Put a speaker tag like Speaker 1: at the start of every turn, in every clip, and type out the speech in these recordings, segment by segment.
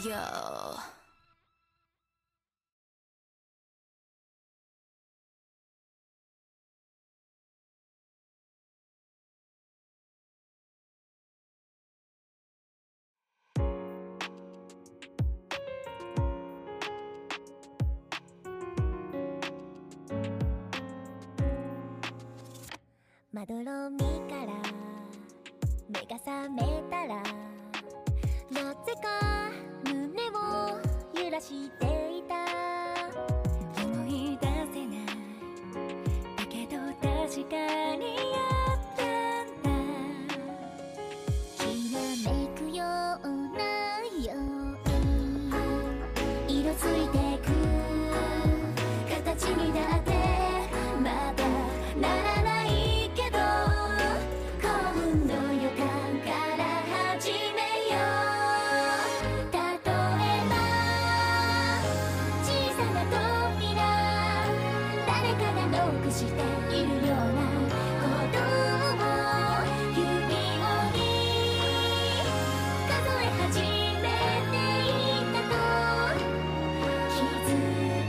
Speaker 1: Uh. まどろみから目が覚めたらなぜか胸を揺らしていた思い出せないだけど確かにあったんだきらめくような夜色ついてく形になってまだならないけど今度予感から始めよう例えば小さな扉誰かがノックしているようなことを指折り数え始めていたと気づいた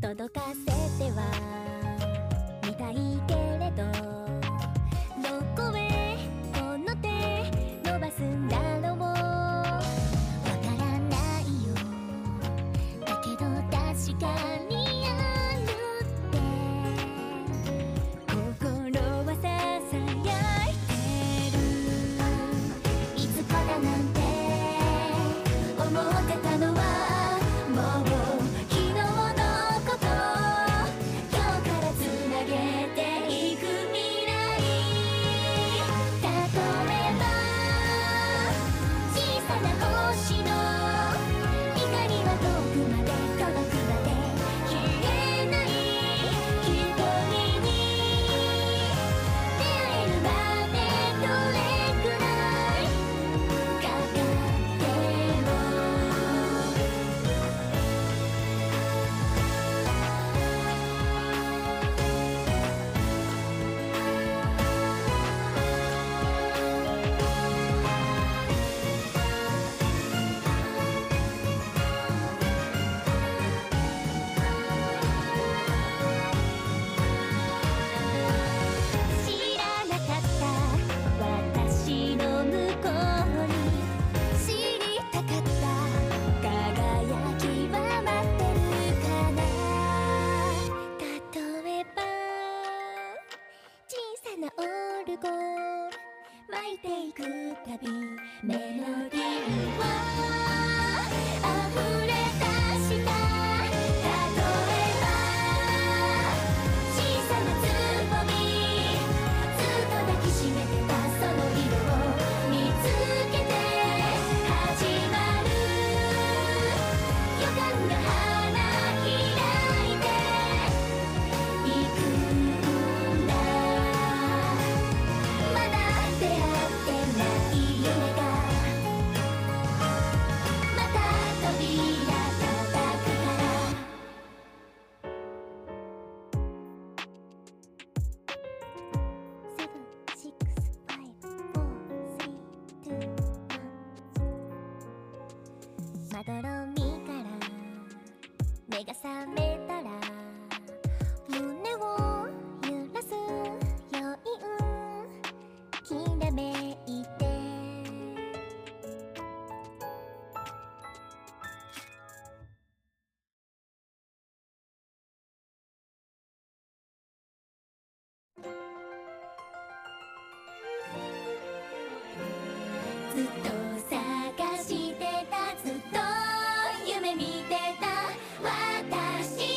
Speaker 1: 届かせてはみたいけれどどこへこの手伸ばすんだろうわからないよだけど確かにあるって心はささやいてるいつからなんて思ってたのはもう昨日のこと今日からつなげていく未来例えば小さな星の光は遠くまで届くまで消えないきっと君に出会えるまでどれくらいかかっても知らなかった私の向こうに知りたかった輝きは待ってるから例えば小さなオルゴール巻いていくたびメロディーは溢れ出した例えば小さなつぼみずっと抱きしめてたその色を見つけて始まる予感が花開いていくんだまだ出会ってない夢がまた扉叩くからSeven, six, five, four, three, two, one. まどろみから目が覚めたら胸を揺らす余韻きらめいてずっと探してたずっと夢見てた私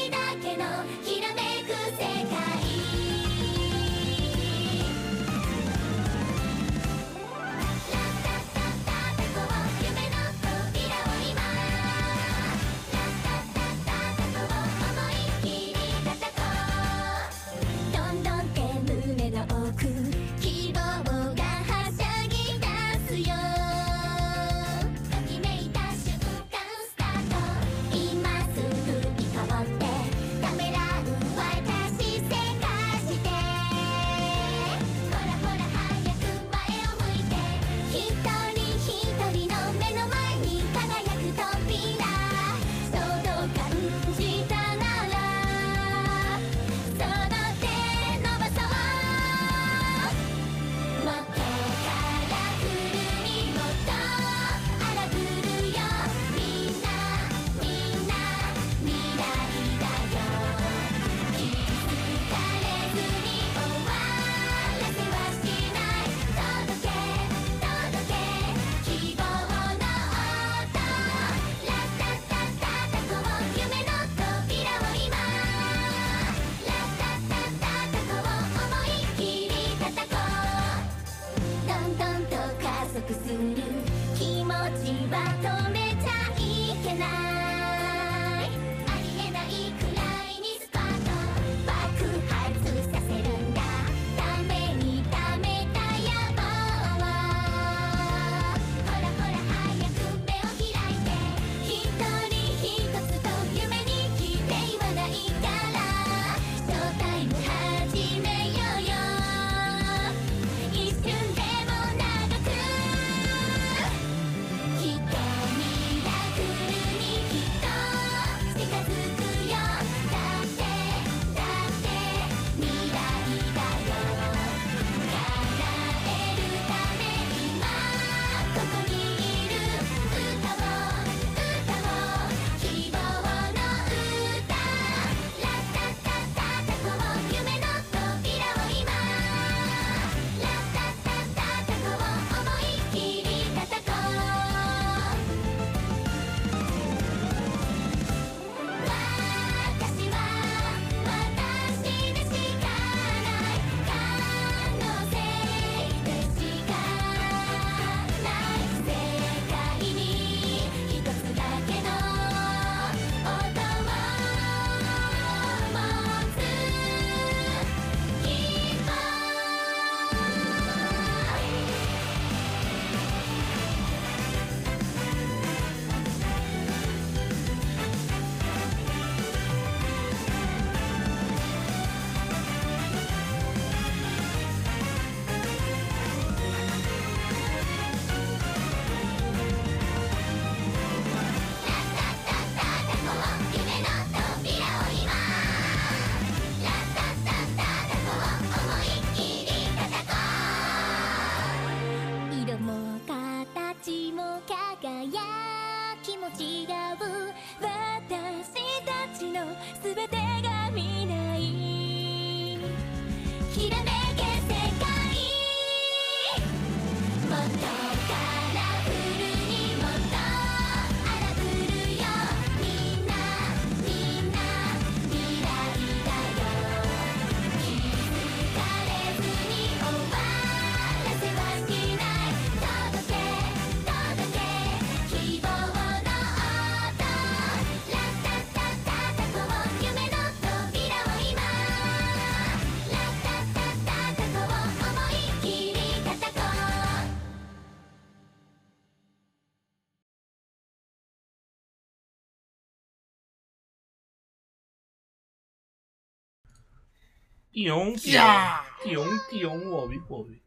Speaker 2: 띠용 띠용
Speaker 3: 야.
Speaker 2: 띠용 띠용 워비 워비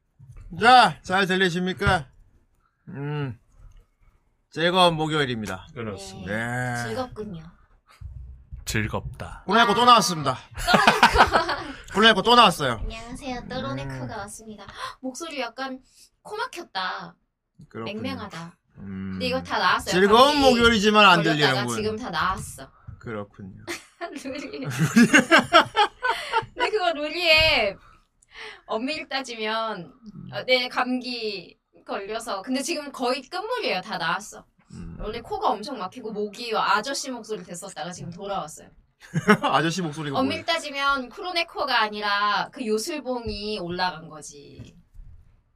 Speaker 3: 자, 잘 들리십니까? 음, 즐거운 목요일입니다.
Speaker 2: 그렇습니다.
Speaker 3: 네.
Speaker 4: 즐겁군요.
Speaker 2: 즐겁다.
Speaker 3: 구나이코 또 나왔습니다. 구나이코 또 나왔어요.
Speaker 4: 안녕하세요.
Speaker 3: 음.
Speaker 4: 떠로네크가 왔습니다. 헉, 목소리 약간 코 막혔다.
Speaker 3: 그렇군요.
Speaker 4: 맹맹하다.
Speaker 3: 음,
Speaker 4: 근데 이거 다 나왔어요.
Speaker 3: 즐거운
Speaker 4: 감기
Speaker 3: 목요일이지만 안
Speaker 4: 걸렸다가
Speaker 3: 들리는군.
Speaker 4: 지금 다 나왔어.
Speaker 3: 그렇군요.
Speaker 4: 룰이. 근데 그거 룰이에 엄밀히 따지면
Speaker 3: 음.
Speaker 4: 어, 내 감기 걸려서 근데 지금 거의 끝물이에요. 다 나왔어.
Speaker 3: 음.
Speaker 4: 원래 코가 엄청 막히고 목이 아저씨 목소리 됐었다가 지금 돌아왔어요.
Speaker 3: 아저씨 목소리가
Speaker 4: 엄밀히
Speaker 3: 뭐예요?
Speaker 4: 따지면 크로네코가 아니라 그 요술봉이 올라간 거지.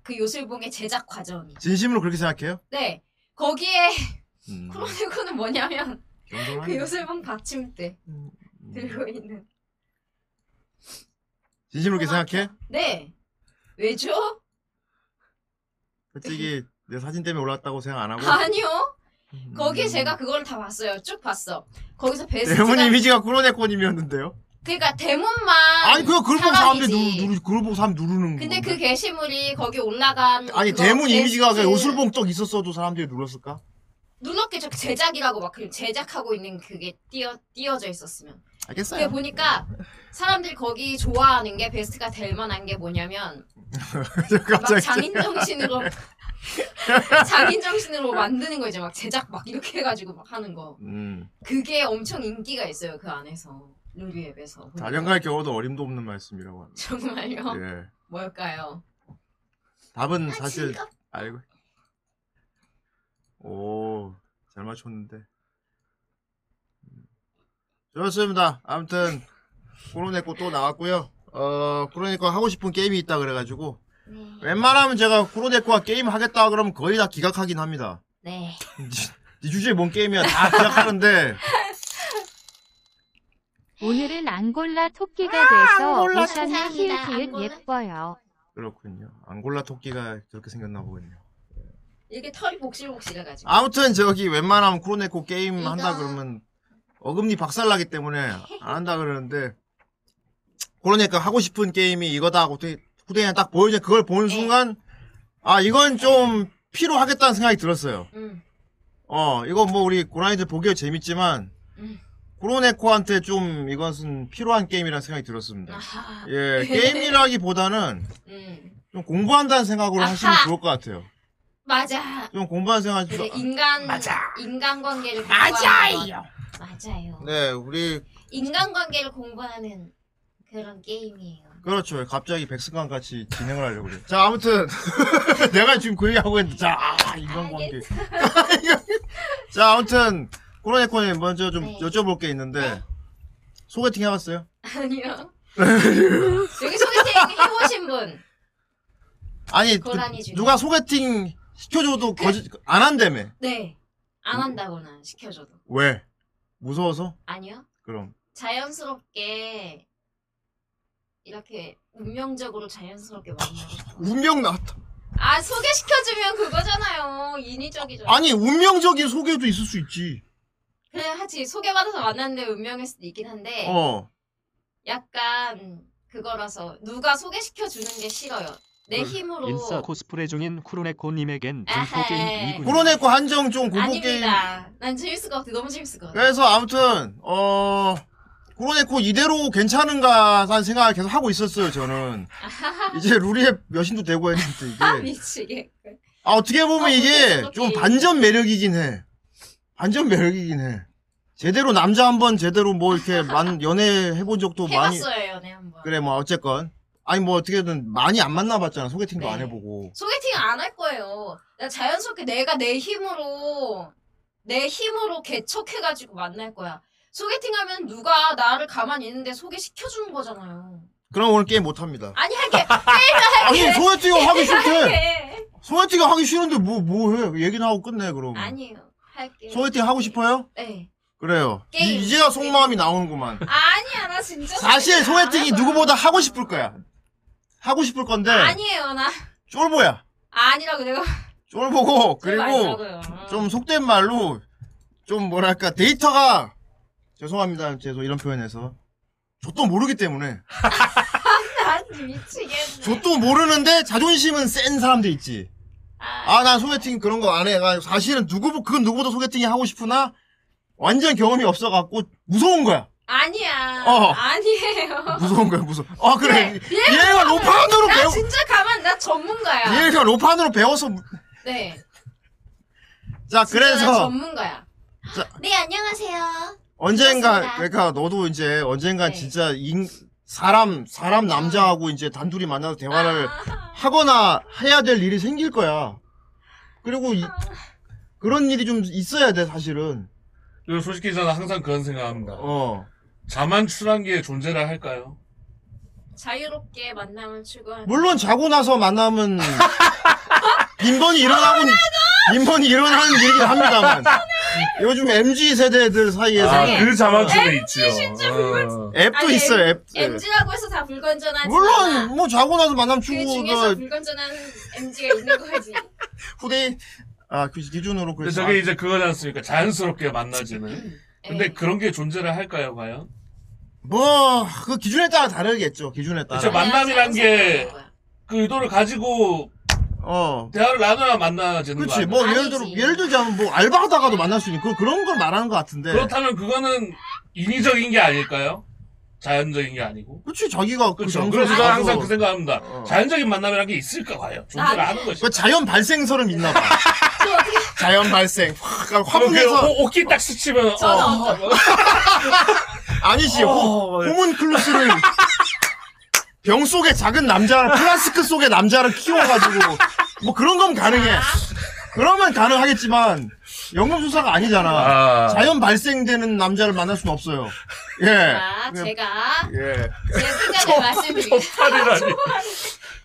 Speaker 4: 그 요술봉의 제작 과정이.
Speaker 3: 진심으로 그렇게 생각해요?
Speaker 4: 네. 거기에
Speaker 3: 음,
Speaker 4: 크로네코는 뭐냐면 그
Speaker 3: 겸손하네.
Speaker 4: 요술봉 받침대
Speaker 3: 음,
Speaker 4: 들고 있는.
Speaker 3: 진심으로 그렇게 생각해?
Speaker 4: 네. 왜죠?
Speaker 3: 솔직히 내 사진 때문에 올랐다고 생각 안 하고
Speaker 4: 아니요.
Speaker 3: 뭐? 음.
Speaker 4: 거기에 제가 그걸 다 봤어요. 쭉 봤어. 거기서 베스트가
Speaker 3: 대문 이미지가 쿠로네콘이었는데요.
Speaker 4: 그러니까 대문만
Speaker 3: 아니 그거 그걸 보고 사람들이
Speaker 4: 사각이지.
Speaker 3: 누르, 누르 그걸 보고 사람 누르는
Speaker 4: 근데
Speaker 3: 건데.
Speaker 4: 그 게시물이 거기 올라간
Speaker 3: 아니
Speaker 4: 그거 예,
Speaker 3: 대문 이미지가
Speaker 4: 베스트-
Speaker 3: 그냥 요술봉 떡 있었어도 사람들이 눌렀을까?
Speaker 4: 눌렀게 저 제작이라고 막 그 제작하고 있는 그게 띄어 띄어져 있었으면.
Speaker 3: 알겠어요.
Speaker 4: 그게 보니까 사람들이 거기 좋아하는 게 베스트가 될 만한 게 뭐냐면 막
Speaker 3: 갑자기
Speaker 4: 장인 정신으로 장인 정신으로 만드는 거 이제 막 제작 막 이렇게 해가지고 막 하는 거
Speaker 3: 음,
Speaker 4: 그게 엄청 인기가 있어요 그 안에서 루리 앱에서
Speaker 3: 자연갈 경우도 어림도 없는 말씀이라고 합니다.
Speaker 4: 정말요
Speaker 3: 예.
Speaker 4: 뭘까요
Speaker 3: 답은
Speaker 4: 아,
Speaker 3: 사실
Speaker 4: 즐겁-
Speaker 3: 알고. 오, 잘 맞췄는데. 음. 좋습니다. 아무튼 코로네코 또 나왔고요. 어, 코로네코 하고 싶은 게임이 있다 그래가지고
Speaker 4: 네.
Speaker 3: 웬만하면 제가 코로네코와 게임 하겠다 그러면 거의 다 기각하긴 합니다.
Speaker 4: 네
Speaker 3: 이 주제에 뭔 게임이야 다 기각하는데
Speaker 5: 오늘은 앙골라 토끼가 돼서
Speaker 3: 앙골라
Speaker 5: 우산
Speaker 4: 아, 감사합니다.
Speaker 5: 히읗
Speaker 4: 앙골라.
Speaker 5: 예뻐요.
Speaker 3: 그렇군요. 앙골라 토끼가 저렇게 생겼나 보군요.
Speaker 4: 이렇게 털이 복실복실해가지고
Speaker 3: 아무튼 저기 웬만하면 코로네코 게임
Speaker 4: 이거-
Speaker 3: 한다 그러면 어금니 박살나기 때문에 안 한다 그러는데 그러니까 하고 싶은 게임이 이거다 하고 후대- 후대인이 딱 보여줘 그걸 보는
Speaker 4: 네.
Speaker 3: 순간 아 이건 좀 필요하겠다는 생각이 들었어요.
Speaker 4: 음
Speaker 3: 어 이거 뭐 우리 고라니들 보기에 재밌지만
Speaker 4: 음.
Speaker 3: 코로네코한테 좀 이것은 필요한 게임이라는 생각이 들었습니다.
Speaker 4: 아하
Speaker 3: 예 게임이라기보다는
Speaker 4: 음
Speaker 3: 좀 공부한다는 생각으로 하시면
Speaker 4: 아하.
Speaker 3: 좋을 것 같아요.
Speaker 4: 맞아
Speaker 3: 좀 공부하는 생각
Speaker 4: 근데
Speaker 3: 좀
Speaker 4: 인간 인간관계를 공부하는 건- 맞아요
Speaker 3: 네 우리
Speaker 4: 인간관계를 공부하는 그런 게임이에요.
Speaker 3: 그렇죠. 갑자기 백승관 같이 진행을 하려고 그래. 자, 아무튼 내가 지금 그 얘기하고 있는데 자, 아, 인간관계. 자, 아무튼 코로네코님 먼저 좀
Speaker 4: 네.
Speaker 3: 여쭤볼 게 있는데 소개팅 해봤어요?
Speaker 4: 아니요. 여기 소개팅 해오신 분.
Speaker 3: 아니 그,
Speaker 4: 고라니 중에.
Speaker 3: 누가 소개팅 시켜줘도 거짓 안 한다며?
Speaker 4: 네. 안 한다거나 시켜줘도.
Speaker 3: 왜? 무서워서?
Speaker 4: 아니요.
Speaker 3: 그럼
Speaker 4: 자연스럽게 이렇게 운명적으로 자연스럽게 만나고 싶어.
Speaker 3: 운명 나왔다.
Speaker 4: 아 소개시켜주면 그거잖아요. 인위적이죠.
Speaker 3: 아니 운명적인 소개도 있을 수 있지.
Speaker 4: 그래 하지 소개받아서 만났는데 운명일 수도 있긴 한데
Speaker 3: 어.
Speaker 4: 약간 그거라서 누가 소개시켜주는 게 싫어요. 내
Speaker 3: 뭘,
Speaker 4: 힘으로
Speaker 6: 인싸 코스프레 중인 쿠로네코님에겐
Speaker 4: 어. 아하.
Speaker 6: 공포 게임 이군
Speaker 3: 코로네코 한정 좀 공포 게임
Speaker 4: 아닙니다. 난 재밌을 것 같아. 너무 재밌을 것 같아.
Speaker 3: 그래서 아무튼 어 코로네코 이대로 괜찮은가 하는 생각을 계속 하고 있었어요 저는 이제 루리의 여신도 되고 했는데 이게
Speaker 4: 미치게.
Speaker 3: 아 어떻게
Speaker 4: 아,
Speaker 3: 보면 이게
Speaker 4: 어떡해,
Speaker 3: 좀
Speaker 4: 어떡해.
Speaker 3: 반전 매력이긴 해 반전 매력이긴 해 제대로 남자 한 번 제대로 뭐 이렇게 만 연애 해본 적도 많이
Speaker 4: 해봤어요 연애 한번.
Speaker 3: 그래 뭐 어쨌건 아니 뭐 어떻게든 많이 안 만나봤잖아 소개팅도
Speaker 4: 네.
Speaker 3: 안 해보고
Speaker 4: 소개팅 안 할 거예요. 나 자연스럽게 내가 내 힘으로 내 힘으로 개척해가지고 만날 거야. 소개팅하면 누가 나를 가만히 있는데 소개시켜주는 거잖아요.
Speaker 3: 그럼 오늘 게임 못 합니다
Speaker 4: 아니 할게
Speaker 3: 아니
Speaker 4: 예.
Speaker 3: 소개팅을 하기 음. 싫대
Speaker 4: 할게.
Speaker 3: 소개팅을 하기 싫은데 뭐 뭐해 얘기나 하고 끝내 그럼
Speaker 4: 아니에요 할게.
Speaker 3: 소개팅 하고 싶어요?
Speaker 4: 네.
Speaker 3: 그래요.
Speaker 4: 게임.
Speaker 3: 이, 제야 속마음이 나오는구만.
Speaker 4: 아니야 나 진짜.
Speaker 3: 사실
Speaker 4: 소개팅 안
Speaker 3: 소개팅이
Speaker 4: 할 거야.
Speaker 3: 누구보다 네. 하고 싶을 거야. 하고 싶을 건데
Speaker 4: 아니에요 나
Speaker 3: 쫄보야.
Speaker 4: 아니라고 내가
Speaker 3: 쫄보고 그리고
Speaker 4: 아니라고요.
Speaker 3: 좀 속된 말로 좀 뭐랄까 데이터가 죄송합니다. 죄송 이런 표현에서 저도 모르기 때문에
Speaker 4: 미치겠네.
Speaker 3: 저 또 모르는데 자존심은 센 사람들 있지.
Speaker 4: 아,
Speaker 3: 아, 난 소개팅 그런 거 안 해. 나 사실은 누구, 그건 누구보다 소개팅이 하고 싶으나, 완전 경험이 없어갖고, 무서운 거야.
Speaker 4: 아니야.
Speaker 3: 어.
Speaker 4: 아니에요.
Speaker 3: 무서운 거야, 무서워. 아, 그래.
Speaker 4: 그래, 얘가
Speaker 3: 얘가 로판으로
Speaker 4: 나
Speaker 3: 배워.
Speaker 4: 진짜 가만 나 전문가야.
Speaker 3: 얘가 그 로판으로 배워서. 무-
Speaker 4: 네.
Speaker 3: 자,
Speaker 4: 진짜 나
Speaker 3: 그래서,
Speaker 4: 전문가야.
Speaker 3: 자.
Speaker 4: 네 안녕하세요.
Speaker 3: 언젠가,
Speaker 4: 좋습니다.
Speaker 3: 그러니까 너도 이제, 언젠가
Speaker 4: 네.
Speaker 3: 진짜, 인, 사람, 사람 남자하고 이제 단둘이 만나서 대화를
Speaker 4: 아,
Speaker 3: 하거나 해야 될 일이 생길 거야. 그리고, 이-
Speaker 4: 아.
Speaker 3: 그런 일이 좀 있어야 돼, 사실은.
Speaker 2: 그리고 솔직히 저는 항상 그런 생각합니다.
Speaker 3: 어.
Speaker 2: 자만추란 게 존재를 할까요?
Speaker 4: 자유롭게 만남을 추구하는.
Speaker 3: 물론 자고 나서 만나면 빈번히 일어나고 빈번히 일어나는 얘기를 합니다만
Speaker 4: 아, 네.
Speaker 3: 요즘 MZ 세대들 사이에서
Speaker 2: 아,
Speaker 4: 세상에.
Speaker 2: 그 자만추가 있지요. 어.
Speaker 3: 앱도
Speaker 4: 아니,
Speaker 3: 있어요. 앱.
Speaker 4: MG라고 해서 다 불건전하지.
Speaker 3: 네. 물론 뭐 자고 나서 만남
Speaker 4: 그 중에서
Speaker 3: 추구가
Speaker 4: 불건전한 MG가 있는 거지.
Speaker 3: 후대 아 그 기준으로
Speaker 2: 근데
Speaker 3: 그래서
Speaker 2: 저게 이제 그거지 않습니까? 자연스럽게 만나지는. 근데
Speaker 4: 예.
Speaker 2: 그런 게 존재를 할까요, 과연?
Speaker 3: 뭐 그 기준에 따라 다르겠죠. 기준에 따라.
Speaker 2: 그쵸, 맞- 만남이란 게-
Speaker 4: 자연스러운 거야.
Speaker 2: 그 의도를 가지고
Speaker 3: 어. 그렇지.
Speaker 2: 대화를 나눠야 만나지는 거 아니에요?
Speaker 3: 뭐 예를 들어
Speaker 4: 아니지.
Speaker 3: 예를 들자면 뭐 알바하다가도 만날 수 있는 그 그런 걸 말하는 것 같은데.
Speaker 2: 그렇다면 그거는 인위적인 게 아닐까요? 자연적인 게 아니고.
Speaker 3: 그렇지 자기가 그
Speaker 2: 그렇죠.
Speaker 3: 정도로
Speaker 2: 그래서 저는
Speaker 3: 가서
Speaker 2: 항상 그 생각합니다.
Speaker 3: 어.
Speaker 2: 자연적인 만남이란 게 있을까 과연 존재를
Speaker 4: 아,
Speaker 2: 하는 것이.
Speaker 3: 그 자연 발생설은 있나 봐.
Speaker 4: 저 어떻게
Speaker 3: 자연 발생. 확
Speaker 2: 그래서
Speaker 3: 화분에서
Speaker 2: 옷기 어, 딱 스치면 어. 아,
Speaker 4: 저는
Speaker 3: 아니지 호, 호문클루스를 병 속에 작은 남자를 플라스크 속에 남자를 키워가지고 뭐 그런 건 가능해. 그러면 가능하겠지만 연금수사가 아니잖아.
Speaker 2: 아.
Speaker 3: 자연 발생되는 남자를 만날 수는 없어요. 예.
Speaker 4: 자,
Speaker 3: 예.
Speaker 4: 제가
Speaker 3: 예.
Speaker 4: 제 생각을 말씀드리겠습니다.
Speaker 2: 팔이라니.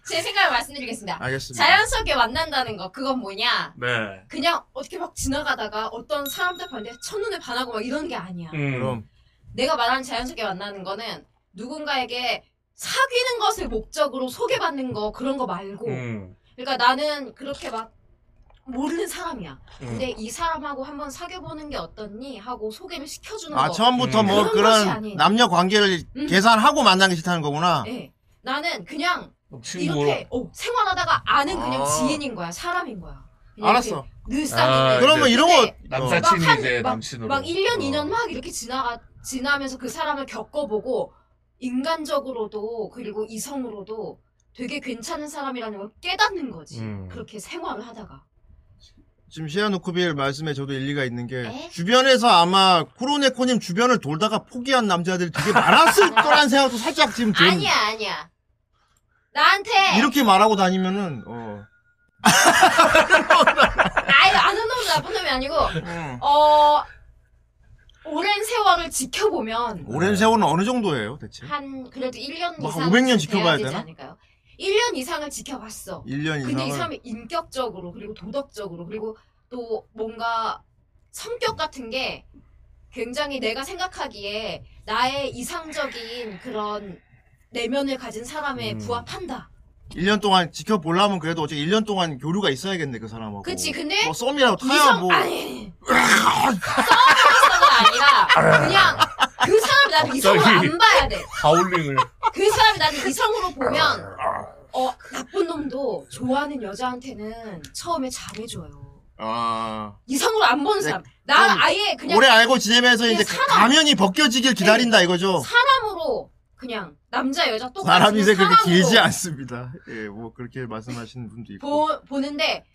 Speaker 4: 제 생각을 말씀드리겠습니다.
Speaker 3: 알겠습니다.
Speaker 4: 자연스럽게 만난다는 거 그건 뭐냐?
Speaker 2: 네.
Speaker 4: 그냥 어떻게 막 지나가다가 어떤 사람들 봤는데 첫눈에 반하고 막 이런 게 아니야.
Speaker 2: 음.
Speaker 3: 그럼
Speaker 4: 내가 말하는 자연스럽게 만나는 거는 누군가에게 사귀는 것을 목적으로 소개받는 거 그런 거 말고
Speaker 2: 음.
Speaker 4: 그러니까 나는 그렇게 막 모르는 사람이야.
Speaker 2: 음.
Speaker 4: 근데 이 사람하고 한번 사귀어보는 게 어떻니 하고 소개를 시켜주는
Speaker 3: 아
Speaker 4: 거.
Speaker 3: 처음부터
Speaker 2: 음.
Speaker 3: 뭐
Speaker 4: 그런 것이
Speaker 3: 그런
Speaker 4: 아니에요.
Speaker 3: 남녀 관계를
Speaker 4: 음.
Speaker 3: 계산하고 만나기 싫다는 거구나.
Speaker 4: 예. 나는 그냥
Speaker 2: 친구로.
Speaker 4: 이렇게 어, 생활하다가 아는 그냥
Speaker 3: 아.
Speaker 4: 지인인 거야 사람인 거야 그냥
Speaker 3: 알았어.
Speaker 4: 이렇게 늘상
Speaker 2: 아,
Speaker 4: 아,
Speaker 3: 그러면
Speaker 2: 이제
Speaker 3: 이런 거 어.
Speaker 2: 남사친이
Speaker 4: 막 한-
Speaker 2: 이제
Speaker 4: 막-
Speaker 2: 남친으로.
Speaker 4: 막 1년
Speaker 2: 어.
Speaker 4: 2년 막 이렇게 지나가 지나면서 그 사람을 겪어보고 인간적으로도 그리고 이성으로도 되게 괜찮은 사람이라는 걸 깨닫는 거지
Speaker 2: 음.
Speaker 4: 그렇게 생활을 하다가
Speaker 3: 지금 시아누쿠빌 말씀에 저도 일리가 있는 게
Speaker 4: 에?
Speaker 3: 주변에서 아마 코로네코님 주변을 돌다가 포기한 남자들이 되게 많았을 거란 생각도 살짝 지금 든
Speaker 4: 아니야 아니야 나한테
Speaker 3: 이렇게 말하고 다니면은 어.
Speaker 4: 아예 아는 놈은 나쁜 놈이 아니고 어 오랜 세월을 지켜보면
Speaker 3: 오랜 세월은 어느 정도예요 대체?
Speaker 4: 한 그래도 1년
Speaker 3: 뭐한
Speaker 4: 이상
Speaker 3: 500년 지켜봐야
Speaker 4: 되지
Speaker 3: 되나?
Speaker 4: 않을까요? 1년 이상을 지켜봤어.
Speaker 3: 1년
Speaker 4: 근데 이
Speaker 3: 이상을
Speaker 4: 사람이 인격적으로 그리고 도덕적으로 그리고 또 뭔가 성격 같은 게 굉장히 내가 생각하기에 나의 이상적인 그런 내면을 가진 사람에
Speaker 2: 음.
Speaker 4: 부합한다.
Speaker 3: 1년 동안 지켜보려면 그래도 어째 1년 동안 교류가 있어야겠네 그 사람하고
Speaker 4: 그치 근데
Speaker 3: 뭐 썸이라도 타야
Speaker 4: 이성
Speaker 3: 뭐
Speaker 4: 아니 썸이성가 아니라 그냥 그 사람이 나를 이성으로
Speaker 2: 갑자기.
Speaker 4: 안 봐야 돼.
Speaker 2: 하울링을.
Speaker 4: 그 사람이 나를 이성으로 보면 어 나쁜 놈도 좋아하는 여자한테는 처음에 잘해줘요.
Speaker 3: 아,
Speaker 4: 이성으로 안 보는 사람.
Speaker 3: 좀
Speaker 4: 난 아예 그냥
Speaker 3: 오래 알고 지내면서
Speaker 4: 그냥 네.
Speaker 3: 이제
Speaker 4: 사람.
Speaker 3: 가면이 벗겨지길 기다린다 이거죠?
Speaker 4: 사람으로 그냥 남자 여자
Speaker 3: 뭐?
Speaker 4: 똑같이
Speaker 3: 사람이 이제 그렇게
Speaker 4: 사람으로
Speaker 3: 길지 않습니다 예 뭐 그렇게 말씀하시는 분도 있고
Speaker 4: 보, 보는데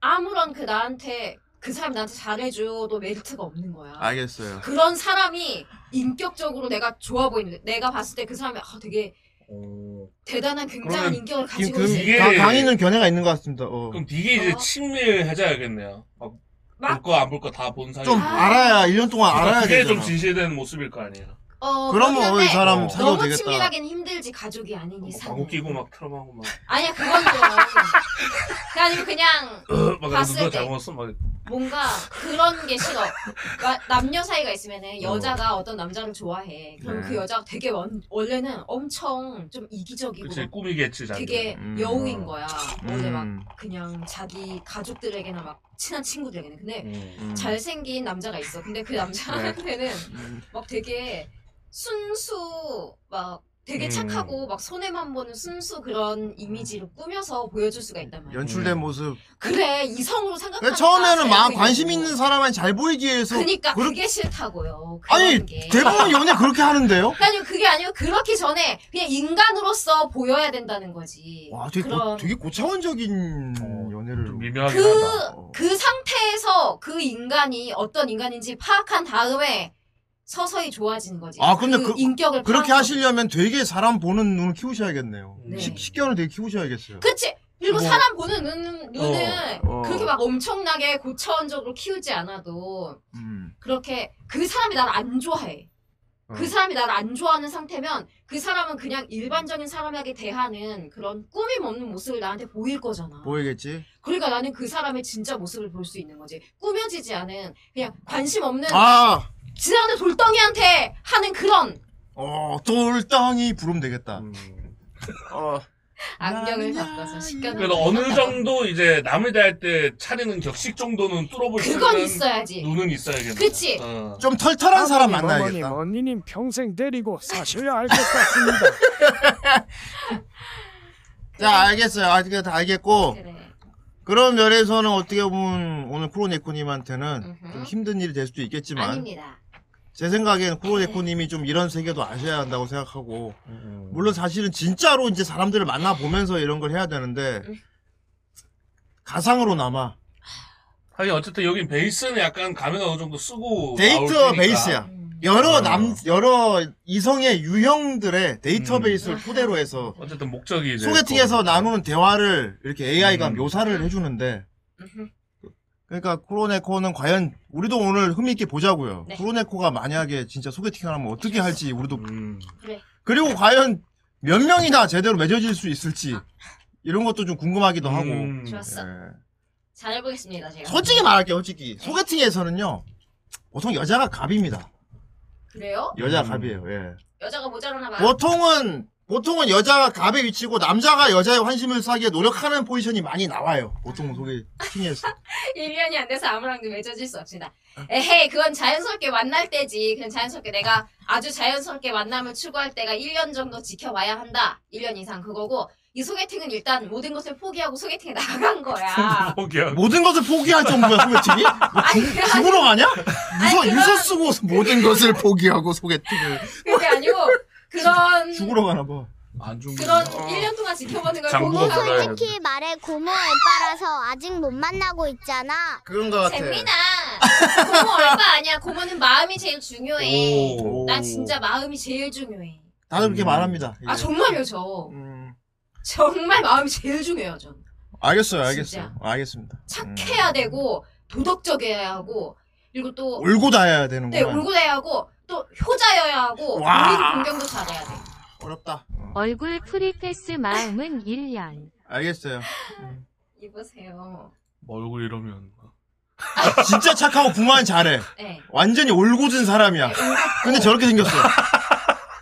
Speaker 4: 아무런 그 나한테 그 사람이 나한테 잘해줘도 메리트가 없는 거야.
Speaker 3: 알겠어요
Speaker 4: 그런 사람이 인격적으로 내가 좋아 보이는데 내가 봤을 때 그 사람이 아, 되게
Speaker 2: 어.
Speaker 4: 대단한 굉장한
Speaker 2: 그러면
Speaker 4: 인격을
Speaker 3: 지금
Speaker 4: 아, 가지고
Speaker 3: 그
Speaker 4: 있어.
Speaker 2: 이게-
Speaker 3: 강- 강의는 견해가 있는 것 같습니다. 어.
Speaker 2: 예. 그럼 되게 이제
Speaker 4: 어.
Speaker 2: 친밀해져야겠네요. 볼
Speaker 4: 막-
Speaker 2: 거 안 볼 거 다 본 사이.
Speaker 3: 아, 좀
Speaker 4: 아.
Speaker 3: 알아야 1년 동안 알아야
Speaker 2: 그게
Speaker 3: 되잖아.
Speaker 2: 좀 진실되는 모습일 거 아니에요.
Speaker 4: 어, 그렇긴
Speaker 3: 그러면
Speaker 4: 한데
Speaker 3: 이 사람
Speaker 2: 어.
Speaker 3: 사귀어
Speaker 4: 너무
Speaker 3: 되겠다.
Speaker 4: 친밀하긴 힘들지 가족이 아닌 이상.
Speaker 2: 막 웃기고 막 트럼하고 막.
Speaker 4: 아니야 그건 좀. 아니면 그냥
Speaker 2: 어, 막 그래서
Speaker 4: 봤을
Speaker 2: 누가
Speaker 4: 때.
Speaker 2: 잘못했어 막.
Speaker 4: 뭔가 그런 게 싫어. 마- 남녀 사이가 있으면은 여자가 어. 떤 남자를 좋아해. 그럼
Speaker 3: 네.
Speaker 4: 그 여자가 되게 원, 원래는 엄청 좀 이기적이고
Speaker 2: 그치
Speaker 4: 막
Speaker 2: 꿈이겠지 자기.
Speaker 4: 되게
Speaker 3: 음.
Speaker 4: 여우인 거야. 원래 막
Speaker 3: 음,
Speaker 4: 그냥 자기 가족들에게나 막 친한 친구들에게는. 근데
Speaker 2: 음.
Speaker 3: 음.
Speaker 4: 잘생긴 남자가
Speaker 3: 네.
Speaker 4: 있어. 근데 그 남자한테는
Speaker 3: 음.
Speaker 4: 막 되게 순수 막 되게
Speaker 2: 음.
Speaker 4: 착하고 막 손해만 보는 순수 그런 이미지로 꾸며서 보여줄 수가 있단 말이야.
Speaker 3: 음. 연출된
Speaker 2: 음.
Speaker 3: 모습.
Speaker 4: 그래 이성으로 생각하는
Speaker 3: 근데 처음에는 막 관심 있는 사람한테 잘 보이기 위해서.
Speaker 4: 아, 그러니까
Speaker 3: 그렇-
Speaker 4: 그게 싫다고요. 그런
Speaker 3: 아니,
Speaker 4: 게.
Speaker 3: 대부분 연애 그렇게 하는데요?
Speaker 4: 아니요 그게 아니고 그렇기 전에 그냥 인간으로서 보여야 된다는 거지.
Speaker 3: 와, 되게, 고,
Speaker 4: 그런
Speaker 3: 되게 고차원적인
Speaker 2: 어, 좀
Speaker 3: 연애를.
Speaker 2: 미묘하긴
Speaker 4: 그-
Speaker 2: 하다.
Speaker 3: 어.
Speaker 4: 그 상태에서 그 인간이 어떤 인간인지 파악한 다음에 서서히 좋아지는 거지.
Speaker 3: 아, 근데 그-
Speaker 4: 인격을
Speaker 3: 그렇게
Speaker 4: 파악하고.
Speaker 3: 하시려면 되게 사람 보는 눈을 키우셔야겠네요.
Speaker 2: 네.
Speaker 3: 식, 식견을 되게 키우셔야겠어요.
Speaker 4: 그치. 그리고
Speaker 3: 뭐.
Speaker 4: 사람 보는 눈, 눈은
Speaker 3: 어, 어.
Speaker 4: 그렇게 막 엄청나게 고차원적으로 키우지 않아도
Speaker 3: 음.
Speaker 4: 그렇게 그 사람이 나를 안 좋아해. 그
Speaker 3: 어.
Speaker 4: 사람이 나를 안 좋아하는 상태면 그 사람은 그냥 일반적인 사람에게 대하는 그런 꾸밈 없는 모습을 나한테 보일 거잖아.
Speaker 2: 뭐-
Speaker 3: 보이겠지?
Speaker 4: 그러니까 나는 그 사람의 진짜 모습을 볼 수 있는 거지. 꾸며지지 않은 그냥 관심 없는
Speaker 3: 아!
Speaker 4: 지나가는 돌덩이한테 하는 그런
Speaker 3: 어, 돌덩이 부르면 되겠다.
Speaker 2: 음.
Speaker 3: 어.
Speaker 4: 안경을
Speaker 3: 나는
Speaker 4: 바꿔서
Speaker 3: 나의
Speaker 4: 식견을
Speaker 2: 그래도 어느 정도 이제 남을 대할 때 차리는 격식 정도는 뚫어볼 수
Speaker 4: 그건
Speaker 2: 있는
Speaker 4: 있어야지.
Speaker 2: 눈은 있어야겠네.
Speaker 4: 그치.
Speaker 2: 어.
Speaker 3: 좀 털털한 사람
Speaker 7: 아버님, 어머님,
Speaker 3: 만나야겠다.
Speaker 7: 언니님 평생 데리고 사셔야 할 것 같습니다.
Speaker 3: 자, 알겠어요. 아, 그게 다 알겠고.
Speaker 4: 그래.
Speaker 3: 그런 면에서는 어떻게 보면 오늘 쿠로네코님한테는
Speaker 4: 음흠.
Speaker 3: 좀 힘든 일이 될 수도 있겠지만
Speaker 4: 아닙니다.
Speaker 3: 제 생각엔 쿠로네코님이 좀 이런 세계도 아셔야 한다고 생각하고
Speaker 2: 음.
Speaker 3: 물론 사실은 진짜로 이제 사람들을 만나 보면서 이런 걸 해야 되는데 가상으로 남아
Speaker 2: 하긴 어쨌든 여긴 베이스는 약간 가면 어느 정도 쓰고
Speaker 3: 데이터
Speaker 2: 나올 테니까.
Speaker 3: 베이스야.
Speaker 4: 음.
Speaker 3: 여러
Speaker 2: 어.
Speaker 3: 남 여러 이성의 유형들의
Speaker 2: 음.
Speaker 3: 데이터베이스를 토대로 해서
Speaker 2: 어쨌든 목적이 이제
Speaker 3: 소개팅에서
Speaker 2: 그거.
Speaker 3: 나누는 대화를 이렇게 AI가
Speaker 2: 음.
Speaker 3: 묘사를 해주는데
Speaker 4: 음흠.
Speaker 3: 그러니까 코로네코는 과연 우리도 오늘 흥미있게 보자고요.
Speaker 4: 네.
Speaker 3: 코로네코가 만약에 진짜 소개팅을 하면 어떻게 할지 우리도
Speaker 2: 음.
Speaker 3: 그리고 과연 몇 명이나 제대로 맺어질 수 있을지 이런 것도 좀 궁금하기도 하고.
Speaker 2: 음.
Speaker 4: 좋았어.
Speaker 3: 예.
Speaker 4: 잘 해보겠습니다 제가.
Speaker 3: 솔직히 말할게요, 솔직히 소개팅에서는요 보통 여자가 갑입니다.
Speaker 4: 그래요?
Speaker 3: 여자
Speaker 2: 음.
Speaker 3: 갑이에요. 예.
Speaker 4: 여자가 모자라나 봐.
Speaker 3: 보통은 보통은 여자가 갑의 위치고 남자가 여자의 환심을 사기에 노력하는 포지션이 많이 나와요. 보통 소개팅에서.
Speaker 4: 1년이 안 돼서 아무랑도 맺어질 수 없습니다. 에헤이, 그건 자연스럽게 만날 때지. 그냥 자연스럽게 내가 아주 자연스럽게 만남을 추구할 때가 1년 정도 지켜봐야 한다. 1년 이상 그거고. 이 소개팅은 일단 모든 것을 포기하고 소개팅에 나간 거야.
Speaker 2: 포기하고.
Speaker 3: 모든 것을 포기할 정도야 소개팅이? 뭐
Speaker 4: 아니, 그게, 아니,
Speaker 3: 죽으러 가냐? 유서
Speaker 4: 그건-
Speaker 3: 유서 쓰고 모든 것을 포기하고 소개팅을
Speaker 4: 그게 아니고, 그런,
Speaker 3: 죽으러 가나 봐.
Speaker 2: 안 아. 좋은
Speaker 4: 그런
Speaker 2: 거구나.
Speaker 4: 1년 동안 지켜보는 걸
Speaker 2: 어. 장부가
Speaker 4: 공부하고.
Speaker 2: 몰라요.
Speaker 1: 솔직히 말해 고모 오빠라서 아직 못 만나고 있잖아.
Speaker 3: 그런 거 같아.
Speaker 4: 재민아! 고모 얼마 아니야. 고모는 마음이 제일 중요해.
Speaker 2: 오.
Speaker 4: 난 진짜 마음이 제일 중요해.
Speaker 3: 다들 그렇게
Speaker 2: 음.
Speaker 3: 말합니다.
Speaker 4: 아,
Speaker 3: 예.
Speaker 4: 정말요, 저.
Speaker 3: 음,
Speaker 4: 정말 마음이 제일 중요해요, 전.
Speaker 3: 알겠어요,
Speaker 4: 진짜.
Speaker 3: 알겠어요, 알겠습니다.
Speaker 4: 착해야 되고 도덕적이어야 하고 그리고 또
Speaker 3: 음. 올고 다해야 되는
Speaker 4: 어. 네,
Speaker 3: 구나
Speaker 4: 올고 해야 하고 또 효자여야 하고
Speaker 3: 와.
Speaker 4: 우리도 공경도 잘해야 돼.
Speaker 3: 어렵다. 어,
Speaker 5: 얼굴 프리패스 마음은 1년.
Speaker 3: 알겠어요.
Speaker 4: 이보세요.
Speaker 2: 뭐 얼굴 이러면
Speaker 3: 진짜 착하고 부모한 잘해.
Speaker 4: 네.
Speaker 3: 완전히 올고진 사람이야. 근데 저렇게 생겼어.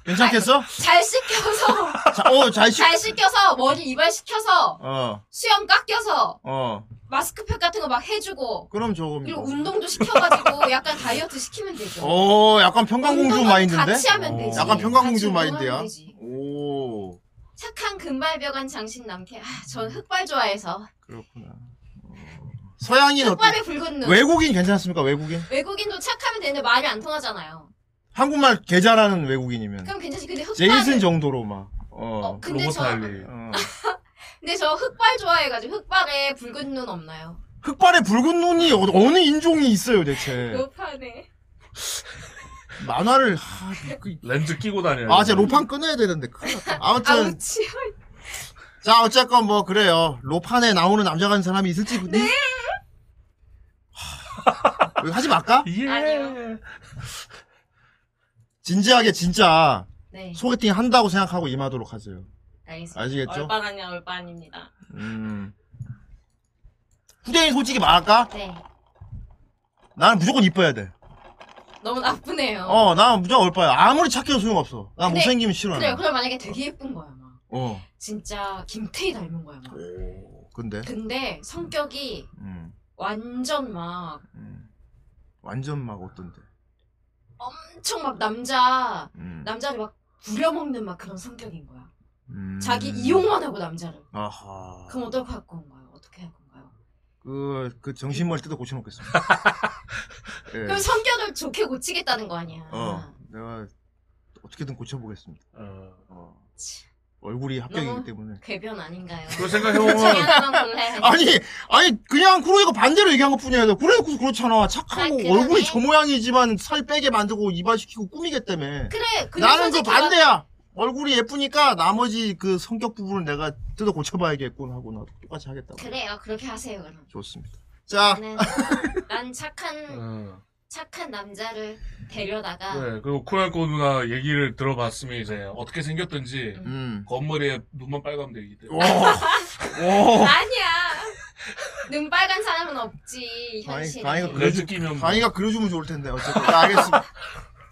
Speaker 3: 괜찮겠어?
Speaker 4: 잘 씻겨서
Speaker 3: 자, 어, 잘 씻.
Speaker 4: 잘 씻겨서 머리 이발 시켜서
Speaker 3: 어,
Speaker 4: 수염 깎여서
Speaker 3: 어.
Speaker 4: 마스크팩 같은 거 막 해주고
Speaker 3: 그럼 저거.
Speaker 4: 그리고 운동도 시켜가지고 약간 다이어트 시키면 되죠.
Speaker 3: 음. 어, 약간 평강공주
Speaker 4: 운동은
Speaker 3: 마인드인데. 어.
Speaker 4: 같이 하면 되지.
Speaker 3: 약간 평강공주
Speaker 4: 같이 운동하면
Speaker 3: 마인드야.
Speaker 4: 되지.
Speaker 3: 오,
Speaker 4: 착한 금발벽한 장신 남캐. 아, 전 흑발 좋아해서
Speaker 3: 그렇구나. 어. 서양인 어때?
Speaker 4: 흑발의 붉은 눈.
Speaker 3: 외국인 괜찮습니까? 외국인?
Speaker 4: 외국인도 착하면 되는데 말이 안 통하잖아요.
Speaker 3: 한국말 개 잘하는 외국인이면
Speaker 4: 그럼 괜찮지. 근데
Speaker 3: 제이슨
Speaker 4: 흑발은
Speaker 3: 정도로 막. 어.
Speaker 4: 어, 근데
Speaker 2: 로봇
Speaker 4: 저-
Speaker 2: 할리.
Speaker 3: 어.
Speaker 4: 근데 저 흑발 좋아해가지고 흑발에 붉은 눈 없나요?
Speaker 3: 흑발에 붉은 눈이 어- 어느 인종이 있어요 대체?
Speaker 4: 로파네.
Speaker 3: 만화를 하, 그-
Speaker 2: 렌즈 끼고 다녀요.
Speaker 3: 아, 진짜 로판 끊어야 되는데 큰일 났다. 아무튼
Speaker 4: 아우치.
Speaker 3: 자 어쨌건 뭐 그래요. 로판에 나오는 남자 같은 사람이 있을지 근데 하, 하지 말까?
Speaker 2: 예.
Speaker 4: 아니요.
Speaker 3: 진지하게 진짜
Speaker 4: 네,
Speaker 3: 소개팅 한다고 생각하고 임하도록 하세요.
Speaker 4: 알겠습니다.
Speaker 3: 아시겠죠?
Speaker 4: 얼빵 아니야 얼빵입니다.
Speaker 3: 음. 후대인 솔직히 말할까?
Speaker 4: 네,
Speaker 3: 나는 무조건 이뻐야 돼.
Speaker 4: 너무 나쁘네요.
Speaker 3: 어, 나는 무조건 얼빠야. 아무리 착해도 소용없어. 나
Speaker 4: 근데- 그
Speaker 3: 못생기면 싫어.
Speaker 4: 그래요.
Speaker 3: 나는.
Speaker 4: 그럼 만약에 되게 예쁜 거야 막.
Speaker 3: 어.
Speaker 4: 진짜 김태희 닮은 거야 막.
Speaker 3: 오, 근데
Speaker 4: 근데 성격이
Speaker 3: 음,
Speaker 4: 완전 막
Speaker 3: 음. 완전 막 어떤데?
Speaker 4: 엄청 막 남자
Speaker 3: 음.
Speaker 4: 남자를 막 부려먹는 막 그런 성격인 거야.
Speaker 3: 음.
Speaker 4: 자기 이용만 하고 남자를.
Speaker 3: 아하.
Speaker 4: 그럼 어떻게 할 건가요? 어떻게 할 건가요?
Speaker 3: 그, 그 정신머리 뜯어 고쳐놓겠습니다. 예.
Speaker 4: 그럼 성격을 좋게 고치겠다는 거 아니야.
Speaker 3: 어, 내가 어떻게든 고쳐보겠습니다.
Speaker 2: 어.
Speaker 3: 어.
Speaker 4: 참.
Speaker 3: 얼굴이 합격이기
Speaker 4: 너무- 그
Speaker 3: 때문에.
Speaker 4: 괴변 아닌가요?
Speaker 2: 그거
Speaker 4: 중에
Speaker 2: 생각해보면
Speaker 4: 하나만 골라야
Speaker 3: 어. 아니, 아니, 그냥 쿠로이가 반대로 얘기한 것 뿐이야. 쿠로이가 그렇잖아.
Speaker 4: 아,
Speaker 3: 착하고
Speaker 4: 그러네.
Speaker 3: 얼굴이 저 모양이지만 살 빼게 만들고 이발시키고 꾸미겠다며.
Speaker 4: 그래. 그리고
Speaker 3: 나는 그
Speaker 4: 솔직히
Speaker 3: 반대야. 얼굴이 예쁘니까 나머지 그 성격 부분을 내가 뜯어 고쳐봐야겠군 하고 나도 똑같이 하겠다고.
Speaker 4: 말- 그래요. 그렇게 하세요. 그럼.
Speaker 3: 좋습니다. 자,
Speaker 4: 나는 난 착한
Speaker 2: 어.
Speaker 4: 착한 남자를 데려다가
Speaker 3: 어.
Speaker 2: 네, 그리고 쿠라코 누나 얘기를 들어봤으면 이제 어떻게 생겼든지
Speaker 3: 음.
Speaker 2: 겉머리에 눈만 빨가면 되기
Speaker 3: 오,
Speaker 2: 때문에
Speaker 3: 오.
Speaker 4: 아니야. 눈 빨간 사람은 없지
Speaker 3: 광희-
Speaker 4: 현실에.
Speaker 3: 광희가
Speaker 2: 그런 느낌이면 뭐.
Speaker 3: 강의가 그려주면 좋을 텐데 어쨌든 자, 알겠습니다.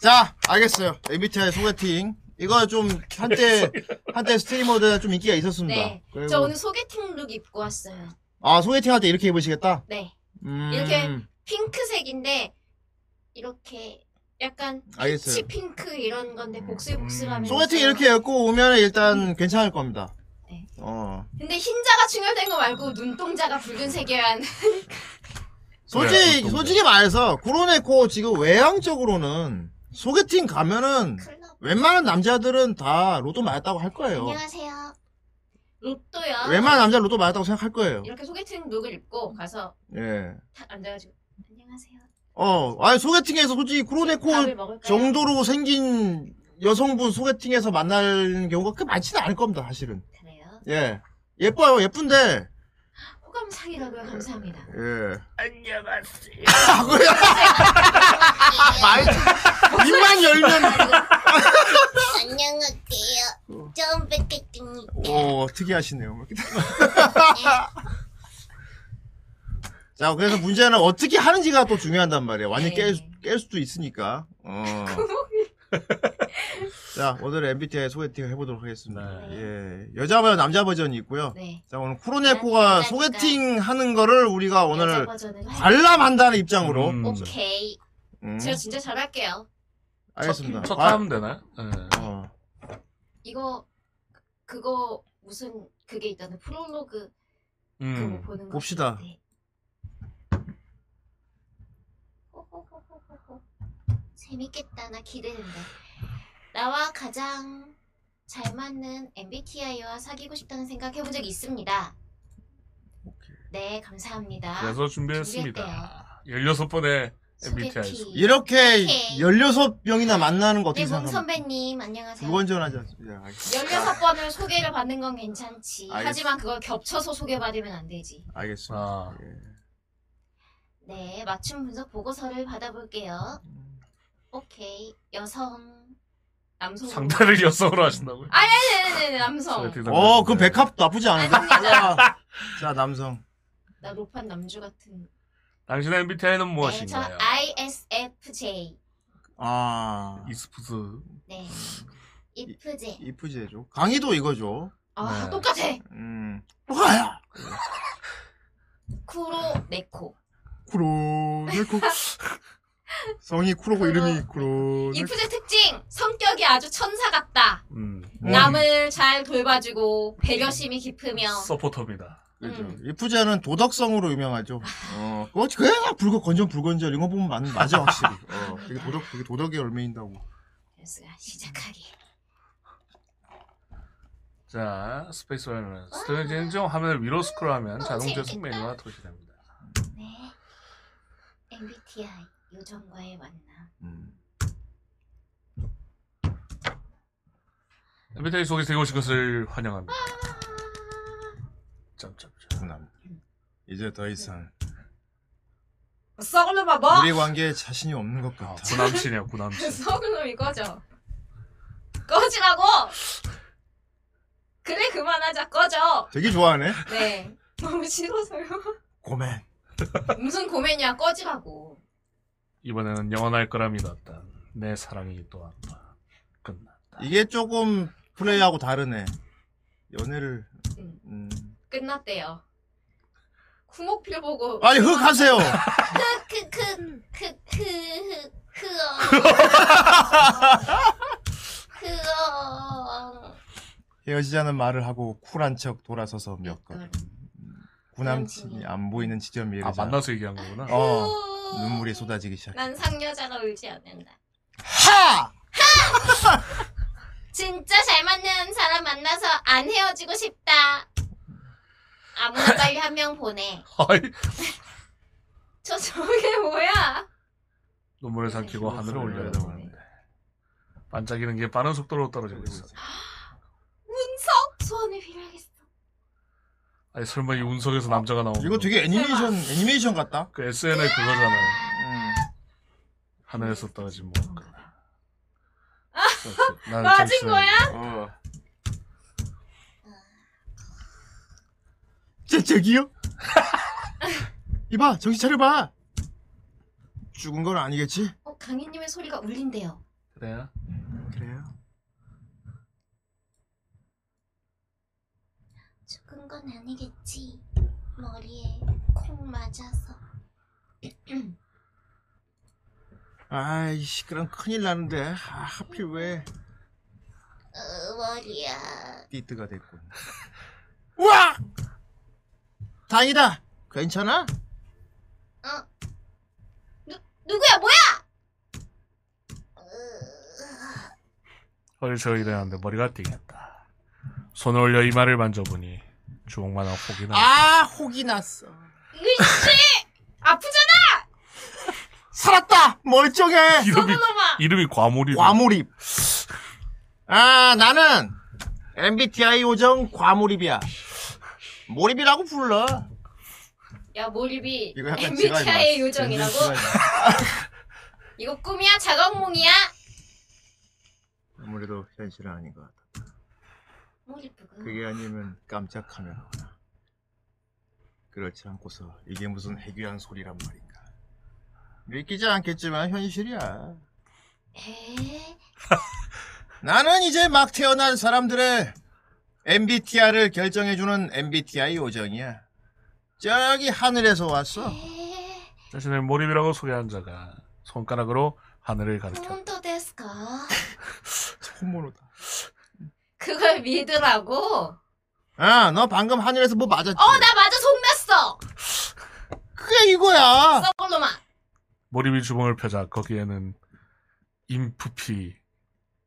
Speaker 3: 자, 알겠어요. MBTI 소개팅 이거 좀 한때 한때 스트리머들 좀 인기가 있었습니다.
Speaker 4: 네.
Speaker 3: 그리고-
Speaker 4: 저 오늘 소개팅 룩 입고 왔어요.
Speaker 3: 아 소개팅 할 때 이렇게 입으시겠다.
Speaker 4: 네.
Speaker 3: 음,
Speaker 4: 이렇게? 핑크색인데 이렇게 약간
Speaker 3: 알겠어요. 음,
Speaker 4: 치 핑크 이런 건데 복슬복슬하면서
Speaker 3: 소개팅 이렇게 입고 오면 일단 괜찮을 겁니다.
Speaker 4: 네.
Speaker 3: 어.
Speaker 4: 근데 흰자가 충혈된 거 말고 눈동자가 붉은색이어야 하는
Speaker 3: 솔직히
Speaker 2: 보통
Speaker 3: 솔직히 말해서 구로네코 지금 외향적으로는 소개팅 가면은
Speaker 1: 클럽.
Speaker 3: 웬만한 남자들은 다 로또 맞았다고 할 거예요.
Speaker 1: 안녕하세요.
Speaker 4: 로또야.
Speaker 3: 웬만한 남자 로또 맞았다고 생각할 거예요.
Speaker 4: 이렇게 소개팅 룩을 입고 가서
Speaker 3: 예.
Speaker 4: 탁 앉아가지고 안녕하세요.
Speaker 3: 어, 아니 소개팅에서 솔직히 구로네코
Speaker 1: 아,
Speaker 4: 밥을 먹을까요?
Speaker 3: 정도로 생긴 여성분 소개팅에서 만나는 경우가 그렇게 많지는 않을 겁니다, 사실은.
Speaker 4: 그래요.
Speaker 3: 예. 예뻐요, 예쁜데.
Speaker 4: 호감상이라고요. 감사합니다.
Speaker 3: 예.
Speaker 2: 안녕하세요.
Speaker 3: 아, 뭐야! 말, 입만 열면.
Speaker 1: 안녕하세요. 처음 뵙겠습니다.
Speaker 3: 오, 특이하시네요. 자, 그래서 문제는 어떻게 하는지가 또 중요한단 말이에요. 완전
Speaker 4: 네.
Speaker 3: 깰, 수- 깰 수도 있으니까. 어. 자, 오늘 MBTI 소개팅 해보도록 하겠습니다. 예. 여자 버전, 남자 버전이 있고요.
Speaker 4: 네.
Speaker 3: 자 오늘 쿠로네코가
Speaker 4: 여자 버전이다.
Speaker 3: 소개팅 하는 거를 우리가
Speaker 4: 여자
Speaker 3: 오늘
Speaker 4: 버전은 할-
Speaker 3: 관람한다는 입장으로
Speaker 4: 어,
Speaker 2: 음.
Speaker 4: 오케이.
Speaker 3: 음,
Speaker 4: 제가 진짜 잘할게요.
Speaker 3: 알겠습니다. 아.
Speaker 2: 첫
Speaker 3: 과-
Speaker 2: 하면 되나요? 네.
Speaker 3: 어,
Speaker 4: 이거 그거 무슨 그게 있다는 프롤로그 그거
Speaker 2: 음.
Speaker 4: 보는 거
Speaker 3: 봅시다.
Speaker 4: 같은데.
Speaker 1: 재밌겠다. 나 기대된다. 나와 가장
Speaker 4: 잘 맞는 MBTI와 사귀고 싶다는 생각 해본 적 있습니다. 네, 감사합니다.
Speaker 2: 그래서 준비했습니다. 16번의 MBTI.
Speaker 4: 소개팅. 네,
Speaker 3: 이렇게
Speaker 4: 오케이.
Speaker 3: 16명이나 만나는 거 어떻게
Speaker 4: 내공
Speaker 3: 생각합니까?
Speaker 4: 선배님 안녕하세요.
Speaker 3: 두번전 하지 않습니다. 알겠습니다.
Speaker 4: 16번을 소개를 받는 건 괜찮지.
Speaker 3: 알겠어.
Speaker 4: 하지만 그걸 겹쳐서 소개받으면 안 되지.
Speaker 3: 알겠습니다.
Speaker 2: 아,
Speaker 4: 네, 맞춤 분석 보고서를 받아볼게요. 오케이. 여성. 남성.
Speaker 2: 상대를 여성으로 하신다고요?
Speaker 4: 아. 네네네, 남성. 아,
Speaker 2: 소개팅
Speaker 3: 어, 그럼
Speaker 2: 상대.
Speaker 3: 백합 나쁘지 않은데? 자, 자, 남성.
Speaker 4: 나 로판 남주 같은.
Speaker 2: 당신의 MBTI는
Speaker 4: 네, 저
Speaker 2: 무엇인가요?
Speaker 4: ISFJ.
Speaker 3: 아,
Speaker 2: 이스푸스.
Speaker 4: 네. 이프제.
Speaker 3: 이쁘지 해줘. 강의도 이거죠.
Speaker 4: 아,
Speaker 2: 네.
Speaker 4: 똑같아.
Speaker 3: 음. 뭐야?
Speaker 4: 쿠로네코.
Speaker 3: 쿠로네코. 성이 쿠로고 이름이 쿠로네코.
Speaker 4: 이프제 특징 성격이 아주 천사 같다.
Speaker 2: 음.
Speaker 3: 음.
Speaker 4: 남을 잘 돌봐주고 배려심이 깊으며
Speaker 2: 서포터입니다.
Speaker 3: 그죠.
Speaker 4: 음.
Speaker 3: 이프제는 도덕성으로 유명하죠. 어, 그거 그냥 불거 건전 불건전 이런 거 보면 맞, 맞아 확실히. 어, 되게 도덕 되게 도덕에 얼매인다고.
Speaker 4: 뉴스가 시작하기.
Speaker 2: 자, 스페이스 와이너는 스토리지는 좀 화면을 위로 스크롤하면 자동제
Speaker 4: 어, 재밌겠다.
Speaker 2: 속 메뉴가 표시됩니다.
Speaker 4: 네. MBTI 요정과의 만남.
Speaker 3: 음,
Speaker 2: MBTI 소개팅 오신 것을 환영합니다.
Speaker 4: 아.
Speaker 2: 점점점.
Speaker 3: 남. 이제 더 이상
Speaker 4: 썩을 놈아 뭐?
Speaker 3: 우리 관계에 자신이 없는 것
Speaker 2: 아,
Speaker 3: 같아.
Speaker 2: 구남친이야, 구남친.
Speaker 4: 썩을 놈 이거죠. 꺼지라고. 그래 그만하자 꺼져.
Speaker 3: 되게 좋아하네.
Speaker 4: 네. 너무 싫어서요.
Speaker 3: 고맨.
Speaker 4: 무슨 고민이야 꺼지라고.
Speaker 2: 이번에는 영원할 거라 믿었다. 내 사랑이 또 아파. 끝났다.
Speaker 3: 이게 조금 플레이하고 다르네. 연애를.
Speaker 4: 음,
Speaker 3: 음.
Speaker 4: 끝났대요. 어? 쿠목필 보고.
Speaker 3: 아니 흑 하세요.
Speaker 4: 그, 크크크크크.
Speaker 1: 흐어. 흐
Speaker 4: 그거
Speaker 3: 헤어지자는 말을 하고 쿨한 척 돌아서서 몇 걸. 구남친이 안 보이는 지점 위에
Speaker 2: 아
Speaker 3: 자-
Speaker 2: 만나서 얘기한 거구나.
Speaker 3: 어 눈물이 쏟아지기 시작.
Speaker 4: 난 상여자라 울지 않는다.
Speaker 3: 하!
Speaker 4: 진짜 잘 맞는 사람 만나서 안 헤어지고 싶다. 아무나 빨리 한 명 보내.
Speaker 2: 아이
Speaker 4: 저 저게 뭐야?
Speaker 2: 눈물을 삼키고 하늘을 올려야 되고 하는데 반짝이는 게 빠른 속도로 떨어지고 있어.
Speaker 4: 운석 소원을 빌어야겠어.
Speaker 2: 아니 설마 이 운석에서 남자가 나오는
Speaker 3: 이거 되게 애니메이션 애니메이션 같다.
Speaker 2: 그 SNL 그거잖아요.
Speaker 3: 음.
Speaker 2: 하늘에서 떨어진 뭐.
Speaker 4: 맞은 거야?
Speaker 3: 어. 저, 저기요? 이봐, 정신 차려봐! 죽은 건 아니겠지?
Speaker 4: 어, 강희님의 소리가 울린대요.
Speaker 2: 그래요?
Speaker 3: 그래요?
Speaker 1: 죽은 건 아니겠지. 머리에 콩 맞아서.
Speaker 3: 아이씨, 그럼 큰일 나는데. 아, 하필 왜
Speaker 4: 어,
Speaker 1: 으, 머리야.
Speaker 3: 띠뜨가 됐군. 우와! 다행이다! 괜찮아?
Speaker 4: 누구야? 뭐야?
Speaker 2: 허리 저이래는데 머리가 띵했다. 손을 올려 이마를 만져보니 주먹만한 혹이 나.
Speaker 3: 아, 혹이 났어.
Speaker 4: 으이씨! 아프잖아!
Speaker 3: 살았다! 멀쩡해!
Speaker 2: 이름이
Speaker 4: 놈아!
Speaker 2: 이름이 과몰입.
Speaker 3: 과몰입. 아, 나는 MBTI 요정 과몰입이야. 몰입이라고 불러.
Speaker 4: 야, 몰입이
Speaker 3: 이거 약간 지랄이
Speaker 4: MBTI의
Speaker 3: 났어.
Speaker 4: 요정이라고?
Speaker 3: 완전 지랄이 났어.
Speaker 4: 이거 꿈이야? 자각몽이야?
Speaker 3: 아무래도 현실은 아닌 것 같아.
Speaker 4: 몰입이구나.
Speaker 3: 그게 아니면 깜짝 하면 오나. 그렇지 않고서 이게 무슨 해괴한 소리란 말인가. 믿기지 않겠지만 현실이야.
Speaker 4: 에?
Speaker 3: 나는 이제 막 태어난 사람들의 MBTI를 결정해주는 MBTI 요정이야. 저기 하늘에서 왔어.
Speaker 4: 에?
Speaker 2: 자신의 몰입이라고 소개한 자가 손가락으로 하늘을 가리켰다.
Speaker 4: 本当ですか?
Speaker 3: 홈모로다.
Speaker 4: 그걸 믿으라고?
Speaker 3: 아, 너 방금 하늘에서 뭐 맞았지?
Speaker 4: 어, 나 맞아 속났어.
Speaker 3: 그게 이거야.
Speaker 4: 썩을 놈아.
Speaker 2: 몰입이 주먹을 펴자 거기에는 인프피,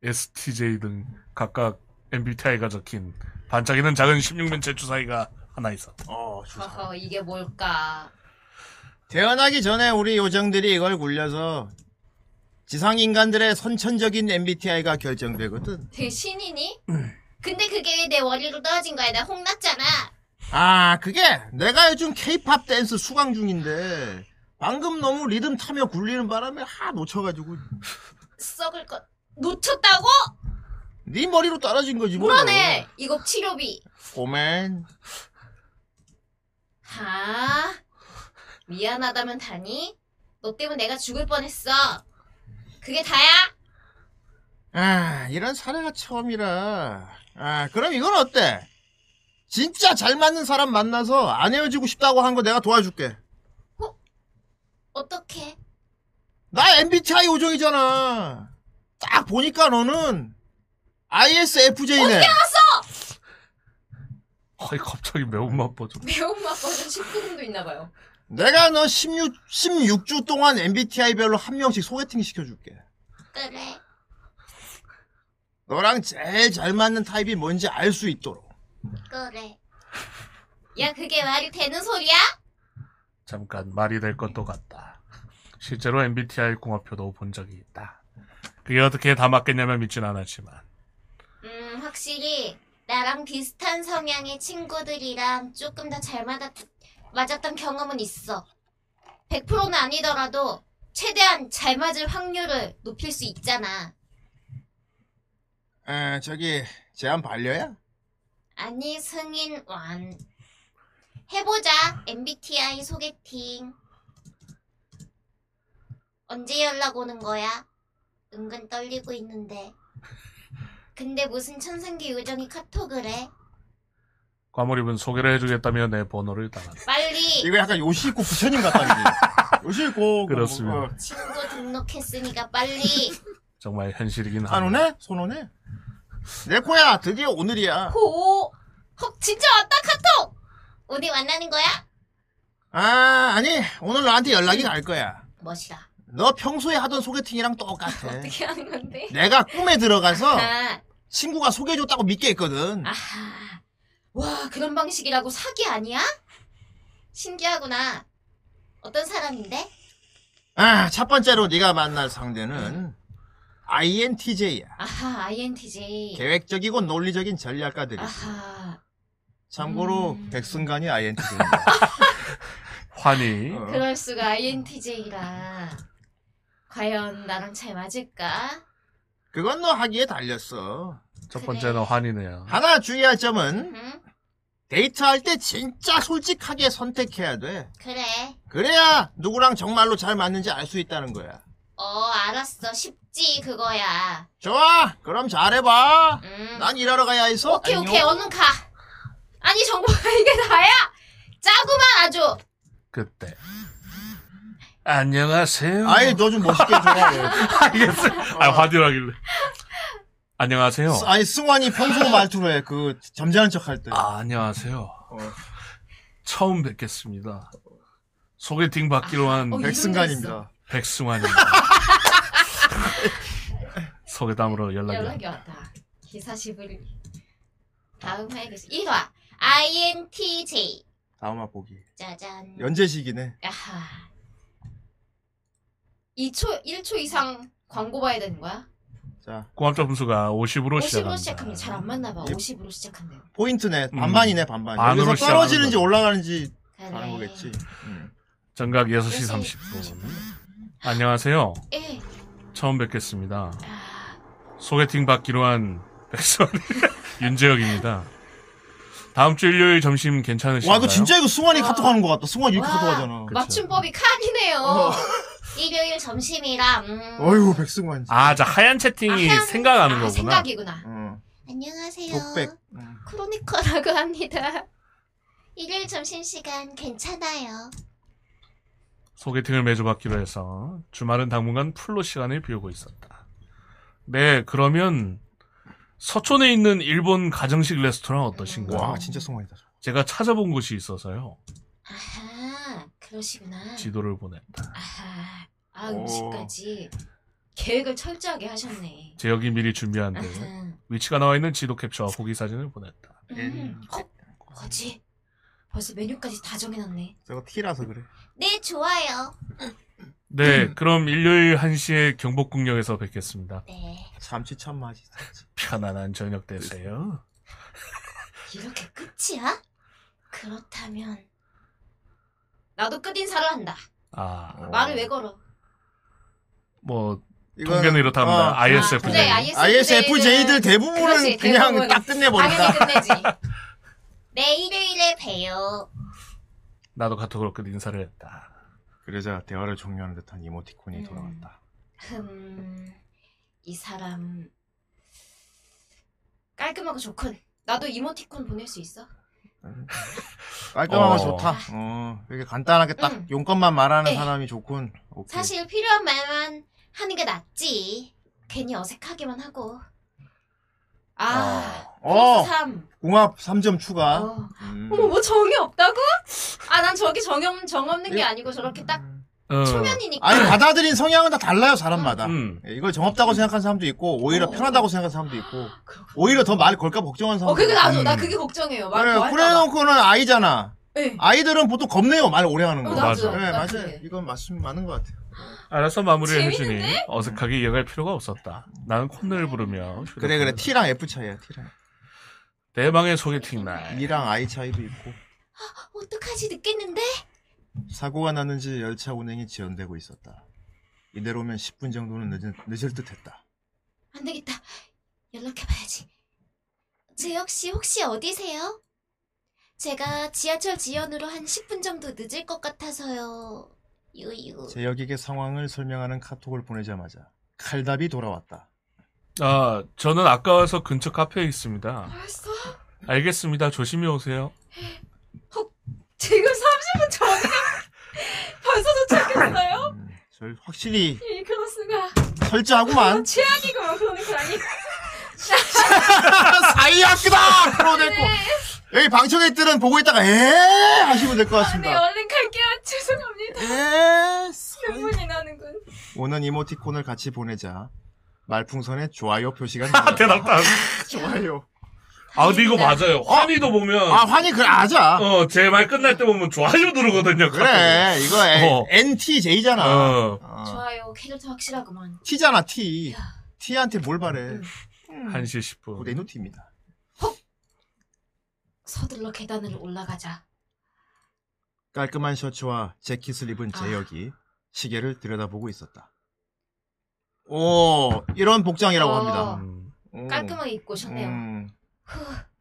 Speaker 2: STJ 등 각각 MBTI가 적힌 반짝이는 작은 16면체 주사위가 하나 있었다.
Speaker 3: 어, 주사.
Speaker 4: 어허, 이게 뭘까?
Speaker 3: 태어나기 전에 우리 요정들이 이걸 굴려서 지상 인간들의 선천적인 MBTI가 결정되거든.
Speaker 4: 되게 그 신이니? 근데 그게 내 머리로 떨어진 거야. 나 혼났잖아.
Speaker 3: 아, 그게 내가 요즘 K-팝 댄스 수강 중인데 방금 너무 리듬 타며 굴리는 바람에 하 놓쳐가지고
Speaker 4: 썩을 것. 놓쳤다고?
Speaker 3: 네 머리로 떨어진 거지 뭐.
Speaker 4: 그러네. 이거 치료비.
Speaker 3: 고맨.
Speaker 4: 하. 미안하다면 다니? 너 때문에 내가 죽을 뻔했어. 그게 다야?
Speaker 3: 아, 이런 사례가 처음이라. 아, 그럼 이건 어때? 진짜 잘 맞는 사람 만나서 안 헤어지고 싶다고 한 거 내가 도와줄게.
Speaker 4: 어떻게?
Speaker 3: 나 MBTI 요정이잖아. 딱 보니까 너는 ISFJ네.
Speaker 2: 아이 갑자기 매운맛 보죠.
Speaker 4: 매운맛 버전 19금도 있나 봐요.
Speaker 3: 내가 너 16, 16주 동안 MBTI별로 한 명씩 소개팅 시켜줄게.
Speaker 4: 그래.
Speaker 3: 너랑 제일 잘 맞는 타입이 뭔지 알 수 있도록.
Speaker 1: 그래.
Speaker 4: 야, 그게 말이 되는 소리야?
Speaker 2: 잠깐 말이 될 것도 같다. 실제로 MBTI 공화표도 본 적이 있다. 그게 어떻게 다 맞겠냐면 믿진 않았지만
Speaker 4: 음, 확실히 나랑 비슷한 성향의 친구들이랑 조금 더 잘 맞았, 맞았던 경험은 있어. 100%는 아니더라도 최대한 잘 맞을 확률을 높일 수 있잖아.
Speaker 3: 에, 저기, 제안 반려야?
Speaker 4: 아니, 승인 완. 해보자, MBTI 소개팅. 언제 연락 오는 거야? 은근 떨리고 있는데. 근데 무슨 천상계 요정이 카톡을 해?
Speaker 2: 과몰입은 소개를 해주겠다며 내 번호를 달았다.
Speaker 4: 빨리!
Speaker 3: 이거 약간 요시코 부처님 같다, 이게. 요시코. 뭐,
Speaker 2: 그렇습니다.
Speaker 4: 친구 등록했으니까 빨리
Speaker 2: 정말 현실이긴
Speaker 3: 안
Speaker 2: 하네.
Speaker 3: 오네? 손 오네? 네코야 드디어 오늘이야
Speaker 4: 호! 헉, 진짜 왔다, 카톡! 어디 만나는 거야?
Speaker 3: 아 아니 오늘 나한테 연락이 갈 거야
Speaker 4: 멋이다.
Speaker 3: 너 평소에 하던 소개팅이랑 똑같아
Speaker 4: 어떻게 하는 건데?
Speaker 3: 내가 꿈에 들어가서
Speaker 4: 아,
Speaker 3: 친구가 소개해줬다고 믿게 했거든
Speaker 4: 아하. 와, 그런 방식이라고 사기 아니야? 신기하구나. 어떤 사람인데?
Speaker 3: 아 첫 번째로 네가 만날 상대는 INTJ야
Speaker 4: 아하, INTJ.
Speaker 3: 계획적이고 논리적인 전략가들이
Speaker 4: 아하.
Speaker 3: 참고로
Speaker 4: 음.
Speaker 3: 백승관이 INTJ입니다 어.
Speaker 2: 환희.
Speaker 4: 그럴 수가 INTJ라. 과연 나랑 잘 맞을까?
Speaker 3: 그건 너 하기에 달렸어
Speaker 2: 첫 번째는 환희네요.
Speaker 3: 하나 주의할 점은
Speaker 4: 응?
Speaker 3: 데이트할 때 진짜 솔직하게 선택해야 돼
Speaker 4: 그래.
Speaker 3: 그래야 누구랑 정말로 잘 맞는지 알 수 있다는 거야
Speaker 4: 어, 알았어. 쉽지, 그거야.
Speaker 3: 좋아 그럼 잘해봐
Speaker 4: 음.
Speaker 3: 난 일하러 가야 해서
Speaker 4: 오케이,
Speaker 3: 안녕.
Speaker 4: 오케이. 얼른 가. 아니, 정보가 이게 다야? 짜구만, 아주.
Speaker 2: 그때. 안녕하세요.
Speaker 3: 아이 너 좀 멋있게 좀
Speaker 2: 알겠어요. 아, 화디라길래. 안녕하세요.
Speaker 3: 아니 승환이 평소 말투로 해그 점잖은 척 할 때
Speaker 2: 아, 안녕하세요.
Speaker 3: 어.
Speaker 2: 처음 뵙겠습니다. 소개팅 받기로 한
Speaker 4: 어, 이름도 있어.
Speaker 3: 백승관입니다
Speaker 2: 백승환입니다. 소개담으로 연락이
Speaker 4: 연락이 왔다. 기사 10일. 다음 회에서 1화. INTJ.
Speaker 3: 다음 맛보기
Speaker 4: 짜잔.
Speaker 3: 연재식이네
Speaker 4: 아하. 2초, 1초 이상 광고 봐야 되는 거야?
Speaker 3: 자
Speaker 2: 고압적 분수가 50으로
Speaker 4: 50으로
Speaker 2: 시작합니다.
Speaker 4: 시작합니다. 잘 안 맞나 봐.
Speaker 3: 예.
Speaker 4: 50으로 시작한대요.
Speaker 3: 포인트네
Speaker 2: 음.
Speaker 3: 반반이네 반반
Speaker 2: 반으로
Speaker 3: 여기서
Speaker 2: 시작하는
Speaker 3: 떨어지는지
Speaker 2: 거죠.
Speaker 3: 올라가는지
Speaker 4: 그래.
Speaker 3: 아는 거겠지 음.
Speaker 2: 정각 6시
Speaker 4: 그래서-
Speaker 2: 30분. 안녕하세요.
Speaker 4: 예.
Speaker 2: 처음 뵙겠습니다.
Speaker 4: 아,
Speaker 2: 소개팅 받기로 한 백선 윤재혁입니다. 다음 주 일요일 점심 괜찮으신가요?
Speaker 3: 와 이거 진짜 이거 승환이
Speaker 4: 와.
Speaker 3: 카톡하는 것 같다 승환이 이렇게
Speaker 4: 와.
Speaker 3: 카톡하잖아
Speaker 2: 그쵸.
Speaker 4: 맞춤법이 칸이네요.
Speaker 3: 어.
Speaker 4: 일요일 점심이라, 음.
Speaker 3: 어휴 백승관 씨.
Speaker 2: 아, 자 하얀 채팅이
Speaker 4: 하얀-
Speaker 2: 생각하는
Speaker 4: 아,
Speaker 2: 거구나.
Speaker 4: 생각이구나.
Speaker 3: 어,
Speaker 1: 안녕하세요.
Speaker 3: 독백 음.
Speaker 1: 크로니커라고 합니다. 일요일 점심시간 괜찮아요.
Speaker 2: 소개팅을 매주 받기로 해서 주말은 당분간 풀로 시간을 비우고 있었다. 네, 그러면 서촌에 있는 일본 가정식 레스토랑 어떠신가요?
Speaker 3: 와 진짜 승환이다
Speaker 2: 제가 찾아본 곳이 있어서요.
Speaker 4: 아하, 그러시구나.
Speaker 2: 지도를 보냈다.
Speaker 4: 아하, 아,
Speaker 3: 오.
Speaker 4: 음식까지. 계획을 철저하게 하셨네.
Speaker 2: 제혁이 미리 준비한 듯
Speaker 4: 아하.
Speaker 2: 위치가 나와 있는 지도 캡처와 후기 사진을 보냈다.
Speaker 4: 음.
Speaker 3: 예.
Speaker 4: 어, 뭐지? 벌써 메뉴까지 다 정해놨네.
Speaker 3: 제가 티라서 그래
Speaker 1: 네, 좋아요.
Speaker 2: 네, 그럼 일요일 1시에 경복궁역에서 뵙겠습니다.
Speaker 1: 네.
Speaker 3: 참치 참 맛있어
Speaker 2: 편안한 저녁 되세요.
Speaker 4: 이렇게 끝?
Speaker 1: 치야? 그렇다면
Speaker 4: 나도 끝인사를 한다.
Speaker 2: 아,
Speaker 4: 말을 왜 걸어?
Speaker 2: 뭐
Speaker 3: 이거는-
Speaker 2: 통계는 이렇답니다.
Speaker 3: 어,
Speaker 2: ISFJ.
Speaker 4: 아, 그래, ISFJ들
Speaker 3: ISFJ들은 대부분은
Speaker 4: 그렇지,
Speaker 3: 그냥
Speaker 4: 대부분.
Speaker 3: 딱 끝내버린다.
Speaker 4: 당연히 끝내지.
Speaker 1: 내 일요일에 봬요.
Speaker 2: 나도 카톡으로 끝 인사를 했다.
Speaker 3: 그러자 대화를 종료하는 듯한 이모티콘이
Speaker 4: 음.
Speaker 3: 돌아왔다.
Speaker 4: 음, 이 사람 깔끔하고 좋군. 나도 이모티콘 보낼 수 있어?
Speaker 3: 깔끔하고
Speaker 2: 어.
Speaker 3: 좋다. 어, 이렇게 간단하게 딱
Speaker 4: 음.
Speaker 3: 용건만 말하는
Speaker 4: 네.
Speaker 3: 사람이 좋군. 오케이.
Speaker 4: 사실 필요한 말만 하는 게 낫지. 괜히 어색하기만 하고. 아,
Speaker 3: 어,
Speaker 4: 플러스 3.
Speaker 3: 궁합 3점 추가.
Speaker 4: 어.
Speaker 3: 음.
Speaker 4: 어머, 뭐 정이 없다고? 아, 난 저기 정, 없- 정 없는 게 아니고 저렇게 딱
Speaker 2: 어,
Speaker 4: 초면이니까.
Speaker 3: 아니 받아들인 성향은 다 달라요 사람마다.
Speaker 2: 음.
Speaker 3: 예, 이걸 정없다고 생각하는 사람도 있고 오히려
Speaker 4: 어. 아,
Speaker 3: 편하다고 생각하는 사람도 있고
Speaker 4: 그렇구나.
Speaker 3: 오히려 더 말 걸까 걱정하는
Speaker 4: 어,
Speaker 3: 사람도
Speaker 4: 그게 나도,
Speaker 3: 있고. 예,
Speaker 4: 나 그게 걱정해요. 말
Speaker 3: 그래,
Speaker 4: 더할까 봐.
Speaker 3: 그래놓고는 아이잖아.
Speaker 4: 네.
Speaker 3: 아이들은 보통 겁내요 말 오래 하는 거.
Speaker 4: 어,
Speaker 2: 맞아.
Speaker 4: 나도.
Speaker 3: 네,
Speaker 4: 나
Speaker 3: 맞아요.
Speaker 4: 그게.
Speaker 3: 이건 맞습 맞는 것 같아요.
Speaker 2: 알아서 마무리를 해주니
Speaker 4: 재밌는데?
Speaker 2: 어색하게 이어갈 필요가 없었다. 나는 콧노래를 부르며 휴대폰을
Speaker 3: 그래 그래 T랑 F 차이야 T랑.
Speaker 2: 대망의 소개팅 날
Speaker 3: E랑 I 차이도 있고
Speaker 4: 어떡하지, 늦겠는데?
Speaker 3: 사고가 났는지 열차 운행이 지연되고 있었다. 이대로면 10분 정도는 늦은, 늦을 듯했다.
Speaker 4: 안 되겠다. 연락해봐야지. 재혁 씨 혹시 어디세요? 제가 지하철 지연으로 한 10분 정도 늦을 것 같아서요. 유유.
Speaker 3: 제혁에게 상황을 설명하는 카톡을 보내자마자 칼답이 돌아왔다.
Speaker 2: 아, 저는 아까 와서 근처 카페에 있습니다.
Speaker 4: 벌써?
Speaker 2: 알겠습니다. 조심히 오세요.
Speaker 4: 지금 30분 전이면 벌써 도착했어요?
Speaker 3: 음, 절 확실히
Speaker 4: 이그럴 수가.
Speaker 3: 설치하구만.
Speaker 4: 최악이구만 크로네코랑이.
Speaker 3: 아, 사이악이다 아, 크로네코. 여기 방청객들은 보고 있다가 에 하시면 될 것
Speaker 4: 네
Speaker 3: 같습니다.
Speaker 4: 얼른 갈게요.
Speaker 3: 네.
Speaker 4: 죄송합니다.
Speaker 3: 에 사이-
Speaker 4: 눈물이 나는군.
Speaker 3: 오는 이모티콘을 같이 보내자. 말풍선에 좋아요 표시가
Speaker 2: 아,
Speaker 3: 나옵니다.
Speaker 2: 대답 다.
Speaker 3: 좋아요.
Speaker 2: 아, 근데 이거 맞아요. 환희도 보면,
Speaker 3: 아 환희 그 아자.
Speaker 2: 어, 제 말 끝날 때 보면 좋아요 누르거든요.
Speaker 3: 그래 이거 에,
Speaker 2: 어.
Speaker 3: NTJ잖아.
Speaker 2: 어,
Speaker 4: 좋아요. 캐릭터 확실하구만.
Speaker 3: T잖아 T. T한테 뭘 바래? 음.
Speaker 2: 1시 10분.
Speaker 3: 고대노 T입니다.
Speaker 4: 서둘러 계단을 올라가자.
Speaker 3: 깔끔한 셔츠와 재킷을
Speaker 4: 아.
Speaker 3: 입은 제혁이 시계를 들여다보고 있었다. 오 이런 복장이라고
Speaker 4: 어.
Speaker 3: 합니다.
Speaker 2: 음.
Speaker 3: 음.
Speaker 4: 음. 깔끔하게 입고 오셨네요.
Speaker 3: 음.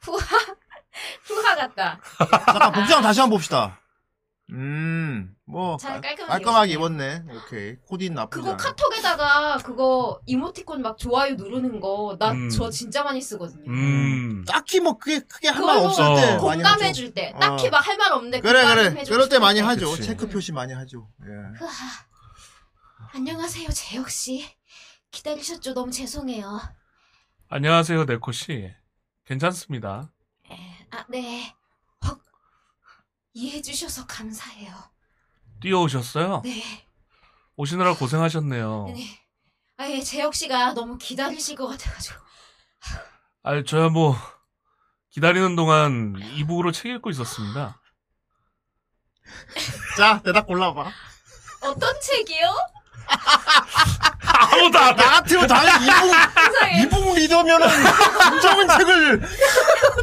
Speaker 4: 후하 같다.
Speaker 3: 잠깐 복장 다시 한번 봅시다. 음, 뭐
Speaker 4: 잘
Speaker 3: 깔-
Speaker 4: 깔끔하게
Speaker 3: 깔끔하게 입었네. 오케이 코디는 나쁘지
Speaker 4: 그거
Speaker 3: 않아.
Speaker 4: 카톡에다가 그거 이모티콘 막 좋아요 누르는 거 나
Speaker 2: 음.
Speaker 4: 저 진짜 많이 쓰거든요.
Speaker 2: 음.
Speaker 3: 딱히 뭐 크게 크게 할 말
Speaker 4: 그걸로
Speaker 3: 없을 때
Speaker 2: 어.
Speaker 3: 많이 하죠.
Speaker 4: 공감해 줄 때.
Speaker 3: 어.
Speaker 4: 딱히 막 할 말 없는데
Speaker 3: 그래
Speaker 4: 공감해주고
Speaker 3: 그래. 그럴 때
Speaker 4: 싶을
Speaker 3: 많이
Speaker 4: 때.
Speaker 3: 하죠.
Speaker 2: 그치.
Speaker 3: 체크 표시 많이 하죠. 예.
Speaker 4: 후하. 안녕하세요 재혁 씨. 기다리셨죠? 너무 죄송해요.
Speaker 2: 안녕하세요, 네코씨. 괜찮습니다.
Speaker 4: 아 네. 헉. 이해해 주셔서 감사해요.
Speaker 2: 뛰어오셨어요?
Speaker 4: 네.
Speaker 2: 오시느라 고생하셨네요.
Speaker 3: 어.
Speaker 4: 네. 아예 재혁 씨가 너무 기다리실 것 같아가지고.
Speaker 2: 아, 저야 뭐, 기다리는 동안 이북으로 책 읽고 있었습니다.
Speaker 3: 자 대답 골라봐.
Speaker 4: 어떤 책이요?
Speaker 2: 아무도 안
Speaker 3: 나 같으면 당연히
Speaker 4: 세상에.
Speaker 3: 이북 이북 리더면은 김정은 책을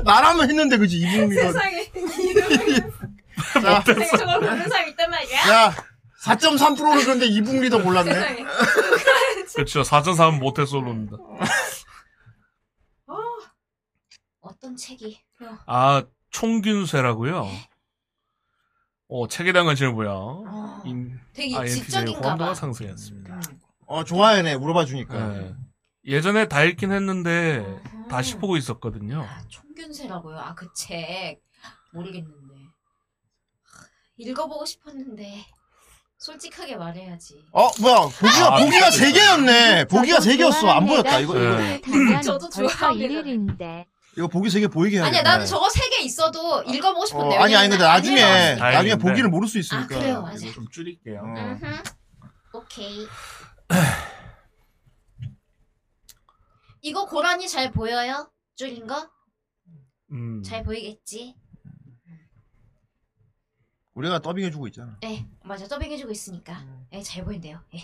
Speaker 3: 나라면 했는데 그지 이북 리더.
Speaker 4: 세상에.
Speaker 3: 자,
Speaker 4: 세상에 저걸 보는 사람 있단 말이야?
Speaker 3: 야 4.3%는 그런데 이북 리더 골랐네.
Speaker 4: 세상에.
Speaker 2: 그렇죠. 4.3은 모태솔로입니다.
Speaker 4: 어. 어떤 책이? 어.
Speaker 2: 아, 총균쇠라고요. 어, 책에 대한 관심을 보여.
Speaker 4: 어.
Speaker 2: 인,
Speaker 3: 아,
Speaker 4: 되게
Speaker 3: 예,
Speaker 2: INTJ
Speaker 4: 지적인가
Speaker 2: 호감도가
Speaker 4: 봐.
Speaker 2: 상승했습니다.
Speaker 3: 어 좋아해네 물어봐 주니까.
Speaker 2: 예.
Speaker 4: 음.
Speaker 2: 예전에 다 읽긴 했는데,
Speaker 4: 어허.
Speaker 2: 다시 보고 있었거든요.
Speaker 4: 아, 음. 총균세라고요. 아, 그 책. 모르겠는데. 아, 읽어보고 싶었는데. 솔직하게 말해야지.
Speaker 3: 어 뭐야 보기가
Speaker 2: 아,
Speaker 3: 보기가 세 개였네. 보기가 세 개였어 안 보였다
Speaker 4: 음.
Speaker 3: 이거 이거.
Speaker 2: 네.
Speaker 5: 당연
Speaker 4: 저도
Speaker 5: 벌써
Speaker 4: 좋아합니다.
Speaker 5: 일일인데.
Speaker 3: 이거 보기 세개 보이게 해야
Speaker 4: 아니야, 나는 저거 세 개 있어도 읽어보고 싶었는데.
Speaker 3: 네, 아니 아니 근데
Speaker 4: 왜냐면
Speaker 3: 나중에
Speaker 4: 안 읽어봤으니까.
Speaker 3: 나중에
Speaker 2: 다행인데.
Speaker 3: 보기를 모를 수 있으니까.
Speaker 4: 아, 그래요, 맞아요.
Speaker 3: 이거 좀-
Speaker 2: 줄일게요.
Speaker 3: 어.
Speaker 4: 음흠. 오케이. 이거 고라니 잘 보여요? 줄인 거?
Speaker 2: 음.
Speaker 4: 잘 보이겠지?
Speaker 3: 우리가 더빙해 주고 있잖아.
Speaker 4: 네, 맞아. 더빙해주고 있으니까.
Speaker 2: 음.
Speaker 4: 네, 잘 보인대요. 예.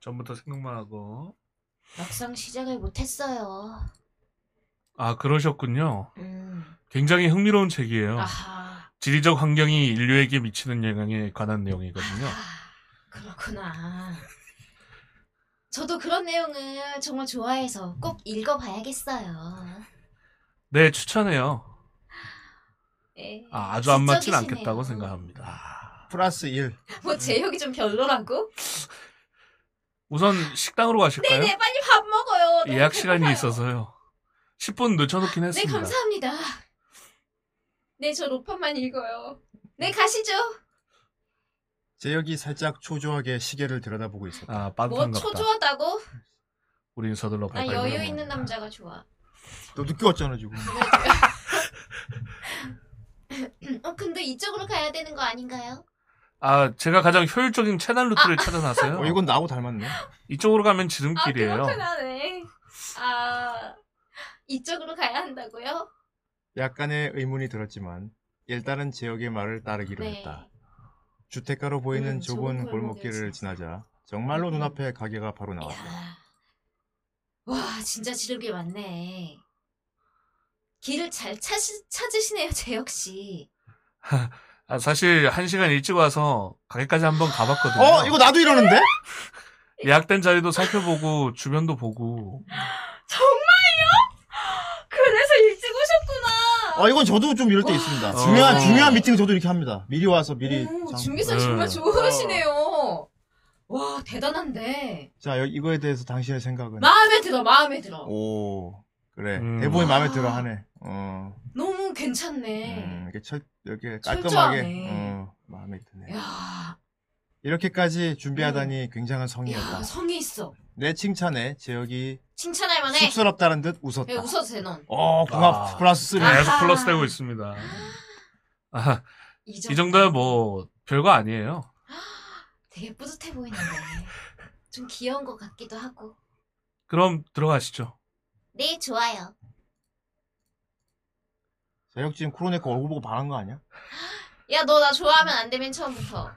Speaker 2: 전부터 생각만 하고.
Speaker 4: 막상 시작을 못했어요.
Speaker 2: 아, 그러셨군요.
Speaker 4: 음.
Speaker 2: 굉장히 흥미로운 책이에요.
Speaker 4: 아하.
Speaker 2: 지리적 환경이 인류에게 미치는 영향에 관한 내용이거든요.
Speaker 4: 아하. 그렇구나. 저도 그런 내용을 정말 좋아해서 꼭 읽어봐야겠어요.
Speaker 2: 네, 추천해요.
Speaker 4: 예.
Speaker 2: 아, 아주 안 맞진
Speaker 4: 지적이시네요.
Speaker 2: 않겠다고 생각합니다. 음.
Speaker 3: 플러스 1.
Speaker 4: 뭐 제욕이 좀 별로라고?
Speaker 2: 우선 식당으로 가실까요?
Speaker 4: 네네, 빨리 밥 먹어요. 너무
Speaker 2: 예약 시간이
Speaker 4: 배고파요.
Speaker 2: 있어서요. 10분 늦춰놓긴
Speaker 4: 네,
Speaker 2: 했습니다.
Speaker 4: 감사합니다. 네, 저 로판만 읽어요. 네, 가시죠.
Speaker 3: 제혁이 살짝 초조하게 시계를 들여다보고 있었다.
Speaker 2: 아,
Speaker 4: 뭐
Speaker 2: 빠듯한갑다. 아,
Speaker 4: 초조하다고?
Speaker 2: 우린 서둘러
Speaker 4: 나
Speaker 2: 발발.
Speaker 4: 여유 있는 남자가 좋아.
Speaker 3: 너 늦게 왔잖아 지금.
Speaker 4: 음, 어, 근데 이쪽으로 가야 되는 거 아닌가요?
Speaker 2: 아, 제가 가장 효율적인 채널 루트를 찾아놨어요.
Speaker 3: 어, 이건 나하고 닮았네.
Speaker 2: 이쪽으로 가면
Speaker 4: 아,
Speaker 2: 지름길이에요.
Speaker 4: 그렇구나네. 아, 이쪽으로 가야 한다고요?
Speaker 3: 약간의 의문이 들었지만 일단은 제혁의 말을 따르기로
Speaker 4: 네.
Speaker 3: 했다. 주택가로 보이는
Speaker 4: 음,
Speaker 3: 좁은
Speaker 4: 좁은
Speaker 3: 골목길을
Speaker 4: 골목길
Speaker 3: 지나자 정말로
Speaker 4: 음.
Speaker 3: 눈앞에 가게가 바로 나왔다.
Speaker 4: 이야. 와, 진짜 지름길 많네. 길을 잘 찾으, 찾으시네요, 재혁 씨.
Speaker 2: 아, 사실 한 시간 일찍 와서 가게까지 한번 가봤거든요.
Speaker 3: 어 이거 나도 이러는데?
Speaker 2: 예약된 자리도 살펴보고 주변도 보고.
Speaker 4: 그래서 일찍 오셨구나.
Speaker 3: 어 이건 저도 좀 이럴 때 있습니다.
Speaker 2: 어.
Speaker 3: 중요한
Speaker 2: 어.
Speaker 3: 중요한 미팅 저도 이렇게 합니다. 미리 와서 미리.
Speaker 4: 오,
Speaker 3: 장-
Speaker 4: 준기선
Speaker 2: 네.
Speaker 4: 정말 좋으시네요. 와, 대단한데.
Speaker 3: 자 여- 이거에 대해서 당신의 생각은?
Speaker 4: 마음에 들어, 마음에 들어.
Speaker 3: 네. 오 그래
Speaker 2: 음.
Speaker 3: 대본이 마음에
Speaker 4: 아.
Speaker 3: 들어 하네. 어
Speaker 4: 너무 괜찮네.
Speaker 3: 음, 이렇게 철 이렇게
Speaker 4: 철저하네.
Speaker 3: 깔끔하게 어, 마음에 드네.
Speaker 4: 야,
Speaker 3: 이렇게까지 준비하다니 굉장한 성의였다.
Speaker 4: 야, 성이 있어.
Speaker 3: 내 칭찬에 재혁이
Speaker 4: 칭찬할 만해.
Speaker 3: 쑥스럽다는 듯
Speaker 4: 왜
Speaker 3: 웃었다.
Speaker 4: 네, 웃어도 돼, 넌.
Speaker 3: 어, 궁합
Speaker 2: 아.
Speaker 3: 플러스 쓰리.
Speaker 4: 아.
Speaker 2: 계속 플러스 되고 있습니다. 아, 이 정도야 뭐 별거 아니에요.
Speaker 4: 되게 뿌듯해 보이는데. 좀 귀여운 것 같기도 하고.
Speaker 2: 그럼 들어가시죠.
Speaker 4: 네, 좋아요.
Speaker 3: 재혁 지금 쿠로네코 얼굴 보고 반한 거 아니야?
Speaker 4: 야, 너 나 좋아하면 안 돼, 맨 처음부터.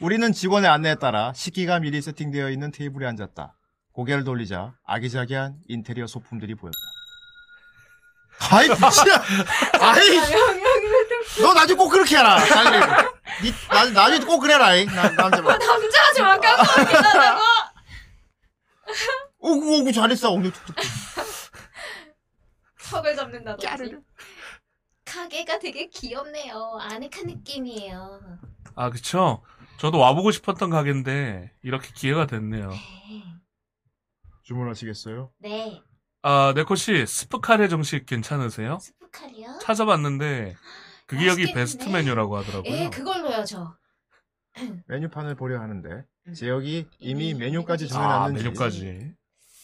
Speaker 3: 우리는 직원의 안내에 따라 식기가 미리 세팅되어 있는 테이블에 앉았다. 고개를 돌리자 아기자기한 인테리어 소품들이 보였다. 아이 미친아! 아이 너 나중에 꼭 그렇게 해라. 나중에 니, 나, 나중에 꼭 그래라. 이. 나, 남자 봐.
Speaker 4: 남자가 좀 아까운 것 같기도 하고.
Speaker 3: 오구 오구 잘했어. 오늘 툭툭.
Speaker 4: 턱을 잡는다든지. 가게가 되게 귀엽네요. 아늑한 느낌이에요.
Speaker 2: 아 그쵸? 저도 와보고 싶었던 가게인데 이렇게 기회가 됐네요.
Speaker 3: 주문하시겠어요?
Speaker 4: 네.
Speaker 2: 아 네코 씨 스프 카레 정식 괜찮으세요?
Speaker 4: 스프칼이요?
Speaker 2: 찾아봤는데 그게 여기
Speaker 4: 맛있겠는데?
Speaker 2: 베스트 메뉴라고 하더라고요.
Speaker 4: 예, 그걸로요, 저.
Speaker 3: 메뉴판을 보려 하는데
Speaker 4: 음.
Speaker 3: 재혁이 이미
Speaker 4: 이미
Speaker 3: 메뉴까지
Speaker 4: 메뉴까지.
Speaker 2: 아
Speaker 3: 정해놨는지
Speaker 2: 메뉴까지.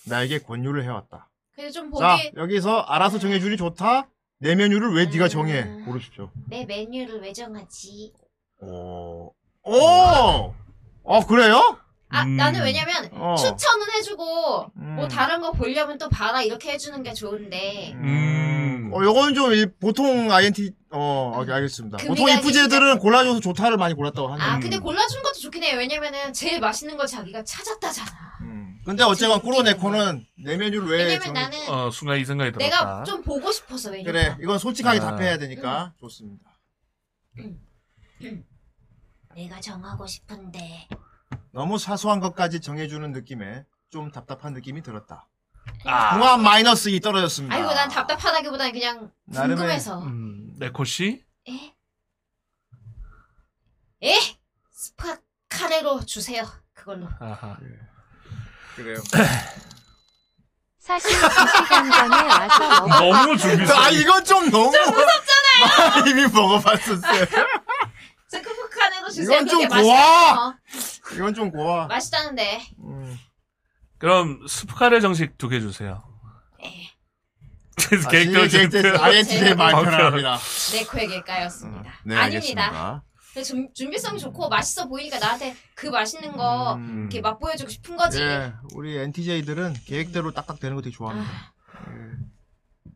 Speaker 3: 나에게 권유를 해왔다.
Speaker 4: 근데 좀
Speaker 3: 자
Speaker 4: 보기
Speaker 3: 여기서 알아서 정해주니 좋다. 내 메뉴를 왜 네가 정해?
Speaker 4: 음.
Speaker 3: 고르십시오.
Speaker 4: 내 메뉴를 왜 정하지?
Speaker 2: 어.
Speaker 3: 오. 오! 어, 그래요?
Speaker 4: 아,
Speaker 2: 음.
Speaker 4: 나는 왜냐면
Speaker 3: 어.
Speaker 4: 추천은 해주고
Speaker 3: 음.
Speaker 4: 뭐 다른 거 보려면 또 봐라 이렇게 해주는 게 좋은데
Speaker 2: 음.
Speaker 3: 어, 요거는 좀 일- 보통 INT, 어, 알- 알겠습니다.
Speaker 4: 금이가
Speaker 3: 보통 이쁘지
Speaker 4: 아니니까.
Speaker 3: 애들은 골라줘서 좋다를 많이 골랐다고 하는데.
Speaker 4: 아
Speaker 2: 음.
Speaker 4: 근데 골라준 것도 좋긴 해요 왜냐면은 제일 맛있는 걸 자기가 찾았다잖아
Speaker 3: 음. 근데 어쨌건 꾸로네코는 내 메뉴를 왜.
Speaker 4: 왜냐면
Speaker 3: 정해-
Speaker 4: 나는
Speaker 2: 어 순간 이 생각이 들었다.
Speaker 4: 내가 좀 보고 싶어서 왜냐
Speaker 3: 그래,
Speaker 4: 면
Speaker 3: 이건 솔직하게
Speaker 2: 아.
Speaker 3: 답해야 되니까 좋습니다.
Speaker 4: 내가 정하고 싶은데
Speaker 3: 음. 너무 사소한 것까지 정해주는 느낌에 좀 답답한 느낌이 들었다.
Speaker 2: 아.
Speaker 3: 공합 마이너스 2 떨어졌습니다.
Speaker 4: 아이고 난 답답하다기보다는 그냥
Speaker 3: 나름의-
Speaker 4: 궁금해서
Speaker 2: 음, 네코 씨
Speaker 4: 에? 에? 예? 스파 카레로 주세요 그걸로
Speaker 2: 아하.
Speaker 3: 그래요.
Speaker 5: 사실 2시간 전에 와서 먹
Speaker 2: 너무 준비.
Speaker 3: 아, 이건 좀 너무. 좀 무섭잖아요! 이미 먹어봤었어요.
Speaker 4: 스프 카레로 주세요
Speaker 3: 이건 좀
Speaker 4: 그게
Speaker 3: 고와!
Speaker 4: 맛있다는
Speaker 3: 이건 좀
Speaker 4: 거.
Speaker 3: 고와.
Speaker 4: 맛있다는데
Speaker 3: 음.
Speaker 2: 그럼 스프 카레 정식 두 개 주세요.
Speaker 4: 에.
Speaker 3: 아,
Speaker 2: 계획대로
Speaker 3: 제
Speaker 2: 진행.
Speaker 3: INTJ 발표합니다.
Speaker 4: 네코에게 까였습니다
Speaker 3: 네,
Speaker 4: 네. 아닙니다
Speaker 3: 알겠습니다.
Speaker 4: 근데 준, 준비성이 좋고 맛있어 보이니까 나한테 그 맛있는 거
Speaker 3: 음.
Speaker 4: 이렇게 맛보여주고 싶은 거지
Speaker 3: 예, 우리 NTJ들은 계획대로 딱딱 되는 거 되게 좋아합니다.
Speaker 4: 아,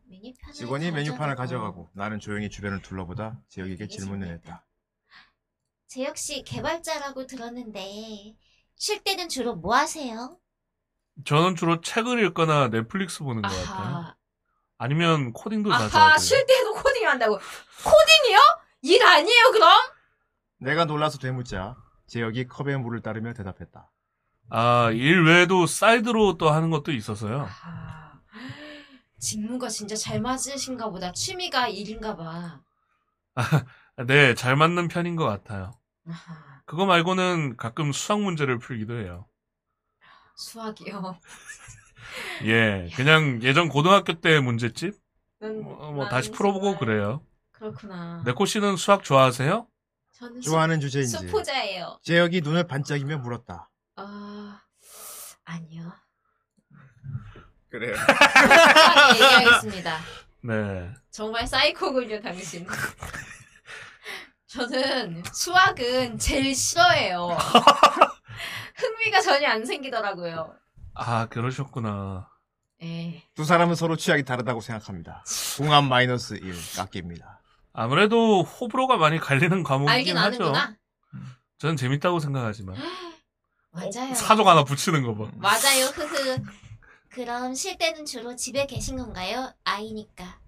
Speaker 4: 메뉴판을
Speaker 3: 직원이 메뉴판을 가져가고 나는 조용히 주변을 둘러보다 재혁에게 질문을 했다.
Speaker 4: 제 역시 개발자라고 들었는데 쉴 때는 주로 뭐 하세요?
Speaker 2: 저는 주로 책을 읽거나 넷플릭스
Speaker 3: 뭐
Speaker 2: 보는 것 같아요.
Speaker 4: 아하
Speaker 2: 아니면 코딩도 자주
Speaker 4: 아하
Speaker 2: 하고요.
Speaker 4: 쉴 때도 코딩을 한다고 코딩이요? 일 아니에요 그럼?
Speaker 3: 내가 놀라서 되묻자 재혁이 컵에 물을 따르며 대답했다.
Speaker 2: 아, 일 외에도 사이드로 또 하는 것도 있어서요.
Speaker 4: 아하 직무가 진짜 잘 맞으신가 보다 취미가 일인가 봐 아.
Speaker 2: 네, 잘 맞는 편인 것 같아요.
Speaker 4: 아하
Speaker 2: 그거 말고는 가끔 수학 문제를 풀기도 해요.
Speaker 4: 수학이요
Speaker 2: 예, 그냥 예전 고등학교 때 문제집?
Speaker 4: 난-
Speaker 2: 어, 뭐
Speaker 4: 난
Speaker 2: 다시 풀어보고
Speaker 4: 아, 네, 정말-
Speaker 2: 그래요.
Speaker 4: 음, 그렇구나
Speaker 2: 네코 씨는 수학 좋아하세요?
Speaker 4: 저는
Speaker 3: 좋아하는 주제인지
Speaker 4: 수포자예요
Speaker 3: 재혁이 눈을 반짝이며 물었다.
Speaker 4: 아 아니요
Speaker 3: 그래요.
Speaker 4: 정확히 얘기하겠습니다
Speaker 2: 네.
Speaker 4: 정말 사이코군요, 당신. 저는 수학은 제일 싫어해요. 흥미가 전혀 안 생기더라고요.
Speaker 2: 아, 그러셨구나.
Speaker 4: 예.
Speaker 3: 두 사람은 서로 취향이 다르다고 생각합니다. 궁합 마이너스 1 깎입니다.
Speaker 2: 아무래도 호불호가 많이 갈리는 과목이긴
Speaker 4: 알긴
Speaker 2: 하죠.
Speaker 4: 아는구나.
Speaker 2: 저는 재밌다고 생각하지만. 어,
Speaker 4: 맞아요.
Speaker 2: 사족 하나 붙이는 거 봐.
Speaker 4: 맞아요. 흐흐. 그럼 쉴 때는 주로 집에 계신 건가요? 아이니까.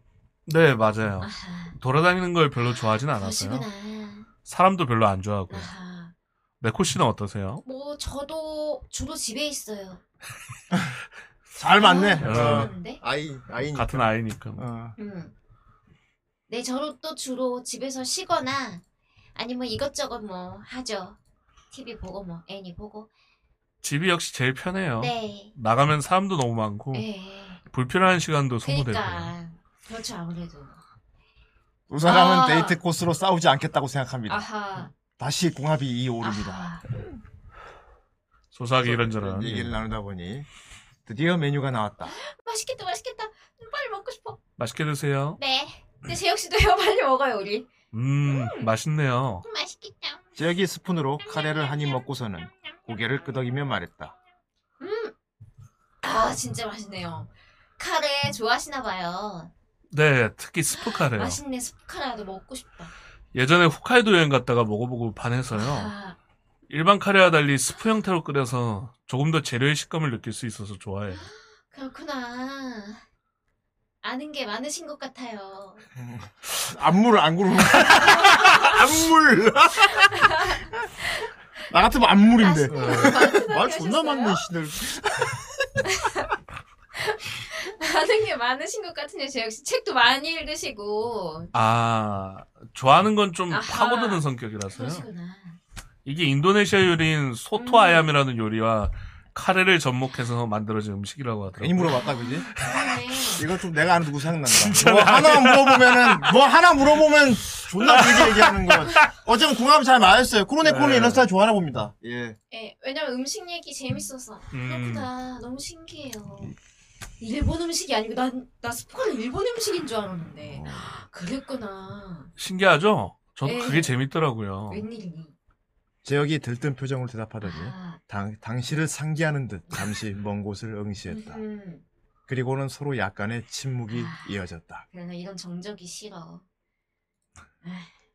Speaker 2: 네, 맞아요.
Speaker 4: 아하.
Speaker 2: 돌아다니는 걸 별로 좋아하진 않았어요. 네.
Speaker 4: 그러시구나.
Speaker 2: 사람도 별로 안 좋아하고.
Speaker 4: 아하.
Speaker 2: 네코 씨는 어떠세요?
Speaker 4: 뭐 저도 주로 집에 있어요.
Speaker 3: 잘 맞네.
Speaker 4: 아,
Speaker 3: 어,
Speaker 4: 괜찮은데?
Speaker 3: 아이 아이니까.
Speaker 2: 같은 아이니까.
Speaker 3: 어.
Speaker 4: 음. 네, 저로 또 주로 집에서 쉬거나 아니면 이것저것 뭐 하죠. TV 보고 뭐 애니 보고.
Speaker 2: 집이 역시 제일
Speaker 3: 어?
Speaker 2: 편해요.
Speaker 4: 네.
Speaker 2: 나가면 사람도 너무 많고
Speaker 4: 예.
Speaker 2: 불필요한 시간도 소모되고.
Speaker 4: 그러니까 그렇죠 아무래도.
Speaker 3: 두 사람은
Speaker 4: 아.
Speaker 3: 데이트 코스로 싸우지 않겠다고 생각합니다.
Speaker 4: 아하.
Speaker 3: 다시 궁합이 이 오릅니다.
Speaker 2: 소소하게 아. 이런저런.
Speaker 3: 얘기를
Speaker 2: 예.
Speaker 3: 나누다 보니 드디어 메뉴가 나왔다.
Speaker 4: 맛있겠다 맛있겠다 빨리 먹고 싶어
Speaker 2: 맛있게 드세요.
Speaker 4: 네 근데 재혁 씨도요 빨리 먹어요 우리 어,
Speaker 2: 음, 맛있네요.
Speaker 4: 맛있겠다
Speaker 3: 제기 스푼으로 카레를 한 입 먹고서는 고개를 끄덕이며 말했다.
Speaker 4: 아 진짜 맛있네요 카레 좋아하시나 봐요
Speaker 2: 네, 특히 스프카레요.
Speaker 4: 맛있네 스프카라도 먹고 싶다
Speaker 3: 어.
Speaker 2: 예전에 홋카이도 여행 갔다가 먹어보고 반해서요.
Speaker 4: 아,
Speaker 2: 일반 카레와 달리 스프 형태로 끓여서 조금 더 재료의 식감을 느낄 수 있어서 좋아해요.
Speaker 4: 그렇구나 아는 게 많으신 것 같아요
Speaker 3: 안물을 안 구르는 거야. 안물. 나 같으면 안물인데.
Speaker 4: 아시는 분들 많다고
Speaker 3: 말 존나
Speaker 4: 하셨어요?
Speaker 3: 많네 씨들.
Speaker 4: 아는 게 많으신 것 같은데 재혁 씨 책도 많이 읽으시고
Speaker 2: 아, 좋아하는 건 좀
Speaker 4: 아하.
Speaker 2: 파고드는 성격이라서요.
Speaker 4: 그러시구나
Speaker 2: 이게 인도네시아 요리인 소토
Speaker 4: 음.
Speaker 2: 아얌이라는 요리와 카레를 접목해서 만들어진 음식이라고
Speaker 3: 괜히
Speaker 2: 하더라고요.
Speaker 3: 물어봤다 그지?
Speaker 4: 그러네
Speaker 3: 이거 좀 내가 아는 누구 생각난다. 뭐 하나 물어보면은 뭐 하나 물어보면 존나 길게 얘기하는 거. 어쨌든 궁합이 잘 맞았어요. 코로네코는
Speaker 2: 네.
Speaker 3: 이런 스타일 좋아하나 봅니다. 예.
Speaker 4: 예, 왜냐면 음식 얘기 재밌어서.
Speaker 2: 음.
Speaker 4: 그렇구나. 너무 신기해요. 일본 음식이 아니고 난, 나 스포카는 일본 음식인 줄 알았는데.
Speaker 3: 어.
Speaker 4: 그랬구나.
Speaker 2: 신기하죠? 전
Speaker 4: 예.
Speaker 2: 그게
Speaker 3: 어.
Speaker 2: 재밌더라고요. 어,
Speaker 4: 웬일이니?
Speaker 3: 제혁이 들뜬 표정으로 대답하더니
Speaker 4: 아,
Speaker 3: 당, 당시를 상기하는 듯 잠시 먼 곳을 응시했다.
Speaker 4: 음,
Speaker 3: 그리고는 서로 약간의 침묵이 이어졌다.
Speaker 4: 그러나 이런 정적이 싫어.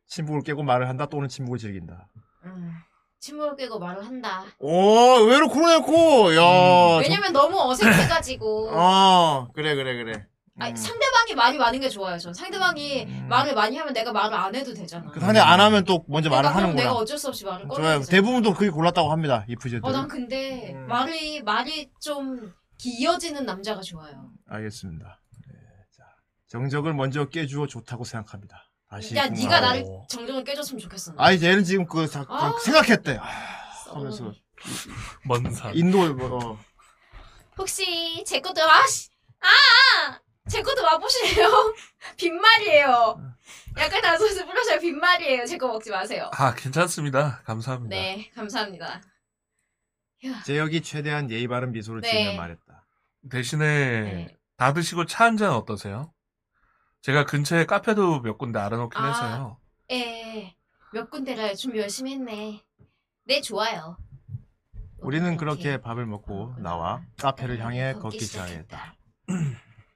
Speaker 3: 침묵을 깨고 말을 한다 또는 침묵을 즐긴다.
Speaker 4: 음. 침묵을 깨고 말을 한다.
Speaker 3: 아, 오 의외로 코로네코 야. 좀-
Speaker 4: 왜냐면 너무 어색해가지고.
Speaker 3: 어 그래 그래 그래.
Speaker 4: 아니,
Speaker 3: 음.
Speaker 4: 상대방이 말이 많은 게 좋아요. 전 상대방이
Speaker 3: 음.
Speaker 4: 말을 많이 하면 내가 말을 안 해도 되잖아.
Speaker 3: 그 상대 안 하면 또 먼저 말을
Speaker 4: 그러니까 그럼 내가
Speaker 3: 하는구나.
Speaker 4: 어쩔 수 없이 말을 꺼내야
Speaker 3: 좋아요.
Speaker 4: 되잖아.
Speaker 3: 대부분 또 그게 골랐다고 합니다. 이 부제들.
Speaker 4: 어, 난 근데
Speaker 3: 음.
Speaker 4: 말이 말이 좀 기어지는 남자가 좋아요.
Speaker 3: 알겠습니다. 네, 자, 정적을 먼저 깨주어 좋다고 생각합니다. 다시
Speaker 4: 야,
Speaker 3: 궁합.
Speaker 4: 네가 나를 정정을 깨줬으면 좋겠어. 나.
Speaker 3: 아니 얘는 지금 그, 다- 그
Speaker 4: 아.
Speaker 3: 생각했대. 아,
Speaker 4: 썩어버리.
Speaker 3: 하면서.
Speaker 2: 먼산.
Speaker 3: 인도 뭐, 어.
Speaker 4: 혹시 제 것도 아씨 아! 제 것도 맛보실래요?
Speaker 3: 음.
Speaker 4: 빈말이에요. 약간 나서서 뿌려줘요. 빈말이에요. 제 거 먹지 마세요.
Speaker 2: 아, 괜찮습니다. 감사합니다.
Speaker 4: 네, 감사합니다.
Speaker 3: 제혁이 최대한 예의 바른 미소를
Speaker 4: 네.
Speaker 3: 지으며 말했다.
Speaker 2: 대신에
Speaker 4: 네.
Speaker 2: 다 드시고 차 한 잔 어떠세요? 제가 근처에 카페도 몇 군데 알아놓긴
Speaker 4: 아.
Speaker 2: 해서요.
Speaker 4: 예. 몇 군데를 준비 열심히 했네. 네, 좋아요.
Speaker 3: 우리는
Speaker 4: 오케이. 아,
Speaker 3: 그렇게 밥을 먹고 나와 카페를 향해 걷기 시작했다.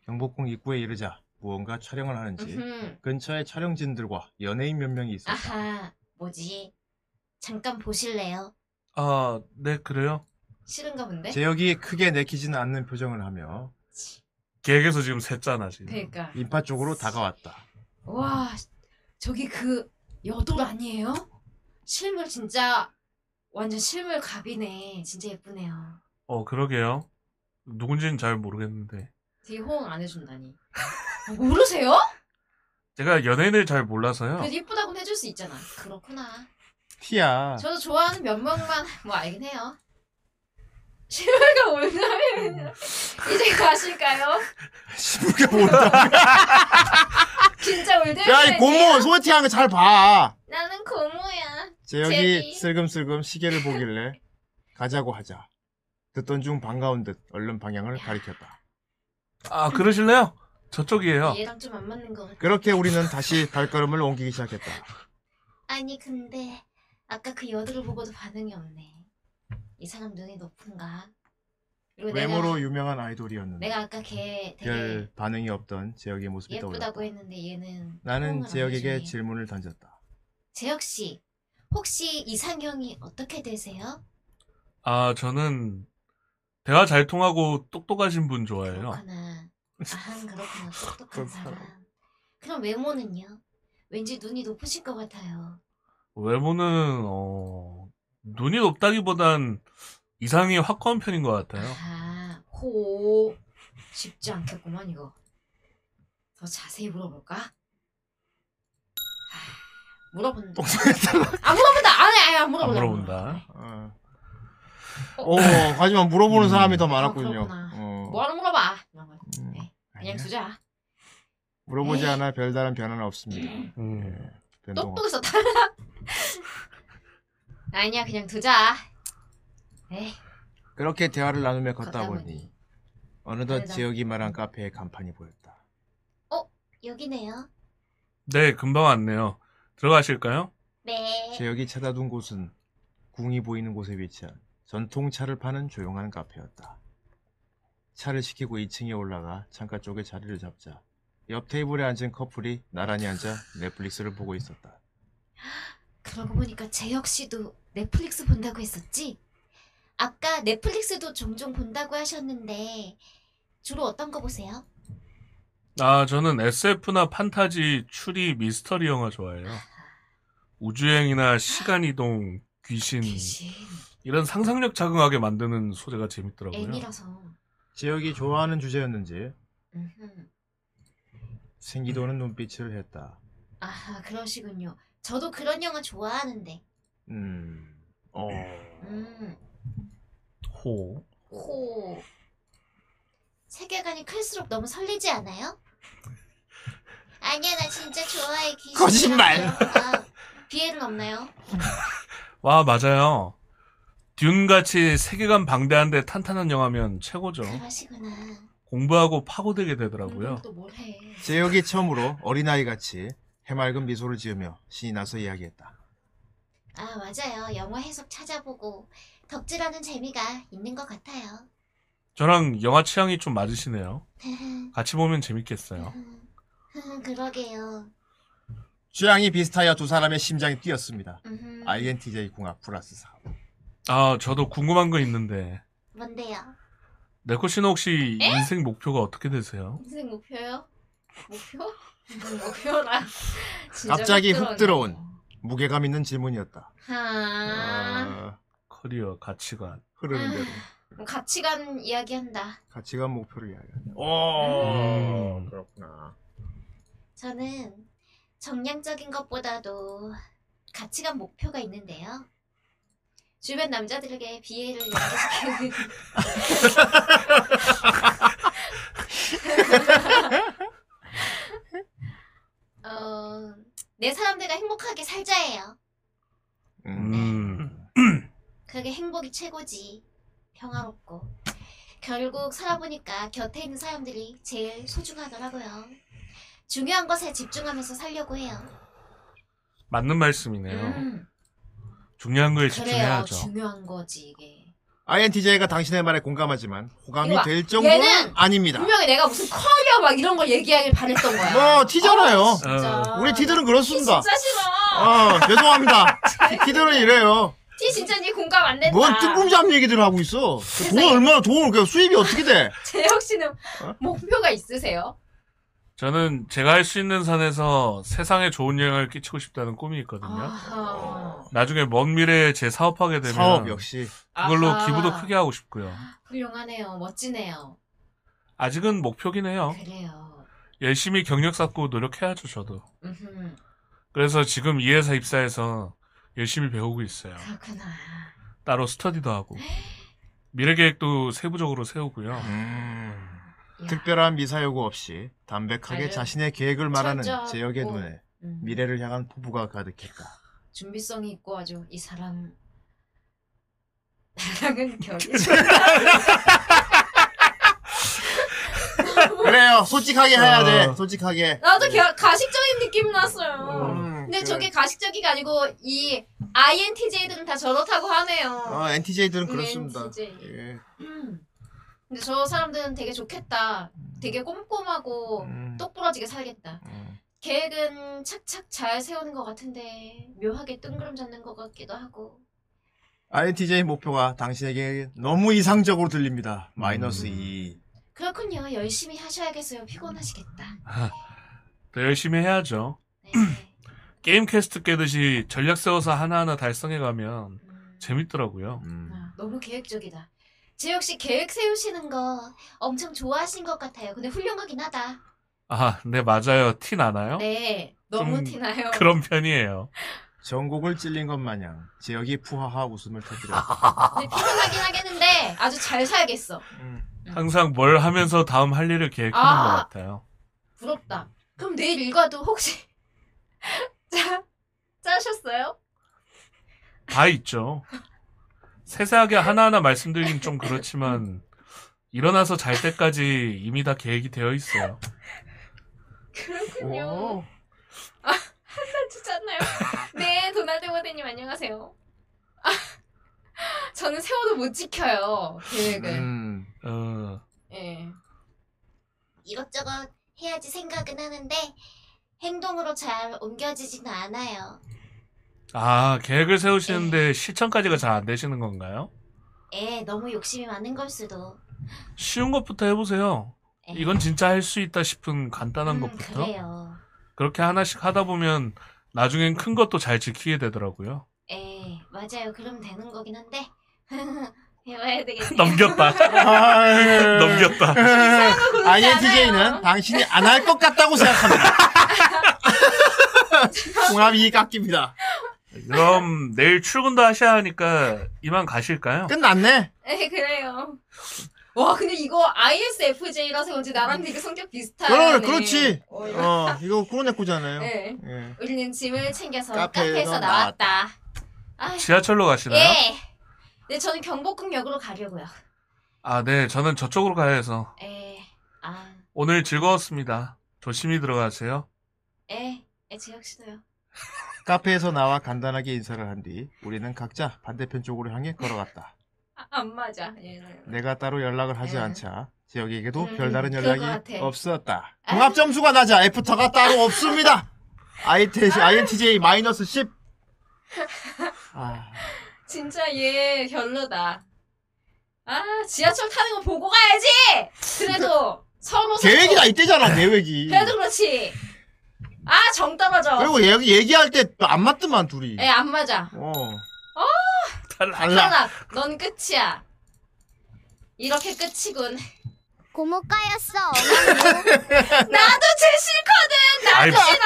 Speaker 3: 경복궁 입구에 이르자 무언가 촬영을 하는지
Speaker 4: 음흠.
Speaker 3: 근처에 촬영진들과 연예인 몇 명이 있었다.
Speaker 4: 아하, 뭐지? 잠깐 보실래요?
Speaker 2: 아, 네, 그래요.
Speaker 4: 싫은가 본데?
Speaker 3: 제혁이 크게 내키지는 않는 표정을 하며
Speaker 2: 계획에서 지금 샜잖아, 지금.
Speaker 4: 그러니까.
Speaker 3: 인파 쪽으로 다가왔다.
Speaker 4: 와, 저기 그 여돌 아니에요? 실물 진짜 완전 실물 갑이네. 진짜 예쁘네요.
Speaker 2: 어, 그러게요. 누군지는 잘 모르겠는데.
Speaker 4: 되게 호응 안 해준다니. 어, 모르세요?
Speaker 2: 제가 연예인을 잘 몰라서요.
Speaker 4: 그래도 예쁘다고는 해줄 수 있잖아. 그렇구나.
Speaker 3: 티야.
Speaker 4: 저도 좋아하는 몇 명만 뭐 알긴 해요. 실물가 올라면
Speaker 3: 음.
Speaker 4: 이제 가실까요?
Speaker 3: 시부게 모른다.
Speaker 4: 진짜 올드.
Speaker 3: 야, 이
Speaker 4: 네.
Speaker 3: 고모 소개팅 하는 거 잘 봐.
Speaker 4: 나는 고모야.
Speaker 3: 재혁이
Speaker 4: 재혁이.
Speaker 3: 슬금슬금 시계를 보길래 가자고 하자. 듣던 중 반가운 듯 얼른 방향을 가리켰다.
Speaker 2: 아, 그러실래요?
Speaker 3: 어.
Speaker 2: 저쪽이에요.
Speaker 4: 얘랑 좀 안 맞는 것 같아.
Speaker 3: 그렇게 우리는 다시 발걸음을 옮기기 시작했다.
Speaker 4: 아니 근데 아까 그 여드를 보고도 반응이 없네. 이 사람 눈이 높은가? 그리고
Speaker 3: 외모로
Speaker 4: 내가,
Speaker 3: 유명한 아이돌이었는데
Speaker 4: 내가 아까 걔 되게
Speaker 3: 별 반응이 없던 재혁의 모습이 떠올랐다.
Speaker 4: 예쁘다고 했는데 얘는
Speaker 3: 나는
Speaker 4: 호응을 안
Speaker 3: 재혁에게
Speaker 4: 해주네.
Speaker 3: 질문을 던졌다.
Speaker 4: 재혁 씨 혹시 이상형이 어떻게 되세요?
Speaker 2: 아, 저는 대화 잘 통하고 똑똑하신 분 좋아해요.
Speaker 4: 그렇구나. 아 그렇구나 똑똑한 사람. 그럼 외모는요? 왠지 눈이 높으실 것 같아요.
Speaker 2: 외모는, 어, 눈이 높다기보단 이상이 확고한 편인 것 같아요.
Speaker 4: 아, 호. 쉽지 않겠구만, 이거. 더 자세히 물어볼까? 아, 물어본다. 안 물어본다! 아니, 아니, 안 물어본다.
Speaker 2: 안 물어본다.
Speaker 3: 어.
Speaker 4: 어.
Speaker 3: 오, 하지만 물어보는
Speaker 2: 음.
Speaker 3: 사람이 더
Speaker 4: 어,
Speaker 3: 많았군요.
Speaker 4: 그렇구나.
Speaker 3: 어.
Speaker 4: 뭐하러 물어봐. 이런 거.
Speaker 3: 음.
Speaker 4: 네.
Speaker 3: 아니야.
Speaker 4: 그냥 네. 두자.
Speaker 3: 물어보지
Speaker 4: 에이. 음.
Speaker 3: 않아 별다른 변화는 없습니다.
Speaker 2: 음.
Speaker 3: 네, 변동 없-
Speaker 4: 똑똑해서 다. 아니야 그냥 두자. 에이
Speaker 3: 그렇게 대화를 나누며 걷다
Speaker 4: 걷다
Speaker 3: 보니 어느덧
Speaker 4: 음, 그래다.
Speaker 3: 지역이 말한 카페의 간판이 보였다.
Speaker 1: 여기네요.
Speaker 2: 네, 금방 왔네요. 들어가실까요?
Speaker 1: 네.
Speaker 3: 지역이 찾아둔 곳은 궁이 보이는 곳에 위치한 전통차를 파는 조용한 카페였다. 차를 시키고 2층에 올라가 창가 쪽에 자리를 잡자 옆 테이블에 앉은 커플이 나란히 앉아 넷플릭스를 보고 있었다.
Speaker 4: 그러고 보니까 재혁 씨도 넷플릭스 본다고 했었지?
Speaker 1: 아까 넷플릭스도 종종 본다고 하셨는데 주로 어떤 거 보세요?
Speaker 2: 아, 저는 SF나 판타지, 추리, 미스터리 영화 좋아해요. 우주여행이나 시간이동, 귀신,
Speaker 4: 귀신
Speaker 2: 이런 상상력 자극하게 만드는 소재가 재밌더라고요.
Speaker 4: 애니라서.
Speaker 3: 지역이 좋아하는 주제였는지
Speaker 4: 음흠.
Speaker 3: 생기도는 눈빛을 했다.
Speaker 4: 아 그러시군요. 저도
Speaker 1: 그런 영화 좋아하는데.
Speaker 3: 음, 어,
Speaker 4: 음호
Speaker 2: 호.
Speaker 1: 세계관이 클수록 너무 설레지 않아요? 아니야 나 진짜 좋아해 귀신
Speaker 3: 거짓말!
Speaker 1: 비애는 없나요?
Speaker 2: 와, 맞아요. 듄같이 세계관 방대한데 탄탄한 영화면 최고죠.
Speaker 1: 그러시구나
Speaker 2: 공부하고 파고들게 되더라고요.
Speaker 4: 또뭘 해?
Speaker 3: 제혁이 처음으로 어린아이 같이 해맑은 미소를 지으며 신이 나서 이야기했다.
Speaker 1: 아 맞아요 영화 해석 찾아보고 덕질하는 재미가 있는 것 같아요
Speaker 2: 저랑 영화 취향이 좀 맞으시네요. 같이 보면 재밌겠어요.
Speaker 1: 그러게요
Speaker 3: 취향이 비슷하여 두 사람의 심장이 뛰었습니다.
Speaker 1: 음,
Speaker 3: INTJ 궁합 플러스 4.
Speaker 2: 아, 저도 궁금한 거 있는데.
Speaker 1: 뭔데요?
Speaker 2: 네코 씨는 혹시 인생 목표가 어떻게 되세요?
Speaker 4: 인생 목표요? 목표? 무슨 목표라. 진짜
Speaker 3: 갑자기 훅 들어온.
Speaker 4: 들어오네.
Speaker 3: 무게감 있는 질문이었다.
Speaker 4: 하.
Speaker 3: 아,
Speaker 2: 커리어, 가치관.
Speaker 3: 흐르는 대로
Speaker 4: 뭐 가치관 이야기한다.
Speaker 3: 가치관 목표를 이야기하네. 오,
Speaker 2: 음.
Speaker 3: 어, 그렇구나.
Speaker 1: 저는 정량적인 것보다도 가치관 목표가 있는데요
Speaker 4: 주변 남자들에게 비애를 연기시키는
Speaker 1: 어, 내 사람들과 행복하게 살자예요
Speaker 3: 음.
Speaker 2: 음.
Speaker 1: 그게 행복이 최고지. 평화롭고. 결국 살아보니까 곁에 있는 사람들이 제일 소중하더라고요. 중요한 것에 집중하면서 살려고 해요.
Speaker 2: 맞는 말씀이네요.
Speaker 4: 음,
Speaker 2: 중요한 거에
Speaker 4: 그래요.
Speaker 2: 집중해야죠.
Speaker 4: 중요한 거지 이게.
Speaker 3: INTJ가 당신의 말에 공감하지만 호감이
Speaker 4: 이봐,
Speaker 3: 될 정도는
Speaker 4: 얘는
Speaker 3: 아닙니다.
Speaker 4: 분명히 내가 무슨 커리어 막 이런 걸 얘기하길 바랬던 거야.
Speaker 3: 뭐 티잖아요.
Speaker 4: 어, 진짜.
Speaker 3: 우리 티들은
Speaker 4: 티
Speaker 3: 그렇습니다.
Speaker 4: 진짜 싫어.
Speaker 3: 어, 죄송합니다. 티들은 이래요.
Speaker 4: 티 진짜 니 공감 안 된다. 네.
Speaker 3: 뭔 뜬금지 않은 얘기들을 하고 있어. 돈 얼마나 돈, 그 수입이 어떻게 돼?
Speaker 4: 재혁 씨는 목표가 있으세요?
Speaker 2: 저는 제가 할 수 있는 산에서 세상에 좋은 영향을 끼치고 싶다는 꿈이 있거든요.
Speaker 4: 아. 아하.
Speaker 2: 나중에 먼 미래에 제 사업하게 되면
Speaker 3: 사업 역시.
Speaker 2: 그걸로
Speaker 4: 아하.
Speaker 2: 기부도 크게 하고 싶고요.
Speaker 4: 훌륭하네요. 멋지네요.
Speaker 2: 아직은 목표긴 해요.
Speaker 4: 그래요.
Speaker 2: 열심히 경력 쌓고 노력해야죠, 저도.
Speaker 4: 음흠.
Speaker 2: 그래서 지금 이 회사 입사해서 열심히 배우고 있어요.
Speaker 4: 그렇구나.
Speaker 2: 따로 스터디도 하고. 미래 계획도 세부적으로 세우고요.
Speaker 3: 음.
Speaker 4: 야.
Speaker 3: 특별한 미사 요구 없이 담백하게
Speaker 4: 아유.
Speaker 3: 자신의 계획을 말하는
Speaker 4: 철저하고.
Speaker 3: 제혁의 눈에
Speaker 4: 음.
Speaker 3: 미래를 향한 포부가 가득했다.
Speaker 4: 준비성이 있고 아주 이 사람 나랑은 결이
Speaker 3: 그래요. 솔직하게 해야
Speaker 2: 어.
Speaker 3: 돼. 솔직하게.
Speaker 4: 나도 겨- 가식적인 느낌 났어요.
Speaker 3: 음,
Speaker 4: 근데
Speaker 3: 그래.
Speaker 4: 저게 가식적이가 아니고 이 INTJ들은 다 저렇다고 하네요.
Speaker 3: 어,
Speaker 4: 음,
Speaker 3: NTJ들은 그렇습니다.
Speaker 4: NTJ.
Speaker 3: 예.
Speaker 4: 음. 근데 저 사람들은 되게 좋겠다. 되게 꼼꼼하고
Speaker 3: 음.
Speaker 4: 똑부러지게 살겠다.
Speaker 3: 음.
Speaker 4: 계획은 착착 잘 세우는 것 같은데 묘하게 뜬구름 잡는 것 같기도 하고.
Speaker 3: INTJ 목표가 당신에게 너무 이상적으로 들립니다. 마이너스 2.
Speaker 4: 그렇군요. 열심히 하셔야겠어요. 피곤하시겠다.
Speaker 2: 더 열심히 해야죠.
Speaker 4: 네.
Speaker 2: 게임 퀘스트 깨듯이 전략 세워서 하나하나 달성해가면
Speaker 4: 음.
Speaker 2: 재밌더라고요.
Speaker 3: 음.
Speaker 4: 아, 너무 계획적이다. 지혁 씨 계획 세우시는 거 엄청 좋아하신 것 같아요. 근데 훌륭하긴 하다.
Speaker 2: 아, 네, 맞아요. 티 나나요?
Speaker 4: 네, 너무
Speaker 2: 어? 좀
Speaker 4: 티나요.
Speaker 2: 그런 편이에요.
Speaker 3: 전곡을 찔린 것 마냥 제혁이 푸하하 웃음을 터뜨렸다.
Speaker 4: 근데 네, 피곤하긴 하겠는데 아주 잘 살겠어.
Speaker 3: 음.
Speaker 2: 항상 뭘 하면서 다음 할 일을 계획하는
Speaker 4: 아.
Speaker 2: 것 같아요.
Speaker 4: 부럽다. 그럼 내일 일과도 혹시 짜 짜셨어요?
Speaker 2: 다 있죠. 세세하게 하나하나 말씀드리긴 좀 그렇지만 일어나서 잘 때까지 이미 다 계획이 되어 있어요.
Speaker 4: 그렇군요. 주잖아요. 네, 도날드 모델님 안녕하세요. 아, 저는 세워도 못 지켜요 계획을.
Speaker 3: 음.
Speaker 2: 어,
Speaker 4: 예.
Speaker 1: 이것저것 해야지 생각은 하는데 행동으로 잘 옮겨지지는 않아요.
Speaker 2: 아 계획을
Speaker 1: 네.
Speaker 2: 세우시는데 실천까지가 잘 안 되시는 건가요?
Speaker 1: 에 너무 욕심이 많은 걸 수도.
Speaker 2: 쉬운 것부터 해보세요.
Speaker 1: 에.
Speaker 2: 이건 진짜 할 수 있다 싶은 간단한
Speaker 1: 네. 음,
Speaker 2: 것부터
Speaker 1: 그래요.
Speaker 2: 그렇게 하나씩 하다 보면 나중엔 큰 것도 잘 지키게 되더라고요.
Speaker 1: 에 맞아요. 그럼 되는 거긴 한데 해봐야 되겠네요.
Speaker 2: 넘겼다.
Speaker 3: 아, 예.
Speaker 2: 넘겼다.
Speaker 3: INTJ는 당신이 안 할 것 같다고 생각합니다. 공합이 깎입니다.
Speaker 2: 그럼 내일 출근도 하셔야 하니까 이만 가실까요?
Speaker 3: 끝났네.
Speaker 4: 네, 그래요. 와, 근데 이거 ISFJ라서 그런지 나랑 되게 성격 아, 비슷하네.
Speaker 3: 그럼 그렇지.
Speaker 4: 어, 이거-
Speaker 3: 어, 이거 코로네코잖아요.
Speaker 4: 네.
Speaker 3: 예.
Speaker 4: 우리는 짐을 챙겨서
Speaker 3: 카페에서
Speaker 4: 카페에서 나왔다. 아,
Speaker 2: 지하철로 가시나요?
Speaker 4: 예. 네, 저는 경복궁역으로 가려고요.
Speaker 2: 아, 네. 저는 저쪽으로 가야 해서.
Speaker 4: 에, 아,
Speaker 2: 오늘 즐거웠습니다. 조심히 들어가세요.
Speaker 4: 에, 에, 재혁 씨도요.
Speaker 3: 카페에서 나와 간단하게 인사를 한 뒤 우리는 각자 반대편 쪽으로 향해 걸어갔다.
Speaker 4: 아, 안 맞아. 네. 얘는.
Speaker 3: 내가 따로 연락을 하지
Speaker 4: 음.
Speaker 3: 않자 지혁에게도
Speaker 4: 음,
Speaker 3: 별다른
Speaker 4: 그럴 것
Speaker 3: 연락이
Speaker 4: 같아.
Speaker 3: 없었다. 종합 점수가 낮아 애프터가 따로 없습니다. INTJ,
Speaker 4: 아.
Speaker 3: INTJ 마이너스 10. 아,
Speaker 4: 진짜 얘 별로다. 아, 지하철 타는 거 보고 가야지! 그래도 서로.
Speaker 3: 계획이 다
Speaker 4: 서로.
Speaker 3: 이때잖아 계획이.
Speaker 4: 그래도 그렇지. 아, 정 떨어져.
Speaker 3: 그리고 얘기 얘기할 때 안 맞더만 둘이.
Speaker 4: 에, 안 맞아.
Speaker 3: 어.
Speaker 2: 달라.
Speaker 3: 달라.
Speaker 4: 하나, 넌 끝이야. 이렇게 끝이군.
Speaker 8: 고모과였어
Speaker 4: 나도 쟤 싫거든!
Speaker 2: 아이,
Speaker 4: 나도 싫어!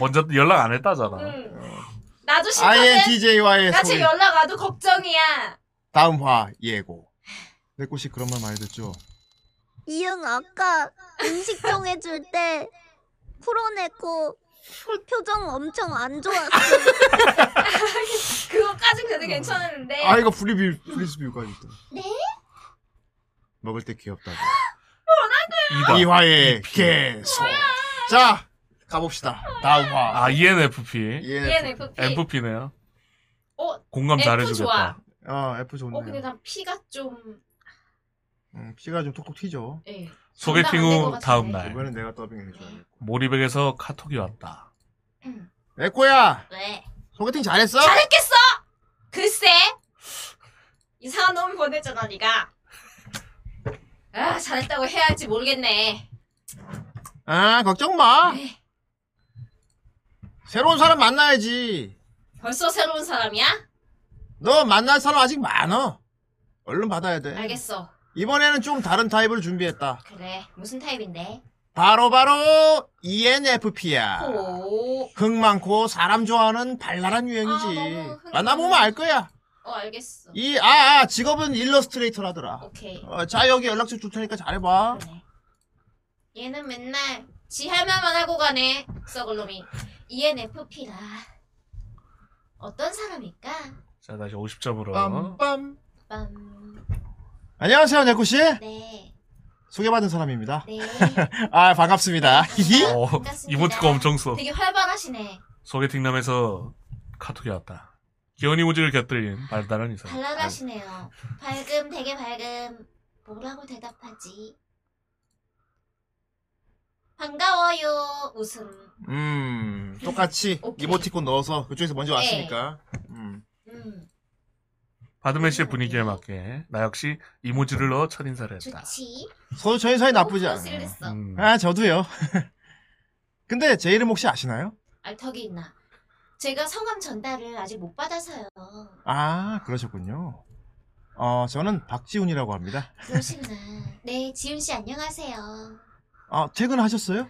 Speaker 2: 먼저 연락 안 했다잖아.
Speaker 4: 응. 나도 싫거든!
Speaker 3: INTJ와의
Speaker 4: 나
Speaker 3: 소리.
Speaker 4: 지금 연락 와도 걱정이야.
Speaker 3: 다음화 예고. 내 꽃이 그런 말 많이 듣죠.
Speaker 8: 이응 아까 음식 정해줄 때 풀어내고 표정 엄청 안 좋았어
Speaker 4: 그거까진 그래도 괜찮았는데.
Speaker 3: 아 이거 프리뷰 프리스뷰까지 있다.
Speaker 1: 네?
Speaker 3: 먹을 때 귀엽다고.
Speaker 2: 이다.
Speaker 3: 이화의 개소. 자 가봅시다. 다음화.
Speaker 2: 아, ENFP.
Speaker 3: 예.
Speaker 4: 얘는 그 P.
Speaker 2: FP네요.
Speaker 4: 어,
Speaker 2: 공감
Speaker 4: F
Speaker 2: 잘해주겠다.
Speaker 4: 좋아.
Speaker 3: 어 F 좋네요.
Speaker 4: 어, 근데 난 P가 좀,
Speaker 3: 음, 피가 좀 톡톡 튀죠.
Speaker 4: 예.
Speaker 2: 소개팅
Speaker 4: 장난 안될
Speaker 2: 후
Speaker 4: 것
Speaker 2: 다음
Speaker 4: 같은데.
Speaker 2: 날.
Speaker 3: 이번엔 내가 더빙을 해줘야겠고.
Speaker 2: 모리백에서 카톡이 왔다.
Speaker 3: 에코야
Speaker 1: 왜?
Speaker 3: 소개팅 잘했어?
Speaker 4: 잘했겠어! 글쎄! 이상한 놈이 보내잖아, 니가. 아, 잘했다고 해야 할지 모르겠네.
Speaker 3: 아 걱정 마.
Speaker 4: 네.
Speaker 3: 새로운 사람 만나야지.
Speaker 4: 벌써 새로운 사람이야?
Speaker 3: 너 만날 사람 아직 많어. 얼른 받아야 돼.
Speaker 4: 알겠어.
Speaker 3: 이번에는 좀 다른 타입을 준비했다.
Speaker 1: 그래. 무슨 타입인데?
Speaker 3: 바로바로 E ENFP야.
Speaker 4: 오.
Speaker 3: 흥 많고 사람 좋아하는 발랄한 유형이지.
Speaker 4: 아, 너무 흥-
Speaker 3: 만나보면 알 거야.
Speaker 4: 어, 알겠어.
Speaker 3: 이, 아, 아, 직업은 일러스트레이터라더라.
Speaker 4: 오케이.
Speaker 3: 어, 자, 여기 연락처 줄 테니까 잘해봐.
Speaker 4: 그러네. 얘는 맨날 지 할 말만 하고 가네. 썩을 놈이. E ENFP라.
Speaker 1: 어떤 사람일까?
Speaker 2: 자, 다시 50점으로.
Speaker 3: 빰빰.
Speaker 1: 빰.
Speaker 3: 안녕하세요, 네코씨.
Speaker 1: 네.
Speaker 3: 소개받은 사람입니다.
Speaker 1: 네.
Speaker 3: 아, 반갑습니다. 히히.
Speaker 2: 어,
Speaker 1: 반갑습니다.
Speaker 2: 이모티콘 엄청 써.
Speaker 1: 되게 활발하시네.
Speaker 2: 소개팅남에서 카톡이 왔다. 기현이 모지를 곁들인 발달한 이사.
Speaker 1: 발랄하시네요. 밝음 되게 밝음. 뭐라고 대답하지? 반가워요. 웃음.
Speaker 3: 음, 똑같이
Speaker 4: 오케이. 네.
Speaker 3: 이모티콘 넣어서 그쪽에서 먼저 왔으니까. 음.
Speaker 1: 음.
Speaker 2: 바드맨 씨의 분위기에 맞게 나 역시 이모지를 넣어 첫 인사를 했다.
Speaker 1: 좋지.
Speaker 3: 서로 저희 사이 나쁘지
Speaker 4: 어,
Speaker 3: 않아요.
Speaker 4: 쓸렸어.
Speaker 2: 음.
Speaker 3: 아, 저도요. 근데 제 이름 혹시 아시나요?
Speaker 1: 알턱이 있나? 제가 성함 전달을 아직 못 받아서요.
Speaker 3: 아, 그러셨군요. 어, 저는 박지훈이라고 합니다.
Speaker 1: 그러시구나. 네, 지훈 씨 안녕하세요.
Speaker 3: 아, 퇴근하셨어요?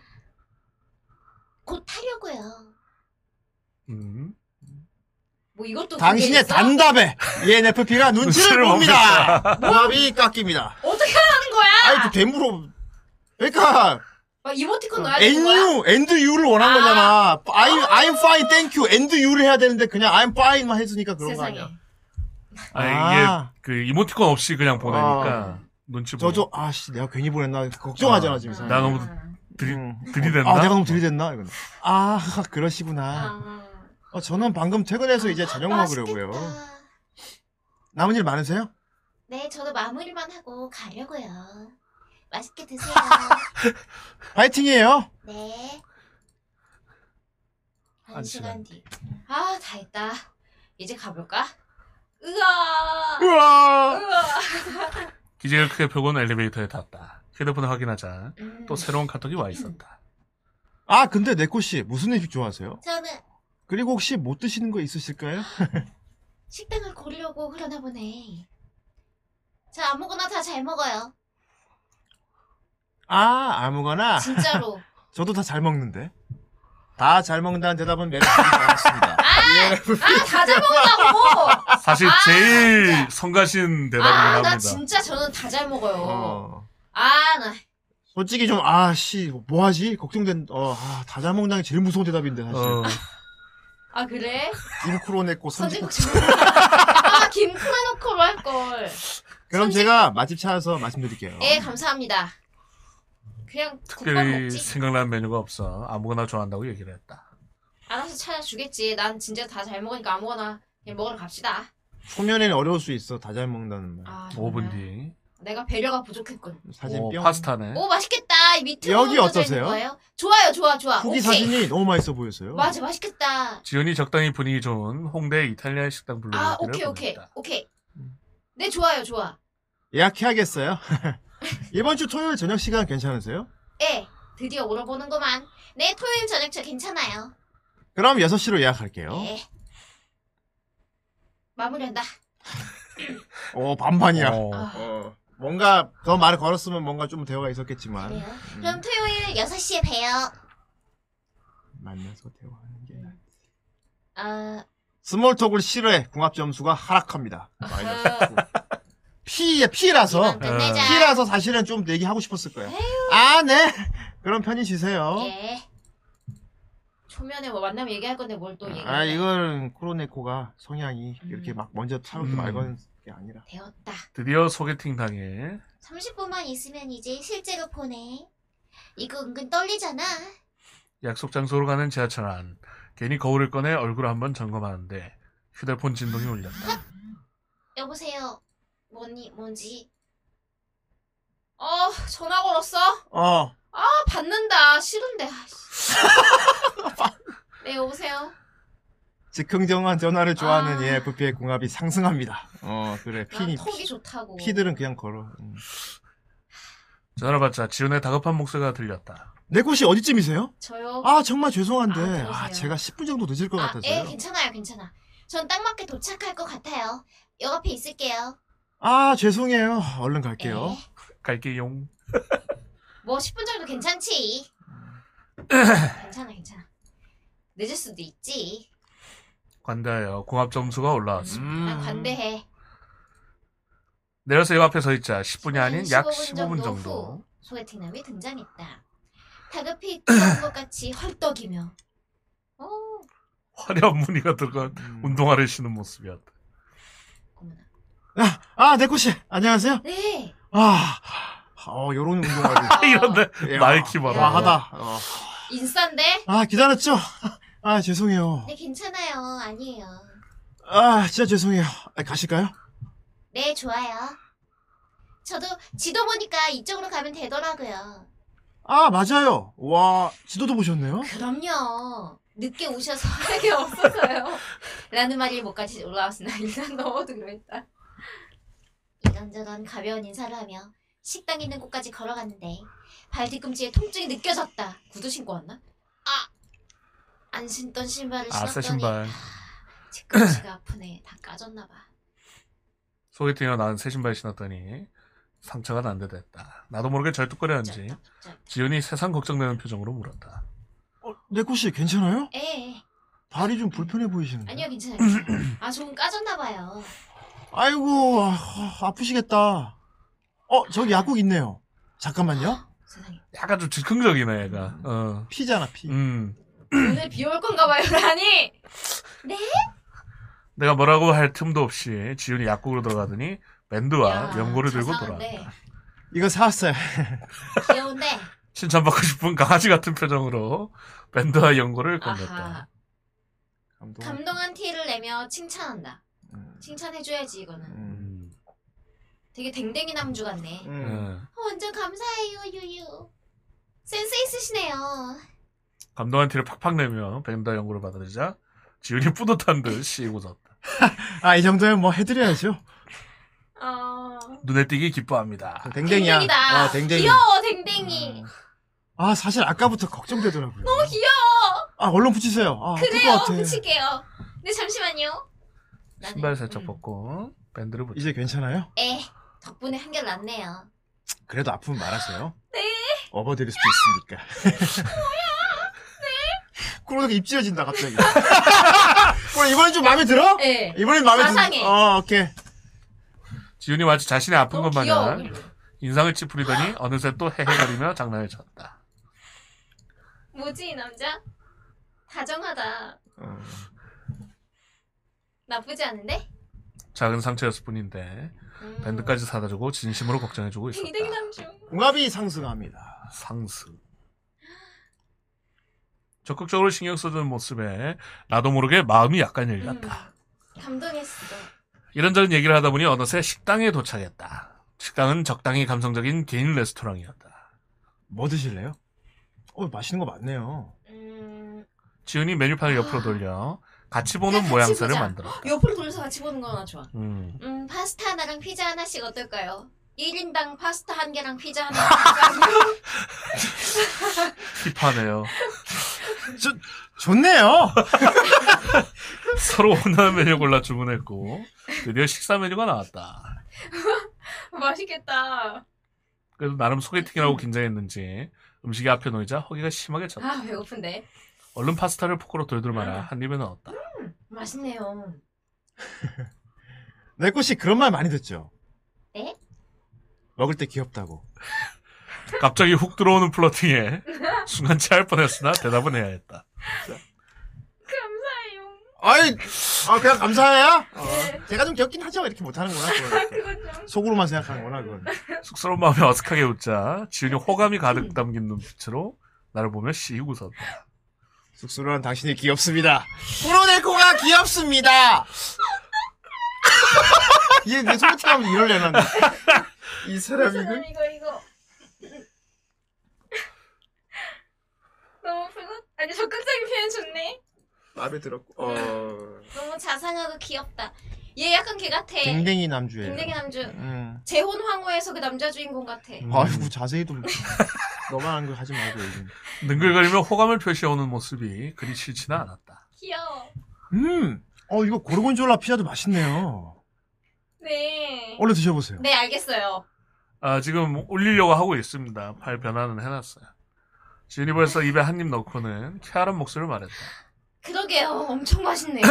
Speaker 1: 곧 타려고요.
Speaker 2: 음.
Speaker 4: 뭐 이것도
Speaker 3: 당신의
Speaker 4: 그게 있어?
Speaker 3: 단답에 ENFP가 눈치를
Speaker 2: 눈치를
Speaker 3: 봅니다. 답이 깎입니다.
Speaker 4: 어떻게 하는 거야?
Speaker 3: 아이, 그 괴물로. 그러니까
Speaker 4: 막 이모티콘 넣어야 되는 거야?
Speaker 3: NU, and you를 원한
Speaker 4: 아.
Speaker 3: 거잖아. I, I'm fine, thank you, and you를 해야 되는데 그냥 I'm fine만 해주니까 그런
Speaker 4: 세상에.
Speaker 3: 거 아니야.
Speaker 2: 아, 이게 그 이모티콘 없이 그냥 보내니까 눈치 보고
Speaker 3: 아. 저저 아씨 내가 괜히 보냈나 걱정하잖아
Speaker 2: 아.
Speaker 3: 지금.
Speaker 4: 아.
Speaker 2: 나 너무 들이
Speaker 3: 음.
Speaker 2: 들이댔나?
Speaker 3: 아 내가 너무 들이댔나 이건. 아 그러시구나.
Speaker 4: 아.
Speaker 3: 어, 저는 방금 퇴근해서 이제 저녁 먹으려고요.
Speaker 1: 맛있겠다.
Speaker 3: 남은 일 많으세요?
Speaker 1: 네, 저도 마무리만 하고 가려고요. 맛있게 드세요.
Speaker 3: 파이팅이에요.
Speaker 1: 네. 한
Speaker 2: 한
Speaker 1: 시간
Speaker 2: 시간
Speaker 1: 뒤.
Speaker 4: 아, 다 했다. 이제 가볼까? 으아!
Speaker 3: 우와.
Speaker 4: 으아!
Speaker 2: 기재를 크게 펴고는 엘리베이터에 탔다. 휴대폰을 확인하자
Speaker 4: 음.
Speaker 2: 또 새로운 카톡이 와 있었다.
Speaker 3: 아 근데 네코 씨 무슨 음식 좋아하세요?
Speaker 1: 저는
Speaker 3: 그리고 혹시 못 드시는 거 있으실까요?
Speaker 1: 식당을 고르려고 그러나 보네. 저 아무거나 다 잘 먹어요.
Speaker 3: 아 아무거나.
Speaker 4: 진짜로.
Speaker 3: 저도 다 잘 먹는데. 다 잘 먹는다는 대답은 매력이 많았습니다.
Speaker 4: 아, 다 잘 먹는다고!
Speaker 2: 사실 제일 성가신 대답이긴
Speaker 4: 아,
Speaker 2: 합니다.
Speaker 4: 나 진짜 저는 다 잘 먹어요.
Speaker 3: 어.
Speaker 4: 아, 나.
Speaker 3: 솔직히 좀, 아, 씨, 뭐 하지? 걱정된, 어, 아, 다 잘 먹는다는 게 제일 무서운 대답인데, 사실.
Speaker 2: 어,
Speaker 4: 아, 그래?
Speaker 3: 일크로 냈고,
Speaker 4: 선진국
Speaker 3: 선지국.
Speaker 4: 중. 아, 김 쿠라노코로 할걸.
Speaker 3: 그럼
Speaker 4: 선지-
Speaker 3: 제가 맛집 찾아서 말씀드릴게요.
Speaker 4: 예, 감사합니다. 그냥 국밥
Speaker 2: 특별히
Speaker 4: 먹지.
Speaker 2: 생각나는 메뉴가 없어 아무거나 좋아한다고 얘기를 했다.
Speaker 4: 알아서 찾아주겠지. 난 진짜 다 잘 먹으니까 아무거나 그냥 먹으러 갑시다.
Speaker 3: 초면에는 어려울 수 있어, 다 잘 먹는다는 말.
Speaker 4: 아,
Speaker 2: 5분 뒤
Speaker 4: 내가 배려가 부족했군.
Speaker 3: 사진
Speaker 2: 오,
Speaker 3: 뿅.
Speaker 2: 어, 파스타네.
Speaker 4: 오, 맛있겠다. 이 밑으로
Speaker 3: 여기
Speaker 4: 얹어져
Speaker 3: 어떠세요?
Speaker 4: 있는 거예요? 좋아요, 좋아, 좋아.
Speaker 3: 후기
Speaker 4: 오케이.
Speaker 3: 사진이 음, 너무 맛있어 보여서요.
Speaker 4: 맞아, 맛있겠다.
Speaker 2: 지연이 적당히 분위기 좋은 홍대 이탈리아 식당 블로그를
Speaker 4: 아, 오케이, 오케이,
Speaker 2: 보냈다.
Speaker 4: 오케이.
Speaker 2: 음.
Speaker 4: 네, 좋아요, 좋아.
Speaker 3: 예약해야겠어요. 이번 주 토요일 저녁 시간 괜찮으세요?
Speaker 4: 예.
Speaker 1: 드디어 물어보는구만. 네, 토요일 저녁 저 괜찮아요.
Speaker 3: 그럼 6시로 예약할게요.
Speaker 1: 네. 마무리한다.
Speaker 3: 오, 반반이야.
Speaker 2: 어,
Speaker 4: 아.
Speaker 3: 어, 뭔가 더 말을 걸었으면 뭔가 좀 대화가 있었겠지만.
Speaker 1: 그래요? 그럼 토요일 6시에 봬요.
Speaker 3: 만나서 대화하는 게 낫지. 어?
Speaker 1: 아,
Speaker 3: 스몰톡을 싫어해 궁합 점수가 하락합니다.
Speaker 4: 아,
Speaker 3: P야 P라서
Speaker 1: 이만 끝내자.
Speaker 3: P라서 사실은 좀 얘기하고 싶었을 거야. 아 네. 그럼 편히 쉬세요.
Speaker 1: 예.
Speaker 4: 초면에 뭐 만나면 얘기할 건데 뭘 또 얘기해.
Speaker 3: 아 이건 코로네코가 성향이 이렇게 막 먼저 차로도
Speaker 2: 음.
Speaker 3: 말 거는 게 아니라.
Speaker 1: 되었다.
Speaker 2: 드디어 소개팅 당일
Speaker 1: 30분만 있으면 이제 실제로 보내. 이거 은근 떨리잖아.
Speaker 2: 약속 장소로 가는 지하철 안 괜히 거울을 꺼내 얼굴을 한번 점검하는데 휴대폰 진동이 울렸다.
Speaker 1: 여보세요. 뭐니, 뭔지.
Speaker 4: 어, 전화 걸었어? 아,
Speaker 3: 어.
Speaker 4: 받는다. 싫은데. 아이씨. 네, 여보세요?
Speaker 3: 즉흥정한 전화를 좋아하는
Speaker 4: 아.
Speaker 3: EFP의 궁합이 상승합니다. 어 그래
Speaker 4: 난
Speaker 3: P니
Speaker 4: 턱이 좋다고.
Speaker 3: P들은 그냥 걸어. 음.
Speaker 2: 전화를 받자 지연의 다급한 목소리가 들렸다.
Speaker 3: 내 곳이 어디쯤이세요?
Speaker 4: 저요?
Speaker 3: 아 정말 죄송한데
Speaker 4: 아,
Speaker 3: 아,
Speaker 4: 그러세요.
Speaker 3: 제가 10분 정도 늦을 것
Speaker 1: 아, 예,
Speaker 3: 같아서요.
Speaker 1: 괜찮아요, 괜찮아. 전 딱 맞게 도착할 것 같아요. 역 앞에 있을게요.
Speaker 3: 아 죄송해요. 얼른 갈게요.
Speaker 1: 예.
Speaker 2: 갈게용.
Speaker 1: 뭐 10분 정도 괜찮지. 괜찮아, 괜찮아.
Speaker 4: 늦을 수도 있지.
Speaker 2: 관대하여 궁합 점수가
Speaker 4: 아,
Speaker 2: 올라왔습니다. 음.
Speaker 3: 음.
Speaker 4: 난 관대해.
Speaker 2: 내려서 역 앞에 서 있자 10분이 아닌 약
Speaker 1: 15분
Speaker 2: 15분
Speaker 1: 후.
Speaker 2: 정도.
Speaker 1: 소개팅남이 등장했다. 다급히 들어온 것 같이 헐떡이며. 어, 오,
Speaker 2: 화려한 무늬가 들어간
Speaker 3: 음.
Speaker 2: 운동화를 신은 모습이었다.
Speaker 1: 어머나.
Speaker 3: 아, 아, 네코씨, 안녕하세요.
Speaker 1: 네.
Speaker 3: 아, 어, 요런
Speaker 4: 아.
Speaker 3: 운동화를.
Speaker 2: 아, 이런데
Speaker 3: 예,
Speaker 2: 나이키
Speaker 3: 아,
Speaker 2: 봐라.
Speaker 3: 아, 하다. 어.
Speaker 4: 인싼데?
Speaker 3: 아, 기다렸죠? 아, 죄송해요.
Speaker 1: 네, 괜찮아요. 아니에요.
Speaker 3: 아, 진짜 죄송해요. 아, 가실까요?
Speaker 1: 네, 좋아요. 저도 지도 보니까 이쪽으로 가면 되더라고요.
Speaker 3: 아, 맞아요. 와, 지도도 보셨네요?
Speaker 1: 그럼요. 늦게 오셔서
Speaker 4: 그게 없어서요. 라는 말이 목까지 올라왔으나 일단 넘어두기로 했다.
Speaker 1: 이런저런 가벼운 인사를 하며 식당 있는 곳까지 걸어갔는데 발 뒤꿈치에 통증이 느껴졌다.
Speaker 4: 구두 신고 왔나?
Speaker 1: 아! 안 신던 신발을
Speaker 2: 아싸
Speaker 1: 신었더니
Speaker 2: 신발.
Speaker 1: 뒤꿈치가 아프네. 다 까졌나 봐.
Speaker 2: 소개팅에 나는 새 신발 신었더니 상처가 난데됐다. 나도 모르게 절뚝거렸는지
Speaker 1: 쩔떡, 쩔떡.
Speaker 2: 지훈이 세상 걱정되는 표정으로 물었다.
Speaker 3: 어, 네코씨, 괜찮아요?
Speaker 1: 에, 에.
Speaker 3: 발이 좀 불편해 보이시는데.
Speaker 1: 아니요 괜찮아요. 괜찮아요. 아 조금 까졌나 봐요.
Speaker 3: 아이고, 아, 아, 아프시겠다. 어, 저기 약국 있네요. 잠깐만요.
Speaker 4: 세상에.
Speaker 2: 약간 좀 즉흥적이네, 얘가. 어.
Speaker 3: 피잖아 피.
Speaker 2: 음.
Speaker 9: 오늘 비 올 건가 봐요, 라니.
Speaker 2: 내가 뭐라고 할 틈도 없이 지훈이 약국으로 들어가더니 밴드와
Speaker 4: 야,
Speaker 2: 연고를 들고
Speaker 4: 자상한데,
Speaker 2: 돌아왔다.
Speaker 3: 이거 사왔어요.
Speaker 4: 귀여운데
Speaker 2: 칭찬받고 싶은 강아지 같은 표정으로 밴드와 연고를 건넸다.
Speaker 9: 아하.
Speaker 3: 감동.
Speaker 4: 감동한 티를 내며 칭찬한다. 칭찬해줘야지 이거는.
Speaker 3: 음.
Speaker 2: 음.
Speaker 4: 되게 댕댕이 남주 같네.
Speaker 3: 음.
Speaker 2: 예.
Speaker 4: 어, 완전 감사해요 유유. 센스 있으시네요.
Speaker 2: 감동한 티를 팍팍 내며 밴드와 연고를 받아들이자 지훈이 뿌듯한 듯 씩 웃었다.
Speaker 3: 아, 이 정도면 뭐 해드려야죠.
Speaker 4: 어.
Speaker 2: 눈에 띄게 기뻐합니다.
Speaker 3: 아, 댕댕이야.
Speaker 4: 댕댕이다.
Speaker 3: 어, 댕댕이.
Speaker 4: 귀여워 댕댕이.
Speaker 3: 아, 사실 아까부터 걱정되더라고요. 너무
Speaker 4: 귀여워.
Speaker 3: 아, 얼른 붙이세요. 아,
Speaker 4: 그래요.
Speaker 3: 아플 것 같아.
Speaker 4: 붙일게요. 근데 잠시만요. 나는-
Speaker 2: 신발 살짝
Speaker 4: 음.
Speaker 2: 벗고 밴드를 붙였다.
Speaker 3: 이제 괜찮아요?
Speaker 4: 에 덕분에 한결 낫네요.
Speaker 3: 그래도 아프면 말하세요.
Speaker 4: 네.
Speaker 3: 업어드릴 수도 있으니까. 뭐야? 네. 그러니까 입 찢어진다, 갑자기. 그럼 이번엔 좀 마음에 들어?
Speaker 9: 네.
Speaker 3: 이번엔 마음에
Speaker 4: 사상해.
Speaker 3: 들 어, 오케이.
Speaker 2: 지훈이 마치 자신의 아픈
Speaker 9: 너무
Speaker 2: 것
Speaker 9: 귀여워.
Speaker 2: 마냥 인상을 찌푸리더니 어느새 또 헤헤거리며 장난을 쳤다.
Speaker 4: 뭐지 이 남자? 다정하다.
Speaker 3: 어.
Speaker 4: 나쁘지 않은데?
Speaker 2: 작은 상처였을 뿐인데
Speaker 4: 음.
Speaker 2: 밴드까지 사다주고 진심으로 걱정해주고 있었다.
Speaker 4: 댕댕이 남주.
Speaker 3: 궁합이 상승합니다.
Speaker 2: 상승. 적극적으로 신경 써주는 모습에 나도 모르게 마음이 약간 열렸다.
Speaker 4: 감동했어.
Speaker 2: 이런저런 얘기를 하다 보니 어느새 식당에 도착했다. 식당은 적당히 감성적인 개인 레스토랑이었다.
Speaker 3: 뭐 드실래요? 어, 맛있는 거 많네요.
Speaker 4: 음.
Speaker 2: 지훈이 메뉴판을 옆으로 돌려 같이 보는
Speaker 4: 같이
Speaker 2: 모양새를
Speaker 4: 보자.
Speaker 2: 만들었다.
Speaker 9: 옆으로 돌려서 같이 보는 거 하나 좋아.
Speaker 2: 음.
Speaker 4: 음 파스타 하나랑 피자 하나씩 어떨까요? 1인당 파스타 한 개랑 피자 하나.
Speaker 2: 힙하네요.
Speaker 3: 좋, 좋네요.
Speaker 2: 서로 원하는 메뉴 골라 주문했고 드디어 식사 메뉴가 나왔다.
Speaker 9: 맛있겠다.
Speaker 2: 그래도 나름 소개팅이라고 긴장했는지 음식이 앞에 놓이자 허기가 심하게 쳤다.
Speaker 9: 아, 배고픈데.
Speaker 2: 얼른 파스타를 포크로 돌돌 말아 한 입에 넣었다.
Speaker 9: 맛있네요.
Speaker 3: 내꽃이 그런 말 많이 듣죠?
Speaker 4: 네?
Speaker 3: 먹을 때 귀엽다고.
Speaker 2: 갑자기 훅 들어오는 플러팅에 순간 체할 뻔했으나 대답은 해야 했다.
Speaker 9: 감사해요.
Speaker 3: 아이, 아, 그냥 감사해요?
Speaker 9: 네.
Speaker 3: 제가 좀 귀엽긴 하죠? 이렇게 못하는구나. 그건.
Speaker 9: 그건 좀.
Speaker 3: 속으로만 생각하는구나, 그건.
Speaker 2: 쑥스러운 마음에 어색하게 웃자 지훈이 호감이 가득 담긴 눈빛으로 나를 보며 씩 웃었다.
Speaker 3: 쑥스러운 당신이 귀엽습니다. 프로네코가 귀엽습니다. 얘내 소개팅 하면 이럴 애는데. 이 사람이 그
Speaker 9: 이거 이거. 너무 편한? 아니 적극적인 표현 좋네.
Speaker 3: 마음에 들었고. 어.
Speaker 4: 너무 자상하고 귀엽다. 얘 약간 걔 같아.
Speaker 3: 댕댕이 남주예요.
Speaker 4: 댕댕이 남주.
Speaker 3: 음.
Speaker 4: 재혼 황후에서 그 남자 주인공 같아.
Speaker 3: 아이고 자세히도 못- 너만 한거 하지 말고 요즘.
Speaker 2: 능글거리며 호감을 표시해오는 모습이 그리 싫지는 않았다.
Speaker 4: 귀여워.
Speaker 3: 음. 어 이거 고르곤졸라 피자도 맛있네요.
Speaker 4: 네.
Speaker 3: 얼른 드셔보세요.
Speaker 4: 네 알겠어요.
Speaker 2: 아, 지금 올리려고 하고 있습니다. 팔 변화는 해놨어요. 지훈이 벌써 입에 한 입 넣고는 쾌활한 목소리를 말했다.
Speaker 4: 그러게요. 엄청 맛있네요.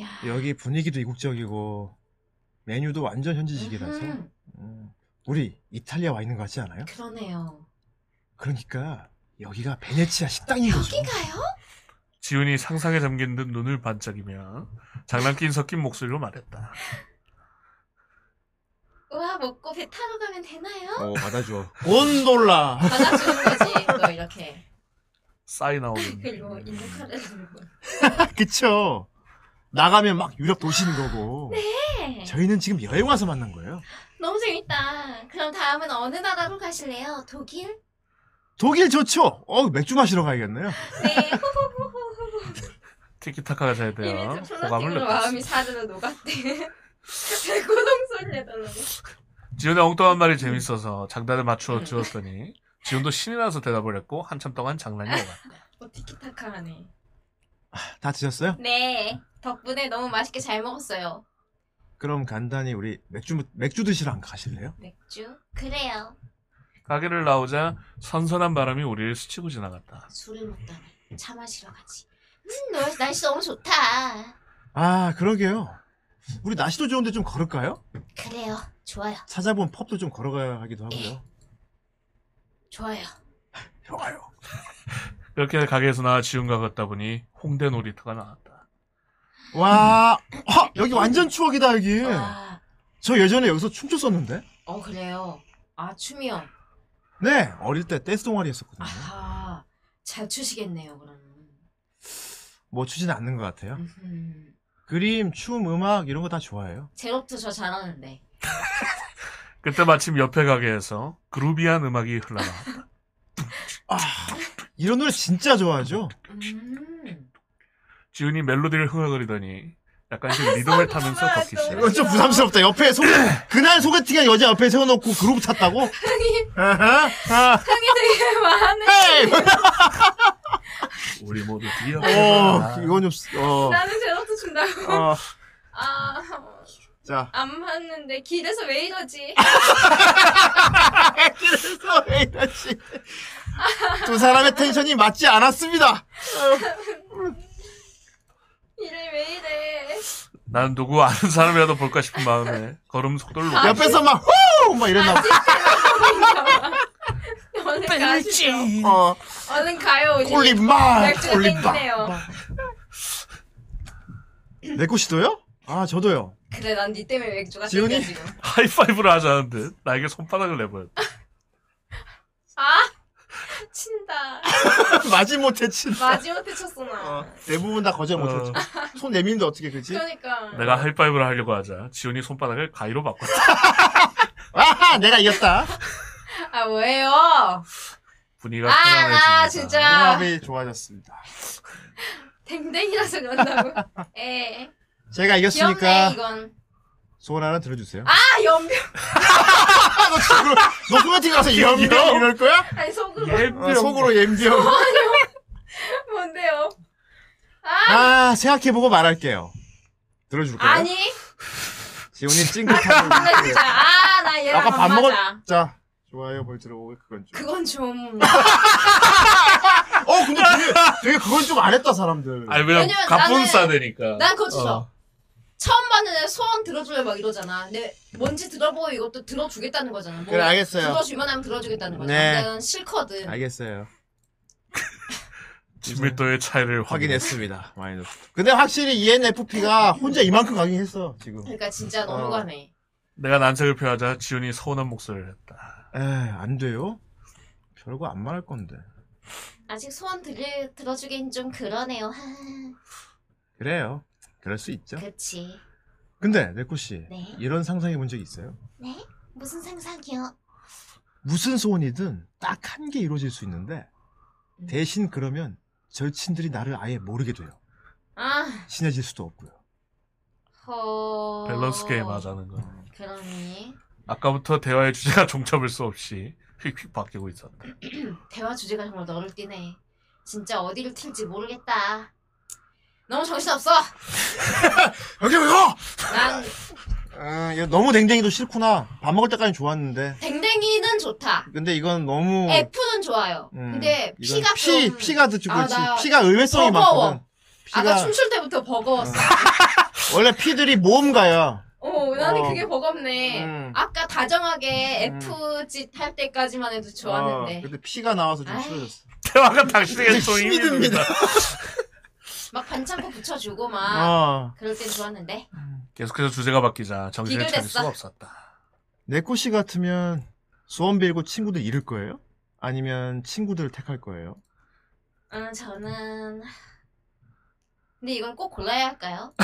Speaker 4: 야.
Speaker 3: 여기 분위기도 이국적이고 메뉴도 완전 현지식이라서
Speaker 4: 음,
Speaker 3: 음. 우리 이탈리아 와 있는 거 같지 않아요?
Speaker 4: 그러네요.
Speaker 2: 어.
Speaker 3: 그러니까 여기가 베네치아 식당인 거죠.
Speaker 4: 여기가요?
Speaker 2: 지훈이 상상에 잠긴 듯 눈을 반짝이며 장난기 섞인 목소리로 말했다.
Speaker 4: 우와 먹고 배 타러 가면 되나요?
Speaker 3: 어, 받아줘. 곤돌라.
Speaker 9: 받아주는 거지.
Speaker 4: 뭐
Speaker 9: 너 이렇게.
Speaker 2: 싸이 나오겠네.
Speaker 4: 그리고 인도카를 하는 거.
Speaker 3: 그쵸. 나가면 막 유럽 도시인 거고.
Speaker 4: 네.
Speaker 3: 저희는 지금 여행 와서 만난 거예요.
Speaker 4: 너무 재밌다. 그럼 다음은 어느 나라로 가실래요? 독일?
Speaker 3: 독일 좋죠? 어, 맥주 마시러 가야겠네요.
Speaker 4: 네. 호호호호호.
Speaker 2: 티키타카가 잘 되어
Speaker 9: 이미
Speaker 2: 호감을
Speaker 9: 플러팅으로
Speaker 2: 느꼈어.
Speaker 9: 마음이 사르르 녹았대. 고동 소리 내달라고.
Speaker 2: 지훈의 엉뚱한 말이 재밌어서 장단을 맞추어 주었더니 지훈도 신이 나서 대답을 했고 한참 동안 장난이 오갔다.
Speaker 9: 어 티키타카하네.
Speaker 3: 다 드셨어요?
Speaker 4: 네. 덕분에 너무 맛있게 잘 먹었어요.
Speaker 3: 그럼 간단히 우리 맥주, 맥주 드시러 안 가실래요?
Speaker 4: 맥주? 그래요.
Speaker 2: 가게를 나오자 선선한 바람이 우리를 스치고 지나갔다.
Speaker 4: 술을 먹다니 차 마시러 가지. 음, 너 날씨 너무 좋다.
Speaker 3: 아, 그러게요. 우리 날씨도 좋은데 좀 걸을까요?
Speaker 4: 그래요. 좋아요.
Speaker 3: 찾아본 펍도 좀 걸어가야 하기도 하고요.
Speaker 1: 좋아요.
Speaker 6: 좋아요.
Speaker 2: 이렇게 가게에서 나 지운가 걷다 보니 홍대 놀이터가 나왔다.
Speaker 3: 와, 아, 여기 완전 추억이다, 여기.
Speaker 4: 아,
Speaker 3: 저 예전에 여기서 춤췄었는데?
Speaker 4: 어 그래요. 아 춤이요.
Speaker 3: 네, 어릴 때 댄스 동아리 했었거든요.
Speaker 4: 아하 잘 추시겠네요 그러면.
Speaker 3: 뭐 추진 않는 것 같아요.
Speaker 4: 음흠.
Speaker 3: 그림, 춤, 음악, 이런 거 다 좋아해요.
Speaker 1: 제로트 저 잘하는데.
Speaker 2: 그때 마침 옆에 가게에서 그루비한 음악이 흘러나왔다.
Speaker 3: 아, 이런 노래 진짜 좋아하죠?
Speaker 4: 음.
Speaker 2: 지훈이 멜로디를 흥얼거리더니 약간씩 리듬을 타면서 걷기 시작.
Speaker 3: 이건 좀 부담스럽다. 옆에 소개, 그날 소개팅한 여자 옆에 세워놓고 그룹 탔다고? 아하, 아,
Speaker 4: 흥이 되게 많네.
Speaker 3: 헤이!
Speaker 2: 우리 모두
Speaker 3: 어,
Speaker 2: 뛰어가자.
Speaker 3: 이건 좀, 쓰- 어,
Speaker 4: 나는 제로트 준다고.
Speaker 3: 어,
Speaker 4: 아.
Speaker 3: 자.
Speaker 4: 안 봤는데 길에서 왜 이러지?
Speaker 3: 그래서 왜 이러지? 두 사람의 텐션이 맞지 않았습니다.
Speaker 4: 이래 왜 이래?
Speaker 2: 난 누구 아는 사람이라도 볼까 싶은 마음에 걸음 속도를 높여.
Speaker 4: 아, 네.
Speaker 3: 옆에서 막, 후! 막 네, 이랬나 봐.
Speaker 4: 얼른 가시죠.
Speaker 3: 어,
Speaker 4: 얼른 가요. 이제
Speaker 3: 꼴림마!
Speaker 4: 맥주가
Speaker 3: 꼴림마!
Speaker 4: 땡기네요.
Speaker 3: 내 꽃이도요? 아, 저도요.
Speaker 4: 그래 난 니 때문에 맥주가
Speaker 3: 지훈이?
Speaker 4: 생겨 지금.
Speaker 2: 하이파이브를 하자는 듯 나에게 손바닥을 내보였다.
Speaker 4: 아 친다.
Speaker 3: 마지못해 친.
Speaker 4: 마지못해 쳤어 나.
Speaker 3: 어, 대부분 다 거절 못했죠. 손 내밀는데 어떻게 그지?
Speaker 4: 어. 그러니까.
Speaker 2: 내가 하이파이브를 하려고 하자 지훈이 손바닥을 가위로 바꿨다.
Speaker 3: 아하! 내가 이겼다.
Speaker 4: 아 뭐예요?
Speaker 2: 분위기가
Speaker 4: 아 나
Speaker 2: 편안해집니다.
Speaker 4: 진짜
Speaker 3: 궁합이 좋아졌습니다.
Speaker 4: 댕댕이라서 그런다고. 에
Speaker 3: 제가
Speaker 4: 귀엽네
Speaker 3: 이겼으니까
Speaker 4: 이건.
Speaker 3: 소원 하나 들어주세요.
Speaker 4: 아 연병.
Speaker 3: 아, 너 지금 너 소개팅 가서 염병 이럴 거야?
Speaker 4: 아니 속으로
Speaker 3: 어,
Speaker 2: 예병.
Speaker 3: 속으로 염병.
Speaker 4: 뭔데요?
Speaker 3: 아 생각해보고 말할게요. 들어줄까요?
Speaker 4: 아니
Speaker 3: 지훈이 찡긋하고
Speaker 4: 근데 진짜 아 나 얘랑
Speaker 3: 아까
Speaker 4: 안
Speaker 3: 밥 먹을-
Speaker 4: 맞아.
Speaker 3: 자 좋아요 볼 들어오고 그건 좀.
Speaker 4: 그건 좀.
Speaker 3: 어 근데 되게, 되게 그건 좀 안 했다 사람들.
Speaker 2: 아니 왜냐면
Speaker 4: 왜냐면 나는-
Speaker 2: 갑분싸되니까.
Speaker 4: 난 그거 주죠.
Speaker 3: 어.
Speaker 4: 처음 봤는 데 소원 들어줄래 막 이러잖아. 근데 뭔지 들어보고 이것도 들어주겠다는 거잖아. 뭐
Speaker 3: 그래 알겠어요.
Speaker 4: 들어주면 하면 들어주겠다는 거잖아.
Speaker 3: 네.
Speaker 4: 근데 난 싫거든.
Speaker 3: 알겠어요.
Speaker 2: 친밀도의 차이를 확인했어.
Speaker 3: 확인했습니다. 마이너스. 근데 확실히 ENFP가 혼자 이만큼 강의했어 지금.
Speaker 4: 그러니까 진짜
Speaker 3: 어.
Speaker 4: 너무 가네.
Speaker 2: 내가 난색을 표하자 지훈이 서운한 목소리를 했다.
Speaker 3: 에안 돼요. 별거 안 말할 건데.
Speaker 1: 아직 소원 들, 들어주긴 좀 그러네요. 하,
Speaker 3: 그래요. 그럴 수 있죠.
Speaker 1: 그치.
Speaker 3: 근데 네코 씨
Speaker 1: 네.
Speaker 3: 이런 상상해 본 적 있어요?
Speaker 1: 네? 무슨 상상이요?
Speaker 3: 무슨 소원이든 딱 한 개 이루어질 수 있는데
Speaker 4: 음.
Speaker 3: 대신 그러면 절친들이 나를 아예 모르게 돼요.
Speaker 4: 아,
Speaker 3: 친해질 수도 없고요.
Speaker 4: 허.
Speaker 2: 밸런스 게임 하자는 거.
Speaker 4: 그러니
Speaker 2: 아까부터 대화의 주제가 종잡을 수 없이 휙휙 바뀌고 있었다.
Speaker 4: 대화 주제가 정말 너를 띠네. 진짜 어디를 튈지 모르겠다. 너무 정신 없어.
Speaker 2: 아,
Speaker 3: 여기 이거!
Speaker 4: 난
Speaker 3: 너무 아, 댕댕이도 싫구나. 밥 먹을 때까지 좋았는데.
Speaker 4: 댕댕이는 좋다.
Speaker 3: 근데 이건 너무
Speaker 4: F는 좋아요.
Speaker 3: 음,
Speaker 4: 근데
Speaker 3: 이건
Speaker 4: 피가
Speaker 3: 피,
Speaker 4: 좀
Speaker 3: 피가 듣지
Speaker 4: 아,
Speaker 3: 그렇지.
Speaker 4: 나
Speaker 3: 피가 의외성이
Speaker 4: 버거워.
Speaker 3: 많거든.
Speaker 4: 아까
Speaker 3: 피가 음.
Speaker 4: 춤출 때부터 버거웠어.
Speaker 3: 원래 피들이 모험가야.
Speaker 4: 어, 나는
Speaker 3: 어.
Speaker 4: 그게 버겁네.
Speaker 3: 음.
Speaker 4: 아까 다정하게
Speaker 3: 음.
Speaker 4: F짓 할 때까지만 해도
Speaker 3: 어,
Speaker 4: 좋았는데.
Speaker 3: 근데 피가 나와서 좀
Speaker 4: 아이.
Speaker 3: 싫어졌어.
Speaker 2: 대화가 당신에게 좀 힘이
Speaker 3: 힘이 듭니다.
Speaker 2: 듭니다.
Speaker 4: 막 반창고 붙여주고 막.
Speaker 3: 아,
Speaker 4: 그럴 땐 좋았는데.
Speaker 2: 계속해서 주제가 바뀌자 정신을 차릴
Speaker 4: 비교됐어.
Speaker 2: 수가 없었다.
Speaker 3: 내꼬씨 같으면 소원 빌고 친구들 잃을 거예요? 아니면 친구들을 택할 거예요?
Speaker 4: 음, 저는. 근데 이걸 꼭 골라야 할까요?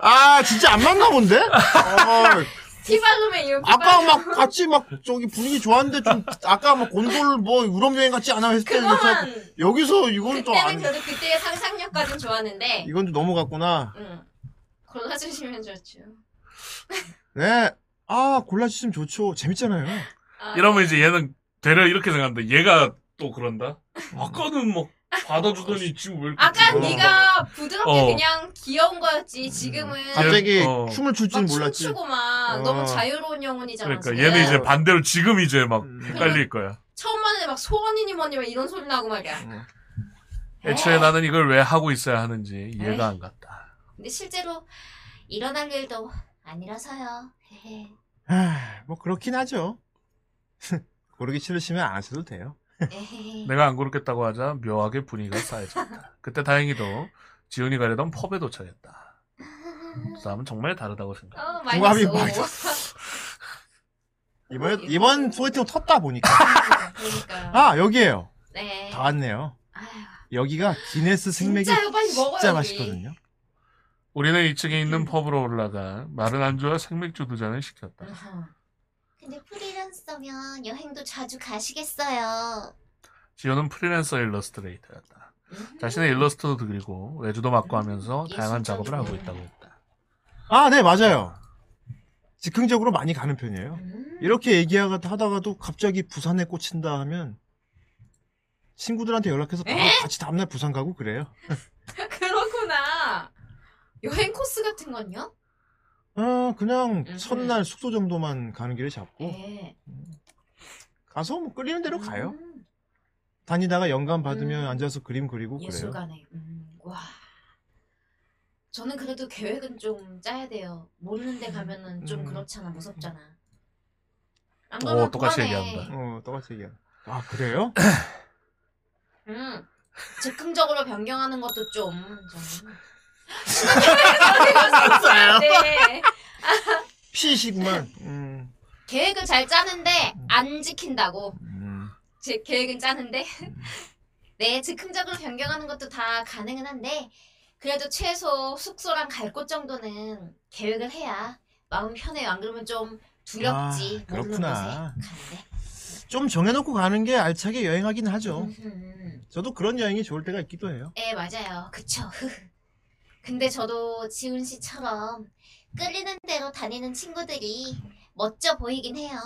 Speaker 3: 아 진짜 안 맞나 본데? 어,
Speaker 4: 티발룸의 이유.
Speaker 3: 아까 막 같이 막 저기 분위기 좋았는데 좀 아까 막 곤돌 뭐 유럽 여행 같지 않아 했을 때는
Speaker 4: 그거만.
Speaker 3: 여기서 이건 좀
Speaker 4: 그때는
Speaker 3: 안,
Speaker 4: 그래도 그때의 상상력까지는 좋았는데.
Speaker 3: 이건 좀 넘어갔구나.
Speaker 4: 응. 골라주시면 좋죠.
Speaker 3: 네, 아 골라주시면 좋죠. 재밌잖아요.
Speaker 4: 아,
Speaker 2: 이러면 이제 얘는 되려 이렇게 생각한다. 얘가 또 그런다. 아까는 막 받아주더니 지금 왜 이렇게
Speaker 4: 네. 아까
Speaker 3: 어.
Speaker 4: 네가 부드럽게
Speaker 2: 어.
Speaker 4: 그냥 귀여운 거였지. 지금은.
Speaker 3: 음. 갑자기
Speaker 2: 어.
Speaker 3: 춤을 출 줄
Speaker 4: 막
Speaker 3: 몰랐지.
Speaker 4: 춤추고 막
Speaker 3: 어.
Speaker 4: 너무 자유로운 영혼이잖아.
Speaker 2: 그러니까
Speaker 4: 지금.
Speaker 2: 얘는 이제 반대로 지금 이제 막
Speaker 3: 음.
Speaker 2: 헷갈릴 거야.
Speaker 4: 처음 봤는데 막 소원이니 뭐니 막 이런 소리 나고 말이야.
Speaker 3: 음.
Speaker 2: 애초에 나는 이걸 왜 하고 있어야 하는지
Speaker 1: 에이.
Speaker 2: 이해가 안 갔다.
Speaker 1: 근데 실제로 일어날 일도 아니라서요. 헤헤.
Speaker 3: 하, 뭐 그렇긴 하죠. 고르기 싫으시면 안 하셔도 돼요.
Speaker 1: 에헤헤.
Speaker 2: 내가 안 고르겠다고 하자 묘하게 분위기가 싸해졌다. 그때 다행히도 지훈이 가려던 펍에 도착했다. 두 사람은 정말 다르다고 생각.
Speaker 1: 어,
Speaker 3: 궁합이
Speaker 1: 마이너스 오.
Speaker 3: 맞았어. 이번 이번 소개팅 텄다 보니까
Speaker 1: 그러니까.
Speaker 3: 아 여기에요.
Speaker 1: 네.
Speaker 3: 다 왔네요.
Speaker 1: 아휴,
Speaker 3: 여기가 기네스 생맥이
Speaker 4: 진짜요? 빨리 먹어요,
Speaker 3: 진짜
Speaker 4: 우리.
Speaker 3: 맛있거든요.
Speaker 2: 우리는 2층에 있는 펍으로 올라가 마른 안주와 생맥주 두 잔을 시켰다.
Speaker 1: 아하.
Speaker 4: 음.
Speaker 1: 근데 프리랜서면 여행도 자주 가시겠어요.
Speaker 2: 지효는 프리랜서 일러스트레이터였다. 자신의 일러스트도 그리고 외주도 맡고 하면서 다양한 작업을 하고 있다고 했다.
Speaker 3: 아, 네, 맞아요. 즉흥적으로 많이 가는 편이에요.
Speaker 4: 음.
Speaker 3: 이렇게 얘기하다가도 갑자기 부산에 꽂힌다 하면 친구들한테 연락해서 바로 같이 다음날 부산 가고 그래요.
Speaker 4: 그렇구나. 여행 코스 같은 건요?
Speaker 3: 어, 그냥
Speaker 4: 음흠.
Speaker 3: 첫날 숙소 정도만 가는 길을 잡고
Speaker 4: 네.
Speaker 3: 가서 뭐 끌리는 대로 어, 가요.
Speaker 4: 음,
Speaker 3: 다니다가 영감 받으면
Speaker 4: 음.
Speaker 3: 앉아서 그림 어, 그리고 그래요.
Speaker 4: 예술가네. 음, 와. 저는 그래도 계획은 좀 짜야 돼요. 모르는데 가면은 좀
Speaker 3: 음.
Speaker 4: 그렇잖아, 무섭잖아. 안
Speaker 2: 오,
Speaker 4: 그러면
Speaker 2: 똑같이
Speaker 4: 곤란해.
Speaker 2: 얘기한다.
Speaker 3: 어, 똑같이 얘기야. 아, 그래요?
Speaker 4: 음, 즉흥적으로 변경하는 것도 좀. 저는. 네.
Speaker 3: 피시구만. 음.
Speaker 4: 계획을 잘 짜는데 안 지킨다고.
Speaker 3: 음.
Speaker 4: 제 계획은 짜는데 네 즉흥적으로 변경하는 것도 다 가능은 한데 그래도 최소 숙소랑 갈 곳 정도는 계획을 해야 마음 편해요 안 그러면 좀 두렵지
Speaker 3: 아,
Speaker 4: 모르는 곳에
Speaker 3: 그렇구나.
Speaker 4: 가는데
Speaker 3: 좀 정해놓고 가는 게 알차게 여행하긴 하죠.
Speaker 4: 음흠.
Speaker 3: 저도 그런 여행이 좋을 때가 있기도 해요.
Speaker 1: 예, 맞아요. 그쵸. 근데 저도 지훈 씨처럼 끌리는 대로 다니는 친구들이 멋져 보이긴 해요.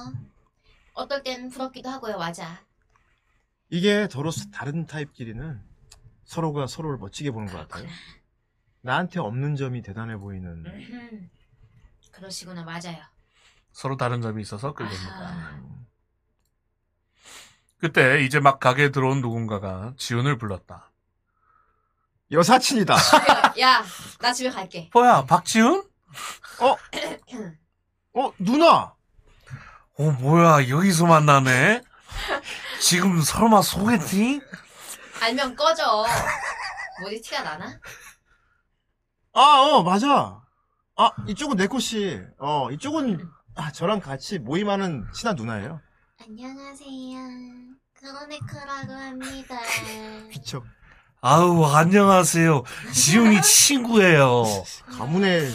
Speaker 1: 어떨 땐 부럽기도 하고요, 맞아.
Speaker 3: 이게 더러서 다른 타입끼리는 서로가 서로를 멋지게 보는 것 같아요. 나한테 없는 점이 대단해 보이는.
Speaker 4: 음흠. 그러시구나 맞아요
Speaker 2: 서로 다른 점이 있어서 끌립니다. 음.
Speaker 4: 아,
Speaker 2: 그때 이제 막 가게에 들어온 누군가가 지훈을 불렀다.
Speaker 3: 여사친이다.
Speaker 4: 야 나 집에 갈게
Speaker 1: 네.
Speaker 2: 뭐야, 박지훈?
Speaker 3: 어, 누나!
Speaker 2: 어, 뭐야, 여기서 만나네? 지금 설마 소개팅?
Speaker 4: 알면 꺼져 뭐지 티가 나나
Speaker 3: 아, 어, 맞아. 아, 이쪽은 네코씨. 어, 이쪽은, 아, 저랑 같이 모임하는 친한 누나예요.
Speaker 1: 안녕하세요. 크로네커라고 합니다.
Speaker 3: 그쵸.
Speaker 2: 아우, 안녕하세요. 지훈이 친구예요.
Speaker 3: 가문의,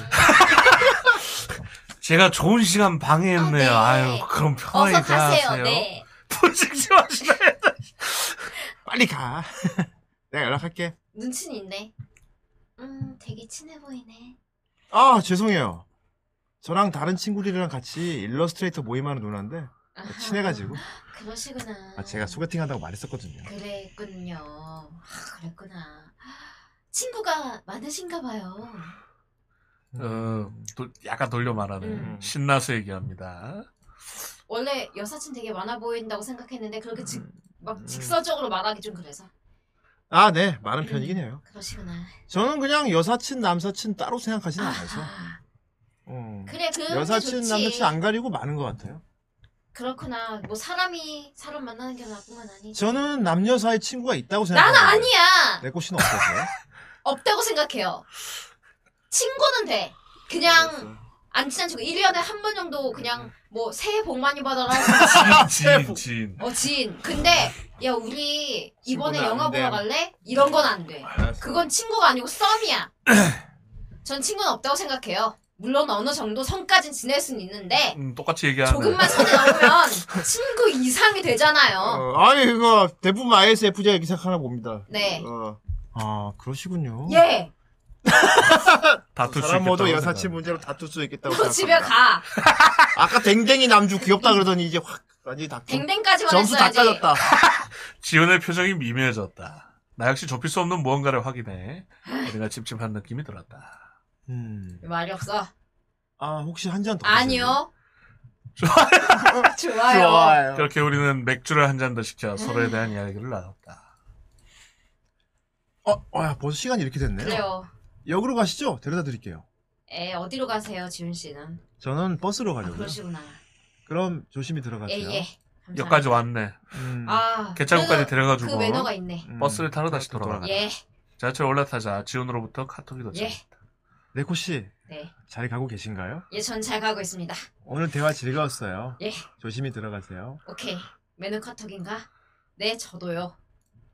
Speaker 2: 제가 좋은 시간 방해했네요.
Speaker 1: 아, 네.
Speaker 2: 아유, 그럼 편하게
Speaker 1: 어서 가세요.
Speaker 2: 하세요.
Speaker 1: 네.
Speaker 2: 부식지 마시네.
Speaker 3: 빨리 가. 내가 연락할게.
Speaker 4: 눈치는 있네
Speaker 1: 음, 되게 친해 보이네.
Speaker 3: 아, 죄송해요. 저랑 다른 친구들이랑 같이 일러스트레이터 모임하는 누나인데, 아, 친해가지고.
Speaker 4: 그러시구나
Speaker 3: 아, 제가 소개팅 한다고 말했었거든요.
Speaker 4: 그랬군요. 아, 그랬구나. 친구가 많으신가 봐요.
Speaker 2: 어, 도- 약간 돌려 말하네.
Speaker 4: 음.
Speaker 2: 신나서 얘기합니다.
Speaker 4: 원래 여사친 되게 많아 보인다고 생각했는데 그렇게 직,
Speaker 3: 음,
Speaker 4: 막 직설적으로 말하기 좀 그래서.
Speaker 3: 아, 네. 많은 편이긴 해요.
Speaker 4: 그러시구나.
Speaker 3: 저는 그냥 여사친, 남사친 따로 생각하진 않아서.
Speaker 4: 아,
Speaker 3: 어.
Speaker 4: 그래 그
Speaker 3: 여사친, 남사친 안 가리고 많은 것 같아요.
Speaker 4: 그렇구나. 뭐 사람이 사람 만나는 게 나뿐만 아니지.
Speaker 3: 저는 네. 남녀 사이 친구가 있다고
Speaker 4: 난
Speaker 3: 생각해요.
Speaker 4: 아니야.
Speaker 3: 내 꽃이는 없어서요.
Speaker 4: 없다고 생각해요. 친구는 돼. 그냥 안 친한 친구. 1년에 한 번 정도
Speaker 3: 네.
Speaker 4: 그냥 뭐 새해 복 많이 받아라.
Speaker 2: 진, 진.
Speaker 4: 어, 지인. 근데, 야, 우리 이번에
Speaker 3: 친구는
Speaker 4: 영화
Speaker 3: 안
Speaker 4: 보러
Speaker 3: 됨.
Speaker 4: 갈래? 이런 건 안 돼.
Speaker 3: 알았어.
Speaker 4: 그건 친구가 아니고 썸이야. 전 친구는 없다고 생각해요. 물론 어느 정도 선까진 지낼 순 있는데,
Speaker 2: 음, 똑같이 얘기하네.
Speaker 4: 조금만 선에 넘으면 친구 이상이 되잖아요.
Speaker 3: 어, 아니, 그거 대부분 ISFJ 이렇게 생각하나 봅니다.
Speaker 4: 네.
Speaker 3: 어. 아, 그러시군요.
Speaker 4: 예,
Speaker 2: 다툴 수
Speaker 3: 사람 모두
Speaker 2: 있겠다고
Speaker 3: 여사친
Speaker 2: 생각하네.
Speaker 3: 문제로 다툴 수 있겠다고
Speaker 4: 너
Speaker 3: 생각합니다.
Speaker 4: 뭐 집에 가.
Speaker 3: 아까 댕댕이 남주 귀엽다 그러더니 이제 확 완전히 다
Speaker 4: 댕댕까지만
Speaker 3: 점수 다
Speaker 4: 했어야지.
Speaker 3: 까졌다.
Speaker 2: 지훈의 표정이 미묘해졌다. 나 역시 좁힐 수 없는 무언가를 확인해. 우리가 찝찝한 느낌이 들었다.
Speaker 3: 음.
Speaker 4: 말이 없어.
Speaker 3: 아, 혹시 한 잔 더 드세요?
Speaker 4: 아니요. 좋아요.
Speaker 3: 좋아요.
Speaker 2: 그렇게 우리는 맥주를 한 잔 더 시켜 서로에 대한 이야기를 나눴다.
Speaker 3: 어, 어, 야, 벌써 시간이 이렇게 됐네요.
Speaker 4: 그래요.
Speaker 3: 역으로 가시죠. 데려다 드릴게요.
Speaker 4: 에, 어디로 가세요, 지훈 씨는? 아,
Speaker 3: 저는 버스로 가려고요.
Speaker 4: 그러시구나.
Speaker 3: 그럼 조심히 들어가세요.
Speaker 4: 예예. 감사합니다.
Speaker 2: 여기까지 왔네.
Speaker 3: 음,
Speaker 4: 아
Speaker 2: 개차구까지
Speaker 4: 그-
Speaker 2: 데려가지고
Speaker 4: 그 매너가 있네.
Speaker 3: 음,
Speaker 2: 버스를 타러 다시
Speaker 3: 또
Speaker 2: 돌아가라.
Speaker 4: 예.
Speaker 2: 지하철 올라타자 지훈으로부터 카톡이
Speaker 4: 예.
Speaker 2: 도착.
Speaker 3: 네코 씨,
Speaker 4: 네.
Speaker 3: 잘 가고 계신가요?
Speaker 4: 예, 전 잘 가고 있습니다.
Speaker 3: 오늘 대화 즐거웠어요.
Speaker 4: 예.
Speaker 3: 조심히 들어가세요.
Speaker 4: 오케이. 매너 카톡인가? 네, 저도요.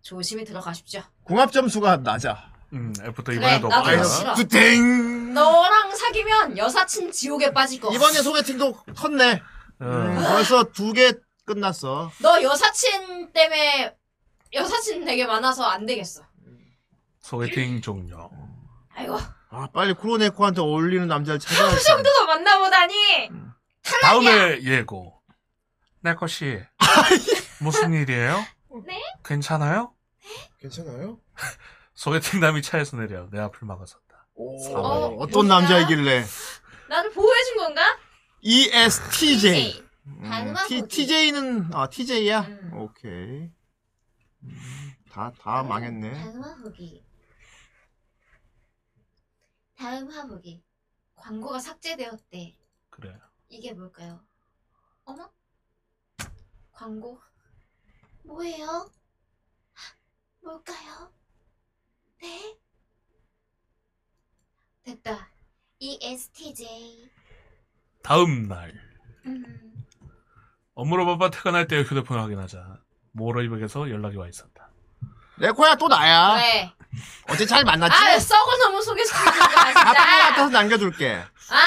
Speaker 4: 조심히 들어가십시오.
Speaker 3: 궁합 점수가 낮아.
Speaker 2: 음, 애프터
Speaker 4: 예. 그래,
Speaker 2: 이번에도
Speaker 4: 나도
Speaker 2: 없다.
Speaker 4: 아, 싫어.
Speaker 3: 뚜땡!
Speaker 4: 너랑 사귀면 여사친 지옥에 빠질 거.
Speaker 3: 이번에 소개팅도 컸네. 음,
Speaker 2: 어,
Speaker 3: 벌써 두 개 끝났어.
Speaker 4: 너 여사친 때문에 여사친 되게 많아서 안 되겠어.
Speaker 2: 소개팅 종료.
Speaker 4: 아이고,
Speaker 3: 아, 빨리 쿠로네코한테 어울리는 남자를 찾아야
Speaker 4: 너가 만나보다니.
Speaker 2: 다음에 예고. 네코 씨 무슨 일이에요?
Speaker 1: 네?
Speaker 2: 괜찮아요?
Speaker 3: 괜찮아요?
Speaker 2: 소개팅 남이 차에서 내려 내 앞을 막아섰다.
Speaker 3: 오,
Speaker 4: 어,
Speaker 3: 어, 떤 남자이길래?
Speaker 4: 나를 보호해준 건가?
Speaker 3: E
Speaker 4: 네.
Speaker 3: ESTJ. 음,
Speaker 1: 단음하고
Speaker 3: T, TJ는, 아, TJ야?
Speaker 4: 음.
Speaker 3: 오케이. 음, 다, 다 망했네.
Speaker 1: 다음 화보기. 다음 화보기. 광고가 삭제되었대.
Speaker 2: 그래.
Speaker 1: 이게 뭘까요? 어머? 광고? 뭐예요? 뭘까요? 네? 됐다. E
Speaker 4: 네.
Speaker 1: ESTJ.
Speaker 2: 다음 날
Speaker 1: 음.
Speaker 2: 업무로 바빠 퇴근할 때 휴대폰을 확인하자 모로이백에서 연락이 와 있었다.
Speaker 3: 네코야, 또 나야.
Speaker 4: 왜?
Speaker 3: 어제 잘 만났지?
Speaker 4: 아, 썩은 너무 소개시키는 거야,
Speaker 3: 답변 아, 같아서
Speaker 4: 진짜.
Speaker 3: 남겨둘게.
Speaker 4: 아!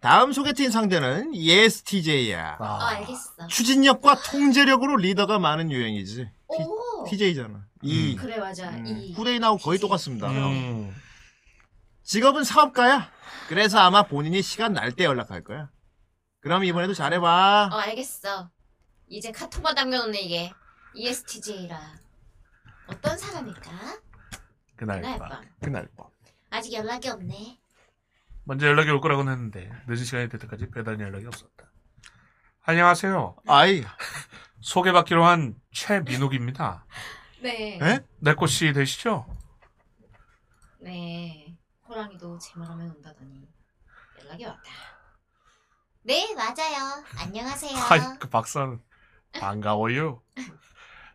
Speaker 3: 다음 소개팅 상대는 E ESTJ야.
Speaker 2: 아.
Speaker 4: 아.
Speaker 1: 어, 알겠어.
Speaker 3: 추진력과 통제력으로 리더가 많은 유형이지.
Speaker 1: 오!
Speaker 3: TJ잖아. 이
Speaker 4: 그래, 맞아.
Speaker 3: 음,
Speaker 4: 이.
Speaker 3: 후대인하고 거의
Speaker 4: TJ.
Speaker 3: 똑같습니다.
Speaker 2: 음,
Speaker 3: 직업은 사업가야. 그래서 아마 본인이 시간 날 때 연락할 거야. 그럼 이번에도 잘해봐.
Speaker 1: 어, 알겠어. 이제 카톡만 남겨놓네, 이게. E ESTJ라. 어떤 사람일까?
Speaker 2: 그날
Speaker 1: 그날
Speaker 2: 밤.
Speaker 1: 밤.
Speaker 3: 그날 밤.
Speaker 1: 아직 연락이 없네.
Speaker 2: 먼저 연락이 올 거라고는 했는데 늦은 시간이 될 때까지 배달 연락이 없었다. 안녕하세요.
Speaker 3: 아이,
Speaker 2: 소개받기로 한 최민욱입니다.
Speaker 4: 네.
Speaker 3: 에?
Speaker 2: 네코 씨 되시죠?
Speaker 4: 네. 호랑이도 제 말하면 온다더니 연락이 왔다.
Speaker 1: 네, 맞아요. 안녕하세요.
Speaker 2: 하이 그 박사는 반가워요.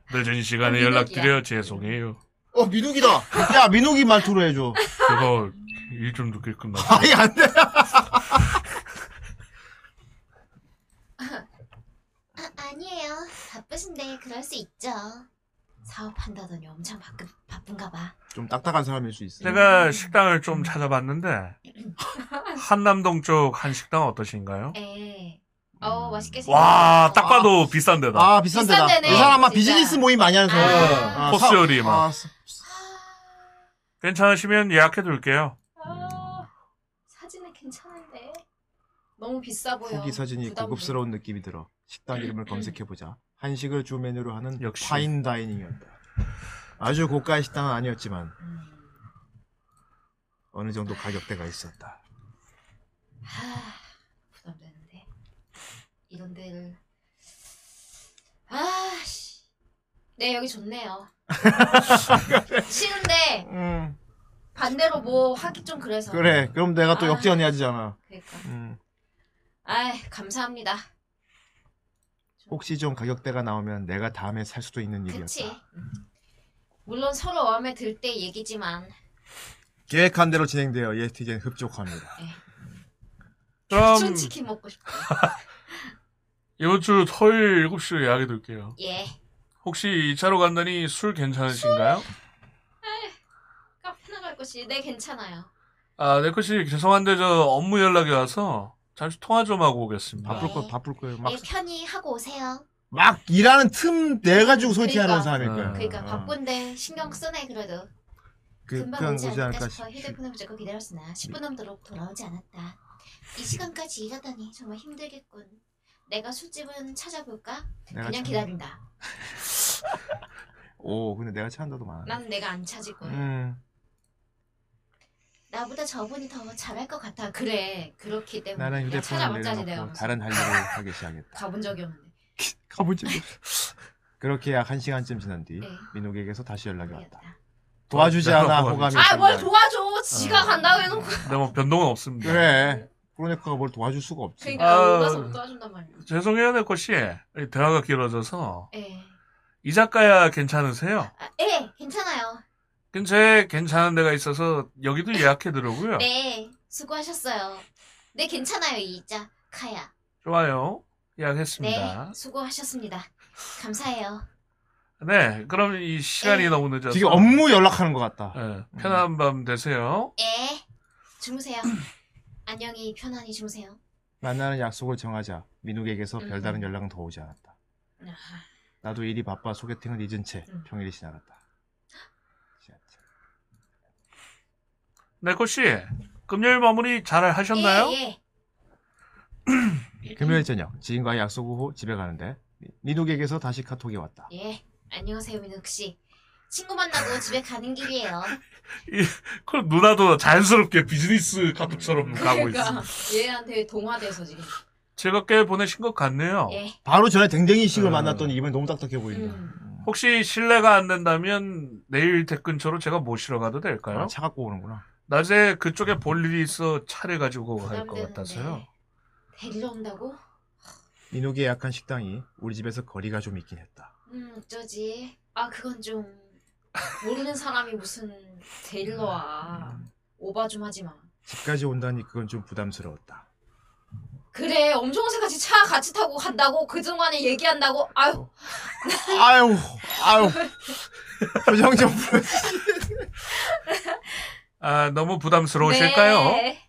Speaker 2: 늦은 시간에
Speaker 4: 어, 민욱이야.
Speaker 2: 연락드려 죄송해요.
Speaker 3: 어, 민욱이다. 야, 민욱이 말투로 해줘.
Speaker 2: 그거 일 좀 늦게 끝났어.
Speaker 3: 아이, 안 돼.
Speaker 1: 아, 아니에요. 바쁘신데 그럴 수 있죠.
Speaker 4: 사업한다더니 엄청 바쁜, 바쁜가 봐.
Speaker 3: 좀 딱딱한 사람일 수 있어.
Speaker 2: 제가 식당을 좀 찾아봤는데 한남동 쪽 한 식당 어떠신가요?
Speaker 1: 예.
Speaker 4: 에. 어우, 맛있게 생겼다.
Speaker 2: 음. 와, 딱
Speaker 4: 어.
Speaker 2: 봐도 비싼 데다.
Speaker 3: 아, 비싼
Speaker 4: 비싼
Speaker 3: 데다.
Speaker 4: 데네,
Speaker 3: 이 사람 아마
Speaker 4: 진짜.
Speaker 3: 비즈니스 모임 많이 하는 사람이야. 아,
Speaker 4: 아,
Speaker 2: 네. 코스
Speaker 3: 사-
Speaker 2: 요리 막.
Speaker 3: 아, 사-
Speaker 2: 괜찮으시면 예약해 둘게요.
Speaker 4: 아, 사진은 괜찮은데 너무 비싸 보여.
Speaker 3: 후기 사진이
Speaker 4: 부담돼.
Speaker 3: 고급스러운 느낌이 들어. 식당 이름을 검색해보자. 한식을 주 메뉴로 하는
Speaker 2: 역시.
Speaker 3: 파인 다이닝이었다. 아주 고가의 식당은 아니었지만 어느 정도 가격대가 있었다.
Speaker 4: 하, 아, 부담되는데 이런 데를 아, 씨. 네 여기 좋네요. 싫은데
Speaker 3: 음,
Speaker 4: 반대로 뭐 하기 좀 그래서.
Speaker 3: 그래. 그럼 내가 또
Speaker 4: 아.
Speaker 3: 역전해야 되잖아.
Speaker 4: 그러니까.
Speaker 3: 음,
Speaker 4: 아, 감사합니다.
Speaker 3: 혹시 좀 가격대가 나오면 내가 다음에 살 수도 있는 일이었다.
Speaker 1: 그치?
Speaker 4: 음. 물론 서로 마음에 들 때 얘기지만
Speaker 3: 계획한 대로 진행되어 예스티젠
Speaker 4: 아.
Speaker 3: 흡족합니다.
Speaker 2: 그럼
Speaker 3: 음.
Speaker 4: 순 치킨 먹고 싶다.
Speaker 2: 이번 주 토요일 7시로 예약해 둘게요.
Speaker 4: 예.
Speaker 2: 혹시 2차로 간다니 술 괜찮으신가요?
Speaker 4: 카페나 갈 것이 네 괜찮아요.
Speaker 2: 아, 네코 씨 죄송한데 저 업무 연락이 와서 잠시 통화 좀 하고 오겠습니다.
Speaker 3: 바쁠 거 바쁠 거예요. 막,
Speaker 1: 예, 편히 하고 오세요.
Speaker 3: 막 일하는 틈 내가지고 소개팅하는
Speaker 4: 아, 그러니까.
Speaker 3: 사람일 거야.
Speaker 2: 음.
Speaker 4: 그러니까
Speaker 3: 어.
Speaker 4: 바쁜데 신경 쓰네 그래도
Speaker 3: 그,
Speaker 1: 금방
Speaker 3: 그냥
Speaker 1: 오지
Speaker 3: 오지
Speaker 1: 않을까
Speaker 3: 않을까
Speaker 1: 싶어
Speaker 3: 싶- 네.
Speaker 1: 휴대폰을 무조건 기다렸으나 10분 넘도록 돌아오지 않았다. 이 시간까지 일하다니 정말 힘들겠군. 내가 술집은 찾아볼까?
Speaker 3: 내가
Speaker 4: 그냥
Speaker 3: 참-
Speaker 4: 기다린다
Speaker 3: 오, 근데 내가 찾는다도 많아.
Speaker 4: 난 내가 안 찾을 거야
Speaker 3: 음,
Speaker 1: 나보다 저분이 더 잘할 것 같아.
Speaker 4: 그래 그렇기 때문에
Speaker 3: 나는
Speaker 4: 내가
Speaker 3: 휴대폰을
Speaker 4: 찾아봤자지 내가
Speaker 3: 내려놓고
Speaker 4: 무슨
Speaker 3: 다른 할 일을 하기 시작했다.
Speaker 4: 가본 적이 없는데
Speaker 3: 가보지. 그렇게 약 한 시간쯤 지난 뒤
Speaker 4: 네.
Speaker 3: 민욱에게서 다시 연락이 왔다. 그러니까.
Speaker 4: 모르겠다
Speaker 3: 도와주지
Speaker 2: 내가
Speaker 3: 네. 않아
Speaker 2: 뭐가
Speaker 3: 호감이.
Speaker 4: 아뭘
Speaker 3: 생겨.
Speaker 4: 도와줘 지가
Speaker 2: 어.
Speaker 4: 간다고 해놓고
Speaker 2: 근데 뭐 변동은 없습니다.
Speaker 3: 그래. 꾸로네코가 뭘 도와줄 수가 없지.
Speaker 4: 그러니까
Speaker 2: 아.
Speaker 4: 올라서 못 도와준단 말이야.
Speaker 2: 죄송해요, 네코 씨. 대화가 길어져서
Speaker 4: 예.
Speaker 2: 이 작가야 괜찮으세요?
Speaker 1: 아, 예, 괜찮아요.
Speaker 2: 근처에 괜찮은 데가 있어서 여기도 예약해드려고요.
Speaker 1: 네, 수고하셨어요. 네, 괜찮아요, 이자 카야.
Speaker 2: 좋아요.
Speaker 1: 네,
Speaker 2: 예약했습니다.
Speaker 1: 수고하셨습니다. 감사해요.
Speaker 2: 네, 그럼 이 시간이
Speaker 1: 네.
Speaker 2: 너무 늦어서
Speaker 3: 되게 업무 연락하는 것 같다.
Speaker 2: 예, 편한 밤 되세요.
Speaker 1: 예, 주무세요. 안녕히 편안히 주무세요.
Speaker 3: 만나는 약속을 정하자. 민욱에게서
Speaker 4: 음.
Speaker 3: 별다른 연락은 더 오지 않았다. 나도 일이 바빠 소개팅을 잊은 채
Speaker 4: 음.
Speaker 3: 평일이 지나갔다. 지하철.
Speaker 2: 네코 씨, 금요일 마무리 잘 하셨나요?
Speaker 1: 예, 예.
Speaker 3: 금요일 저녁 지인과의 약속 후 집에 가는데 미- 민욱에게서 다시 카톡이 왔다.
Speaker 1: 예, 안녕하세요, 민욱 씨. 친구 만나고 집에 가는 길이에요.
Speaker 2: 그럼 누나도 자연스럽게 비즈니스 카톡처럼 가고 있어.
Speaker 4: 그러니까 얘한테 동화돼서 지금.
Speaker 2: 즐겁게 보내신 것 같네요.
Speaker 1: 예.
Speaker 3: 바로 전에 댕댕이 씨를
Speaker 2: 음.
Speaker 3: 만났더니 이번에 너무 딱딱해 보인다.
Speaker 4: 음.
Speaker 2: 혹시 실례가 안 된다면 내일 댁 근처로 제가 모시러 가도 될까요?
Speaker 3: 아, 차 갖고 오는구나.
Speaker 2: 낮에 그쪽에 볼 일이 있어 차를 가지고 갈뭐 것
Speaker 1: 부담되는데.
Speaker 2: 같아서요.
Speaker 1: 데리러 온다고?
Speaker 3: 민욱의 약한 식당이 우리 집에서 거리가 좀 있긴 했다.
Speaker 1: 음, 어쩌지?
Speaker 4: 아 그건 좀 모르는 사람이 무슨 데일러와 오바 좀 하지 마.
Speaker 3: 집까지 온다니 그건 좀 부담스러웠다.
Speaker 4: 그래 엄청 어색하지 차 같이 타고 간다고 그 동안에 얘기한다고 아유
Speaker 3: 아유, 아유. 표정 좀 풀어.
Speaker 2: 아, 너무 부담스러우실까요?
Speaker 4: 네.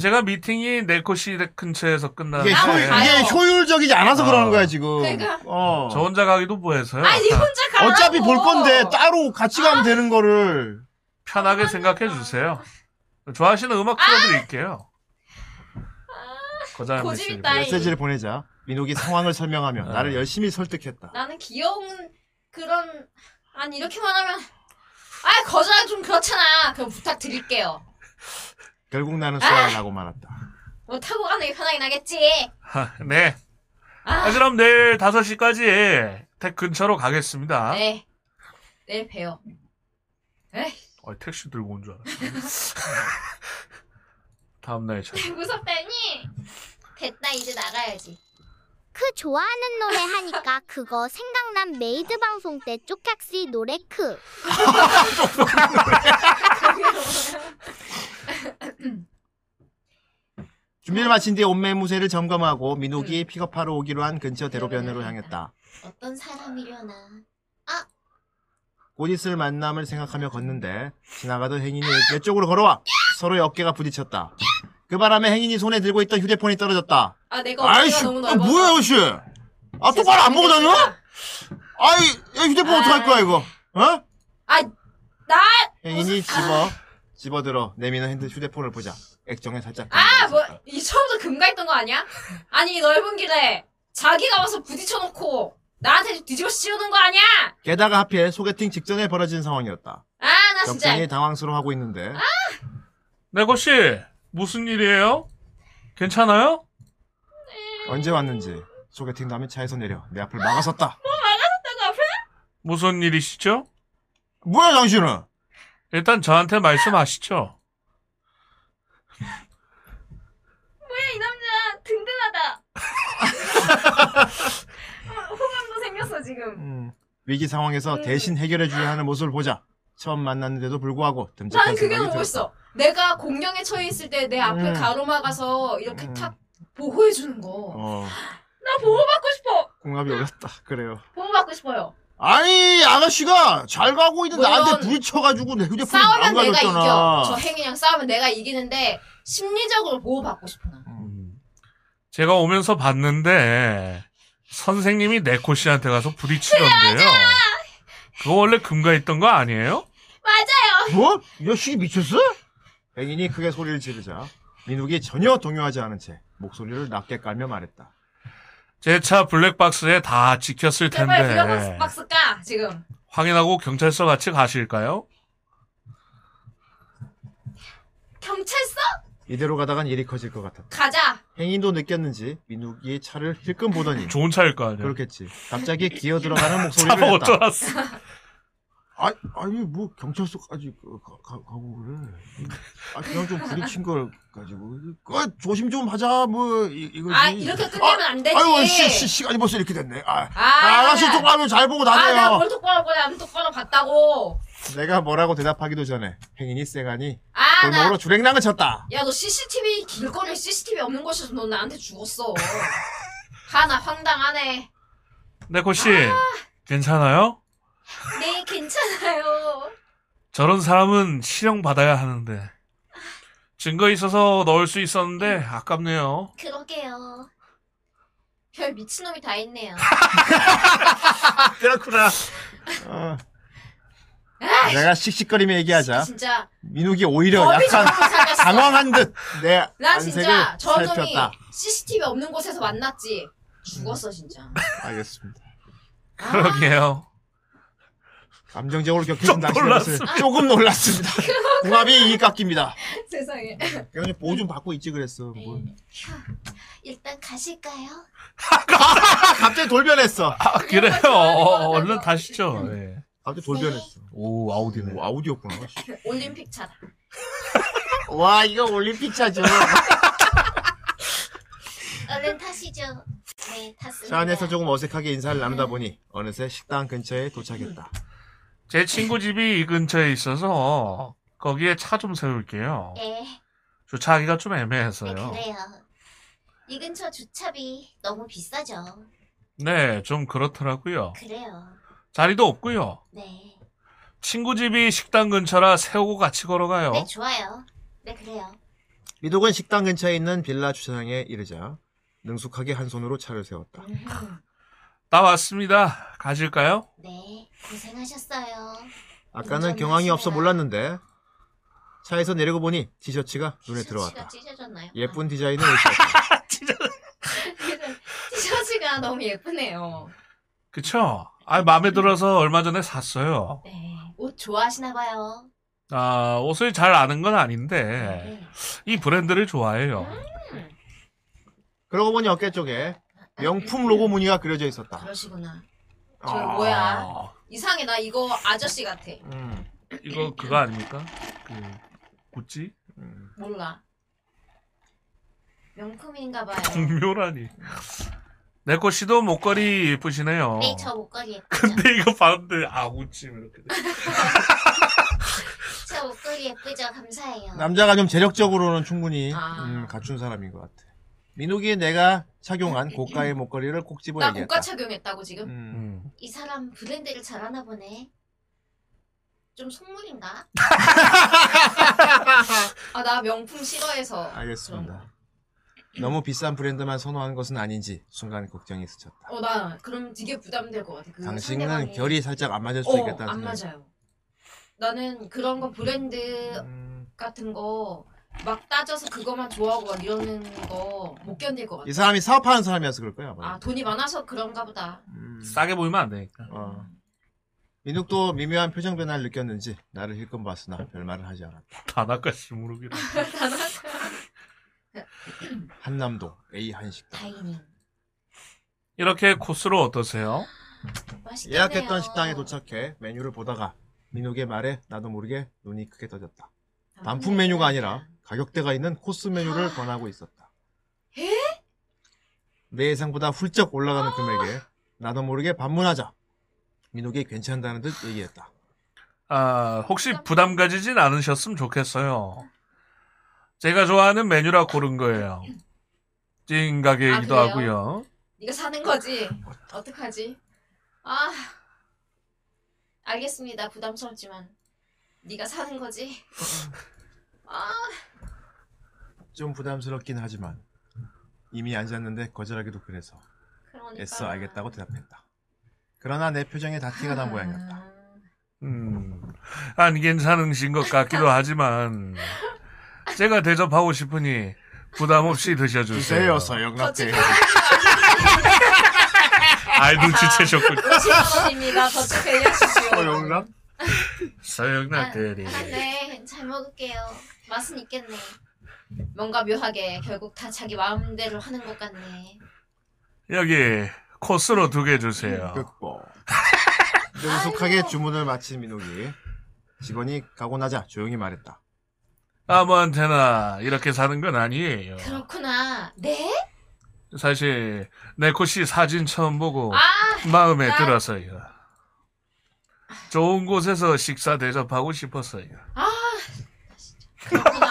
Speaker 2: 제가 미팅이 네코시 댁 근처에서 끝나는데
Speaker 3: 이게,
Speaker 4: 아,
Speaker 3: 효,
Speaker 4: 가요.
Speaker 3: 이게 효율적이지 않아서
Speaker 2: 아.
Speaker 3: 그러는 거야 지금.
Speaker 4: 그러니까.
Speaker 3: 어.
Speaker 2: 저 혼자 가기도 뭐해서요.
Speaker 4: 아니 네 혼자 가라고.
Speaker 3: 어차피 볼 건데 따로 같이 가면 되는 거를.
Speaker 2: 편하게 생각해 주세요. 좋아하시는 음악 틀어드릴게요. 거장
Speaker 4: 아, 고집
Speaker 2: 메시지.
Speaker 4: 있다, 이.
Speaker 3: 메시지를 보내자 민욱이 상황을 설명하며
Speaker 2: 아.
Speaker 3: 나를 열심히 설득했다.
Speaker 4: 나는 귀여운 그런 아니 이렇게만 하면 아 거절 좀 그렇잖아. 그럼 부탁드릴게요.
Speaker 3: 결국 나는 수화를 하고 말았다.
Speaker 4: 뭐 타고 가는 게 편하긴 하겠지.
Speaker 2: 아, 네. 아,
Speaker 4: 아,
Speaker 2: 그럼 내일 5시까지 택 근처로 가겠습니다.
Speaker 3: 아?
Speaker 4: 네. 내일 봬요.
Speaker 2: 어, 택시 들고 온 줄 알았어. 다음날 차.
Speaker 4: 무섭다니.
Speaker 1: 됐다, 이제 나가야지.
Speaker 10: 크그 좋아하는 노래 하니까 그거 생각난 메이드 방송 때 쪽약씨 노래 크.
Speaker 4: 네.
Speaker 3: 준비를 마친 뒤 옷매무새를 점검하고 민욱이
Speaker 4: 음.
Speaker 3: 픽업하러 오기로 한 근처 대로변으로
Speaker 4: 네.
Speaker 3: 향했다.
Speaker 1: 어떤 사람이려나.
Speaker 3: 곧 있을 만남을 생각하며 걷는데 지나가던 행인이 내 쪽으로 걸어와 서로의 어깨가 부딪혔다. 그 바람에 행인이 손에 들고 있던 휴대폰이 떨어졌다.
Speaker 4: 아 내가
Speaker 3: 아이씨,
Speaker 4: 어깨가 너무
Speaker 3: 아,
Speaker 4: 넓어.
Speaker 3: 뭐야, 씨. 아, 똑바로 안 보고 다녀? 아이, 야, 휴대폰 어떡할 거야, 이거? 어?
Speaker 4: 아, 나! 아.
Speaker 3: 행인이 집어, 집어들어 내미는 핸드 휴대폰을 보자. 액정에 살짝.
Speaker 4: 아, 뭐, 이 처음부터 금가했던 거 아니야? 아니, 이 넓은 길에 자기가 와서 부딪혀놓고 나한테 뒤집어 씌우는 거 아니야?
Speaker 3: 게다가 하필 소개팅 직전에 벌어진 상황이었다.
Speaker 4: 아, 나 진짜.
Speaker 3: 적당히 당황스러워하고 있는데
Speaker 2: 네코씨, 무슨 일이에요? 괜찮아요?
Speaker 3: 언제 왔는지 소개팅 남이 차에서 내려 내 앞을 막아섰다.
Speaker 2: 무슨 일이시죠?
Speaker 3: 뭐야 당신은?
Speaker 2: 일단 저한테 말씀하시죠.
Speaker 4: 이 남자 든든하다. 호감도 생겼어, 지금.
Speaker 3: 음, 위기 상황에서
Speaker 4: 음.
Speaker 3: 대신 해결해줘야 하는 모습을 보자. 처음 만났는데도 불구하고 듬직한
Speaker 4: 난 그게
Speaker 3: 생각이
Speaker 4: 너무
Speaker 3: 들었다.
Speaker 4: 멋있어. 내가 공룡에 처해 있을 때 내 앞을
Speaker 3: 음.
Speaker 4: 가로막아서 이렇게
Speaker 3: 음.
Speaker 4: 탁 보호해주는 거.
Speaker 3: 어,
Speaker 4: 나 보호받고 싶어.
Speaker 3: 공감이 어렵다. 그래요.
Speaker 4: 보호받고 싶어요.
Speaker 3: 아니 아가씨가 잘 가고 있는데
Speaker 4: 물론
Speaker 3: 나한테 부딪혀가지고 내 휴대폰 안
Speaker 4: 싸우면 내가 이겨. 저
Speaker 3: 가졌잖아.
Speaker 4: 행이랑 싸우면 내가 이기는데 심리적으로 보호받고 싶어. 나.
Speaker 2: 제가 오면서 봤는데 선생님이 네코 씨한테 가서 부딪히던데요. 그거 원래 금가했던 거 아니에요?
Speaker 3: 뭐? 이 자식이 미쳤어? 백인이 크게 소리를 지르자 민욱이 전혀 동요하지 않은 채 목소리를 낮게 깔며 말했다.
Speaker 2: 제 차 블랙박스에 다 찍혔을
Speaker 4: 제발
Speaker 2: 텐데
Speaker 4: 그거 박스 까 지금.
Speaker 2: 확인하고 경찰서 같이 가실까요?
Speaker 4: 경찰서
Speaker 3: 이대로 가다간 일이 커질 것 같았다.
Speaker 4: 가자.
Speaker 3: 행인도 느꼈는지 민욱이 차를 힐끔
Speaker 2: 음.
Speaker 3: 보더니
Speaker 2: 좋은 차일 거 아니에요?
Speaker 3: 그렇겠지. 갑자기 기어 들어가는 목소리를
Speaker 2: 음. 잡아먹
Speaker 3: 했다.
Speaker 2: 쫄았어.
Speaker 3: 아, 아니 뭐 경찰서까지 가, 가, 가고 그래. 아 그냥 좀 부딪힌 걸 가지고. 그 조심 좀 하자 뭐 이, 이거지.
Speaker 4: 아 이렇게 끝내면 안 되지.
Speaker 3: 아유 씨, 씨 시간이 벌써 이렇게 됐네. 아,
Speaker 4: 아,
Speaker 3: 아 알았어 좀 하면 잘 보고
Speaker 4: 아,
Speaker 3: 다녀요.
Speaker 4: 내가 뭘 똑바로 보래 안 똑바로 봤다고.
Speaker 3: 내가 뭐라고 대답하기도 전에 행인이 쌩하니
Speaker 4: 아 나.
Speaker 3: 골목으로 줄행랑을 쳤다.
Speaker 4: 야 너 CCTV 길거리에 CCTV 없는 곳에서 너 나한테 죽었어. 하나 황당하네.
Speaker 2: 네코 씨 괜찮아요?
Speaker 1: 네, 괜찮아요.
Speaker 2: 저런 사람은 실형 받아야 하는데 증거 있어서 넣을 수 있었는데 아깝네요.
Speaker 1: 그러게요.
Speaker 4: 별 미친놈이 다 있네요.
Speaker 3: 그렇구나.
Speaker 4: 아,
Speaker 3: 내가 씩씩거리며 얘기하자.
Speaker 4: 진짜
Speaker 3: 민욱이 오히려
Speaker 4: 겁이
Speaker 3: 약간
Speaker 4: 적은 사람이었어.
Speaker 3: 아, 당황한 듯내
Speaker 4: 난
Speaker 3: 안색을
Speaker 4: 진짜 저 놈이
Speaker 3: 살폈다.
Speaker 4: CCTV 없는 곳에서 만났지. 죽었어 진짜.
Speaker 3: 알겠습니다.
Speaker 2: 그러게요.
Speaker 3: 감정적으로
Speaker 2: 좀
Speaker 3: 격해진 당신의 모습 조금 놀랐습니다. 궁합이 이 깎입니다.
Speaker 4: 세상에.
Speaker 3: 그냥 보호 좀 받고 있지 그랬어. 뭐.
Speaker 4: 네.
Speaker 1: 일단 가실까요?
Speaker 3: 아, 갑자기 돌변했어.
Speaker 2: 아, 그래요. 어, 어, 얼른 다시죠. 예.
Speaker 3: 갑자기 돌변했어.
Speaker 4: 네.
Speaker 2: 오
Speaker 3: 오,
Speaker 2: 아우디네.
Speaker 3: 아우디였구나.
Speaker 4: 그 올림픽 차다.
Speaker 3: 와 이거 올림픽 차죠.
Speaker 1: 얼른 타시죠. 네, 탔습니다.
Speaker 3: 차 안에서 조금 어색하게 인사를 나누다 보니 어느새 식당 근처에 도착했다.
Speaker 2: 제 친구 집이 이 근처에 있어서 거기에 차 좀 세울게요.
Speaker 1: 네,
Speaker 2: 주차하기가 좀
Speaker 1: 네,
Speaker 2: 애매해서요.
Speaker 1: 그래요. 이 근처 주차비 너무 비싸죠.
Speaker 2: 네, 좀 그렇더라고요.
Speaker 1: 그래요.
Speaker 2: 자리도 없고요.
Speaker 1: 네.
Speaker 2: 친구 집이 식당 근처라 세우고 같이 걸어가요.
Speaker 1: 네, 좋아요. 네, 그래요.
Speaker 3: 미독은 식당 근처에 있는 빌라 주차장에 이르자 능숙하게 한 손으로 차를 세웠다.
Speaker 2: 나왔습니다. 가실까요?
Speaker 1: 네, 고생하셨어요.
Speaker 3: 아까는 경황이 없어 몰랐는데 차에서 내리고 보니 티셔츠가 눈에
Speaker 1: 티셔츠가
Speaker 3: 들어왔다.
Speaker 1: 찢어졌나요?
Speaker 3: 예쁜 디자인의 옷이었다.
Speaker 4: 티셔츠가 너무 예쁘네요.
Speaker 2: 그쵸?
Speaker 1: 네,
Speaker 2: 아, 마음에 들어서 얼마 전에 샀어요.
Speaker 4: 네.
Speaker 1: 옷 좋아하시나 봐요.
Speaker 2: 아, 옷을 잘 아는 건
Speaker 3: 네.
Speaker 1: 네.
Speaker 2: 아닌데, 이 브랜드를 좋아해요.
Speaker 3: 그러고 보니 어깨 쪽에 명품 로고 무늬가 그려져 있었다.
Speaker 4: 그러시구나. 저거 뭐야?
Speaker 2: 아,
Speaker 4: 이상해 나 이거 아저씨 같아.
Speaker 3: 음,
Speaker 2: 이거 그거 아닙니까? 그, 구찌?
Speaker 3: 음.
Speaker 4: 몰라.
Speaker 1: 명품인가 봐요.
Speaker 2: 동묘라니. 네코 씨도 목걸이
Speaker 3: 어.
Speaker 2: 예쁘시네요.
Speaker 1: 네, 저 목걸이 예쁘죠?
Speaker 2: 근데 이거 봤는데, 아, 구찌. 이렇게. 돼.
Speaker 1: 저 목걸이 예쁘죠? 감사해요.
Speaker 3: 남자가 좀 재력적으로는 충분히
Speaker 4: 아.
Speaker 3: 음, 갖춘 사람인 것 같아. 민욱이 내가 착용한 고가의 목걸이를 꼭 집어
Speaker 4: 나
Speaker 3: 얘기했다.
Speaker 4: 고가 착용했다고 지금?
Speaker 3: 음,
Speaker 2: 음.
Speaker 1: 이 사람 브랜드를 잘하나 보네. 좀 속물인가?
Speaker 4: 아 나 명품 싫어해서.
Speaker 3: 알겠습니다. 너무 비싼 브랜드만 선호하는 것은 아닌지 순간 걱정이 스쳤다.
Speaker 4: 어 나 그럼 되게 부담될 것 같아. 그
Speaker 3: 당신은
Speaker 4: 상대방이-
Speaker 3: 결이 살짝 안 맞을 수도
Speaker 4: 어,
Speaker 3: 있겠다는
Speaker 4: 안
Speaker 3: 생각이
Speaker 4: 맞아요. 나는 그런 거 브랜드
Speaker 3: 음,
Speaker 4: 같은 거 막 따져서 그것만 좋아하고 막 이러는 거 못 견딜 것
Speaker 3: 이
Speaker 4: 같아.
Speaker 3: 사람이 사업하는 사람이어서 그럴 거야. 아마.
Speaker 4: 아 돈이 많아서 그런가 보다.
Speaker 3: 음.
Speaker 2: 싸게 보이면 안 되니까.
Speaker 3: 어. 민욱도 미묘한 표정 변화를 느꼈는지 나를 힐끔 봤으나 별말은 하지 않았다.
Speaker 2: 다나까지 모르겠네.
Speaker 3: 한남동 A 한식당.
Speaker 1: 다이닝.
Speaker 2: 이렇게 코스로 어떠세요?
Speaker 1: 맛있겠네요.
Speaker 3: 예약했던 식당에
Speaker 4: 아,
Speaker 3: 도착해 메뉴를 보다가 민욱의 말에 나도 모르게 눈이 크게 떠졌다.
Speaker 4: 아, 네.
Speaker 3: 단품 메뉴가 아니라 가격대가 있는 코스 메뉴를 권하고 있었다.
Speaker 4: 에?
Speaker 3: 내 예상보다 훌쩍 올라가는 금액에 나도 모르게 반문하자. 민욱이 괜찮다는 듯 얘기했다.
Speaker 2: 아, 혹시 부담 가지진 않으셨으면 좋겠어요. 제가 좋아하는 메뉴라 고른 거예요. 찐 가게이기도
Speaker 4: 아, 그래요?
Speaker 2: 하고요.
Speaker 4: 네가 사는 거지. 어떡하지? 아 알겠습니다. 부담스럽지만 네가 사는 거지. 아
Speaker 3: 좀 부담스럽긴 하지만 이미 앉았는데 거절하기도 그래서
Speaker 4: 그러니까.
Speaker 3: 애써 알겠다고 대답했다. 그러나 내 표정에 다 티가
Speaker 4: 아,
Speaker 3: 난 모양이었다.
Speaker 2: 음, 안 괜찮으신 것 같기도 하지만, 제가 대접하고 싶으니 부담 없이 드셔주세요.
Speaker 3: 영감께.
Speaker 4: 더치페이입니다.
Speaker 2: 아이, 눈치채셨군.
Speaker 4: 50원입니다. 더치페이
Speaker 3: 어,
Speaker 4: 하시죠.
Speaker 3: 영감?
Speaker 2: 서영락 대리.
Speaker 1: 아, 네, 잘 먹을게요. 맛은 있겠네.
Speaker 4: 뭔가 묘하게 결국 다 자기 마음대로 하는 것 같네.
Speaker 3: 아.
Speaker 2: 여기, 코스로 두 개 주세요.
Speaker 3: 극복. 이렇게 속하게 주문을 마친 민옥이 직원이 가고 나자 조용히 말했다.
Speaker 2: 아무한테나 이렇게 사는 건 아니에요.
Speaker 1: 그렇구나. 네?
Speaker 2: 사실 네코씨 사진 처음 보고
Speaker 1: 아,
Speaker 2: 마음에
Speaker 1: 나-
Speaker 2: 들어서요. 좋은 곳에서 식사 대접하고 싶었어요.
Speaker 4: 그렇구나.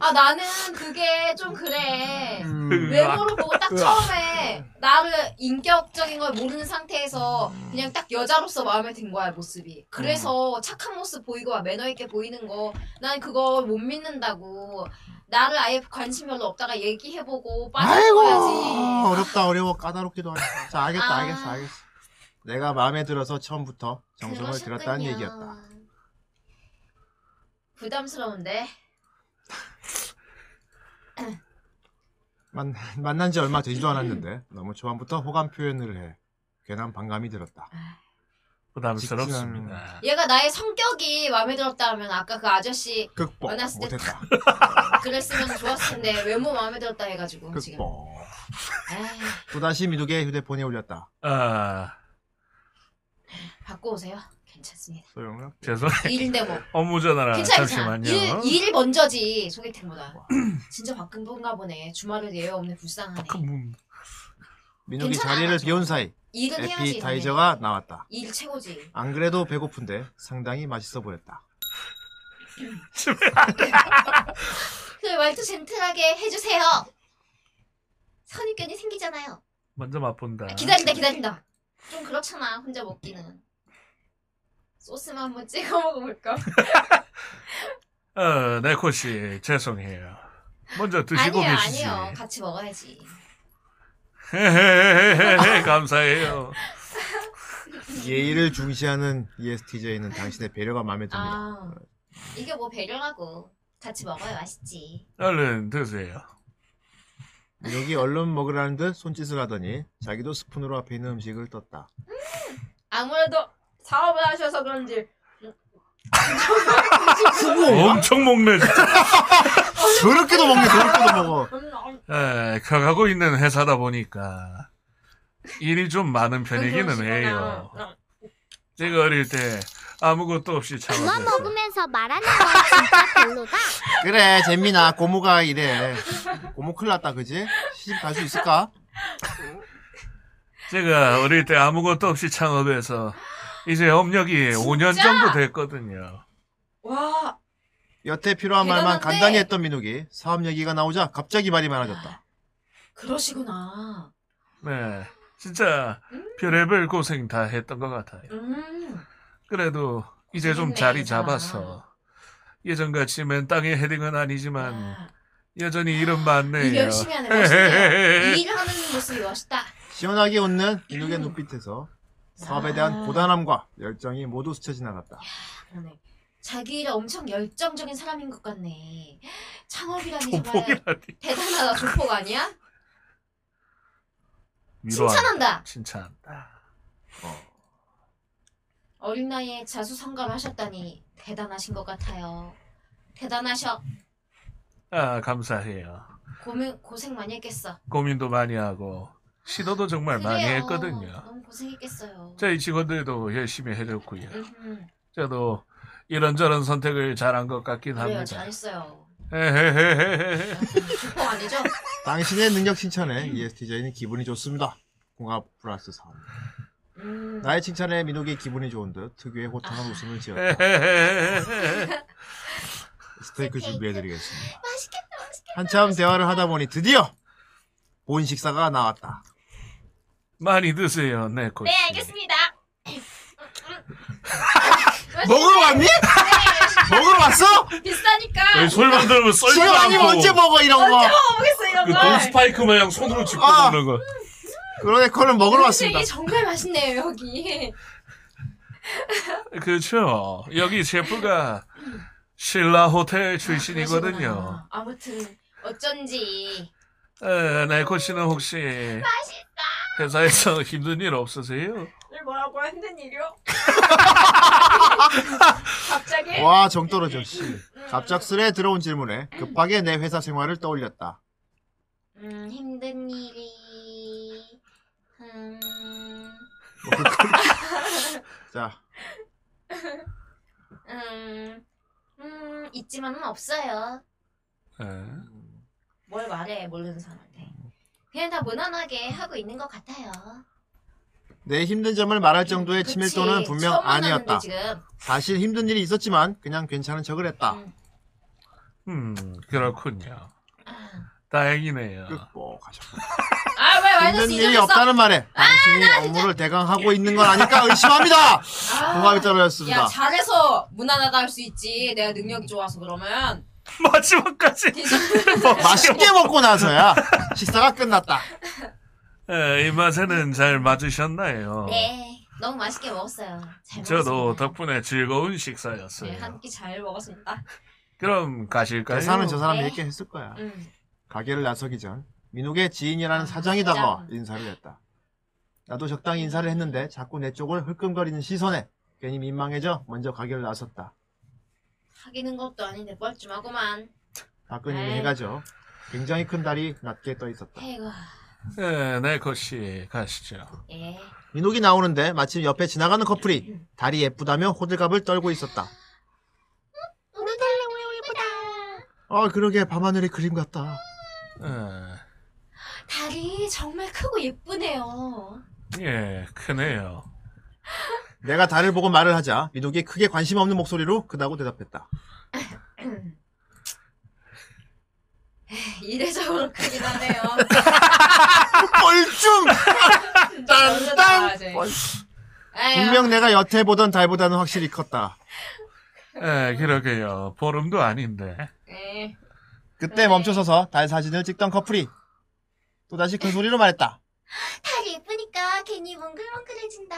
Speaker 4: 아 나는 그게 좀 그래.
Speaker 3: 음.
Speaker 4: 외모를 보고 딱 처음에 나를 인격적인 걸 모르는 상태에서 그냥 딱 여자로서 마음에 든 거야 모습이. 그래서 착한 모습 보이고 막 매너 있게 보이는 거, 난 그걸 못 믿는다고. 나를 아예 관심 별로 없다가 얘기해보고
Speaker 3: 아이고
Speaker 4: 빠져야지.
Speaker 3: 어렵다 어려워 까다롭기도 하고. 자 알겠다
Speaker 1: 아.
Speaker 3: 알겠어 알겠어. 내가 마음에 들어서 처음부터 정성을
Speaker 1: 그러셨군요.
Speaker 3: 들였다는 얘기였다.
Speaker 4: 부담스러운데.
Speaker 3: 만, 만난 지 얼마 되지도 않았는데 너무 초반부터 호감 표현을 해 괜한 반감이 들었다.
Speaker 2: 부담스럽습니다.
Speaker 4: 얘가 나의 성격이 마음에 들었다 하면 아까 그 아저씨
Speaker 3: 극복
Speaker 4: 만났을 때
Speaker 3: 못했다.
Speaker 4: 그랬으면 좋았을 텐데 외모 마음에 들었다 해가지고
Speaker 3: 그
Speaker 4: 지금.
Speaker 3: 극복.
Speaker 4: 에이,
Speaker 3: 또다시 민욱의 휴대폰에 올렸다.
Speaker 2: 아,
Speaker 4: 받고 오세요. 괜찮습니다.
Speaker 3: 소영아
Speaker 2: 죄송해요.
Speaker 4: 일인데 뭐.
Speaker 2: 업무 전화라
Speaker 4: 괜찮아,
Speaker 2: 잠시만요.
Speaker 1: 예,
Speaker 4: 괜찮아. 일, 일 먼저지, 소개팅보다. 진짜 바쁜 분가 보네. 주말에 예외 없네,
Speaker 3: 아,
Speaker 4: 불쌍하네.
Speaker 2: 그 문-
Speaker 3: 민욱이
Speaker 4: 괜찮아.
Speaker 3: 자리를 비운 사이
Speaker 4: 일은 해야지.
Speaker 3: 에피타이저가 나왔다.
Speaker 4: 당연히. 일 최고지.
Speaker 3: 안 그래도 배고픈데 상당히 맛있어 보였다.
Speaker 1: 그 말투 젠틀하게 해주세요. 선입견이 생기잖아요.
Speaker 2: 먼저 맛본다.
Speaker 1: 아, 기다린다, 기다린다. 좀 그렇잖아, 혼자 먹기는. 소스만 한번 찍어 먹어볼까?
Speaker 2: 어, 네코씨 죄송해요. 먼저 드시고
Speaker 1: 아니에요,
Speaker 2: 계시지.
Speaker 1: 아니에요. 같이 먹어야지.
Speaker 2: 헤헤헤헤헤, 감사해요.
Speaker 3: 예의를 중시하는 E ESTJ는 당신의 배려가 마음에 듭니다.
Speaker 1: 아, 이게 뭐 배려라고. 같이 먹어야 맛있지.
Speaker 2: 얼른 드세요.
Speaker 3: 민욱이 얼른 먹으라는 듯 손짓을 하더니 자기도 스푼으로 앞에 있는 음식을 떴다.
Speaker 4: 아무래도 사업을 하셔서 그런지
Speaker 3: 어,
Speaker 2: 엄청 먹네. 진짜.
Speaker 3: 저렇게도 먹네, 저렇게도 먹어.
Speaker 4: 음, 음,
Speaker 2: 에, 커가고 예, 있는 회사다 보니까 일이 좀 많은 편이기는
Speaker 4: 그러시구나.
Speaker 2: 해요.
Speaker 4: 음.
Speaker 2: 제가 어릴 때 아무것도 없이
Speaker 10: 그거
Speaker 2: 참았어요.
Speaker 10: 먹으면서 말하는 건 진짜 별로다.
Speaker 3: 그래, 재민아, 고모가 이래. 고모 큰일 났다, 그지? 시집 갈 수 있을까?
Speaker 2: 제가 어릴 때 아무것도 없이 창업해서 이제 업력이 5년 정도 됐거든요.
Speaker 4: 와,
Speaker 3: 여태 필요한 말만
Speaker 4: 대단한데?
Speaker 3: 간단히 했던 민욱이 사업 얘기가 나오자 갑자기 말이 많아졌다.
Speaker 4: 그러시구나.
Speaker 2: 네. 진짜 별의별 고생 다 했던 것 같아요.
Speaker 4: 음,
Speaker 2: 그래도 이제 좀
Speaker 4: 재밌네,
Speaker 2: 자리
Speaker 4: 진짜.
Speaker 2: 잡아서 예전같이 맨땅에 헤딩은 아니지만
Speaker 4: 아,
Speaker 2: 여전히 이름 많네요.
Speaker 4: 일 열심히 하는
Speaker 2: 헤헤헤헤.
Speaker 4: 모습이 일하는 모습이 멋있다.
Speaker 3: 시원하게 웃는 민욱의 눈빛에서 사업에 대한
Speaker 4: 아.
Speaker 3: 고단함과 열정이 모두 스쳐 지나갔다.
Speaker 4: 그러네. 자기 일에 엄청 열정적인 사람인 것 같네. 창업이라니 정말
Speaker 2: 조폭이라니.
Speaker 4: 대단하다. 조폭 아니야?
Speaker 2: 위로한다.
Speaker 4: 칭찬한다.
Speaker 2: 칭찬한다.
Speaker 4: 어린 나이에 자수성가를 하셨다니 대단하신 것 같아요. 대단하셔.
Speaker 2: 아, 감사해요.
Speaker 4: 고민 고생 많이 했겠어.
Speaker 2: 고민도 많이 하고 시도도 정말 많이
Speaker 4: 그래요.
Speaker 2: 했거든요.
Speaker 4: 너무 고생했겠어요.
Speaker 2: 저희 직원들도 열심히 해줬고요.
Speaker 4: 음흠.
Speaker 2: 저도 이런저런 선택을 잘한 것 같긴
Speaker 4: 그래요.
Speaker 2: 합니다.
Speaker 4: 잘했어요.
Speaker 2: 헤헤헤헤헤.
Speaker 4: 조폭 아니죠?
Speaker 3: 당신의 능력 칭찬에 E ESTJ는 기분이 좋습니다. 공합 플러스 3.
Speaker 4: 음.
Speaker 3: 나의 칭찬에 민욱이 기분이 좋은 듯 특유의 호탕한 웃음을 지었다.
Speaker 2: 헤헤헤헤헤.
Speaker 3: 스테이크 준비해드리겠습니다.
Speaker 1: 맛있겠다.
Speaker 3: 한참 대화를 하다 보니 드디어 본 식사가 나왔다.
Speaker 2: 많이 드세요, 네, 코
Speaker 1: 네, 알겠습니다.
Speaker 3: 먹으러 왔니?
Speaker 1: 네.
Speaker 3: 먹으러 왔어?
Speaker 4: 비싸니까
Speaker 2: 네, 소리만 들으면 썰지
Speaker 3: 지금 아니면 언제 먹어 이런 거.
Speaker 4: 먹겠어 이런
Speaker 2: 그돈
Speaker 4: 걸.
Speaker 2: 스파이크 마냥 손으로 짚고
Speaker 3: 아.
Speaker 2: 먹는 거.
Speaker 3: 그런 애커는 먹으러 왔습니다.
Speaker 4: 이게 정말 맛있네요 여기.
Speaker 2: 그렇죠. 여기 셰프가 신라 호텔 출신이거든요.
Speaker 4: 아, 그러시구나. 아무튼
Speaker 1: 어쩐지.
Speaker 2: 에, 네코 씨는 혹시 회사에서 힘든 일 없으세요?
Speaker 4: 오늘 뭐라고 힘든 일이요? 갑자기
Speaker 3: 와, 정 떨어져, 씨. 갑작스레 들어온 질문에 급하게 내 회사 생활을 떠올렸다.
Speaker 1: 음, 힘든 일이. 음,
Speaker 3: 뭐, 자,
Speaker 1: 음, 음, 있지만은 없어요.
Speaker 2: 예.
Speaker 1: 뭘 말해, 모르는 사람한테. 그냥 다 무난하게 하고 있는 것 같아요.
Speaker 3: 내 힘든 점을 말할 정도의
Speaker 1: 그치,
Speaker 3: 치밀도는 분명
Speaker 1: 처음 만났는데,
Speaker 3: 아니었다.
Speaker 1: 지금.
Speaker 3: 사실 힘든 일이 있었지만 그냥 괜찮은 척을 했다.
Speaker 2: 음, 그렇군요. 다행이네요.
Speaker 3: 그 극복하셨다.
Speaker 4: 아,
Speaker 1: 그
Speaker 4: 왜
Speaker 3: 뭐, 힘든
Speaker 4: 마이너스
Speaker 3: 일이
Speaker 4: 2점이었어?
Speaker 3: 없다는 말에
Speaker 1: 아,
Speaker 3: 당신이 업무를 대강하고 있는 건 아닐까 의심합니다.
Speaker 1: 아.
Speaker 3: 공감이
Speaker 4: 아, 야,
Speaker 3: 떨어졌습니다.
Speaker 4: 잘해서 무난하다 할 수 있지. 내가 능력이 좋아서 그러면.
Speaker 2: 마지막까지.
Speaker 3: 맛있게 먹고 나서야 식사가 끝났다.
Speaker 2: 예, 입맛에는 잘 맞으셨나요?
Speaker 1: 네, 너무 맛있게 먹었어요. 잘
Speaker 2: 저도
Speaker 1: 먹었습니다.
Speaker 2: 덕분에 즐거운
Speaker 4: 네,
Speaker 2: 식사였어요.
Speaker 4: 한 끼 잘 먹었습니다.
Speaker 2: 그럼 가실까요?
Speaker 3: 대사는 저 사람이
Speaker 1: 네.
Speaker 3: 이렇게 했을 거야.
Speaker 4: 음.
Speaker 3: 가게를 나서기 전 민욱의 지인이라는 사장이 다가와 인사를 했다. 나도 적당히 인사를 했는데 자꾸 내 쪽을 흘끔거리는 시선에 괜히 민망해져 먼저 가게를 나섰다.
Speaker 1: 하기는 것도 아닌데 뻘쭘하구만.
Speaker 3: 박근혜는
Speaker 1: 에이.
Speaker 3: 해가죠. 굉장히 큰 달이 낮게 떠 있었다.
Speaker 1: 아이고,
Speaker 2: 예, 네, 거씨 가시죠.
Speaker 1: 예.
Speaker 3: 민욱이 나오는데 마침 옆에 지나가는 커플이 달이 예쁘다며 호들갑을 떨고 있었다.
Speaker 1: 우리 달래 우유 예쁘다.
Speaker 3: 아 그러게 밤하늘의 그림 같다.
Speaker 2: 예,
Speaker 1: 달이 정말 크고 예쁘네요.
Speaker 2: 예, 크네요.
Speaker 3: 내가 달을 보고 말을 하자 민욱이 크게 관심 없는 목소리로 그다고 대답했다.
Speaker 4: 이례적으로 크긴 하네요.
Speaker 3: 뻘쭘!
Speaker 4: 먼저 나와야지. 에휴.
Speaker 3: 분명 내가 여태 보던 달보다는 확실히 컸다.
Speaker 2: 예, 그러게요. 보름도 아닌데.
Speaker 4: 네.
Speaker 3: 그때 멈춰서서 달 사진을 찍던 커플이 또다시 큰 소리로 말했다.
Speaker 1: 달이 예쁘니까 괜히 몽글몽글해진다.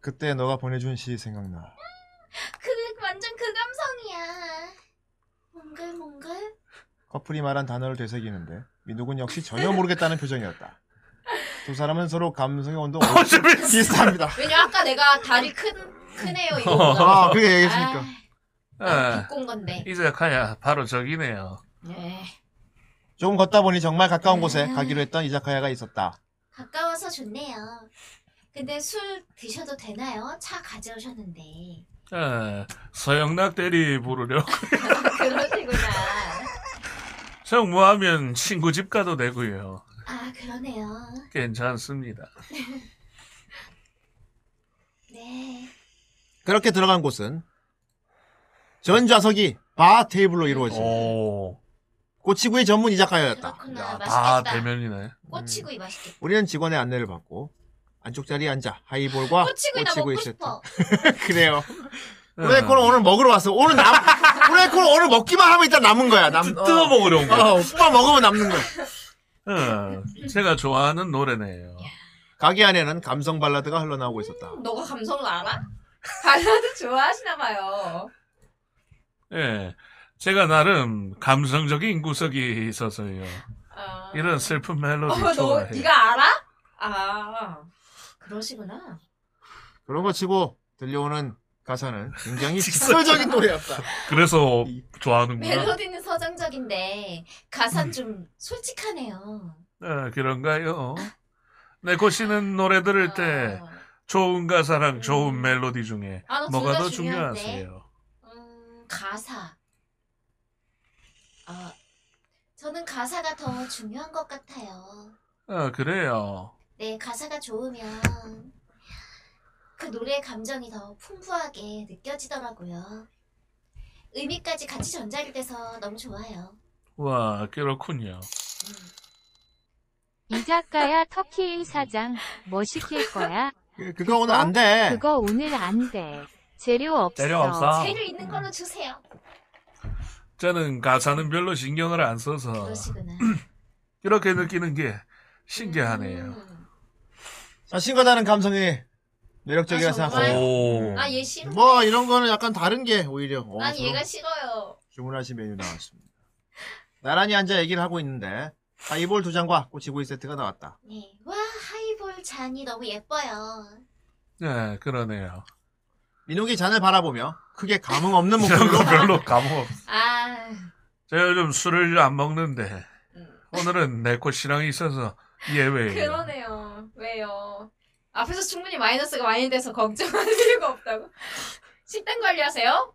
Speaker 3: 그때 너가 보내준 시 생각나.
Speaker 1: 그 완전 그 감성이야. 몽글몽글?
Speaker 3: 커플이 말한 단어를 되새기는데 민욱은 역시 전혀 모르겠다는 표정이었다. 두 사람은 서로 감성의 온도 비슷합니다.
Speaker 4: 왜냐 아까 내가 다리 큰 크네요 이거보다.
Speaker 3: 아, 그게 얘기했으니까.
Speaker 1: 아,
Speaker 2: 예,
Speaker 4: 비꼰 건데.
Speaker 2: 이제 가야 바로 저기네요.
Speaker 4: 예.
Speaker 3: 조금 걷다 보니 정말 가까운 곳에
Speaker 1: 네.
Speaker 3: 가기로 했던 이자카야가 있었다.
Speaker 1: 가까워서 좋네요. 근데 술 드셔도 되나요? 차 가져오셨는데.
Speaker 2: 예, 서영락 대리 부르려.
Speaker 1: 그러시구나.
Speaker 2: 정모하면 친구 집 가도 되고요.
Speaker 1: 아, 그러네요.
Speaker 2: 괜찮습니다.
Speaker 1: 네.
Speaker 3: 그렇게 들어간 곳은 전 좌석이 바 테이블로 이루어진
Speaker 2: 오,
Speaker 3: 꼬치구이 전문 이자카야였다.
Speaker 1: 아,
Speaker 3: 음.
Speaker 1: 그렇구나.
Speaker 2: 야, 다
Speaker 1: 맛있겠다.
Speaker 2: 대면이네. 예.
Speaker 1: 꼬치구이 맛있겠다.
Speaker 3: 우리는 직원의 안내를 받고 안쪽 자리에 앉아 하이볼과
Speaker 1: 꼬치구이 나
Speaker 3: 꼬치구이
Speaker 1: 먹고
Speaker 3: 세트.
Speaker 1: 싶어.
Speaker 3: 그래요.
Speaker 2: 어.
Speaker 3: 우레코는 오늘 먹으러 왔어. 오늘 남, 우레코는 오늘 먹기만 하면 일단 남은 거야. 남,
Speaker 2: 뜯어 먹으려 온
Speaker 3: 어,
Speaker 2: 거.
Speaker 3: 어, 오빠 먹으면 남는 거야.
Speaker 2: 예, 제가 좋아하는 노래네요.
Speaker 3: 가게 안에는 감성 발라드가 흘러나오고 있었다.
Speaker 4: 너가 감성을 알아? 발라드 좋아하시나 봐요.
Speaker 2: 예. 제가 나름 감성적인 구석이 있어서요.
Speaker 4: 아.
Speaker 2: 이런 슬픈
Speaker 4: 어,
Speaker 2: 멜로디
Speaker 4: 너
Speaker 2: 좋아해요.
Speaker 4: 네가 알아? 아. 그러시구나.
Speaker 3: 그런 거 치고 들려오는 가사는 굉장히 직설적인 노래였다.
Speaker 2: 그래서 좋아하는구나.
Speaker 1: 멜로디는 서정적인데 가사는 좀 솔직하네요.
Speaker 2: 아, 그런가요? 네, 고시는 노래
Speaker 1: 아.
Speaker 2: 들을 때 좋은 가사랑 좋은 멜로디
Speaker 1: 음.
Speaker 2: 중에
Speaker 1: 아, 나
Speaker 2: 뭐가
Speaker 1: 둘다
Speaker 2: 더
Speaker 1: 중요한데.
Speaker 2: 중요하세요?
Speaker 1: 음, 가사. 아, 저는 가사가 더 중요한 것 같아요.
Speaker 2: 아, 그래요.
Speaker 1: 네, 가사가 좋으면 그 노래의 감정이 더 풍부하게 느껴지더라고요. 의미까지 같이 전달이 돼서 너무 좋아요.
Speaker 2: 와, 그렇군요.
Speaker 5: 이자카야 터키 사장 뭐 시킬 거야?
Speaker 3: 그- 그거 오늘 안
Speaker 1: 어?
Speaker 3: 돼.
Speaker 5: 그거 오늘 안 돼. 재료 없어.
Speaker 2: 재료 없어.
Speaker 1: 재료 있는 걸로 주세요.
Speaker 2: 저는 가사는 별로 신경을 안 써서
Speaker 1: 그러시구나.
Speaker 2: 이렇게 느끼는 게 어, 신기하네요.
Speaker 1: 음.
Speaker 3: 자신과 다른 감성이 매력적이라
Speaker 1: 아, 정말?
Speaker 3: 생각하고.
Speaker 2: 오.
Speaker 1: 아, 얘 싫어.
Speaker 3: 뭐 이런 거는 약간 다른 게 오히려 어,
Speaker 1: 난
Speaker 3: 서로
Speaker 1: 얘가 싫어요.
Speaker 3: 주문하신 메뉴 나왔습니다. 나란히 앉아 얘기를 하고 있는데 하이볼 두 잔과 꼬치구이 세트가 나왔다.
Speaker 1: 네. 와, 하이볼 잔이 너무 예뻐요.
Speaker 2: 네, 그러네요.
Speaker 3: 민욱이 잔을 바라보며 크게 감흥
Speaker 1: 음.
Speaker 3: 없는
Speaker 2: 이런
Speaker 3: 목소리로
Speaker 2: 거 별로 감없
Speaker 1: 아,
Speaker 2: 제가 요즘 술을 안 먹는데
Speaker 4: 음.
Speaker 2: 오늘은 내꽃 신랑이 있어서 예외예요.
Speaker 4: 그러네요. 왜요? 앞에서 충분히 마이너스가 많이 돼서 걱정할 필요가 없다고. 식단 관리하세요?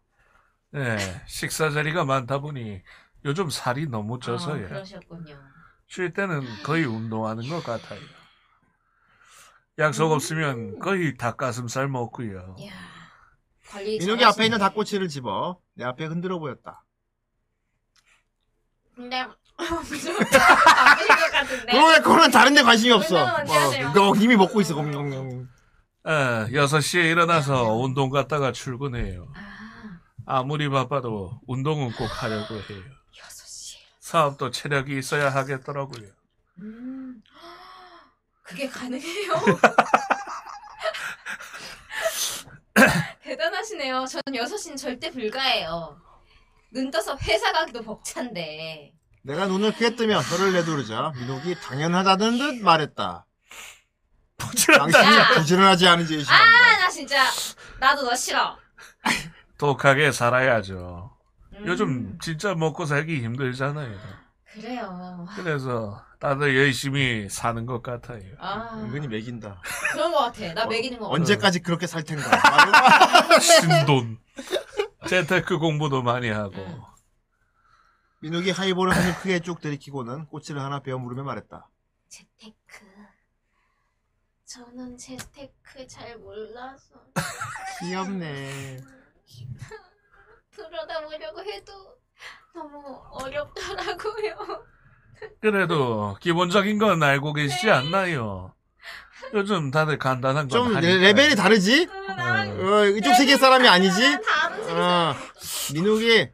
Speaker 2: 예, 식사 자리가 많다 보니 요즘 살이 너무 쪄서 예.
Speaker 4: 아,
Speaker 2: 요
Speaker 4: 그러셨군요.
Speaker 2: 쉴 때는 거의 운동하는 것 같아요.
Speaker 4: 음.
Speaker 2: 약속 없으면 거의 닭가슴살 먹고요.
Speaker 4: 이야. 관리
Speaker 3: 민욱이
Speaker 4: 잘하시네.
Speaker 3: 앞에 있는 닭꼬치를 집어 내 앞에 흔들어 보였다.
Speaker 4: 근데 무슨 바뀔 네. 아, 것 같은데.
Speaker 3: 그러네 그거는 다른데 관심이 없어.
Speaker 4: 운동은 언제 하세요?
Speaker 3: 너 이미 먹고 있어. 공룡.
Speaker 2: 아, 6시에 일어나서 운동 갔다가 출근해요.
Speaker 4: 아,
Speaker 2: 아무리 바빠도 운동은 꼭 하려고 해요.
Speaker 4: 6시.
Speaker 2: 사업도 체력이 있어야 하겠더라고요.
Speaker 3: 음.
Speaker 4: 음. 그게 가능해요? 대단하시네요. 전 6시는 절대 불가해요. 눈 떠서 회사 가기도 벅찬데.
Speaker 3: 내가 눈을 크게 뜨며 혀를 내두르자 민욱이 당연하다는 듯 말했다.
Speaker 2: 부지런하다.
Speaker 3: 당신이 부지런하지 않은지
Speaker 4: 아,
Speaker 3: 의심한다.
Speaker 4: 나 진짜. 나도 너 싫어.
Speaker 2: 독하게 살아야죠.
Speaker 4: 음,
Speaker 2: 요즘 진짜 먹고 살기 힘들잖아요.
Speaker 4: 그래요.
Speaker 2: 그래서 다들 열심히 사는 것 같아요.
Speaker 4: 아, 어.
Speaker 3: 은근히 매긴다.
Speaker 4: 그런 것 같아. 나 매기는 것 같아.
Speaker 3: 언제까지 그렇게 살 텐가. 막 이러고.
Speaker 2: 신돈. 재테크 공부도 많이 하고.
Speaker 3: 민욱이 하이볼을 한입 크게 쭉 들이키고는 꼬치를 하나 베어 물으며 말했다.
Speaker 1: 재테크. 저는 재테크 잘 몰라서
Speaker 3: 귀엽네.
Speaker 1: 들여다보려고 해도 너무 어렵더라고요.
Speaker 2: 그래도 기본적인 건 알고 계시지 않나요? 요즘 다들 간단한 건
Speaker 3: 좀
Speaker 2: 하니까요.
Speaker 3: 레- 레벨이 다르지?
Speaker 2: 어,
Speaker 3: 어, 이쪽 세계 사람이 아니지?
Speaker 1: 다음 생
Speaker 3: 어, 민욱이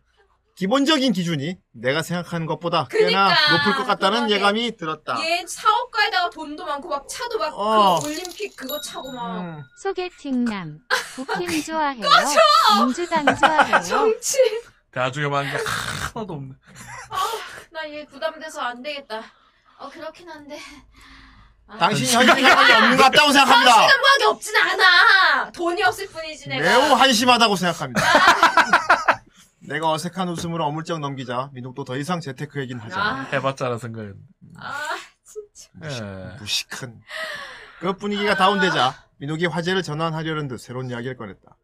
Speaker 3: 기본적인 기준이 내가 생각하는 것보다
Speaker 4: 그니까,
Speaker 3: 꽤나 높을 것 같다는
Speaker 4: 그러니까. 그러게.
Speaker 3: 예감이 들었다.
Speaker 4: 얘 사업가에다가 돈도 많고 막 차도
Speaker 3: 아.
Speaker 4: 막
Speaker 3: 어.
Speaker 4: 그 올림픽 그거 차고 막
Speaker 3: 음.
Speaker 5: 소개팅남 부킹 좋아해요. 민주당 좋아해요.
Speaker 4: 정치
Speaker 2: 가중에만 게 하나도 없네.
Speaker 4: 나 얘 부담돼서 안 되겠다 어 그렇긴 한데
Speaker 3: 당신이 현실 생각이 없는 것 같다고 생각합니다.
Speaker 4: 생각이 없진 않아 돈이 없을 뿐이지 내가
Speaker 3: 매우 한심하다고 생각합니다. 내가 어색한 웃음으로 어물쩍 넘기자 민욱도 더 이상 재테크 얘기는 하지 않아.
Speaker 4: 아,
Speaker 2: 해봤자라 생각했는데.
Speaker 4: 아 진짜
Speaker 2: 예.
Speaker 3: 무식한. 그 분위기가 다운되자 민욱이 화제를 전환하려는 듯 새로운 이야기를 꺼냈다.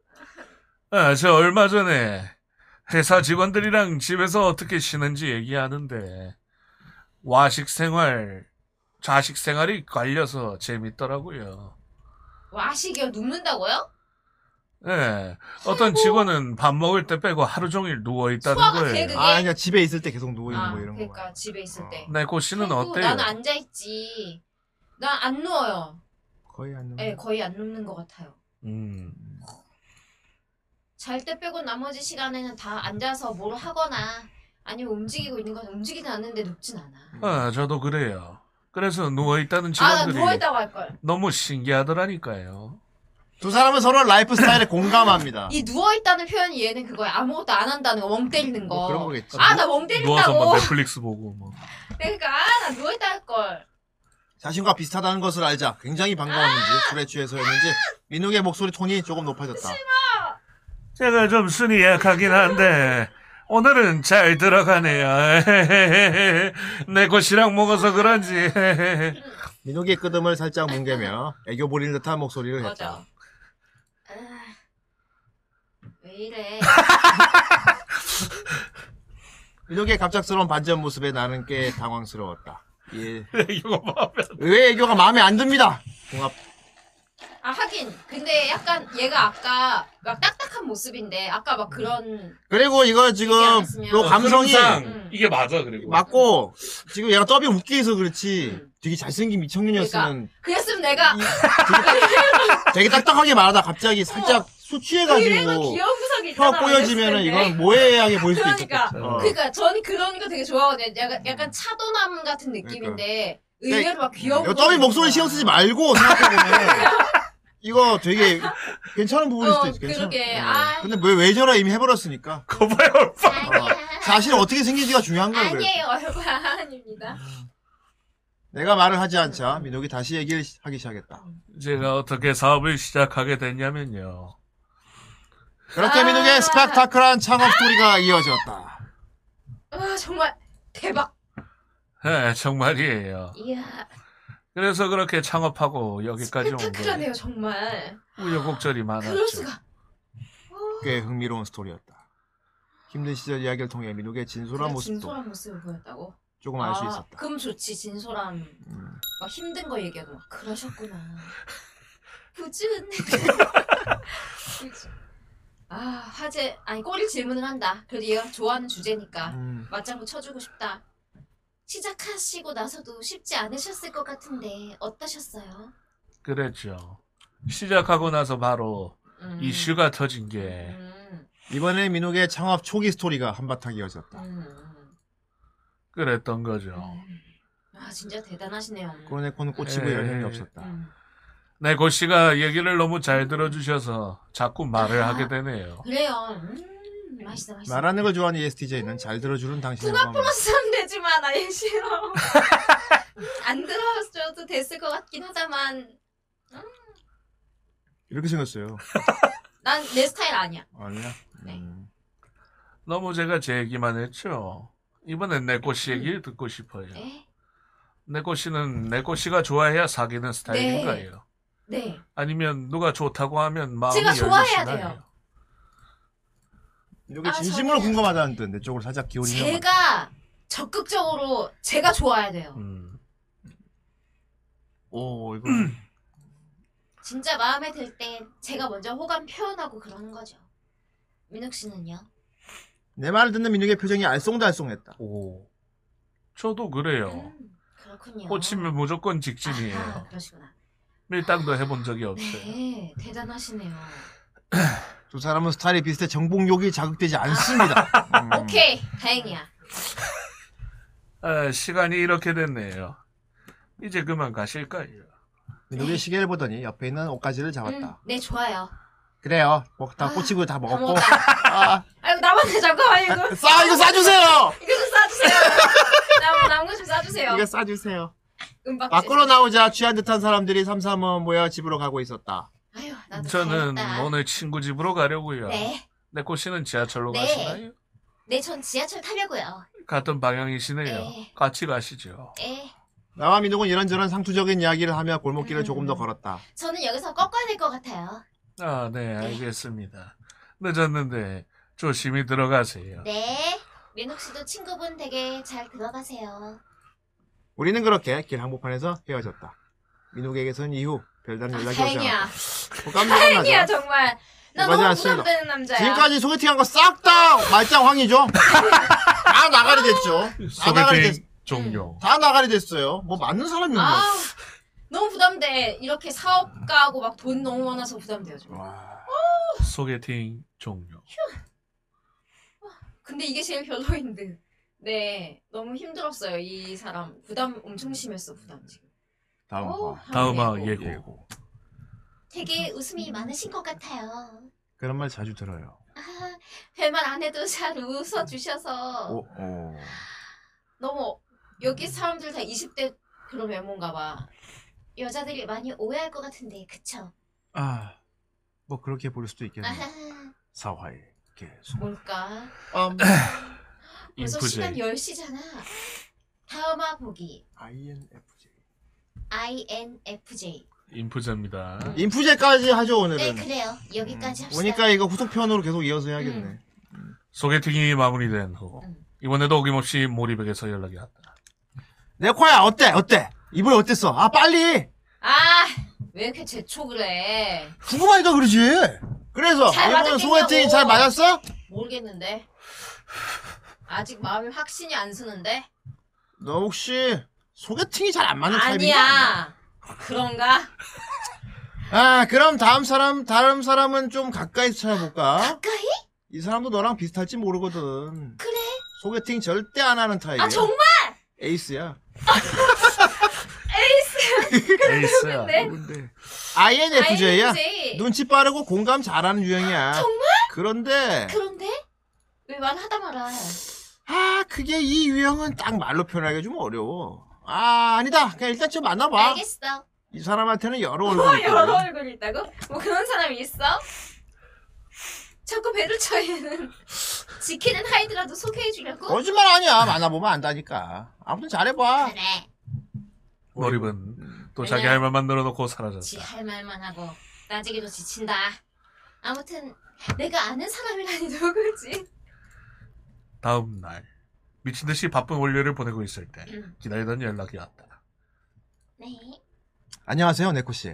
Speaker 2: 아, 저 얼마 전에 회사 직원들이랑 집에서 어떻게 쉬는지 얘기하는데 와식 생활, 좌식 생활이 갈려서 재밌더라고요.
Speaker 4: 와식이요 뭐 눕는다고요?
Speaker 2: 예, 어떤 직원은 밥 먹을 때 빼고 하루 종일 누워 있다는
Speaker 4: 소화가
Speaker 2: 거예요.
Speaker 4: 되게-
Speaker 3: 아, 그냥 집에 있을 때 계속 누워 있는
Speaker 4: 아
Speaker 3: 거뭐 이런 거. 어. 뭐
Speaker 4: 그러니까
Speaker 3: 말이야.
Speaker 4: 집에 있을 때
Speaker 2: 네고 씨는
Speaker 4: 아이고,
Speaker 2: 어때요?
Speaker 4: 나는 앉아있지 난 안 누워요
Speaker 3: 거의 안.
Speaker 4: 예
Speaker 3: 네.
Speaker 4: 거의 안 눕는 것 같아요
Speaker 2: 음,
Speaker 4: 잘 때 빼고 나머지 시간에는 다 앉아서 뭘 하거나 아니면 움직이고 있는 건 움직이진 않는데 눕진 않아
Speaker 2: 아, 저도 그래요. 그래서 누워 있다는
Speaker 4: 아나
Speaker 2: 직원들이
Speaker 4: 누워있다고 할걸
Speaker 2: 너무 신기하더라니까요.
Speaker 3: 두 사람은 서로 라이프 스타일에 공감합니다.
Speaker 4: 이 누워있다는 표현이 얘는 그거야 아무것도 안 한다는 거멍 때리는
Speaker 3: 뭐 그런
Speaker 4: 거
Speaker 3: 거겠지.
Speaker 4: 아 나 멍
Speaker 2: 누워서
Speaker 4: 때린다고
Speaker 2: 막 넷플릭스 보고 뭐.
Speaker 4: 그러니까 아나 누워있다 할걸
Speaker 3: 자신과 비슷하다는 것을 알자 굉장히 반가웠는지 술에 취해서였는지 민욱의 목소리 톤이 조금 높아졌다.
Speaker 2: 제가 좀 순이 약하긴 한데 오늘은 잘 들어가네요. 내 것이랑 먹어서 그런지.
Speaker 3: 민욱의 끄듬을 살짝 뭉개며 애교 부리는 듯한 목소리를 했다.
Speaker 4: 맞아
Speaker 3: 그러니까.
Speaker 4: 아, 왜 이래
Speaker 3: 민욱의 갑작스러운 반전 모습에 나는 꽤 당황스러웠다. 예.
Speaker 2: 네, 이거 봐.
Speaker 3: 왜 애교가 마음에 안 듭니다. 공합.
Speaker 4: 아 하긴 근데 약간 얘가 아까 막 딱딱한 모습인데 아까 막 그런
Speaker 3: 그리고 이거 지금
Speaker 4: 얘기 안 했으면.
Speaker 3: 또 감성이
Speaker 4: 음.
Speaker 2: 어, 이게 맞아 그리고.
Speaker 3: 맞고 지금 얘가 더비 웃기해서 그렇지 되게 잘생긴 미청년이었으면
Speaker 4: 그랬으면 내가
Speaker 3: 되게 딱딱하게 말하다 갑자기 살짝
Speaker 4: 이래만
Speaker 3: 수취해가지고
Speaker 4: 어. 귀여운 구석이 있잖아
Speaker 3: 뭐 혀가 꼬여지면은
Speaker 4: 그랬을 텐데.
Speaker 3: 이건 모해하게 보일 수도 있겠다.
Speaker 4: 그러니까
Speaker 2: 어.
Speaker 4: 그러니까 전 그런 거 되게 좋아하거든요 약간, 약간 차도남 같은 느낌인데 의외로 막 귀여운
Speaker 3: 음. 그러니까. 네. 이거
Speaker 4: 구석이
Speaker 3: 더비 목소리 신경 쓰지 말고 생각해보면 이거 되게 괜찮은 부분일 수도
Speaker 4: 어,
Speaker 3: 있어. 괜찮아.
Speaker 4: 그러게.
Speaker 3: 네.
Speaker 4: 아이.
Speaker 3: 근데 왜, 왜 저래 이미 해버렸으니까.
Speaker 2: 거봐요.
Speaker 3: 어, 사실 어떻게 생긴지가 중요한 거야. 그래.
Speaker 4: 아니에요 얼마 아닙니다
Speaker 3: 내가 말을 하지 않자 민욱이 다시 얘기를 시- 하기 시작했다.
Speaker 2: 제가 어떻게 사업을 시작하게 됐냐면요.
Speaker 3: 그렇게
Speaker 4: 아.
Speaker 3: 민욱의 스펙타클한 창업 스토리가 이어졌다.
Speaker 4: 아 정말 대박
Speaker 2: 네, 정말이에요.
Speaker 4: 이야
Speaker 2: 그래서 그렇게 창업하고 여기까지 온 거예요.
Speaker 4: 스펙타클하네요 정말.
Speaker 2: 우여곡절이
Speaker 3: 아,
Speaker 4: 그럴
Speaker 2: 많았죠.
Speaker 4: 수가.
Speaker 3: 꽤 흥미로운 스토리였다. 힘든 시절 이야기를 통해 민욱의 진솔한
Speaker 4: 그냥
Speaker 3: 모습도
Speaker 4: 진솔한 모습을 보였다고.
Speaker 3: 조금 알 수
Speaker 4: 아,
Speaker 3: 있었다.
Speaker 4: 그럼 좋지 진솔함.
Speaker 3: 음.
Speaker 4: 막 힘든 거 얘기하고 막 그러셨구나. 부준. 부준. 아 화제 아니 꼬리 질문을 한다. 그래도 얘가 좋아하는 주제니까
Speaker 3: 음.
Speaker 4: 맞장구 쳐주고 싶다.
Speaker 1: 시작하시고 나서도 쉽지 않으셨을 것 같은데 어떠셨어요?
Speaker 2: 그랬죠. 시작하고 나서 바로
Speaker 4: 음.
Speaker 2: 이슈가 예. 터진 게
Speaker 4: 음,
Speaker 3: 이번에 민욱의 창업 초기 스토리가 한바탕 이어졌다.
Speaker 4: 음,
Speaker 2: 그랬던 거죠.
Speaker 4: 음. 아 진짜 대단하시네요.
Speaker 3: 꼬르네코는 꽂히고
Speaker 2: 에이.
Speaker 3: 여념이 없었다.
Speaker 4: 음.
Speaker 2: 네, 고 씨가 얘기를 너무 잘 들어주셔서 자꾸 말을
Speaker 4: 아.
Speaker 2: 하게 되네요.
Speaker 4: 그래요. 음, 맛있어 맛있어.
Speaker 3: 말하는 걸 좋아하는 E ESTJ는 잘 들어주는 당신의
Speaker 4: 누가
Speaker 3: 마음을
Speaker 4: 플러스는 되지만 아예 싫어. 안 들어줘도 됐을 것 같긴 하다만
Speaker 3: 이렇게 생겼어요.
Speaker 4: 난 내 스타일 아니야.
Speaker 3: 아니야?
Speaker 4: 네.
Speaker 3: 음.
Speaker 2: 너무 제가 제 얘기만 했죠. 이번엔 네 내고 씨 얘기를 듣고 싶어요.
Speaker 4: 네.
Speaker 2: 내고 씨는 네 내고 씨가 좋아해야 사귀는 스타일인가요?
Speaker 4: 네.
Speaker 2: 아니면 누가 좋다고 하면 마음이
Speaker 4: 제가 좋아해야
Speaker 2: 열리시나요?
Speaker 4: 돼요.
Speaker 3: 민욱이
Speaker 4: 아,
Speaker 3: 진심으로
Speaker 4: 저는-
Speaker 3: 궁금하다는 듯 내 쪽으로 살짝 기울이는 것 같다.
Speaker 4: 제가 적극적으로 제가 좋아야 돼요.
Speaker 2: 음.
Speaker 3: 오 이거
Speaker 1: 진짜 마음에 들 때 제가 먼저 호감 표현하고 그러는 거죠. 민욱 씨는요?
Speaker 3: 내 말을 듣는 민욱의 표정이 알쏭달쏭했다.
Speaker 2: 오. 저도 그래요.
Speaker 1: 음, 그렇군요.
Speaker 2: 꽂히면 무조건
Speaker 4: 아,
Speaker 2: 직진이에요.
Speaker 4: 그러시구나.
Speaker 2: 밀당도 해본 적이 없어요.
Speaker 4: 네, 대단하시네요.
Speaker 3: 두 사람은 스타일이 비슷해 정복욕이 자극되지
Speaker 4: 아.
Speaker 3: 않습니다. 음.
Speaker 4: 오케이, 다행이야.
Speaker 2: 아, 시간이 이렇게 됐네요. 이제 그만 가실까요?
Speaker 3: 민욱의 시계를 보더니 옆에 있는 옷가지를 잡았다.
Speaker 4: 음, 네, 좋아요.
Speaker 3: 그래요. 뭐다 꼬치고 다 먹었고. 아,
Speaker 4: 아이고 남았네 잠깐만 이거
Speaker 3: 싸 이거 싸주세요.
Speaker 4: 이거 좀 싸주세요. 남 남은 좀 싸주세요.
Speaker 3: 이거 싸주세요.
Speaker 4: 은박지.
Speaker 3: 밖으로 나오자 취한 듯한 사람들이 삼삼원 어, 모여 집으로 가고 있었다.
Speaker 4: 아유, 나도
Speaker 2: 저는 뭐
Speaker 4: 가야겠다.
Speaker 2: 오늘 친구 집으로 가려고요.
Speaker 1: 네,
Speaker 2: 내코 씨는 지하철로
Speaker 1: 네.
Speaker 2: 가시나요?
Speaker 1: 네, 전 지하철 타려고요.
Speaker 2: 같은 방향이시네요.
Speaker 1: 네.
Speaker 2: 같이 가시죠.
Speaker 1: 예,
Speaker 3: 나와 민욱은 이런저런 상투적인 이야기를 하며 골목길을
Speaker 1: 음.
Speaker 3: 조금 더 걸었다.
Speaker 1: 저는 여기서 꺾어야 될 것 같아요.
Speaker 2: 아, 네, 알겠습니다. 늦었는데 조심히 들어가세요.
Speaker 1: 네, 민욱 씨도 친구분 되게 잘 들어가세요.
Speaker 3: 우리는 그렇게 길 한복판에서 헤어졌다. 민욱에게선 이후 별다른
Speaker 4: 아,
Speaker 3: 연락이 오지
Speaker 4: 다행이야.
Speaker 3: 않았다. 뭐 깜짝
Speaker 4: 다행이야
Speaker 3: 놀랐어.
Speaker 4: 정말. 나
Speaker 3: 맞아,
Speaker 4: 너무
Speaker 3: 맞습니다.
Speaker 4: 부담되는 남자야.
Speaker 3: 지금까지 소개팅한 거 싹 다 말짱황이죠? 다 나가리 됐죠. 다 아, 나가리 됐,
Speaker 2: 소개팅 종료.
Speaker 3: 다 나가리 됐어요. 뭐 맞는 사람이 없나?
Speaker 4: 아우 너무 부담돼. 이렇게 사업가하고 막 돈 너무 많아서 부담돼요
Speaker 3: 어.
Speaker 4: 지금.
Speaker 3: 와.
Speaker 2: 소개팅 종료.
Speaker 4: 근데 이게 제일 별로인 듯. 네, 너무 힘들었어요 이 사람. 부담 엄청 심했어 부담 지금.
Speaker 3: 다음
Speaker 4: 어우,
Speaker 3: 화.
Speaker 2: 다음화
Speaker 4: 아이고.
Speaker 2: 예고.
Speaker 3: 예고.
Speaker 1: 되게 웃음이 많으신 것 같아요.
Speaker 3: 그런 말 자주 들어요.
Speaker 1: 아, 별말 안 해도 잘 웃어주셔서
Speaker 3: 오, 오.
Speaker 4: 너무 여기 사람들 다 20대 그런 외모인가 봐.
Speaker 1: 여자들이 많이 오해할 것 같은데, 그쵸?
Speaker 3: 아, 뭐 그렇게 볼 수도 있겠네.
Speaker 1: 아하, 네,
Speaker 3: 사화의 계속.
Speaker 4: 뭘까?
Speaker 3: 음,
Speaker 1: 벌써 시간
Speaker 2: 인프제.
Speaker 1: 10시잖아. 다음화 보기.
Speaker 3: INFJ.
Speaker 1: INFJ.
Speaker 2: 인프제입니다.
Speaker 3: 음. 인프제까지 하죠
Speaker 1: 네,
Speaker 3: 오늘은.
Speaker 1: 그래요. 여기까지
Speaker 3: 음,
Speaker 1: 합시다.
Speaker 3: 오니까 이거 후속편으로 계속 이어서 해야겠네.
Speaker 4: 음.
Speaker 2: 소개팅이 마무리된 후 이번에도 어김없이 몰입에게서 연락이 왔다.
Speaker 3: 내 코야 어때 어때? 이번에 어땠어? 아 빨리
Speaker 4: 아, 왜 이렇게 재촉을 해?
Speaker 3: 궁금하니까 그러지. 그래서
Speaker 4: 잘
Speaker 3: 이번
Speaker 4: 맞았겠냐고.
Speaker 3: 소개팅 잘 맞았어?
Speaker 4: 모르겠는데. 아직 마음이 확신이 안 서는데.
Speaker 3: 너 혹시 소개팅이 잘 안 맞는 타입이야?
Speaker 4: 아니야. 그런가?
Speaker 3: 아 그럼 다음 사람 다른 사람은 좀 가까이서 찾아볼까?
Speaker 1: 가까이?
Speaker 3: 이 사람도 너랑 비슷할지 모르거든.
Speaker 1: 그래?
Speaker 3: 소개팅 절대 안 하는 타입이야.
Speaker 4: 아 정말
Speaker 3: 에이스야.
Speaker 2: 에이스야.
Speaker 3: 누군데? 네, INFJ야.
Speaker 4: INFJ.
Speaker 3: 눈치 빠르고 공감 잘하는 유형이야. 정말? 그런데
Speaker 1: 그런데? 왜 말하다 말아.
Speaker 3: 아 그게 이 유형은 딱 말로 표현하기 좀 어려워. 아 아니다. 그냥 일단 좀 만나봐.
Speaker 1: 알겠어.
Speaker 3: 이 사람한테는 여러
Speaker 4: 뭐
Speaker 3: 얼굴이
Speaker 4: 여러
Speaker 3: 있거든.
Speaker 4: 얼굴 있다고? 뭐 그런 사람이 있어? 자꾸 배를 쳐 얘는 지키는 하이드라도 소개해주려고?
Speaker 3: 어, 거짓말 아니야. 만나보면 안다니까. 아무튼 잘해봐.
Speaker 1: 그래.
Speaker 4: 음.
Speaker 2: 몰입은 또 자기 할 말 만들어 놓고 사라졌다.
Speaker 1: 지할 말만 하고 나지기도 지친다. 아무튼 내가 아는 사람이라니 누구지?
Speaker 2: 다음 날 미친 듯이 바쁜 월요일을 보내고 있을 때
Speaker 1: 음.
Speaker 2: 기다리던 연락이 왔다.
Speaker 1: 네.
Speaker 3: 안녕하세요, 네코씨.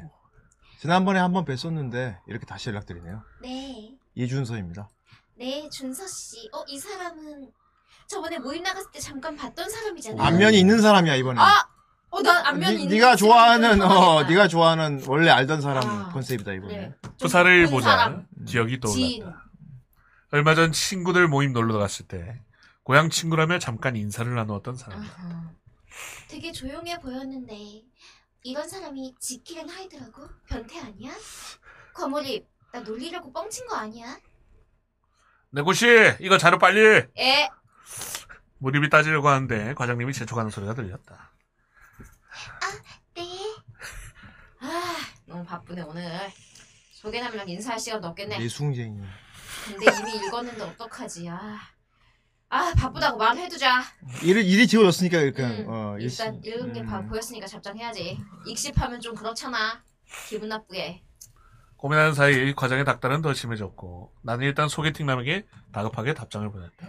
Speaker 3: 지난번에 한번 뵀었는데, 이렇게 다시 연락드리네요.
Speaker 1: 네.
Speaker 3: 이준서입니다.
Speaker 1: 네, 준서 씨. 어, 이 사람은 저번에 모임 나갔을 때 잠깐 봤던 사람이잖아요.
Speaker 3: 안면이 있는 사람이야, 이번에.
Speaker 4: 아, 어, 난 안면
Speaker 3: 니-
Speaker 4: 있는.
Speaker 3: 네가 좋아하는, 어,
Speaker 4: 친구들을
Speaker 3: 네가 좋아하는, 원래 알던 사람
Speaker 4: 아.
Speaker 3: 컨셉이다, 이번에.
Speaker 4: 네. 좀
Speaker 2: 그 부사를
Speaker 4: 예쁜
Speaker 2: 보자 음.
Speaker 4: 사람,
Speaker 2: 기억이
Speaker 4: 지인.
Speaker 2: 떠올랐다. 얼마 전 친구들 모임 놀러 갔을 때 고향 친구라며 잠깐 인사를 나누었던 사람.
Speaker 4: 아하.
Speaker 1: 되게 조용해 보였는데 이런 사람이 지킬앤 하이드라고? 변태 아니야? 거물이 나 놀리려고 뻥친 거 아니야?
Speaker 2: 네, 내고씨 이거 자료 빨리
Speaker 4: 예.
Speaker 2: 무릎이 따지려고 하는데 과장님이 재촉하는 소리가 들렸다.
Speaker 1: 네.
Speaker 4: 아, 너무 바쁘네 오늘. 소개남이랑 인사할 시간도 없겠네.
Speaker 3: 미숭쟁이.
Speaker 4: 근데 이미 읽었는데 어떡하지? 아, 아 바쁘다고 말해두자.
Speaker 3: 일이, 일이 지워졌으니까, 약간,
Speaker 4: 음,
Speaker 3: 어,
Speaker 4: 일단
Speaker 3: 일시-
Speaker 4: 읽은 게 바-
Speaker 3: 음.
Speaker 4: 보였으니까 잡장해야지. 익십하면 좀 그렇잖아. 기분 나쁘게.
Speaker 2: 고민하는 사이 과장의 닥달은 더 심해졌고 나는 일단 소개팅남에게 다급하게 답장을 보냈다.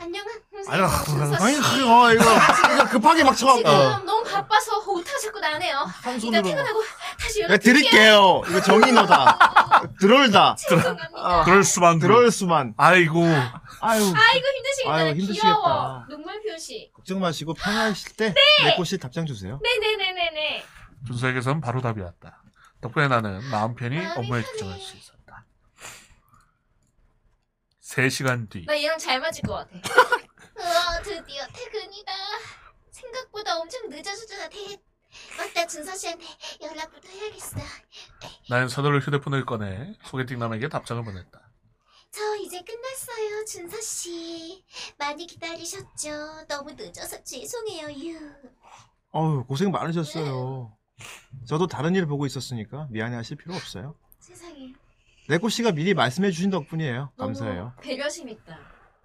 Speaker 1: 안녕.
Speaker 2: 아유,
Speaker 1: 준서
Speaker 3: 아니,
Speaker 1: 씨.
Speaker 3: 그, 어, 이거, 이거 급하게 막 쳐갖고.
Speaker 1: 지금 너무 바빠서 호타 자꾸 나네요.
Speaker 3: 한
Speaker 1: 이따
Speaker 3: 아. 손으로.
Speaker 1: 퇴근하고 다시
Speaker 3: 야,
Speaker 1: 연락
Speaker 3: 드릴게요. 이거 정인어다. 들어올다.
Speaker 1: 죄송합니다.
Speaker 2: 그럴 수만.
Speaker 3: 들어올 수만.
Speaker 2: 아이고
Speaker 3: 음. 아유.
Speaker 1: 아이고 힘드시겠다. 귀여워.
Speaker 3: 아유, 힘드시겠다.
Speaker 1: 눈물 표시.
Speaker 3: 걱정 마시고 편하실 때, 내꼬씨 답장 주세요.
Speaker 4: 네.
Speaker 1: 네네네네네.
Speaker 2: 준서에게선 바로 답이 왔다. 덕분에 나는 마음 편히
Speaker 1: 마음이
Speaker 2: 업무에
Speaker 1: 편해.
Speaker 2: 집중할 수 있었다. 3시간 뒤
Speaker 4: 나 얘랑 잘 맞을 것 같아.
Speaker 1: 우와 드디어 퇴근이다. 생각보다 엄청 늦어졌잖아. 대... 맞다 준서 씨한테 연락부터 해야겠어.
Speaker 2: 나는 서둘러 휴대폰을 꺼내 소개팅남에게 답장을 보냈다.
Speaker 1: 저 이제 끝났어요 준서 씨. 많이 기다리셨죠? 너무 늦어서 죄송해요 유.
Speaker 3: 어휴, 고생 많으셨어요. 저도 다른 일 보고 있었으니까 미안해 하실 필요 없어요.
Speaker 1: 세상에.
Speaker 3: 네코 씨가 미리 말씀해 주신 덕분이에요.
Speaker 4: 너무
Speaker 3: 감사해요.
Speaker 4: 배려심 있다.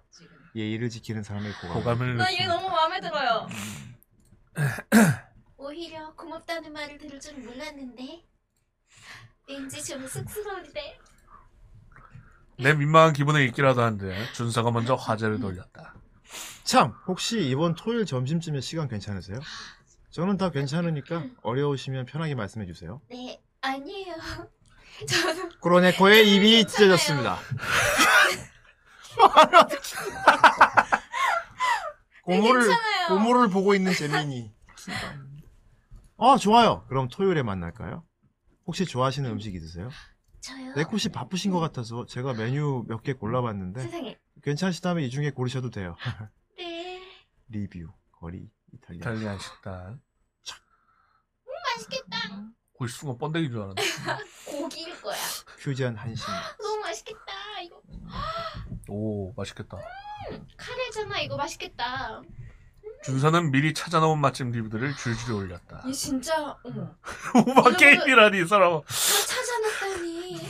Speaker 4: 지금.
Speaker 3: 예의를 지키는 사람의 고감.
Speaker 2: 호감을
Speaker 4: 나 얘
Speaker 2: 느낀다.
Speaker 4: 너무 마음에 들어요.
Speaker 1: 오히려 고맙다는 말을 들을 줄 몰랐는데 왠지 좀 쑥스러운데.
Speaker 2: 내 민망한 기분을 잊기라도 한데 준서가 먼저 화제를 돌렸다.
Speaker 3: 참, 혹시 이번 토요일 점심쯤에 시간 괜찮으세요? 저는 다 괜찮으니까 어려우시면 편하게 말씀해 주세요.
Speaker 1: 네 아니에요. 저는
Speaker 3: 그로네코의 입이 찢어졌습니다. 고무를
Speaker 4: 괜찮아요.
Speaker 3: 고무를 보고 있는 재민이. 아 좋아요. 그럼 토요일에 만날까요? 혹시 좋아하시는 음식 있으세요?
Speaker 1: 저요.
Speaker 3: 네코 씨 바쁘신 것 같아서 제가 메뉴 몇 개
Speaker 4: 네.
Speaker 3: 골라봤는데
Speaker 1: 세상에.
Speaker 3: 괜찮으시다면 이 중에 고르셔도 돼요.
Speaker 1: 네.
Speaker 3: 리뷰 거리 이탈리아.
Speaker 2: 이탈리안 식당.
Speaker 1: 음, 맛있겠다.
Speaker 2: 골숭어 번데기 줄 알았는데.
Speaker 1: 고기일 거야.
Speaker 3: 퓨전 한식.
Speaker 1: 너무 맛있겠다. 이거
Speaker 2: 오 맛있겠다.
Speaker 1: 카레잖아. 이거 맛있겠다.
Speaker 2: 준서는 미리 찾아놓은 맛집 리뷰들을 줄줄이 올렸다.
Speaker 4: 얘 진짜 어머.
Speaker 2: 오바 게임이라니 이 사람.
Speaker 1: 다 찾아놨다니.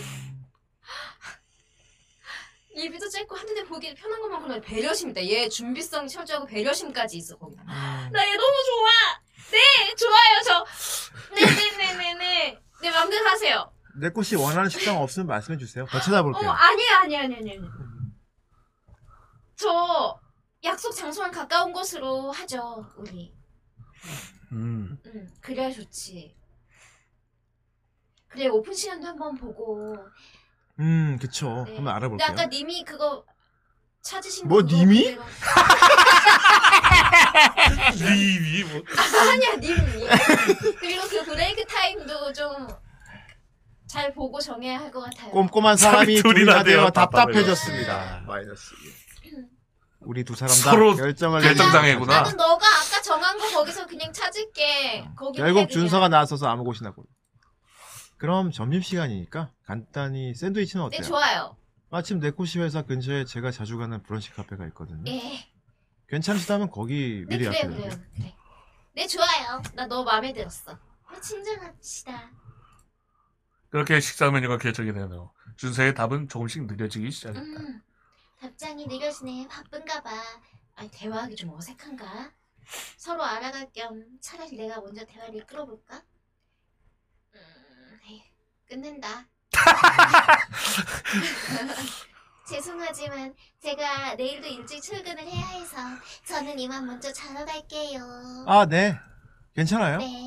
Speaker 4: 일비도 짧고 한눈에 보기 편한 것만 골라 배려심 있다. 얘 준비성이 철저하고 배려심까지 있어 거기다. 나 얘 너무 좋아. 네 좋아요 저. 네, 네네네네네. 네 마음대로 하세요.
Speaker 3: 네코 씨 원하는 식당 없으면 말씀해 주세요. 더 찾아볼게요.
Speaker 4: 어머 아니에요 아니에요 아니에요 아니에요. 저 약속 장소랑 가까운 곳으로 하죠 우리.
Speaker 2: 음
Speaker 4: 응 그래야 좋지. 그래 오픈 시간도 한번 보고.
Speaker 3: 음 그쵸.
Speaker 4: 네.
Speaker 3: 한번
Speaker 4: 근데
Speaker 3: 알아볼게요.
Speaker 4: 아까 님이 그거 찾으신
Speaker 3: 뭐,
Speaker 4: 그거
Speaker 3: 님이?
Speaker 4: 그대로-
Speaker 1: 아,
Speaker 2: 리뷰 뭐.
Speaker 4: 아니야 님이 그리고 그 브레이크 타임도 좀 잘 보고 정해야 할 것 같아요.
Speaker 3: 꼼꼼한 사람이
Speaker 2: 둘이나
Speaker 3: 둘이나 되어
Speaker 2: 돼요.
Speaker 3: 답답해졌습니다. 마이너스. 우리 두 사람 다
Speaker 2: 서로
Speaker 3: 결정을
Speaker 2: 결정장애구나.
Speaker 3: 내리자.
Speaker 4: 나는 너가 아까 정한 거 거기서 그냥 찾을게. 거기
Speaker 3: 결국 어. 준서가 나서서 아무 곳이나 고르. 그럼 점심 시간이니까 간단히 샌드위치는
Speaker 4: 네
Speaker 3: 어때요?
Speaker 4: 좋아요.
Speaker 3: 마침 네코시 회사 근처에 제가 자주 가는 브런치 카페가 있거든요.
Speaker 4: 예.
Speaker 3: 괜찮으시다면 거기
Speaker 4: 네
Speaker 3: 미리
Speaker 4: 그래
Speaker 3: 약속해
Speaker 4: 그래
Speaker 3: 드릴게요.
Speaker 4: 그래. 네 좋아요. 나 너 마음에 들었어. 네,
Speaker 1: 친절합시다.
Speaker 2: 그렇게 식사 메뉴가 결정이 되는 후 준서의 답은 조금씩 느려지기 시작했다.
Speaker 1: 음. 답장이 느려지네. 바쁜가 봐.
Speaker 4: 아니 대화하기 좀 어색한가?
Speaker 1: 서로 알아갈 겸 차라리 내가 먼저 대화를 이끌어볼까? 음, 끝낸다. 죄송하지만 제가 내일도 일찍 출근을 해야 해서 저는 이만 먼저 자러 갈게요.
Speaker 3: 아, 네. 괜찮아요?
Speaker 1: 네.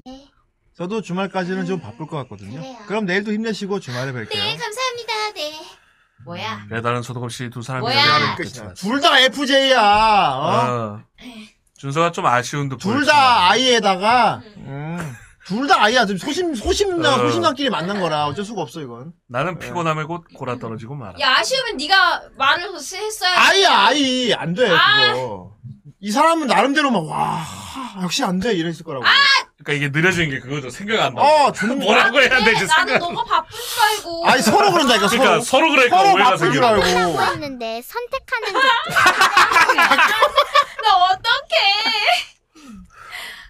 Speaker 3: 저도 주말까지는 좀
Speaker 1: 음,
Speaker 3: 바쁠 것 같거든요.
Speaker 1: 그래요.
Speaker 3: 그럼 내일도 힘내시고 주말에
Speaker 1: 네,
Speaker 3: 뵐게요.
Speaker 1: 감사합니다. 네.
Speaker 4: 뭐야?
Speaker 2: 배달은 소득 없이 두 사람이
Speaker 4: 뭐야?
Speaker 3: 둘 다 FJ야.
Speaker 2: 어? 준서가 좀 아쉬운 듯.
Speaker 3: 둘
Speaker 2: 보였지만.
Speaker 3: 다 아이에다가 음, 둘 다 아이야. 지금 소심 소심나
Speaker 2: 어.
Speaker 3: 소심남끼리 만난 거라 어쩔 수가 없어 이건.
Speaker 2: 나는 피곤함에 곧 골아 떨어지고 말아.
Speaker 4: 야 아쉬우면 네가 말을 했어야
Speaker 3: 아이야 아이 안 돼
Speaker 4: 아.
Speaker 3: 그거. 이 사람은 나름대로 막와 역시 안 돼 이랬을 거라고.
Speaker 2: 그러니까 이게 느려지는 게 그거죠. 생각 안 나.
Speaker 3: 어 저는 뭐
Speaker 2: 뭐라고 해야 되지
Speaker 4: 아, 나는
Speaker 2: 생각.
Speaker 4: 너가 바쁜 줄 알고
Speaker 3: 아니 서로 그런다니까 서로
Speaker 2: 그러니까 서로 그러니까
Speaker 3: 서로
Speaker 2: 오해가
Speaker 3: 바쁜 줄
Speaker 2: 생겨.
Speaker 3: 알고.
Speaker 10: 하고 있는데 선택하는 게
Speaker 4: 나 어떡해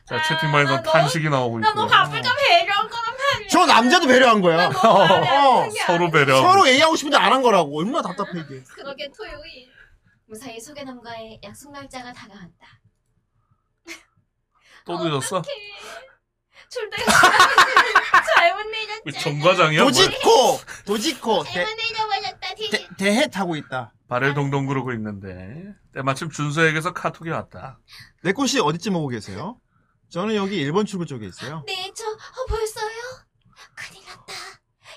Speaker 2: 자 채팅방에서
Speaker 4: 아, 나
Speaker 2: 탄식이 나오고
Speaker 4: 나
Speaker 2: 있고.
Speaker 4: 너무 바쁠까 배려한 거란 말이야
Speaker 3: 저 남자도 배려한 거야. 어,
Speaker 2: 서로 배려.
Speaker 3: 서로 얘기하고 싶은데 안 한 거라고 얼마나 답답해 이게.
Speaker 4: 그러게 토요일
Speaker 1: 무사히 소개남과의 약속 날짜가 다가왔다.
Speaker 2: 또 늦었어?
Speaker 4: 출퇴근 잘못 내렸지
Speaker 2: 우리 정 과장이야? 뭐야?
Speaker 3: 도지코 도지코 대,
Speaker 1: 잘못 잊어버렸다. 디-
Speaker 3: 대, 대해 타고 있다.
Speaker 2: 발을 동동 구르고 있는데 때마침 준서에게서 카톡이 왔다.
Speaker 3: 내 꽃이 어디쯤 오고 계세요? 저는 여기 1번 출구 쪽에 있어요.
Speaker 1: 네, 저 어, 벌써요? 큰일 났다.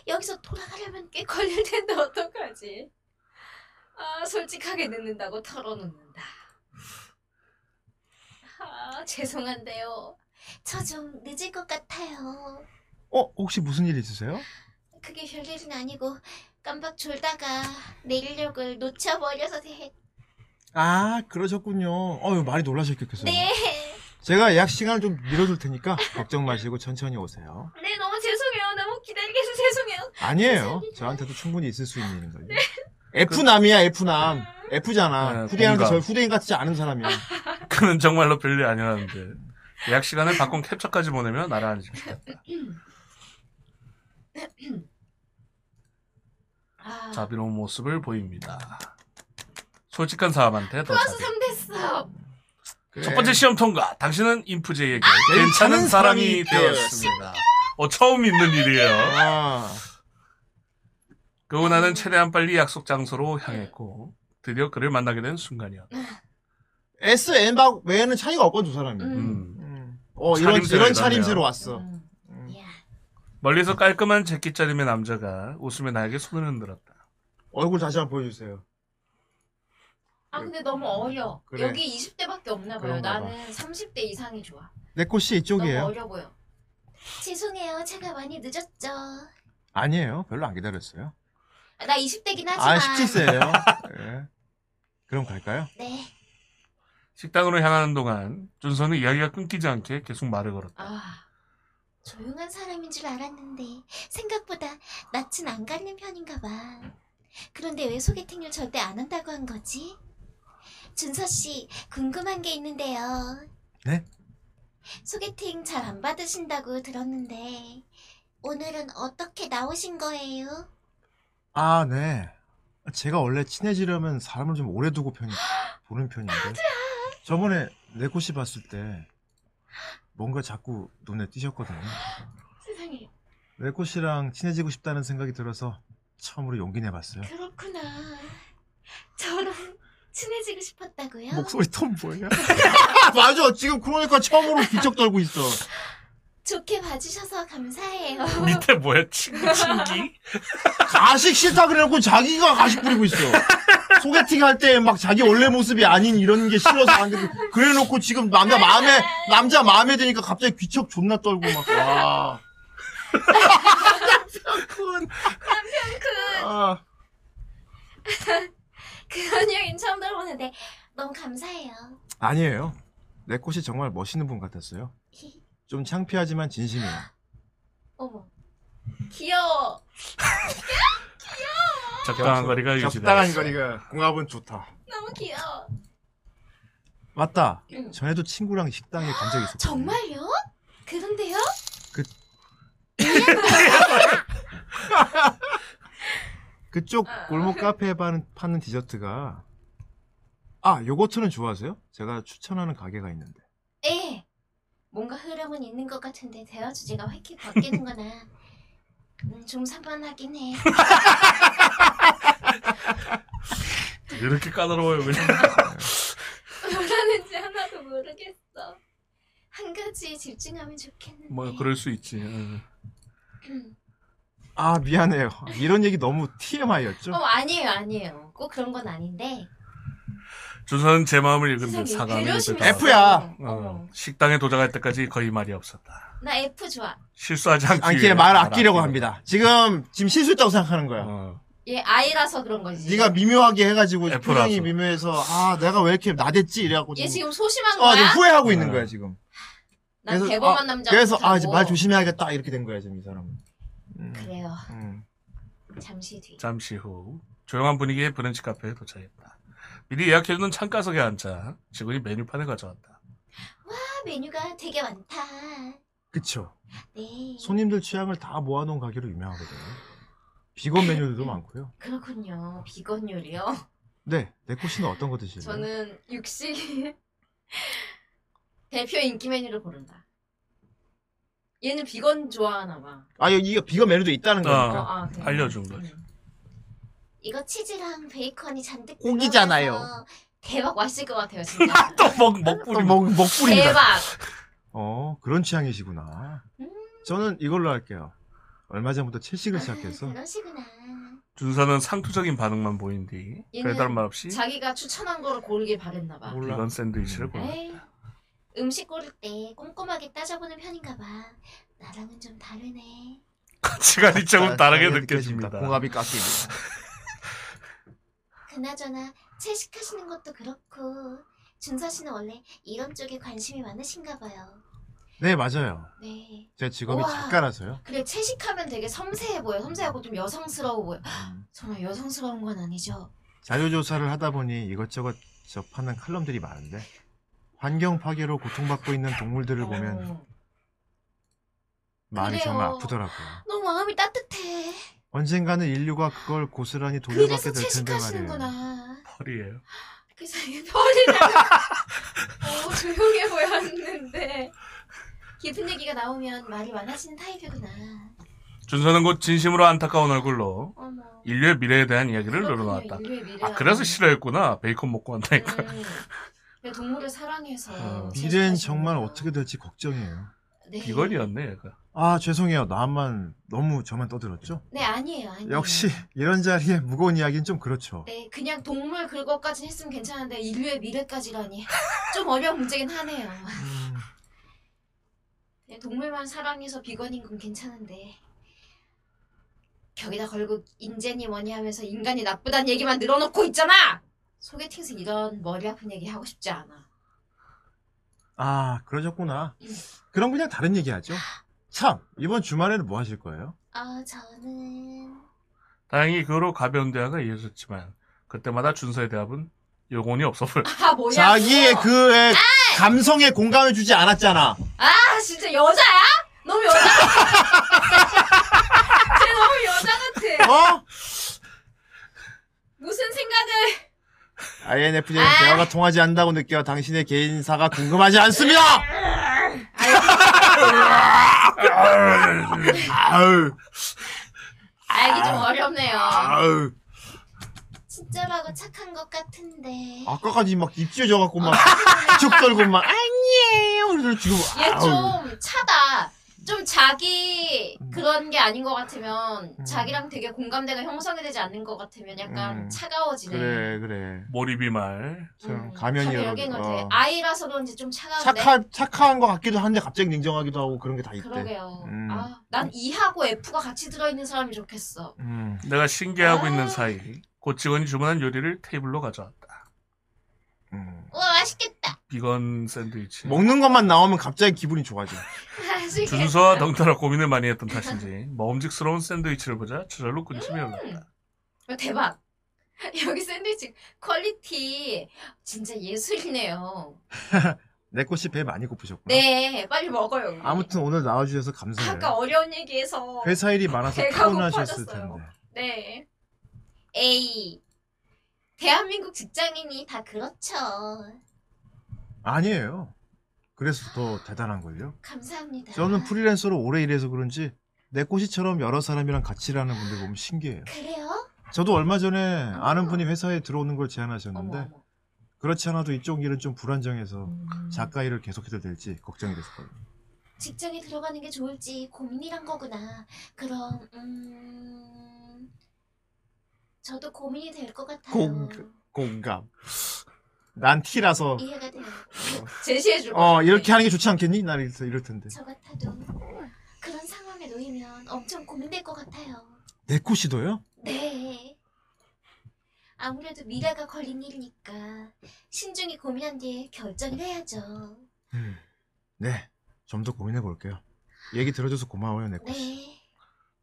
Speaker 1: 여기서 돌아가려면 꽤 걸릴 텐데
Speaker 4: 어떡하지 아 솔직하게 늦는다고 털어놓는다 아 죄송한데요
Speaker 1: 저 좀 늦을 것 같아요.
Speaker 3: 어 혹시 무슨 일 있으세요?
Speaker 1: 그게 별일은 아니고 깜빡 졸다가 내일력을 놓쳐버려서 네. 대...
Speaker 3: 아 그러셨군요. 어유 많이 놀라셨겠어요.
Speaker 1: 네.
Speaker 3: 제가 예약 시간을 좀 미뤄둘 테니까 걱정 마시고 천천히 오세요.
Speaker 4: 네 너무 죄송해요 너무 기다리게 해서 죄송해요
Speaker 3: 아니에요. 저한테도 충분히 있을 수 있는 일인걸요.
Speaker 4: 네.
Speaker 3: F남이야 F남. F잖아.
Speaker 2: 네,
Speaker 3: 후대인한테 저
Speaker 2: 공감.
Speaker 3: 후대인 같지 않은 사람이야.
Speaker 2: 그는 정말로 별일 아니었는데 예약 시간을 바꾼 캡처까지 보내며 나를 안시켰다
Speaker 4: 아
Speaker 2: 자비로운 모습을 보입니다. 솔직한 사람한테 더
Speaker 1: 아,
Speaker 4: 플러스
Speaker 2: 자비.
Speaker 4: 3 됐어
Speaker 2: 첫 번째 시험 통과. 당신은 인프제에게
Speaker 4: 아, 네,
Speaker 3: 괜찮은
Speaker 2: 괜찮은 사람이
Speaker 3: 사람이
Speaker 2: 되었습니다. 어 처음 있는 일이에요.
Speaker 3: 아,
Speaker 2: 그후 나는 최대한 빨리 약속 장소로 향했고 드디어 그를 만나게 된 순간이었다.
Speaker 3: S N 박 외에는 차이가 없건 두 사람이.
Speaker 2: 음.
Speaker 3: 음. 어 이런
Speaker 2: 차림새가
Speaker 3: 이런
Speaker 2: 있었네요.
Speaker 3: 차림새로 왔어.
Speaker 4: 음.
Speaker 1: 야,
Speaker 2: 멀리서 깔끔한 재킷차림의 남자가 웃으며 나에게 손을 흔들었다.
Speaker 3: 얼굴 다시 한번 보여주세요.
Speaker 4: 아 근데 너무 어려
Speaker 3: 그래.
Speaker 4: 여기 20대밖에 없나 봐요
Speaker 3: 그런가 봐.
Speaker 4: 나는 30대 이상이 좋아
Speaker 3: 내 꽃이
Speaker 4: 너무
Speaker 3: 이쪽이에요.
Speaker 4: 어려 보여
Speaker 1: 죄송해요. 제가 많이 늦었죠.
Speaker 3: 아니에요. 별로 안 기다렸어요.
Speaker 1: 아, 나 20대긴 하지만.
Speaker 3: 아 17세예요. 예. 그럼 갈까요?
Speaker 1: 네.
Speaker 2: 식당으로 향하는 동안 준서는 이야기가 끊기지 않게 계속 말을 걸었다.
Speaker 4: 아
Speaker 1: 조용한 사람인 줄 알았는데 생각보다 낯은 안 가리는 편인가 봐. 그런데 왜 소개팅을 절대 안 한다고 한 거지? 준서 씨, 궁금한 게 있는데요.
Speaker 3: 네?
Speaker 1: 소개팅 잘 안 받으신다고 들었는데 오늘은 어떻게 나오신 거예요?
Speaker 3: 아 네. 제가 원래 친해지려면 사람을 좀 오래 두고 편이 보는 편인데 저번에 내 꽃이 봤을 때 뭔가 자꾸 눈에 띄셨거든요.
Speaker 4: 세상에
Speaker 3: 내 꽃이랑 친해지고 싶다는 생각이 들어서 처음으로 용기 내봤어요.
Speaker 1: 그렇구나. 저랑 친해지고 싶었다고요?
Speaker 3: 목소리 톤 뭐야? 맞아 지금 그러니까 처음으로 비쩍 떨고 있어.
Speaker 1: 좋게 봐주셔서 감사해요.
Speaker 2: 밑에 뭐야? 친구 친기?
Speaker 3: 가식 싫다 그래놓고 자기가 가식 부리고 있어. 소개팅 할 때 막 자기 원래 모습이 아닌 이런 게 싫어서 안 되고 그래놓고 지금 남자 마음에 남자 마음에 드니까 갑자기 귀척 존나 떨고 막 와. 남편군.
Speaker 4: 그
Speaker 3: 아,
Speaker 1: 그런 이야기는 처음 들어보는데 너무 감사해요.
Speaker 3: 아니에요. 내 꽃이 정말 멋있는 분 같았어요. 좀 창피하지만 진심이에요.
Speaker 1: 어머,
Speaker 4: 귀여워
Speaker 2: 적당한 거리가 유지돼.
Speaker 3: 거리가 궁합은 좋다.
Speaker 4: 너무 귀여워
Speaker 3: 맞다. 전에도 친구랑 식당에 간 적이 있었어.
Speaker 1: 정말요? 그런데요?
Speaker 3: 그쪽
Speaker 4: 아,
Speaker 3: 골목 카페에 파는, 파는 디저트가 아 요거트는 좋아하세요? 제가 추천하는 가게가 있는데
Speaker 1: 네. 예. 뭔가 흐름은 있는 것 같은데 대화 주제가 획기 바뀌는구나. 음, 좀 산만하긴 해.
Speaker 2: 이렇게 까다로워요 그냥.
Speaker 1: 뭐라는지 하나도 모르겠어. 한 가지에 집중하면 좋겠는데.
Speaker 2: 뭐 그럴 수 있지. 응.
Speaker 3: 아 미안해요. 이런 얘기 너무 TMI였죠?
Speaker 1: 어 아니에요 아니에요. 꼭 그런 건 아닌데.
Speaker 2: 조선은 제 마음을 읽은 듯
Speaker 1: 세상에
Speaker 2: 사과하며
Speaker 1: 배려심이
Speaker 2: 입에
Speaker 3: F야.
Speaker 1: 없어.
Speaker 2: 담아. 어,
Speaker 1: 어.
Speaker 2: 식당에 도착할 때까지 거의 말이 없었다.
Speaker 1: 나 F 좋아.
Speaker 2: 실수하지 않기 위해
Speaker 3: 안키의 말을 아끼려고
Speaker 2: 아끼려고.
Speaker 3: 합니다. 지금 지금 실수했다고 생각하는 거야.
Speaker 2: 어.
Speaker 1: 얘 I라서 그런 거지.
Speaker 3: 네가 미묘하게 해가지고
Speaker 2: F라서.
Speaker 3: 표정이 미묘해서 아 내가 왜 이렇게 나댔지 이래갖고
Speaker 4: 얘
Speaker 3: 지금
Speaker 4: 지금 소심한
Speaker 3: 어, 지금
Speaker 4: 거야?
Speaker 3: 후회하고 있는
Speaker 2: 네.
Speaker 3: 거야 지금.
Speaker 4: 난
Speaker 3: 그래서,
Speaker 4: 대범한
Speaker 3: 아,
Speaker 4: 남자
Speaker 3: 그래서 아
Speaker 4: 못하고.
Speaker 3: 이제 말 조심해야겠다 이렇게 된 거야 지금 이 사람은. 음,
Speaker 1: 그래요.
Speaker 3: 음.
Speaker 1: 잠시 뒤.
Speaker 2: 잠시 후 조용한 분위기의 브런치 카페에 도착했다. 미리 예약해둔 창가석에 앉자 직원이 메뉴판을 가져왔다.
Speaker 1: 아 메뉴가 되게 많다.
Speaker 3: 그쵸.
Speaker 1: 네.
Speaker 3: 손님들 취향을 다 모아놓은 가게로 유명하거든요. 비건 메뉴들도 많고요.
Speaker 1: 그렇군요. 비건 요리요.
Speaker 3: 네, 네코 씨는 어떤 거 드시나요?
Speaker 4: 저는 육식 대표 인기 메뉴를 고른다. 얘는 비건 좋아하나 봐.
Speaker 3: 아 이거 비건 메뉴도 있다는
Speaker 4: 어,
Speaker 3: 거니까.
Speaker 4: 아, 그래.
Speaker 2: 알려준 거지.
Speaker 4: 음.
Speaker 1: 이거 치즈랑 베이컨이 잔뜩
Speaker 3: 고기잖아요.
Speaker 1: 들어가서 대박 맛있을 것 같아요 진짜.
Speaker 2: 또먹
Speaker 3: 또
Speaker 2: 먹구리.
Speaker 3: 먹 먹불입니다.
Speaker 4: 대박.
Speaker 3: 어 그런 취향이시구나.
Speaker 1: 음.
Speaker 3: 저는 이걸로 할게요. 얼마 전부터 채식을 시작해서
Speaker 1: 아,
Speaker 4: 음.
Speaker 1: 그러시구나.
Speaker 2: 준사는 상투적인 반응만 보인 뒤
Speaker 4: 얘는
Speaker 2: 별다른 말 없이
Speaker 4: 자기가 추천한 거를 고르길 바랬나 봐.
Speaker 3: 몰라.
Speaker 2: 비건 샌드위치를 골랐다.
Speaker 1: 에이, 음식 고를 때 꼼꼼하게 따져보는 편인가 봐. 나랑은 좀 다르네.
Speaker 2: 시간이 조금 다르게
Speaker 3: 다르게
Speaker 2: 느껴집니다.
Speaker 3: 공감이 깎입니다.
Speaker 1: 그나저나 채식하시는 것도 그렇고 준서 씨는 원래 이런 쪽에 관심이 많으신가 봐요.
Speaker 3: 네 맞아요.
Speaker 1: 네.
Speaker 3: 제가 직업이
Speaker 4: 우와.
Speaker 3: 작가라서요.
Speaker 4: 그래 채식하면 되게 섬세해 보여. 섬세하고 좀 여성스러워 보여.
Speaker 3: 음,
Speaker 1: 정말 여성스러운 건 아니죠.
Speaker 3: 자료 조사를 하다 보니 이것저것 접하는 칼럼들이 많은데 환경 파괴로 고통받고 있는 동물들을 보면
Speaker 4: 어.
Speaker 3: 마음이 정말
Speaker 4: 그래요.
Speaker 3: 아프더라고요.
Speaker 1: 너무 마음이 따뜻해.
Speaker 3: 언젠가는 인류가 그걸 고스란히
Speaker 1: 그래서
Speaker 3: 돌려받게 될 텐데 말이에요.
Speaker 1: 채식하시는구나.
Speaker 2: 펄이에요.
Speaker 1: 그래서 이게
Speaker 4: 허리가 어, 조용해 보였는데
Speaker 1: 깊은 얘기가 나오면 말이 많아지는 타입이구나.
Speaker 2: 준서는 곧 진심으로 안타까운 얼굴로
Speaker 1: 어머.
Speaker 2: 인류의 미래에 대한 이야기를 늘어놨다. 아 그래서 싫어했구나. 베이컨 먹고 왔다니까.
Speaker 4: 음, 동물을 사랑해서
Speaker 2: 어.
Speaker 3: 미래는
Speaker 4: 채식하시는구나.
Speaker 3: 정말 어떻게 될지 걱정이에요.
Speaker 4: 네.
Speaker 2: 비건이었네 얘가.
Speaker 3: 아 죄송해요. 나만 너무 저만 떠들었죠.
Speaker 4: 네 아니에요 아니에요
Speaker 3: 역시 이런 자리에 무거운 이야기는 좀 그렇죠.
Speaker 4: 음. 네 그냥 동물 그거까지 했으면 괜찮은데 인류의 미래까지라니 좀 어려운 문제긴 하네요
Speaker 3: 음,
Speaker 4: 네, 동물만 사랑해서 비건인 건 괜찮은데 벽에다 걸고 인재니 뭐니 하면서 인간이 나쁘다는 얘기만 늘어놓고 있잖아 소개팅에서 이런 머리 아픈 얘기 하고 싶지 않아
Speaker 3: 아 그러셨구나. 그럼 그냥 다른 얘기하죠. 참 이번 주말에는 뭐 하실 거예요?
Speaker 1: 아 저는
Speaker 2: 다행히 그 후로 가벼운 대화가 이어졌지만 그때마다 준서의 대답은 여건이 없어 보였다.
Speaker 4: 아 뭐냐
Speaker 3: 자기의 그 애- 감성에 공감해주지 않았잖아.
Speaker 4: 아 진짜 여자야? 너무 여자. 쟤 너무 여자 같아.
Speaker 3: 어?
Speaker 4: 무슨 생각을?
Speaker 3: INFJ는
Speaker 4: 아!
Speaker 3: 대화가 통하지 않는다고 느껴 당신의 개인사가 궁금하지 않습니다.
Speaker 4: 아!
Speaker 3: 아유,
Speaker 4: 알기 아, 좀 어렵네요.
Speaker 3: 아. 아유.
Speaker 1: 친절하고 착한 것 같은데.
Speaker 3: 아까까지 막 입지어져갖고 막 툭 떨고 막 아니에요. 그래서 지금
Speaker 4: 얘
Speaker 3: 아유.
Speaker 4: 좀 차다. 좀 자기
Speaker 3: 음.
Speaker 4: 그런 게 아닌 것 같으면 자기랑 되게 공감대가 형성이 되지 않는 것 같으면 약간
Speaker 3: 음.
Speaker 4: 차가워지네.
Speaker 3: 그래 그래.
Speaker 2: 몰입이 말.
Speaker 4: 음,
Speaker 3: 참 가면이라고.
Speaker 4: 여긴
Speaker 3: 어.
Speaker 4: 아이라서 그런지 좀 차가운데.
Speaker 3: 착한 착한 것 같기도 한데 갑자기 냉정하기도 하고 그런 게 다 있대.
Speaker 4: 그러게요.
Speaker 3: 음.
Speaker 4: 아, 난 E하고 F가 같이 들어있는 사람이 좋겠어.
Speaker 3: 음.
Speaker 2: 내가 신기해하고
Speaker 4: 아.
Speaker 2: 있는 사이 곧 직원이 주문한 요리를 테이블로 가져왔다.
Speaker 3: 음.
Speaker 1: 우와 맛있겠다.
Speaker 2: 비건 샌드위치.
Speaker 3: 먹는 것만 나오면 갑자기 기분이 좋아져.
Speaker 2: 준서와 덩달아 고민을 많이 했던 탓인지 먹음직스러운 샌드위치를 보자
Speaker 4: 음.
Speaker 2: 저절로 군침이 올랐다.
Speaker 4: 대박. 여기 샌드위치 퀄리티 진짜 예술이네요.
Speaker 3: 아. 내꽃이 배 많이 고프셨구나.
Speaker 4: 네, 빨리 먹어요. 우리.
Speaker 3: 아무튼 오늘 나와주셔서 감사해요.
Speaker 4: 아까 어려운 얘기해서
Speaker 3: 회사 일이 많아서
Speaker 4: 배가
Speaker 3: 피곤하셨을
Speaker 4: 고파졌어요.
Speaker 3: 텐데.
Speaker 4: 네.
Speaker 1: 에이
Speaker 4: 대한민국 직장인이
Speaker 1: 다 그렇죠.
Speaker 3: 아니에요. 그래서 더 대단한 걸요.
Speaker 1: 감사합니다.
Speaker 3: 저는 프리랜서로 오래 일해서 그런지 내꼬시처럼 여러 사람이랑 같이 일하는 분들 보면 신기해요.
Speaker 1: 그래요?
Speaker 3: 저도 얼마 전에 아는 분이 회사에 들어오는 걸 제안하셨는데
Speaker 4: 어머, 어머.
Speaker 3: 그렇지 않아도 이쪽 일은 좀 불안정해서
Speaker 4: 음.
Speaker 3: 작가 일을 계속해도 될지 걱정이 됐었거든요.
Speaker 1: 직장에 들어가는 게 좋을지 고민이란 거구나. 그럼 음 저도 고민이 될 것 같아요.
Speaker 3: 공- 공감. 난 티라서
Speaker 1: 이해가 돼요.
Speaker 4: 제시해줄
Speaker 3: 어
Speaker 4: 거지.
Speaker 3: 이렇게 하는 게 좋지 않겠니? 난 이럴, 이럴 텐데.
Speaker 1: 저 같아도 그런 상황에 놓이면 엄청 고민될 것 같아요.
Speaker 3: 내꼬시도요?
Speaker 1: 네. 아무래도 미래가 걸린 일이니까 신중히 고민한 뒤에 결정을 해야죠.
Speaker 3: 음, 네, 좀 더 고민해 볼게요. 얘기 들어줘서 고마워요, 내꼬시.
Speaker 1: 네.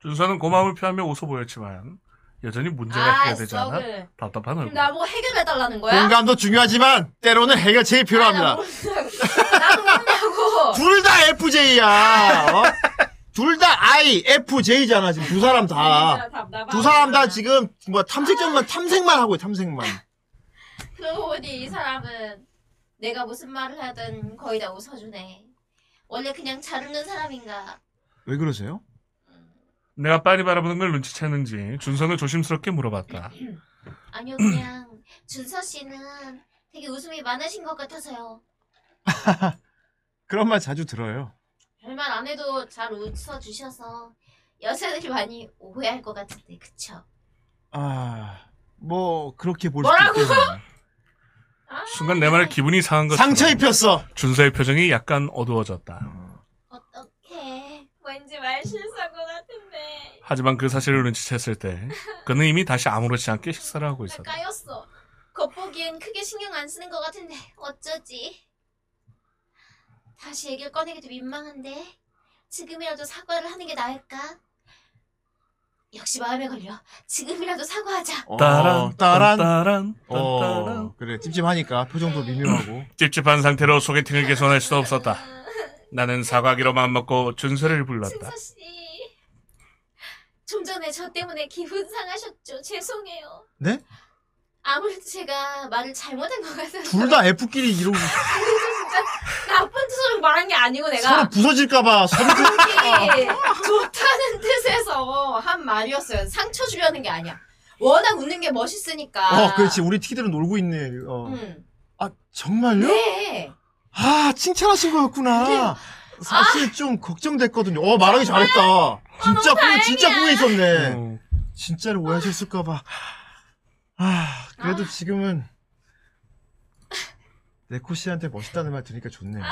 Speaker 2: 준서는 고마움을 표하며 웃어 보였지만 여전히 문제가
Speaker 4: 아,
Speaker 2: 해결 되지 않아
Speaker 4: 썩을.
Speaker 2: 답답한 얼굴.
Speaker 4: 그럼 나뭐 해결해달라는 거야?
Speaker 3: 공감도 중요하지만 때로는 해결책이
Speaker 4: 아, 나
Speaker 3: 필요합니다.
Speaker 4: 모르겠다고. 나도 모르냐고.
Speaker 3: 둘 다 FJ야. 어? 둘 다 I, FJ잖아 지금 두 사람 다. 두 사람 다 지금 뭐 탐색전만 탐색만 하고 탐색만.
Speaker 4: 그러고 보니 이 사람은 내가 무슨 말을 하든 거의 다 웃어주네.
Speaker 1: 원래 그냥 잘 웃는 사람인가?
Speaker 3: 왜 그러세요?
Speaker 2: 내가 빤히 바라보는 걸 눈치챘는지 준서는 조심스럽게 물어봤다.
Speaker 1: 아니요, 그냥 준서 씨는 되게 웃음이 많으신 것 같아서요.
Speaker 3: 그런 말 자주 들어요.
Speaker 1: 별말 안 해도 잘 웃어주셔서 여자들이 많이 오해할 것 같은데, 그쵸?
Speaker 3: 아, 뭐 그렇게 볼
Speaker 4: 뭐라고?
Speaker 3: 수도 있겠네요.
Speaker 4: 아,
Speaker 2: 순간 내 말에 기분이 상한 것처럼
Speaker 3: 상처 입혔어.
Speaker 2: 준서의 표정이 약간 어두워졌다.
Speaker 1: 어떡해.
Speaker 4: 왠지 말 실수한 것 같은데.
Speaker 2: 하지만 그 사실을 눈치챘을 때 그는 이미 다시 아무렇지 않게 식사를 하고
Speaker 1: 나
Speaker 2: 있었다.
Speaker 1: 까였어. 겉보기엔 크게 신경 안 쓰는 것 같은데, 어쩌지? 다시 얘기를 꺼내기도 민망한데, 지금이라도 사과를 하는 게 나을까? 역시 마음에 걸려. 지금이라도 사과하자.
Speaker 2: 따란 따란 따란 따란
Speaker 3: 어, 그래 찝찝하니까 표정도 미묘하고.
Speaker 2: 찝찝한 상태로 소개팅을 개선할 수도 없었다. 나는 사과하기로 마음먹고 준서를 불렀다.
Speaker 1: 준서 씨. 좀 전에 저 때문에 기분 상하셨죠? 죄송해요.
Speaker 3: 네?
Speaker 1: 아무래도 제가 말을 잘못한 것 같아서
Speaker 3: 둘 다 F끼리 이러고
Speaker 4: 나쁜 뜻으로 말한 게 아니고
Speaker 3: 서로
Speaker 4: 내가
Speaker 3: 부서질까봐 서로
Speaker 4: 이게 좋다는 뜻에서 한 말이었어요. 상처 주려는 게 아니야. 워낙 웃는 게 멋있으니까.
Speaker 3: 어, 그렇지. 우리 티들은 놀고 있네. 어.
Speaker 4: 음.
Speaker 3: 아, 정말요?
Speaker 4: 네.
Speaker 3: 아, 칭찬하신 거였구나. 사실 좀 걱정됐거든요. 어, 말하기 잘했다. 진짜 꾸 진짜 꾸에 있었네.
Speaker 2: 어,
Speaker 3: 진짜로 뭐 오해하셨을까봐. 아, 그래도 지금은 네코 씨한테 멋있다는 말 들으니까 좋네요.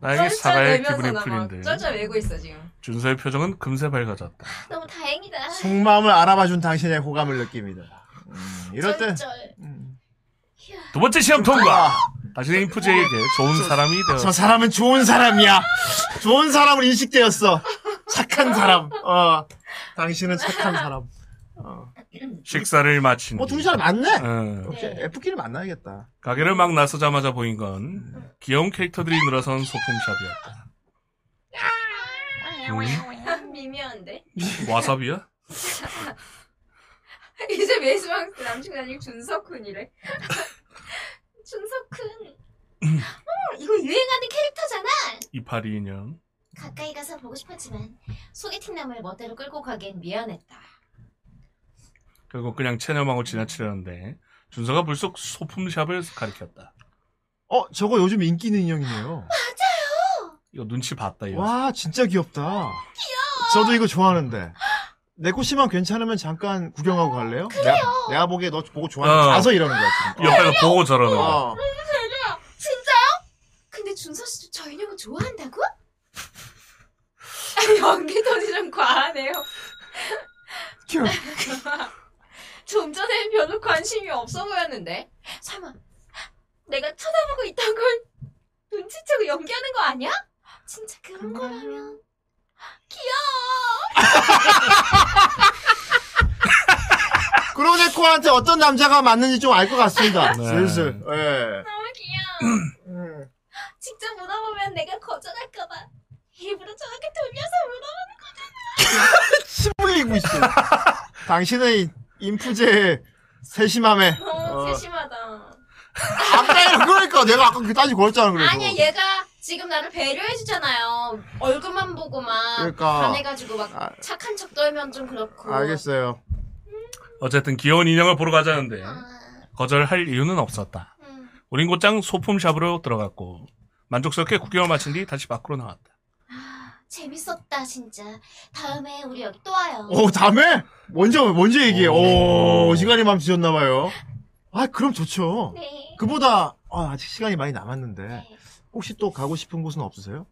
Speaker 2: 나에게 아, 사과의 기분이 풀린데
Speaker 4: 막 어, 쩔쩔 매고 있어 지금.
Speaker 2: 준서의 표정은 금세 밝아졌다.
Speaker 1: 너무 다행이다.
Speaker 3: 속마음을 알아봐준 당신의 호감을 느낍니다. 음, 이럴 때
Speaker 1: 쩔쩔.
Speaker 3: 음.
Speaker 2: 두 번째 시험 통과. 다시는 인프제에게 좋은 사람이 되었다.
Speaker 3: 아. 저 사람은 좋은 사람이야. 좋은 사람으로 인식되었어. 착한 사람. 어, 당신은 착한 사람. 어,
Speaker 2: 식사를 마친
Speaker 3: 뭐
Speaker 2: 뒤
Speaker 3: 둘이 잘 맞네.
Speaker 2: 어,
Speaker 3: 오케이, F끼리 만나야겠다.
Speaker 2: 가게를 막 나서자마자 보인 건 귀여운 캐릭터들이 늘어선 소품샵이었다. 음,
Speaker 4: 미묘한데.
Speaker 2: 와사비야?
Speaker 4: 이제 메이스방스 남친 아니고 준석훈이래.
Speaker 1: 준석훈. 어, 이거 유행하는 캐릭터잖아.
Speaker 2: 이파리 인형.
Speaker 1: 가까이 가서 보고 싶었지만 소개팅남을 멋대로 끌고 가기엔 미안했다.
Speaker 2: 결국 그냥 체념하고 지나치려는데 준서가 불쑥 소품샵을 가리켰다.
Speaker 3: 어, 저거 요즘 인기 있는 인형이네요.
Speaker 2: 이거 눈치 봤다 이거.
Speaker 3: 와, 진짜 귀엽다. 귀여워. 저도 이거 좋아하는데. 내코씨만 괜찮으면 잠깐 구경하고 갈래요? 그래요. 내가, 내가 보기에 너 보고 좋아하는
Speaker 2: 어.
Speaker 3: 가서 이러는 거야, 지금.
Speaker 2: 옆에서 보고 저러는
Speaker 3: 어.
Speaker 2: 거.
Speaker 3: 어.
Speaker 1: 근데 준서 씨도 저 인형을 좋아한다고?
Speaker 4: 연기 톤이 좀 과하네요.
Speaker 3: 귀여워.
Speaker 4: 좀 전엔 별로 관심이 없어 보였는데
Speaker 1: 설마
Speaker 4: 내가 쳐다보고 있던 걸 눈치채고 연기하는 거 아니야?
Speaker 1: 진짜
Speaker 3: 음.
Speaker 1: 그런 거라면
Speaker 3: 그리고 내코한테 어떤 남자가 맞는지 좀 알 것 같습니다.
Speaker 2: 네.
Speaker 3: 슬슬. 예.
Speaker 1: 너무 귀여워.
Speaker 3: 음.
Speaker 1: 직접 물어보면 내가 거절할까봐 일부러 저렇게 돌려서 물어보는
Speaker 3: 치불리고 있어. 당신의 인프제의 세심함에.
Speaker 4: 너무
Speaker 3: 어.
Speaker 4: 세심하다.
Speaker 3: 아까 이러- 그러니까 내가 아까 그 따지 걸었잖아, 그래서.
Speaker 1: 아니야 얘가 지금 나를 배려해 주잖아요. 얼굴만 보고 막
Speaker 3: 그러니까.
Speaker 1: 반해가지고 막
Speaker 3: 아.
Speaker 1: 착한 척 떨면 좀 그렇고.
Speaker 3: 알겠어요.
Speaker 2: 어쨌든 귀여운 인형을 보러 가자는데
Speaker 1: 아,
Speaker 2: 거절할 이유는 없었다.
Speaker 1: 음.
Speaker 2: 우린 곧장 소품샵으로 들어갔고 만족스럽게 구경을 마친 뒤 다시 밖으로 나왔다.
Speaker 1: 재밌었다 진짜. 다음에 우리 여기 또 와요.
Speaker 3: 오, 어, 다음에? 먼저, 먼저 얘기해.
Speaker 2: 오.
Speaker 3: 오, 시간이 맘치셨나봐요. 아, 그럼 좋죠.
Speaker 1: 네.
Speaker 3: 그보다, 아, 아직 시간이 많이 남았는데.
Speaker 1: 네.
Speaker 3: 혹시 또 가고 싶은 곳은 없으세요?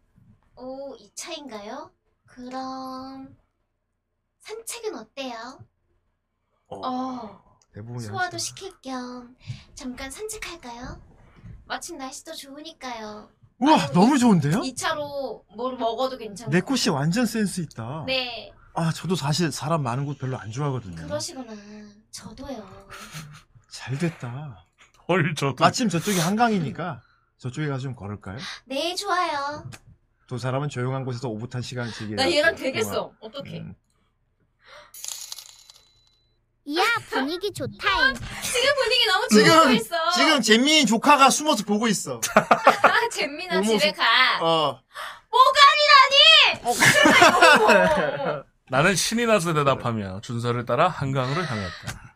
Speaker 1: 오, 2차인가요? 그럼 산책은 어때요? 어,
Speaker 3: 대부분이.
Speaker 1: 소화도
Speaker 3: 하시죠.
Speaker 1: 시킬 겸 잠깐 산책할까요? 마침 날씨도 좋으니까요.
Speaker 3: 우와, 너무 좋은데요?
Speaker 4: 2차로 뭘 먹어도 괜찮고.
Speaker 3: 네코 씨 완전 센스 있다.
Speaker 1: 네,
Speaker 3: 아, 저도 사실 사람 많은 곳 별로 안 좋아하거든요.
Speaker 1: 그러시구나. 저도요.
Speaker 3: 잘 됐다.
Speaker 2: 헐 저도
Speaker 3: 마침 저쪽이 한강이니까 저쪽에 가서 좀 걸을까요?
Speaker 1: 네, 좋아요.
Speaker 3: 두 사람은 조용한 곳에서 오붓한 시간을 음. 즐기려.
Speaker 4: 나 얘랑 되겠어. 어떡해.
Speaker 10: 이야 분위기 좋다잉.
Speaker 4: 지금 분위기 너무
Speaker 3: 지금,
Speaker 4: 좋고 있어.
Speaker 3: 지금 잼미인 조카가 숨어서 보고 있어.
Speaker 4: 아, 잼민아
Speaker 3: 너무
Speaker 4: 집에
Speaker 3: 좋-
Speaker 4: 가.
Speaker 3: 어.
Speaker 4: 어머.
Speaker 2: 나는 신이 나서 대답하며 준서를 따라 한강으로 향했다.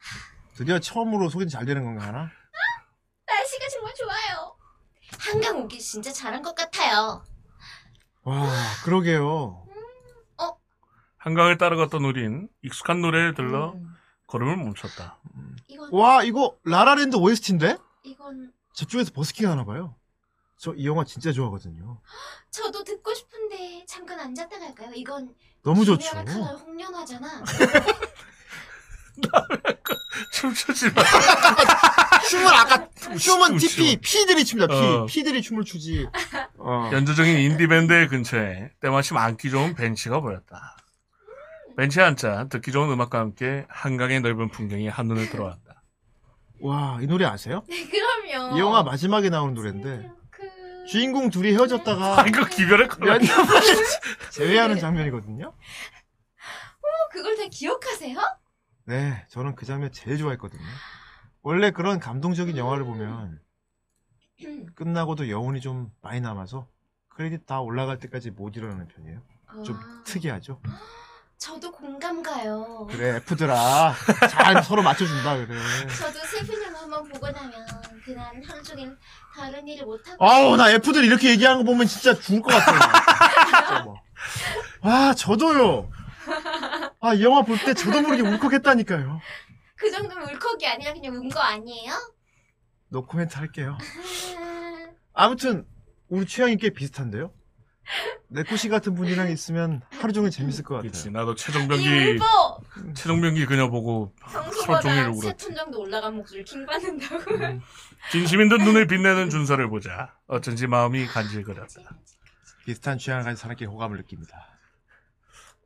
Speaker 3: 드디어 처음으로 소개팅 잘 되는 건가 하나?
Speaker 1: 날씨가 정말 좋아요. 한강 오길 진짜 잘한 것 같아요.
Speaker 3: 와, 그러게요.
Speaker 2: 한강을 따라 걷던 우린 익숙한 노래를 들러
Speaker 4: 음.
Speaker 2: 걸음을 멈췄다.
Speaker 1: 이건
Speaker 3: 와, 이거 라라랜드 OST인데?
Speaker 1: 이건
Speaker 3: 저쪽에서 버스킹 하나 봐요. 저 이 영화 진짜 좋아하거든요.
Speaker 1: 저도 듣고 싶은데 잠깐 앉았다 갈까요? 이건
Speaker 3: 너무 좋죠.
Speaker 1: 김연아 칼날 홍련하잖아.
Speaker 2: 춤추지 마.
Speaker 3: 춤을 아까 춤은 TP
Speaker 2: 춤.
Speaker 3: P들이 춥니다. P
Speaker 2: 어.
Speaker 3: P들이 춤을 추지. 어.
Speaker 2: 연주적인 인디밴드의 근처에 때마침 앉기 좋은 벤치가 보였다. 벤치에 앉자 듣기 좋은 음악과 함께 한강의 넓은 풍경이 한눈에 들어왔다.
Speaker 3: 와, 이 노래 아세요?
Speaker 1: 네.
Speaker 4: 그럼요.
Speaker 3: 이 영화 마지막에 나오는 노래인데
Speaker 1: 그...
Speaker 3: 주인공 둘이 헤어졌다가
Speaker 2: 아 이거 기별의
Speaker 3: 몇
Speaker 2: 컬러.
Speaker 3: 년 만에 재회하는 장면이거든요.
Speaker 4: 그걸 다 기억하세요?
Speaker 3: 네, 저는 그 장면 제일 좋아했거든요. 원래 그런 감동적인 영화를 보면
Speaker 1: 아,
Speaker 3: 끝나고도 여운이 좀 많이 남아서 크레딧 다 올라갈 때까지 못 일어나는 편이에요. 좀
Speaker 1: 아,
Speaker 3: 특이하죠.
Speaker 1: 저도 공감 가요.
Speaker 3: 그래, F들아. 잘 서로 맞춰준다, 그래.
Speaker 1: 저도 슬픈 영화 한 번 보고 나면 그날 하루 종일 다른 일을 못 하고
Speaker 3: 아우, 나 F들 이렇게 얘기하는 거 보면 진짜 죽을 것 같아요. 진짜 뭐. 아, 저도요. 아, 이 영화 볼 때 저도 모르게 울컥했다니까요.
Speaker 1: 그 정도면 울컥이 아니라 그냥 운 거 아니에요?
Speaker 3: 노 코멘트 할게요.
Speaker 1: 아,
Speaker 3: 아무튼 우리 취향이 꽤 비슷한데요. 네코시 같은 분이랑 있으면 하루 종일 재밌을 것
Speaker 2: 그치
Speaker 3: 같아요.
Speaker 2: 나도
Speaker 4: 이
Speaker 2: 최종병기
Speaker 4: 울보
Speaker 2: 최종병기 그녀 보고 하루 종일
Speaker 4: 평소보다
Speaker 2: 울었지.
Speaker 4: 세톤 정도 올라간 목소리 킹 받는다고.
Speaker 2: 진심인 듯 눈을 빛내는 준서를 보자 어쩐지 마음이 간질거렸다.
Speaker 3: 비슷한 취향을 가진 사람끼리 호감을 느낍니다.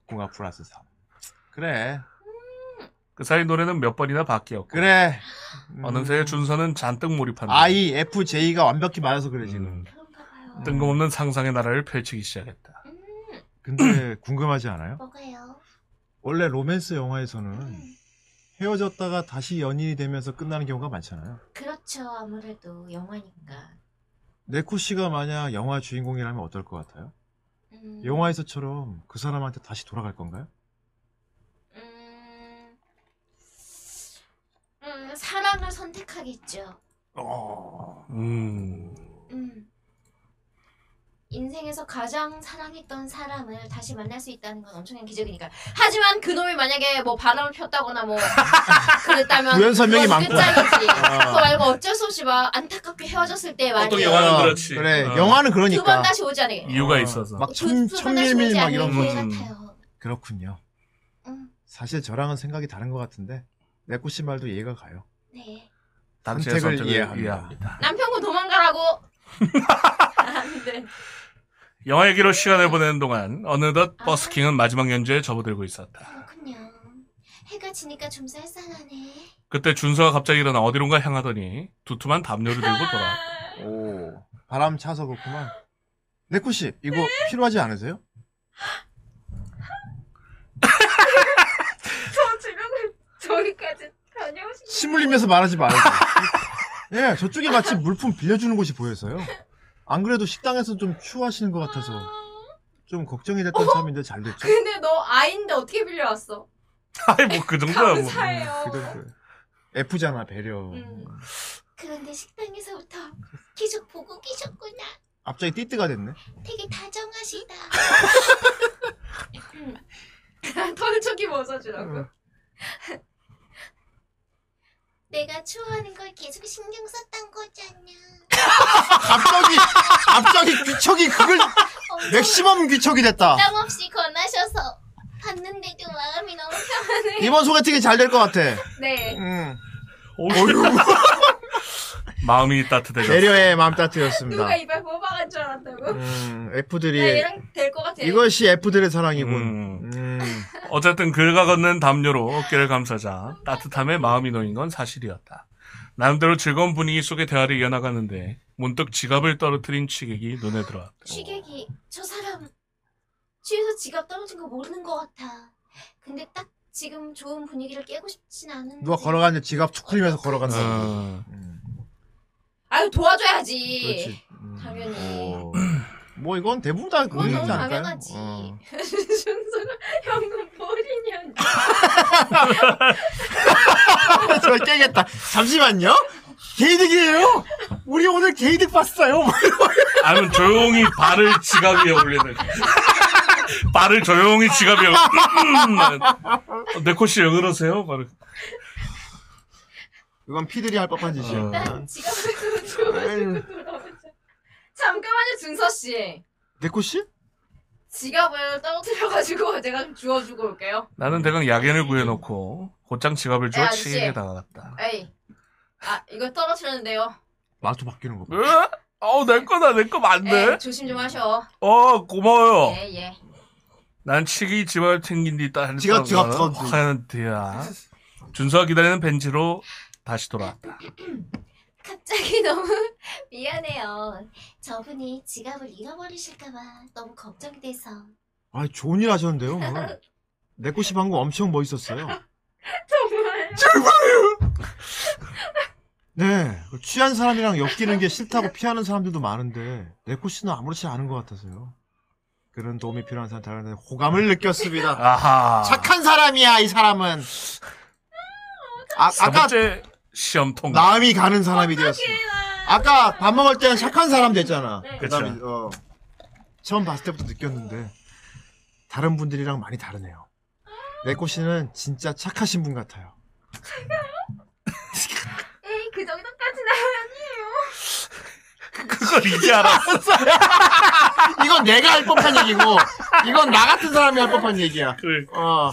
Speaker 3: 공합 플러스 3. 그래.
Speaker 2: 그 사이 노래는 몇 번이나 바뀌었고
Speaker 3: 그래. 음,
Speaker 2: 어느새 준서는 잔뜩 몰입한다.
Speaker 3: I, F, J가 완벽히 맞아서 그래 지금.
Speaker 2: 음,
Speaker 1: 그런가 봐요.
Speaker 2: 뜬금없는 상상의 나라를 펼치기 시작했다.
Speaker 3: 근데 궁금하지 않아요?
Speaker 1: 뭐가요?
Speaker 3: 원래 로맨스 영화에서는 헤어졌다가 다시 연인이 되면서 끝나는 경우가 많잖아요.
Speaker 1: 그렇죠. 아무래도 영화니까.
Speaker 3: 네코씨가 만약 영화 주인공이라면 어떨 것 같아요?
Speaker 1: 음,
Speaker 3: 영화에서처럼 그 사람한테 다시 돌아갈 건가요?
Speaker 1: 음, 음, 사랑을 선택하겠죠.
Speaker 3: 어.
Speaker 2: 음
Speaker 1: 음. 인생에서 가장 사랑했던 사람을 다시 만날 수 있다는 건 엄청난 기적이니까.
Speaker 4: 하지만 그놈이 만약에 뭐 바람을 폈다거나 뭐 그랬다면
Speaker 3: 부연 설명이
Speaker 4: 그건
Speaker 3: 많고.
Speaker 4: 끝장이지.
Speaker 3: 아.
Speaker 4: 그거 말고 어쩔 수 없이 막 안타깝게 헤어졌을 때
Speaker 2: 어떤
Speaker 4: 말이야.
Speaker 2: 영화는 그렇지.
Speaker 3: 아, 그래,
Speaker 2: 어.
Speaker 3: 영화는
Speaker 4: 두 번
Speaker 3: 그러니까.
Speaker 4: 다시 오지 않게.
Speaker 2: 이유가
Speaker 3: 어,
Speaker 2: 있어서
Speaker 3: 막
Speaker 1: 두-
Speaker 3: 천,
Speaker 1: 두
Speaker 3: 천밀밀 막 이런
Speaker 1: 분의
Speaker 3: 거지.
Speaker 1: 시간이
Speaker 2: 거지.
Speaker 1: 기회 같아요.
Speaker 3: 그렇군요.
Speaker 1: 음,
Speaker 3: 사실 저랑은 생각이 다른 것 같은데 내꼬씨 말도 이해가 가요.
Speaker 1: 네.
Speaker 2: 당신의
Speaker 3: 선택을
Speaker 2: 선택을
Speaker 3: 이해합니다.
Speaker 2: 이해합니다.
Speaker 4: 남편과 도망가라고. 안 돼.
Speaker 2: 영화 얘기로 시간을 보내는 동안 어느덧 버스킹은 마지막 연주에 접어들고 있었다.
Speaker 1: 그렇군요. 해가 지니까 좀 쌀쌀하네.
Speaker 2: 그때 준서가 갑자기 일어나 어디론가 향하더니 두툼한 담요를 들고 돌아왔다.
Speaker 3: 오 바람 차서 그렇구만. 내꼬씨 이거
Speaker 4: 네?
Speaker 3: 필요하지 않으세요?
Speaker 4: 저 어, 지금 저기까지 다녀오신
Speaker 3: 침 흘리면서 말하지 말아요. 예 저쪽에 마치 물품 빌려주는 곳이 보여서요. 안 그래도 식당에서 좀 추하시는 것 같아서 좀 걱정이 됐던 참인데 잘 됐죠.
Speaker 4: 근데 너 아인데 어떻게 빌려왔어?
Speaker 2: 아이 뭐 그 정도야 뭐.
Speaker 4: 감사해요.
Speaker 3: 그래도 F잖아 배려.
Speaker 4: 음.
Speaker 1: 그런데 식당에서부터 계속 보고 계셨구나.
Speaker 3: 갑자기 띠뜨가 됐네.
Speaker 1: 되게 다정하시다.
Speaker 4: 털초기 벗어주라고.
Speaker 1: 내가 추워하는 걸 계속 신경 썼단 거잖아.
Speaker 3: 갑자기 갑자기 귀척이 그걸
Speaker 1: 엄청
Speaker 3: 맥시멈 귀척이 됐다.
Speaker 1: 부담 없이 권하셔서 봤는데도 마음이 너무 편하네.
Speaker 3: 이번 소개팅이 잘 될 것 같아.
Speaker 4: 네.
Speaker 3: 음.
Speaker 2: 어휴. 마음이 따뜻해졌어.
Speaker 3: 배려의 마음 따뜻했습니다.
Speaker 4: 누가 이발 뽑아간 줄 알았다고?
Speaker 3: 음,
Speaker 4: 나
Speaker 3: F들이
Speaker 4: 얘랑 될 것 같아.
Speaker 3: 이것이 F들의 사랑이군.
Speaker 2: 음.
Speaker 3: 음.
Speaker 2: 어쨌든 글과 걷는 담요로 어깨를 감싸자 따뜻함에 마음이 놓인 건 사실이었다. 나름대로 즐거운 분위기 속의 대화를 이어나가는데 문득 지갑을 떨어뜨린 취객이 눈에 들어왔다.
Speaker 1: 취객이 저 사람 취해서 지갑 떨어진 거 모르는 것 같아. 근데 딱 지금 좋은 분위기를 깨고 싶진 않은데.
Speaker 3: 누가 걸어가는데 지갑 툭 흘리면서 걸어간다.
Speaker 2: 어,
Speaker 3: 음.
Speaker 4: 아유 도와줘야지.
Speaker 3: 그렇지. 음.
Speaker 4: 당연히.
Speaker 3: 어. 뭐 이건 대부분 다
Speaker 4: 그건
Speaker 3: 그런
Speaker 4: 너무
Speaker 3: 얘기지 않을까요?
Speaker 4: 당연하지.
Speaker 3: 어.
Speaker 4: 준수가 형은 버리냐?
Speaker 3: 저 아, 깨겠다. 잠시만요. 게이득이에요. 우리 오늘 게이득 봤어요.
Speaker 2: 아니면 조용히 발을 지갑 위에 올리는. 발을 조용히 지갑 위에 음, 올리는. 어, 네코씨 왜 그러세요? 발을.
Speaker 3: 이건 피들이 할 법한 짓이야.
Speaker 2: 어.
Speaker 1: 아,
Speaker 4: 난 지갑을 들고 돌아오자. 잠깐만요 준서 씨.
Speaker 3: 네코 씨?
Speaker 4: 지갑을 떨어뜨려가지고 제가 좀 주워주고 올게요.
Speaker 2: 나는 대강 야견을 구해놓고 곧장 지갑을
Speaker 1: 네,
Speaker 4: 야,
Speaker 2: 주워
Speaker 4: 아저씨.
Speaker 2: 치게 다가갔다.
Speaker 4: 에이. 아 이거 떨어뜨렸는데요.
Speaker 3: 마트 바뀌는 거. 봐.
Speaker 2: 어, 내 거다, 내 거
Speaker 4: 에이,
Speaker 2: 맞네.
Speaker 4: 예, 조심 좀 하셔.
Speaker 2: 어,
Speaker 1: 네.
Speaker 2: 고마워요.
Speaker 4: 예 예.
Speaker 2: 난 치기 지갑 챙긴 뒤 딸.
Speaker 3: 지갑, 지갑, 지갑.
Speaker 2: 하얀 뒤야.
Speaker 3: 아?
Speaker 2: 준서가 기다리는 벤치로 다시 돌아왔다.
Speaker 1: 갑자기 너무 미안해요. 저분이 지갑을 잃어버리실까봐 너무 걱정돼서.
Speaker 3: 아, 좋은 일 하셨는데요. 오늘. 네코 씨 방금 엄청 멋있었어요.
Speaker 4: 정말.
Speaker 3: 네. 그 취한 사람이랑 엮이는 게 싫다고 피하는 사람들도 많은데 네코 씨는 아무렇지 않은 것 같아서요. 그런 도움이 필요한 사람 다른 호감을 느꼈습니다.
Speaker 2: 아하.
Speaker 3: 착한 사람이야 이 사람은. 아,
Speaker 2: 세
Speaker 3: 아까
Speaker 2: 번째 시험 통과.
Speaker 3: 마음이 가는 사람이 되었어. 아까 밥 먹을 때는 착한 사람 됐잖아.
Speaker 4: 네.
Speaker 3: 그다음에 어, 처음 봤을 때부터 느꼈는데 다른 분들이랑 많이 다르네요. 네코 씨는 진짜 착하신 분 같아요.
Speaker 4: 에이 그 정도까지는 아니에요.
Speaker 2: 그걸 이제 알았어.
Speaker 3: 이건 내가 할 법한 얘기고 이건 나 같은 사람이 할 법한 얘기야.
Speaker 2: 그래.
Speaker 3: 어.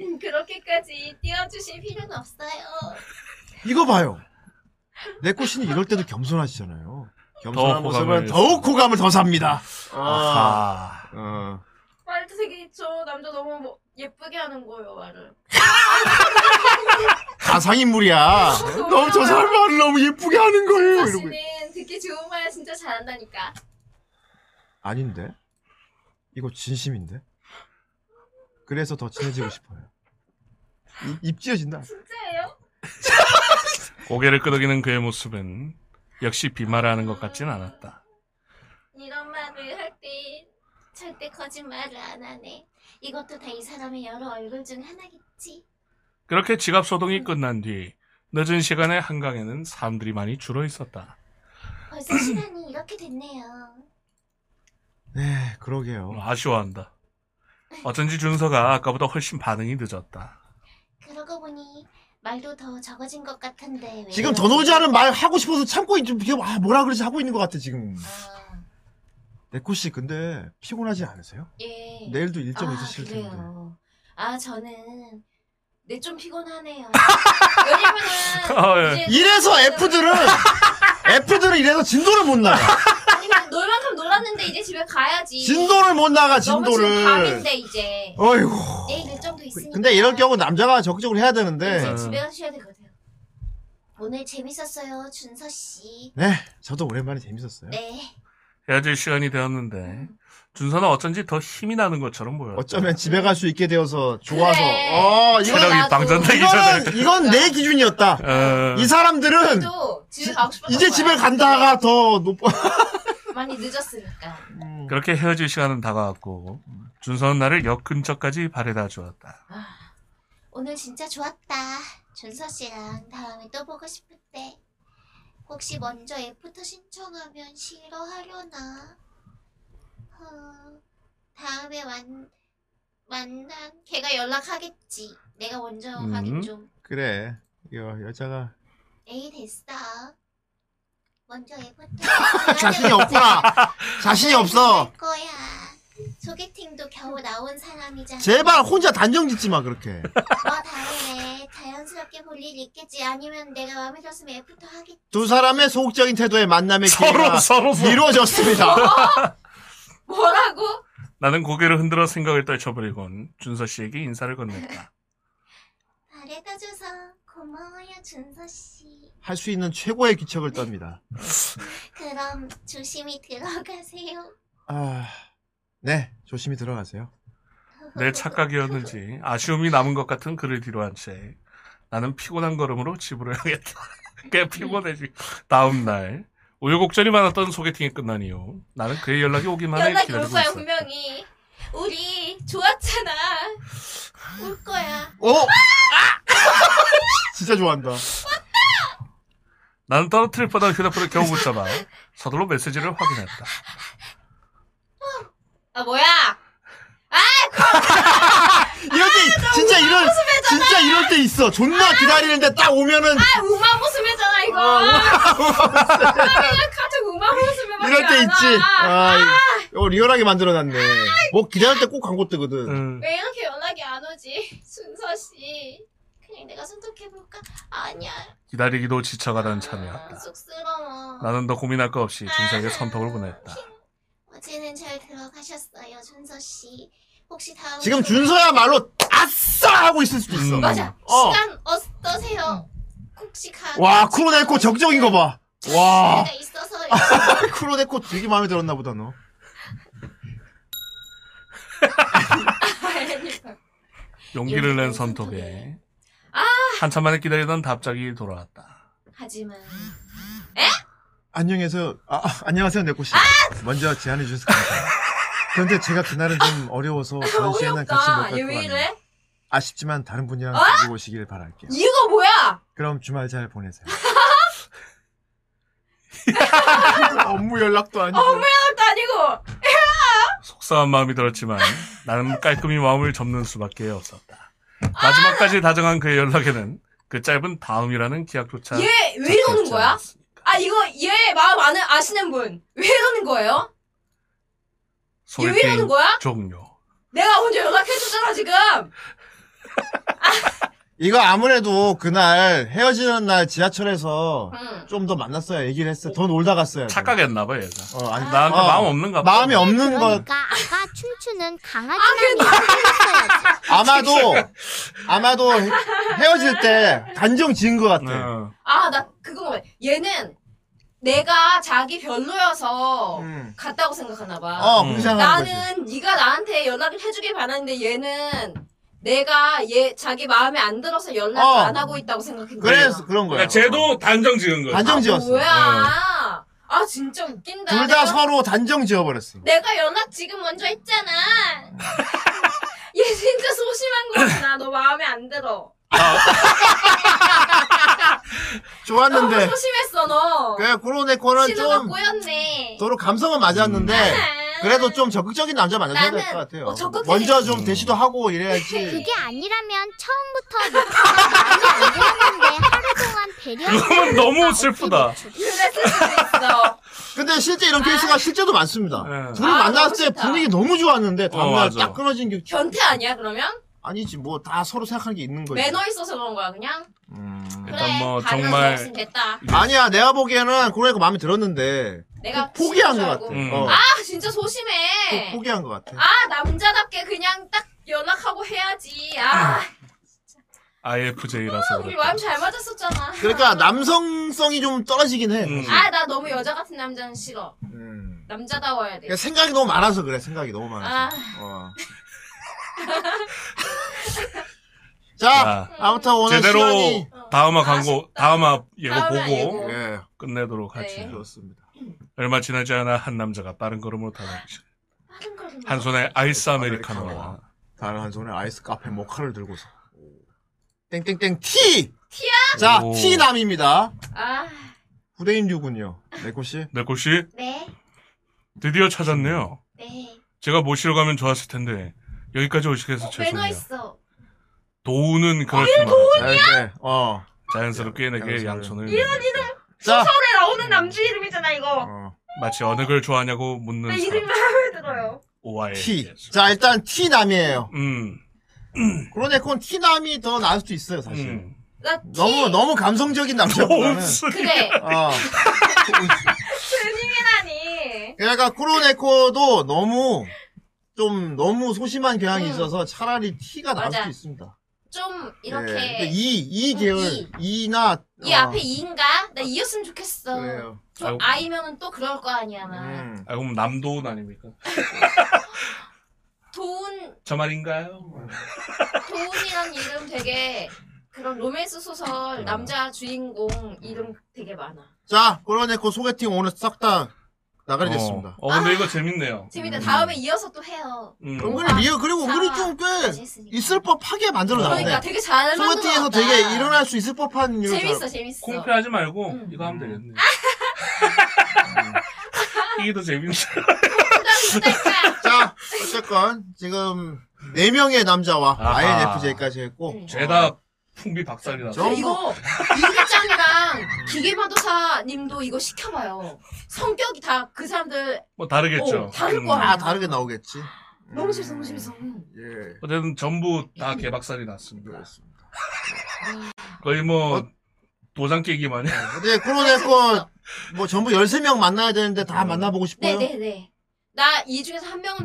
Speaker 4: 음, 그렇게까지
Speaker 1: 띄워주실 필요는 없어요.
Speaker 3: 이거 봐요. 네코 씨는 이럴 때도 겸손하시잖아요. 겸손한
Speaker 2: 더욱
Speaker 3: 모습은
Speaker 2: 호감을
Speaker 3: 더욱 호감을 더 삽니다. 아.
Speaker 2: 아하.
Speaker 3: 어.
Speaker 4: 말도 되게 저 남자 너무 뭐 예쁘게 하는 거예요 말을.
Speaker 3: 가상인물이야. 너무 저 사람 말을 너무 예쁘게 하는 거예요. 이러고.
Speaker 4: 사실은 듣기 좋은 말 진짜 잘한다니까.
Speaker 3: 아닌데? 이거 진심인데? 그래서 더 친해지고 싶어요. 입, 입 찢어진다.
Speaker 4: 진짜예요?
Speaker 2: 고개를 끄덕이는 그의 모습은 역시 비말하는 것 같진 않았다.
Speaker 1: 이런 말을 할 때 절대 거짓말을 안 하네. 이것도 다 이 사람의 여러 얼굴 중 하나겠지.
Speaker 2: 그렇게 지갑 소동이 끝난 뒤 늦은 시간에 한강에는 사람들이 많이 줄어 있었다.
Speaker 1: 벌써 시간이 이렇게 됐네요.
Speaker 3: 네, 그러게요.
Speaker 2: 어, 아쉬워한다. 어쩐지 준서가 아까보다 훨씬 반응이 늦었다.
Speaker 1: 그러고 보니 말도 더 적어진 것 같은데. 왜
Speaker 3: 지금
Speaker 1: 이러지?
Speaker 3: 더 노자는 말 하고 싶어서 참고 있- 좀 이렇게 와, 뭐라 그러지 하고 있는 것 같아 지금.
Speaker 1: 아,
Speaker 3: 네코 씨 근데 피곤하지 않으세요?
Speaker 4: 네.
Speaker 1: 예.
Speaker 3: 내일도 일정
Speaker 1: 아,
Speaker 3: 있으실 텐데.
Speaker 1: 그래요. 아 저는 내 좀 피곤하네요.
Speaker 4: 네, 왜냐면은
Speaker 2: 아, 예.
Speaker 4: 이제
Speaker 3: 이래서 F들은 F들은 이래서 진도를 못 나가.
Speaker 4: 아니면 놀만큼 놀았는데 이제 집에 가야지.
Speaker 3: 진도를 못 나가
Speaker 4: 너무 지금
Speaker 3: 진도를.
Speaker 4: 밤인데 이제. 네,
Speaker 3: 어이구.
Speaker 1: 내일 일정도 있으니까.
Speaker 3: 근데 음. 이럴 경우 남자가 적극적으로 해야 되는데.
Speaker 1: 이제
Speaker 2: 어.
Speaker 1: 집에 가셔야 되거든요. 오늘 재밌었어요, 준서 씨.
Speaker 3: 네, 저도 오랜만에 재밌었어요.
Speaker 1: 네.
Speaker 2: 헤어질 시간이 되었는데 준서는 어쩐지 더 힘이 나는 것처럼 보였다.
Speaker 3: 어쩌면 집에 갈 수 있게 되어서 좋아서.
Speaker 4: 그래.
Speaker 3: 어, 이건
Speaker 2: 체력이
Speaker 4: 나도.
Speaker 2: 방전되기 전에
Speaker 3: 이거는 이건 내 기준이었다.
Speaker 2: 어,
Speaker 3: 이 사람들은
Speaker 4: 또 집에 가고 싶었던
Speaker 3: 음. 이제
Speaker 4: 거야. 네,
Speaker 3: 집에 간다가 더 높아.
Speaker 1: 많이 늦었으니까.
Speaker 2: 그렇게 헤어질 시간은 다가왔고 준서는 나를 역 근처까지 바래다 주었다.
Speaker 1: 오늘 진짜 좋았다. 준서 씨랑 다음에 또 보고 싶을 때. 혹시 먼저 애프터 신청하면 싫어하려나? 어, 다음에 만, 만난 걔가 연락하겠지. 내가 먼저
Speaker 2: 음.
Speaker 1: 가긴 좀.
Speaker 3: 그래. 여, 여자가.
Speaker 1: 에이, 됐어. 먼저 애프터.
Speaker 3: 자신이 없구나. 자신이 없어.
Speaker 1: 할 거야. 소개팅도 겨우 나온 사람이잖아.
Speaker 3: 제발 혼자 단정 짓지 마, 그렇게.
Speaker 1: 뭐 다행이네. 자연스럽게 볼 일 있겠지. 아니면 내가 마음에 들었으면 애프터 하겠지.
Speaker 3: 두 사람의 소극적인 태도의 만남의 기회가
Speaker 2: 서로 서로 서로.
Speaker 3: 이루어졌습니다.
Speaker 4: 뭐라고?
Speaker 2: 나는 고개를 흔들어 생각을 떨쳐버리곤 준서 씨에게 인사를 건넸다.
Speaker 1: 바래다 줘서 고마워요 준서 씨.
Speaker 3: 할 수 있는 최고의 기척을 떱니다.
Speaker 1: 그럼 조심히 들어가세요.
Speaker 3: 아, 네, 조심히 들어가세요.
Speaker 2: 내 착각이었는지 아쉬움이 남은 것 같은 그를 뒤로한 채 나는 피곤한 걸음으로 집으로 향했다. 꽤 피곤해지. 다음 날 우여곡절이 많았던 소개팅이 끝난 이후 나는 그의 연락이 오기만 해
Speaker 1: 연락이
Speaker 2: 기다리고
Speaker 1: 올 거야
Speaker 2: 있었다.
Speaker 1: 분명히. 우리 좋았잖아. 올 거야.
Speaker 3: 어? 진짜 좋아한다.
Speaker 2: 나는 떨어뜨릴 뻔한 휴대폰을 겨우 붙잡아 서둘러 메시지를 확인했다.
Speaker 4: 아 뭐야?
Speaker 3: 이렇게 진짜 이럴 진짜 이럴 때 있어. 존나 기다리는데 딱 오면은
Speaker 4: 아 우마 모습이잖아 이거. 맨날 카톡 우마 모습에 막
Speaker 3: 이럴 때 있지. 아, 이거 리얼하게 만들어놨네. 뭐 기다릴 때 꼭 광고 뜨거든.
Speaker 2: 음,
Speaker 4: 왜 이렇게 연락이 안 오지? 순서 씨.
Speaker 1: 그냥 내가 선택해 볼까? 아니야.
Speaker 2: 기다리기도 지쳐가던
Speaker 1: 아,
Speaker 2: 참이었다.
Speaker 3: 아.
Speaker 1: 쑥스러워.
Speaker 2: 나는 더 고민할 거 없이 준서에게 선톡을 보냈다.
Speaker 1: 어제는 잘 들어가셨어요 준서 씨. 혹시 다음
Speaker 3: 지금
Speaker 1: 주-
Speaker 3: 준서야 말로 아싸 하고 있을 수도 있어.
Speaker 2: 음.
Speaker 1: 맞아.
Speaker 3: 어.
Speaker 1: 시간 어떠세요? 혹시 가.
Speaker 3: 와 크로네코 적정인 거 봐. 와
Speaker 1: 내가 있어서
Speaker 3: 크로네코 되게 마음에 들었나 보다 너.
Speaker 2: 용기를 낸 선톡에
Speaker 4: 아!
Speaker 2: 한참 만에 기다리던 답장이 돌아왔다.
Speaker 4: 하지만
Speaker 3: 안녕해서 아, 아, 안녕하세요 네코 씨. 먼저 제안해 주셔서 감사합니다. 그런데 제가 그날은 좀 어려워서 다음 시에는 같이 못 갈
Speaker 4: 어이없다.
Speaker 3: 것
Speaker 4: 얘왜
Speaker 3: 같네요.
Speaker 4: 이래?
Speaker 3: 아쉽지만 다른 분이랑
Speaker 4: 아?
Speaker 3: 데리고 오시길 바랄게요.
Speaker 4: 이거 뭐야?
Speaker 3: 그럼 주말 잘 보내세요. 업무 연락도 아니고.
Speaker 4: 아무것도 아니고.
Speaker 2: 속상한 마음이 들었지만 나는 깔끔히 마음을 접는 수밖에 없었다.
Speaker 4: 아!
Speaker 2: 마지막까지 다정한 그의 연락에는 그 짧은 다음이라는 기약조차
Speaker 4: 얘 왜 이러는
Speaker 2: 적혀있지
Speaker 4: 거야?
Speaker 2: 않았으니.
Speaker 4: 아 이거 얘 마음 아는 아시는 분 왜 이러는 거예요? 얘 왜 이러는
Speaker 2: 소개팅
Speaker 4: 거야?
Speaker 2: 종료.
Speaker 4: 내가 혼자 연락해줬잖아 지금.
Speaker 3: 이거 아무래도 그날 헤어지는 날 지하철에서
Speaker 4: 응.
Speaker 3: 좀 더 만났어야 얘기를 했어. 더 놀다 갔어야. 돼.
Speaker 2: 착각했나 봐 얘가.
Speaker 3: 어, 아니,
Speaker 2: 나한테
Speaker 3: 어,
Speaker 2: 마음 없는가 봐.
Speaker 3: 마음이 없는 것.
Speaker 10: 그러니까 아까 춤추는 강아지랑 연결했어야지.
Speaker 3: 아마도 아마도 헤- 헤어질 때 단정 지은 것 같아.
Speaker 2: 어.
Speaker 4: 아 나 그거 뭐야? 얘는 내가 자기 별로여서
Speaker 3: 음.
Speaker 4: 갔다고 생각하나 봐.
Speaker 3: 어,
Speaker 2: 음.
Speaker 3: 그렇게 생각하는 거지.
Speaker 4: 아. 나는 네가 나한테 연락을 해주길 바랐는데 얘는 내가 얘 자기 마음에 안 들어서 연락을
Speaker 3: 어.
Speaker 4: 안 하고 있다고 어. 생각했거든.
Speaker 3: 그래서 그런 거야.
Speaker 2: 그러니까 쟤도 단정 지은 거야.
Speaker 3: 단정 지었어.
Speaker 4: 뭐야? 아 진짜 웃긴다.
Speaker 3: 둘 다
Speaker 4: 내가-
Speaker 3: 서로 단정 지어버렸어.
Speaker 4: 내가 연락 지금 먼저 했잖아. 얘 진짜 소심한 거구나. 너 마음에 안 들어. 너무
Speaker 3: 좋았는데.
Speaker 4: 소심했어 너.
Speaker 3: 그래, 쿠로네코는
Speaker 4: 네. 신호가 네.
Speaker 3: 좀
Speaker 4: 꼬였네.
Speaker 3: 서로 감성은 맞았는데 그래도 좀 적극적인 남자 만나야 될
Speaker 4: 나는
Speaker 3: 것 같아요.
Speaker 4: 어, 적극적인-
Speaker 3: 먼저 좀
Speaker 2: 음.
Speaker 3: 대시도 하고 이래야지.
Speaker 10: 그게 아니라면 처음부터 내가 말이 안 됐는데 하루 동안 배려.
Speaker 2: 그건 너무 슬프다.
Speaker 4: 그랬을 수도 있어.
Speaker 3: 근데 실제 이런 케이스가 실제도 많습니다.
Speaker 2: 네.
Speaker 3: 둘이
Speaker 4: 아, 너무
Speaker 3: 만났을 때
Speaker 4: 좋다.
Speaker 3: 분위기 너무 좋았는데
Speaker 2: 어,
Speaker 3: 다음날
Speaker 2: 맞아.
Speaker 3: 딱 끊어진 게
Speaker 4: 변태 아니야 그러면?
Speaker 3: 아니지 뭐 다 서로 생각하는 게 있는 거지.
Speaker 4: 매너 있어서 그런 거야 그냥?
Speaker 3: 음.
Speaker 2: 일단 뭐
Speaker 4: 반응도
Speaker 2: 정말-
Speaker 4: 없으면 됐다.
Speaker 3: 아니야 내가 보기에는 쿠로네코 마음에 들었는데
Speaker 4: 내가
Speaker 3: 포기한
Speaker 4: 친구인
Speaker 3: 것 같아.
Speaker 4: 줄 알고.
Speaker 2: 음.
Speaker 3: 어,
Speaker 4: 아 진짜 소심해.
Speaker 3: 포기한 것 같아.
Speaker 4: 아 남자답게 그냥 딱 연락하고 해야지. 아
Speaker 2: IFJ라서.
Speaker 4: 우리 마음 잘 맞았었잖아.
Speaker 3: 그러니까 남성성이 좀 떨어지긴 해.
Speaker 2: 음.
Speaker 4: 아 나 너무 여자 같은 남자는 싫어.
Speaker 3: 음.
Speaker 4: 남자다워야 돼.
Speaker 3: 그러니까 생각이 너무 많아서 어. 그래. 생각이 너무 많아서.
Speaker 4: 아.
Speaker 3: 어. 자,
Speaker 2: 자,
Speaker 3: 아무튼 오늘
Speaker 2: 제대로
Speaker 3: 시간이
Speaker 2: 다음화 광고,
Speaker 11: 아쉽다.
Speaker 2: 다음화 예고
Speaker 11: 다음화
Speaker 2: 보고
Speaker 11: 예고.
Speaker 3: 예,
Speaker 2: 끝내도록 하지.
Speaker 11: 네.
Speaker 3: 좋습니다.
Speaker 2: 얼마 지나지 않아 한 남자가 빠른 걸음으로 다가오죠.
Speaker 4: 빠른 걸음.
Speaker 2: 한 손에 아이스 아메리카노와
Speaker 3: 아메리카노와. 다른 한 손에 아이스 카페 모카를 들고서 땡땡땡 티. 티야? 자,
Speaker 2: 오.
Speaker 3: 티남입니다.
Speaker 11: 아,
Speaker 3: 후대인 유군요. 네코 씨.
Speaker 2: 네코씨
Speaker 4: 네,
Speaker 2: 드디어 찾았네요.
Speaker 4: 네.
Speaker 2: 제가 모시러 가면 좋았을 텐데 여기까지 오시게 해서
Speaker 4: 매너
Speaker 2: 죄송해요.
Speaker 4: 있어.
Speaker 11: 아,
Speaker 2: 도우는 그렇게 말하죠.
Speaker 3: 자, 이렇게 어.
Speaker 2: 자연스럽게 내게
Speaker 3: 양손을-
Speaker 2: 양손을
Speaker 11: 이런,
Speaker 3: 자,
Speaker 11: 서울에 나오는 남주 이름이잖아 이거.
Speaker 3: 어,
Speaker 2: 마치 어느 걸 좋아하냐고 묻는
Speaker 11: 내
Speaker 2: 사람
Speaker 11: 이름이 마음에 들어요.
Speaker 2: 오와의
Speaker 3: 티.
Speaker 2: 예술.
Speaker 3: 자, 일단 티남이에요.
Speaker 2: 음,
Speaker 3: 그런 애콘 티남이 더 나을 수도 있어요, 사실.
Speaker 2: 음.
Speaker 11: 나
Speaker 3: 너무 너무 감성적인
Speaker 2: 어,
Speaker 3: 남자보다는
Speaker 2: 도우스.
Speaker 11: 그래.
Speaker 3: 어.
Speaker 11: 주님이라니.
Speaker 3: 그러니까 쿠로네코도 너무 좀 너무 소심한 경향이
Speaker 4: 음.
Speaker 3: 있어서 차라리 티가 나을
Speaker 4: 맞아.
Speaker 3: 수도 있습니다.
Speaker 4: 좀
Speaker 3: 예. 근데
Speaker 4: 이렇게
Speaker 3: 이, 이
Speaker 4: 음,
Speaker 3: 계열
Speaker 4: 이.
Speaker 3: 이나
Speaker 4: 이
Speaker 3: 어,
Speaker 4: 앞에 이인가? 나 이였으면 좋겠어.
Speaker 3: 그래요.
Speaker 4: 좀
Speaker 2: 아이고.
Speaker 4: 아이면은 또 그럴 거 아니야 나.
Speaker 3: 음.
Speaker 2: 아, 그럼 남도훈 아닙니까?
Speaker 4: 도훈
Speaker 2: 저 말인가요?
Speaker 4: 도훈이란 이름 되게 그런 로맨스
Speaker 3: 음.
Speaker 4: 소설 남자 주인공 이름 되게 많아.
Speaker 3: 자, 쿠로네코 소개팅 오늘 싹 다 나가게 됐습니다.
Speaker 4: 아,
Speaker 2: 어, 어, 근데 이거 재밌네요.
Speaker 4: 재밌다.
Speaker 3: 음.
Speaker 4: 다음에 이어서 또 해요.
Speaker 2: 음.
Speaker 3: 은근히 리얼 그리고 은근히
Speaker 4: 다시
Speaker 3: 좀꽤
Speaker 4: 했으니까.
Speaker 3: 네, 있을 법하게 만들어 놨네.
Speaker 4: 그러니까 되게 잘 만들어.
Speaker 3: 소개팅에서 되게 일어날 수 있을 법한 일
Speaker 4: 재밌어 재밌어.
Speaker 2: 콩패하지 말고
Speaker 4: 음.
Speaker 2: 이거 하면 되겠네. 이게 더 재밌네.
Speaker 3: 자, 어쨌건 지금 네 명의 남자와
Speaker 2: 아하.
Speaker 3: INFJ까지 했고
Speaker 4: 네.
Speaker 2: 죄다 풍비 박살이 나서.
Speaker 3: 저-
Speaker 11: 이거 이기짱이랑 기계마도사님도 이거 시켜봐요. 성격이 다 그 사람들
Speaker 2: 뭐 다르겠죠.
Speaker 11: 어, 다를
Speaker 2: 음.
Speaker 11: 거야.
Speaker 3: 다 다르게 나오겠지. 음.
Speaker 11: 너무 재밌어 너무 재밌어.
Speaker 4: 음.
Speaker 3: 예.
Speaker 2: 어쨌든 전부 다 개박살이 났습니다.
Speaker 3: 그렇습니다.
Speaker 2: 거의 뭐
Speaker 3: 어?
Speaker 2: 도장 깨기만 해.
Speaker 3: 근데 네, 코로네코 뭐 전부 13명 만나야 되는데 다 만나보고 싶어요?
Speaker 4: 음. 네네네. 나 이 중에서 한 명은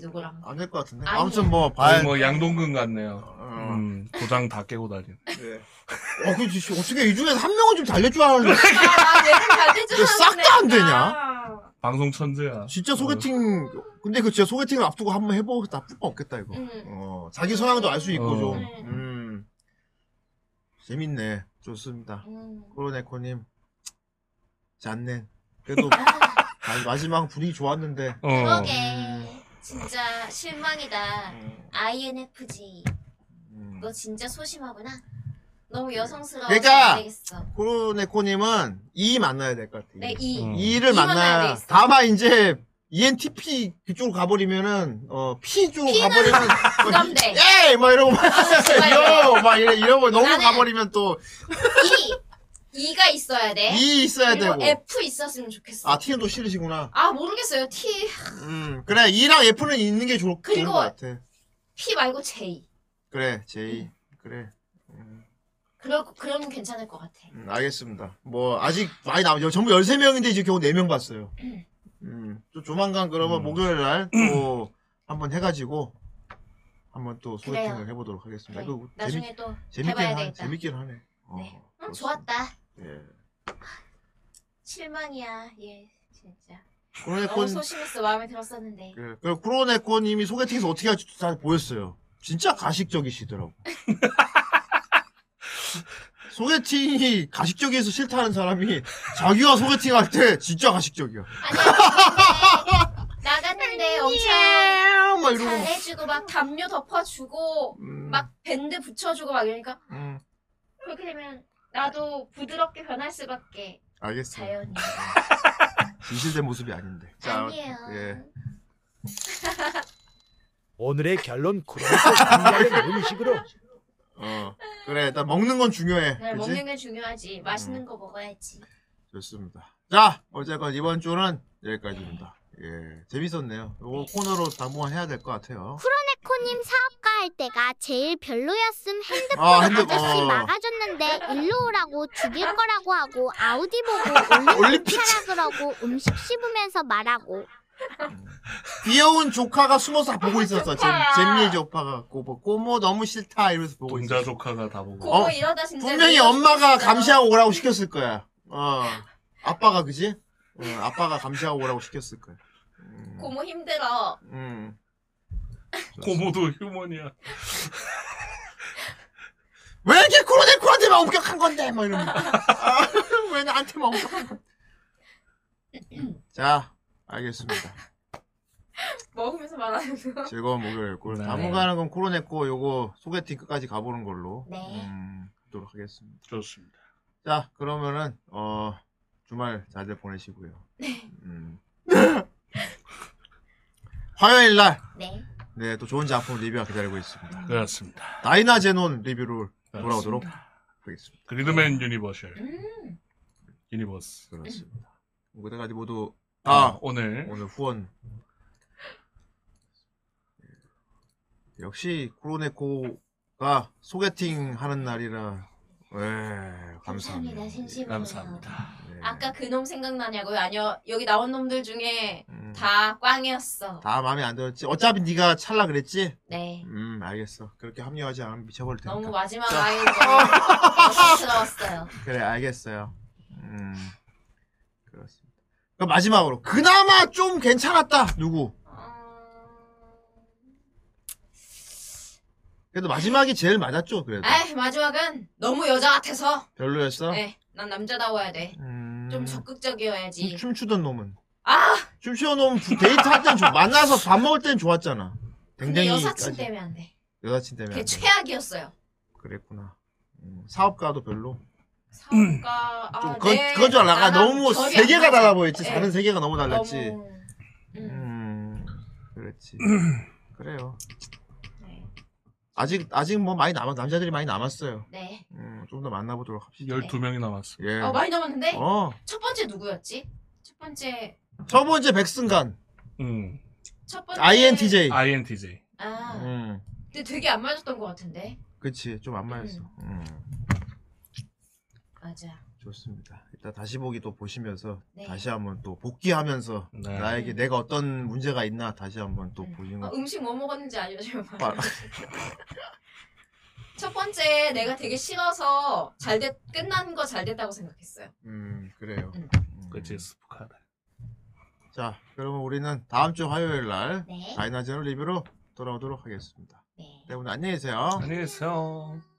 Speaker 4: 누구랑.
Speaker 3: 안 될 것 같은데.
Speaker 4: 아니에요.
Speaker 3: 아무튼 뭐
Speaker 2: 거의
Speaker 3: 봐야
Speaker 2: 뭐 양동근 같네요.
Speaker 3: 어,
Speaker 2: 음, 도장 다 깨고 다니는.
Speaker 3: 네. 어, 그, 씨, 어떻게 이 중에서 한 명은 좀 달릴 줄 알았는데.
Speaker 4: 네,
Speaker 11: 아, 얘는 잘 되지
Speaker 3: 근데 싹다안
Speaker 4: 아.
Speaker 11: 되냐?
Speaker 2: 방송 천재야.
Speaker 3: 진짜 소개팅, 근데 그 진짜 소개팅 앞두고 한번 해보고 나쁠 거 없겠다, 이거.
Speaker 4: 음. 네.
Speaker 3: 어, 자기 성향도 알 수 있고
Speaker 2: 어.
Speaker 3: 좀. 음. 재밌네. 좋습니다.
Speaker 4: 음.
Speaker 3: 코로네코님. 잔넨. 그래도 마- 마지막 분위기 좋았는데.
Speaker 2: 어.
Speaker 4: 그러게
Speaker 3: 음.
Speaker 4: 진짜 실망이다.
Speaker 3: 음,
Speaker 4: INFJ
Speaker 3: 음.
Speaker 4: 너 진짜 소심하구나. 너무 여성스러워.
Speaker 3: 그러니까!
Speaker 4: 되겠어.
Speaker 3: 코로네코님은 이 만나야 될 것 같아요.
Speaker 4: 네 이.
Speaker 2: 음.
Speaker 3: E를
Speaker 4: E만 알고
Speaker 3: 만나야
Speaker 4: 있어.
Speaker 3: 다만 이제 E ENTP 그쪽으로 가버리면은 어 P 쪽으로
Speaker 4: P는
Speaker 3: 가버리면
Speaker 4: 부담돼. 아,
Speaker 3: 에이 막 이러고 막
Speaker 4: 정말
Speaker 3: 요! 막 이래 이러고 너무
Speaker 4: 나는-
Speaker 3: 가버리면 또
Speaker 4: E E가 있어야 돼.
Speaker 3: E 있어야
Speaker 4: 그리고
Speaker 3: 되고
Speaker 4: F 있었으면 좋겠어.
Speaker 3: 아 T는 또 싫으시구나.
Speaker 4: 아 모르겠어요. T
Speaker 3: 음 그래 E랑 F는 있는 게 좋, 좋은
Speaker 4: 그리고-
Speaker 3: 것 같아.
Speaker 4: P 말고 J.
Speaker 3: 그래 J 그래 음,
Speaker 4: 그러 그러면 괜찮을 것 같아.
Speaker 3: 음, 알겠습니다. 뭐 아직 많이 남 전부 13명인데 이제 겨우 4명 봤어요. 음 또 조만간 그러면
Speaker 2: 음.
Speaker 3: 목요일 날 또 한번 해가지고 한번 또 소개팅을
Speaker 4: 그래요.
Speaker 3: 해보도록 하겠습니다.
Speaker 4: 그래.
Speaker 3: 이거 네. 재밌-
Speaker 4: 네. 나중에 또
Speaker 3: 재밌긴
Speaker 4: 해봐야
Speaker 3: 하네.
Speaker 4: 되겠다.
Speaker 3: 재밌긴 하네. 어,
Speaker 4: 네. 음,
Speaker 3: 그렇습니다.
Speaker 4: 좋았다.
Speaker 3: 예.
Speaker 4: 실망이야. 예 진짜.
Speaker 3: 코로네코
Speaker 4: 너무 소심했어. 마음에 들었었는데.
Speaker 3: 그 그리고 코로네코님이 소개팅에서 어떻게 할지 잘 보였어요. 진짜 가식적이시더라고. 소개팅이 가식적이어서 싫다는 사람이 자기가 소개팅할 때 진짜 가식적이야.
Speaker 4: 아니야. 근데 나갔는데 엄청
Speaker 3: 아, 막 이러고.
Speaker 4: 잘해주고 막 담요 덮어주고
Speaker 3: 음,
Speaker 4: 막 밴드 붙여주고 막 이러니까
Speaker 3: 음,
Speaker 4: 그렇게 되면 나도 부드럽게 변할 수밖에
Speaker 3: 알겠어요.
Speaker 4: 자연이.
Speaker 3: 진실된 모습이 아닌데.
Speaker 4: 아니에요.
Speaker 3: 예.
Speaker 6: 오늘의 결론 쿠로네코 상자의 음식으로
Speaker 3: 어. 그래, 일단 먹는 건 중요해.
Speaker 4: 그래,
Speaker 3: 그치?
Speaker 4: 네, 먹는 게 중요하지. 맛있는 거 먹어야지.
Speaker 3: 좋습니다. 자, 어쨌건 이번 주는 여기까지입니다. 예, 재밌었네요. 요거 코너로 당분간 해야 될 것 같아요.
Speaker 1: 코님 사업가 할 때가 제일 별로였음 핸드폰
Speaker 3: 아,
Speaker 1: 아저씨
Speaker 3: 핸드폰.
Speaker 1: 막아줬는데 일로 오라고 죽일 거라고 하고 아우디 보고 올림픽 차라 그러고 음식 씹으면서 말하고
Speaker 3: 귀여운 조카가 숨어서 다
Speaker 4: 아,
Speaker 3: 보고 있었어. 잼,
Speaker 11: 조카야.
Speaker 3: 잼미의 조카가. 꼬모, 꼬모 너무 싫다. 이러면서 보고
Speaker 2: 동자
Speaker 3: 있었어.
Speaker 2: 조카가 다 보고.
Speaker 4: 그거
Speaker 3: 어,
Speaker 4: 이러다 진짜
Speaker 3: 분명히
Speaker 4: 내가
Speaker 3: 엄마가
Speaker 4: 죽겠어.
Speaker 3: 감시하고 오라고 시켰을 거야. 어. 아빠가, 그지? 어, 아빠가 감시하고 오라고 시켰을 거야. 음.
Speaker 4: 고모 힘들어.
Speaker 3: 음.
Speaker 2: 고모도 휴먼이야.
Speaker 3: 왜 이렇게 쿠로네코한테만 엄격한 건데? 막 이러면. 아, 왜 나한테만 엄격한 건데? 자, 알겠습니다.
Speaker 4: 먹으면서 말하는 거.
Speaker 3: 즐거운 목요일이었고
Speaker 2: 네.
Speaker 3: 당분간은 그럼 코로네코 요거 소개팅 끝까지 가보는 걸로
Speaker 1: 네.
Speaker 3: 음, 하도록 하겠습니다.
Speaker 2: 좋습니다.
Speaker 3: 자 그러면은 어 주말 잘들 보내시고요. 음. 화요일 날
Speaker 1: 네.
Speaker 3: 네 또 좋은 작품 리뷰가 기다리고 있습니다.
Speaker 2: 그렇습니다.
Speaker 3: 다이나 제논 리뷰로
Speaker 2: 그렇습니다.
Speaker 3: 돌아오도록 네. 하겠습니다.
Speaker 2: 그리드맨 유니버셜
Speaker 4: 음.
Speaker 2: 유니버스.
Speaker 3: 그렇습니다. 그때까지 모두
Speaker 2: 아
Speaker 3: 다
Speaker 2: 오늘
Speaker 3: 오늘 후원 역시 코로네코가 소개팅 하는 날이라 예, 감사합니다.
Speaker 1: 감사합니다. 심심해요.
Speaker 2: 감사합니다.
Speaker 3: 예.
Speaker 4: 아까 그놈 생각나냐고요? 아니요. 여기 나온 놈들 중에
Speaker 3: 음,
Speaker 4: 다 꽝이었어.
Speaker 3: 다 마음에 안 들었지. 어차피 네가 찰라 그랬지.
Speaker 4: 네.
Speaker 3: 음 알겠어. 그렇게 합리화하지 않으면 미쳐버릴 테니까.
Speaker 4: 너무 마지막 라인 너무 부끄러웠어요.
Speaker 3: 그래 알겠어요. 음 그렇습니다. 그럼 마지막으로 그나마 좀 괜찮았다 누구? 그래도 마지막이 제일 맞았죠 그래도
Speaker 4: 에이 마지막은 너무 여자 같아서.
Speaker 3: 별로였어.
Speaker 4: 아, 네. 난 남자다워야 돼.
Speaker 3: 음,
Speaker 4: 좀 적극적이어야지.
Speaker 3: 춤추던 놈은
Speaker 4: 예. 아!
Speaker 3: 춤추던 놈은 데이트 할 때는 좋- 만나서 밥 먹을 때는 좋았잖아.
Speaker 4: 근데
Speaker 3: 굉장히 네.
Speaker 4: 여사친 때문에 안 돼.
Speaker 3: 여사친 때문에
Speaker 4: 그게
Speaker 3: 안 돼.
Speaker 4: 최악이었어요.
Speaker 3: 그랬구나. 음, 사업가도 별로.
Speaker 4: 사업가
Speaker 3: 좀
Speaker 4: 아,
Speaker 3: 그건
Speaker 4: 네.
Speaker 3: 그건 줄 알아. 아,
Speaker 4: 나랑
Speaker 3: 너무
Speaker 4: 결이
Speaker 3: 세 개가
Speaker 4: 안 맞아.
Speaker 3: 달라 보였지.
Speaker 4: 네.
Speaker 3: 다른 세 개가 너무 달랐지.
Speaker 4: 너무... 음.
Speaker 3: 음 그랬지. 그래요.
Speaker 4: 네.
Speaker 3: 아직 아직 뭐 많이 남아 남자들이 많이 남았어요.
Speaker 4: 네.
Speaker 3: 음, 좀 더 만나보도록 합시다.
Speaker 2: 12명이 남았어.
Speaker 3: 예.
Speaker 4: 어, 많이 남았는데
Speaker 3: 어.
Speaker 4: 첫 번째 누구였지? 첫 번째
Speaker 3: 첫 번째 백승간
Speaker 2: 음.
Speaker 4: 첫 번째
Speaker 3: INTJ.
Speaker 2: INTJ.
Speaker 4: 네. 아.
Speaker 3: 음.
Speaker 4: 근데 되게 안 맞았던 것 같은데.
Speaker 3: 그치 좀 안 맞았어. 음.
Speaker 4: 맞아.
Speaker 3: 좋습니다. 일단 다시 보기 또 보시면서
Speaker 4: 네.
Speaker 3: 다시 한번 또 복귀하면서
Speaker 2: 네.
Speaker 3: 나에게
Speaker 4: 음.
Speaker 3: 내가 어떤 문제가 있나 다시 한번 또
Speaker 4: 음.
Speaker 3: 보시는
Speaker 4: 아,
Speaker 3: 거.
Speaker 4: 음식 뭐 먹었는지 알려줘요.
Speaker 3: 봐.
Speaker 4: 첫 번째 내가 되게 싫어서 잘 됐, 끝난 거 잘 됐다고 생각했어요.
Speaker 3: 음 그래요.
Speaker 4: 음.
Speaker 3: 음.
Speaker 2: 그치 스프카드.
Speaker 3: 자 그러면 우리는 다음 주 화요일 날
Speaker 1: 네.
Speaker 3: 다이나제널 리뷰로 돌아오도록 하겠습니다.
Speaker 1: 네.
Speaker 3: 여러분 안녕히 계세요.
Speaker 2: 안녕히 계세요.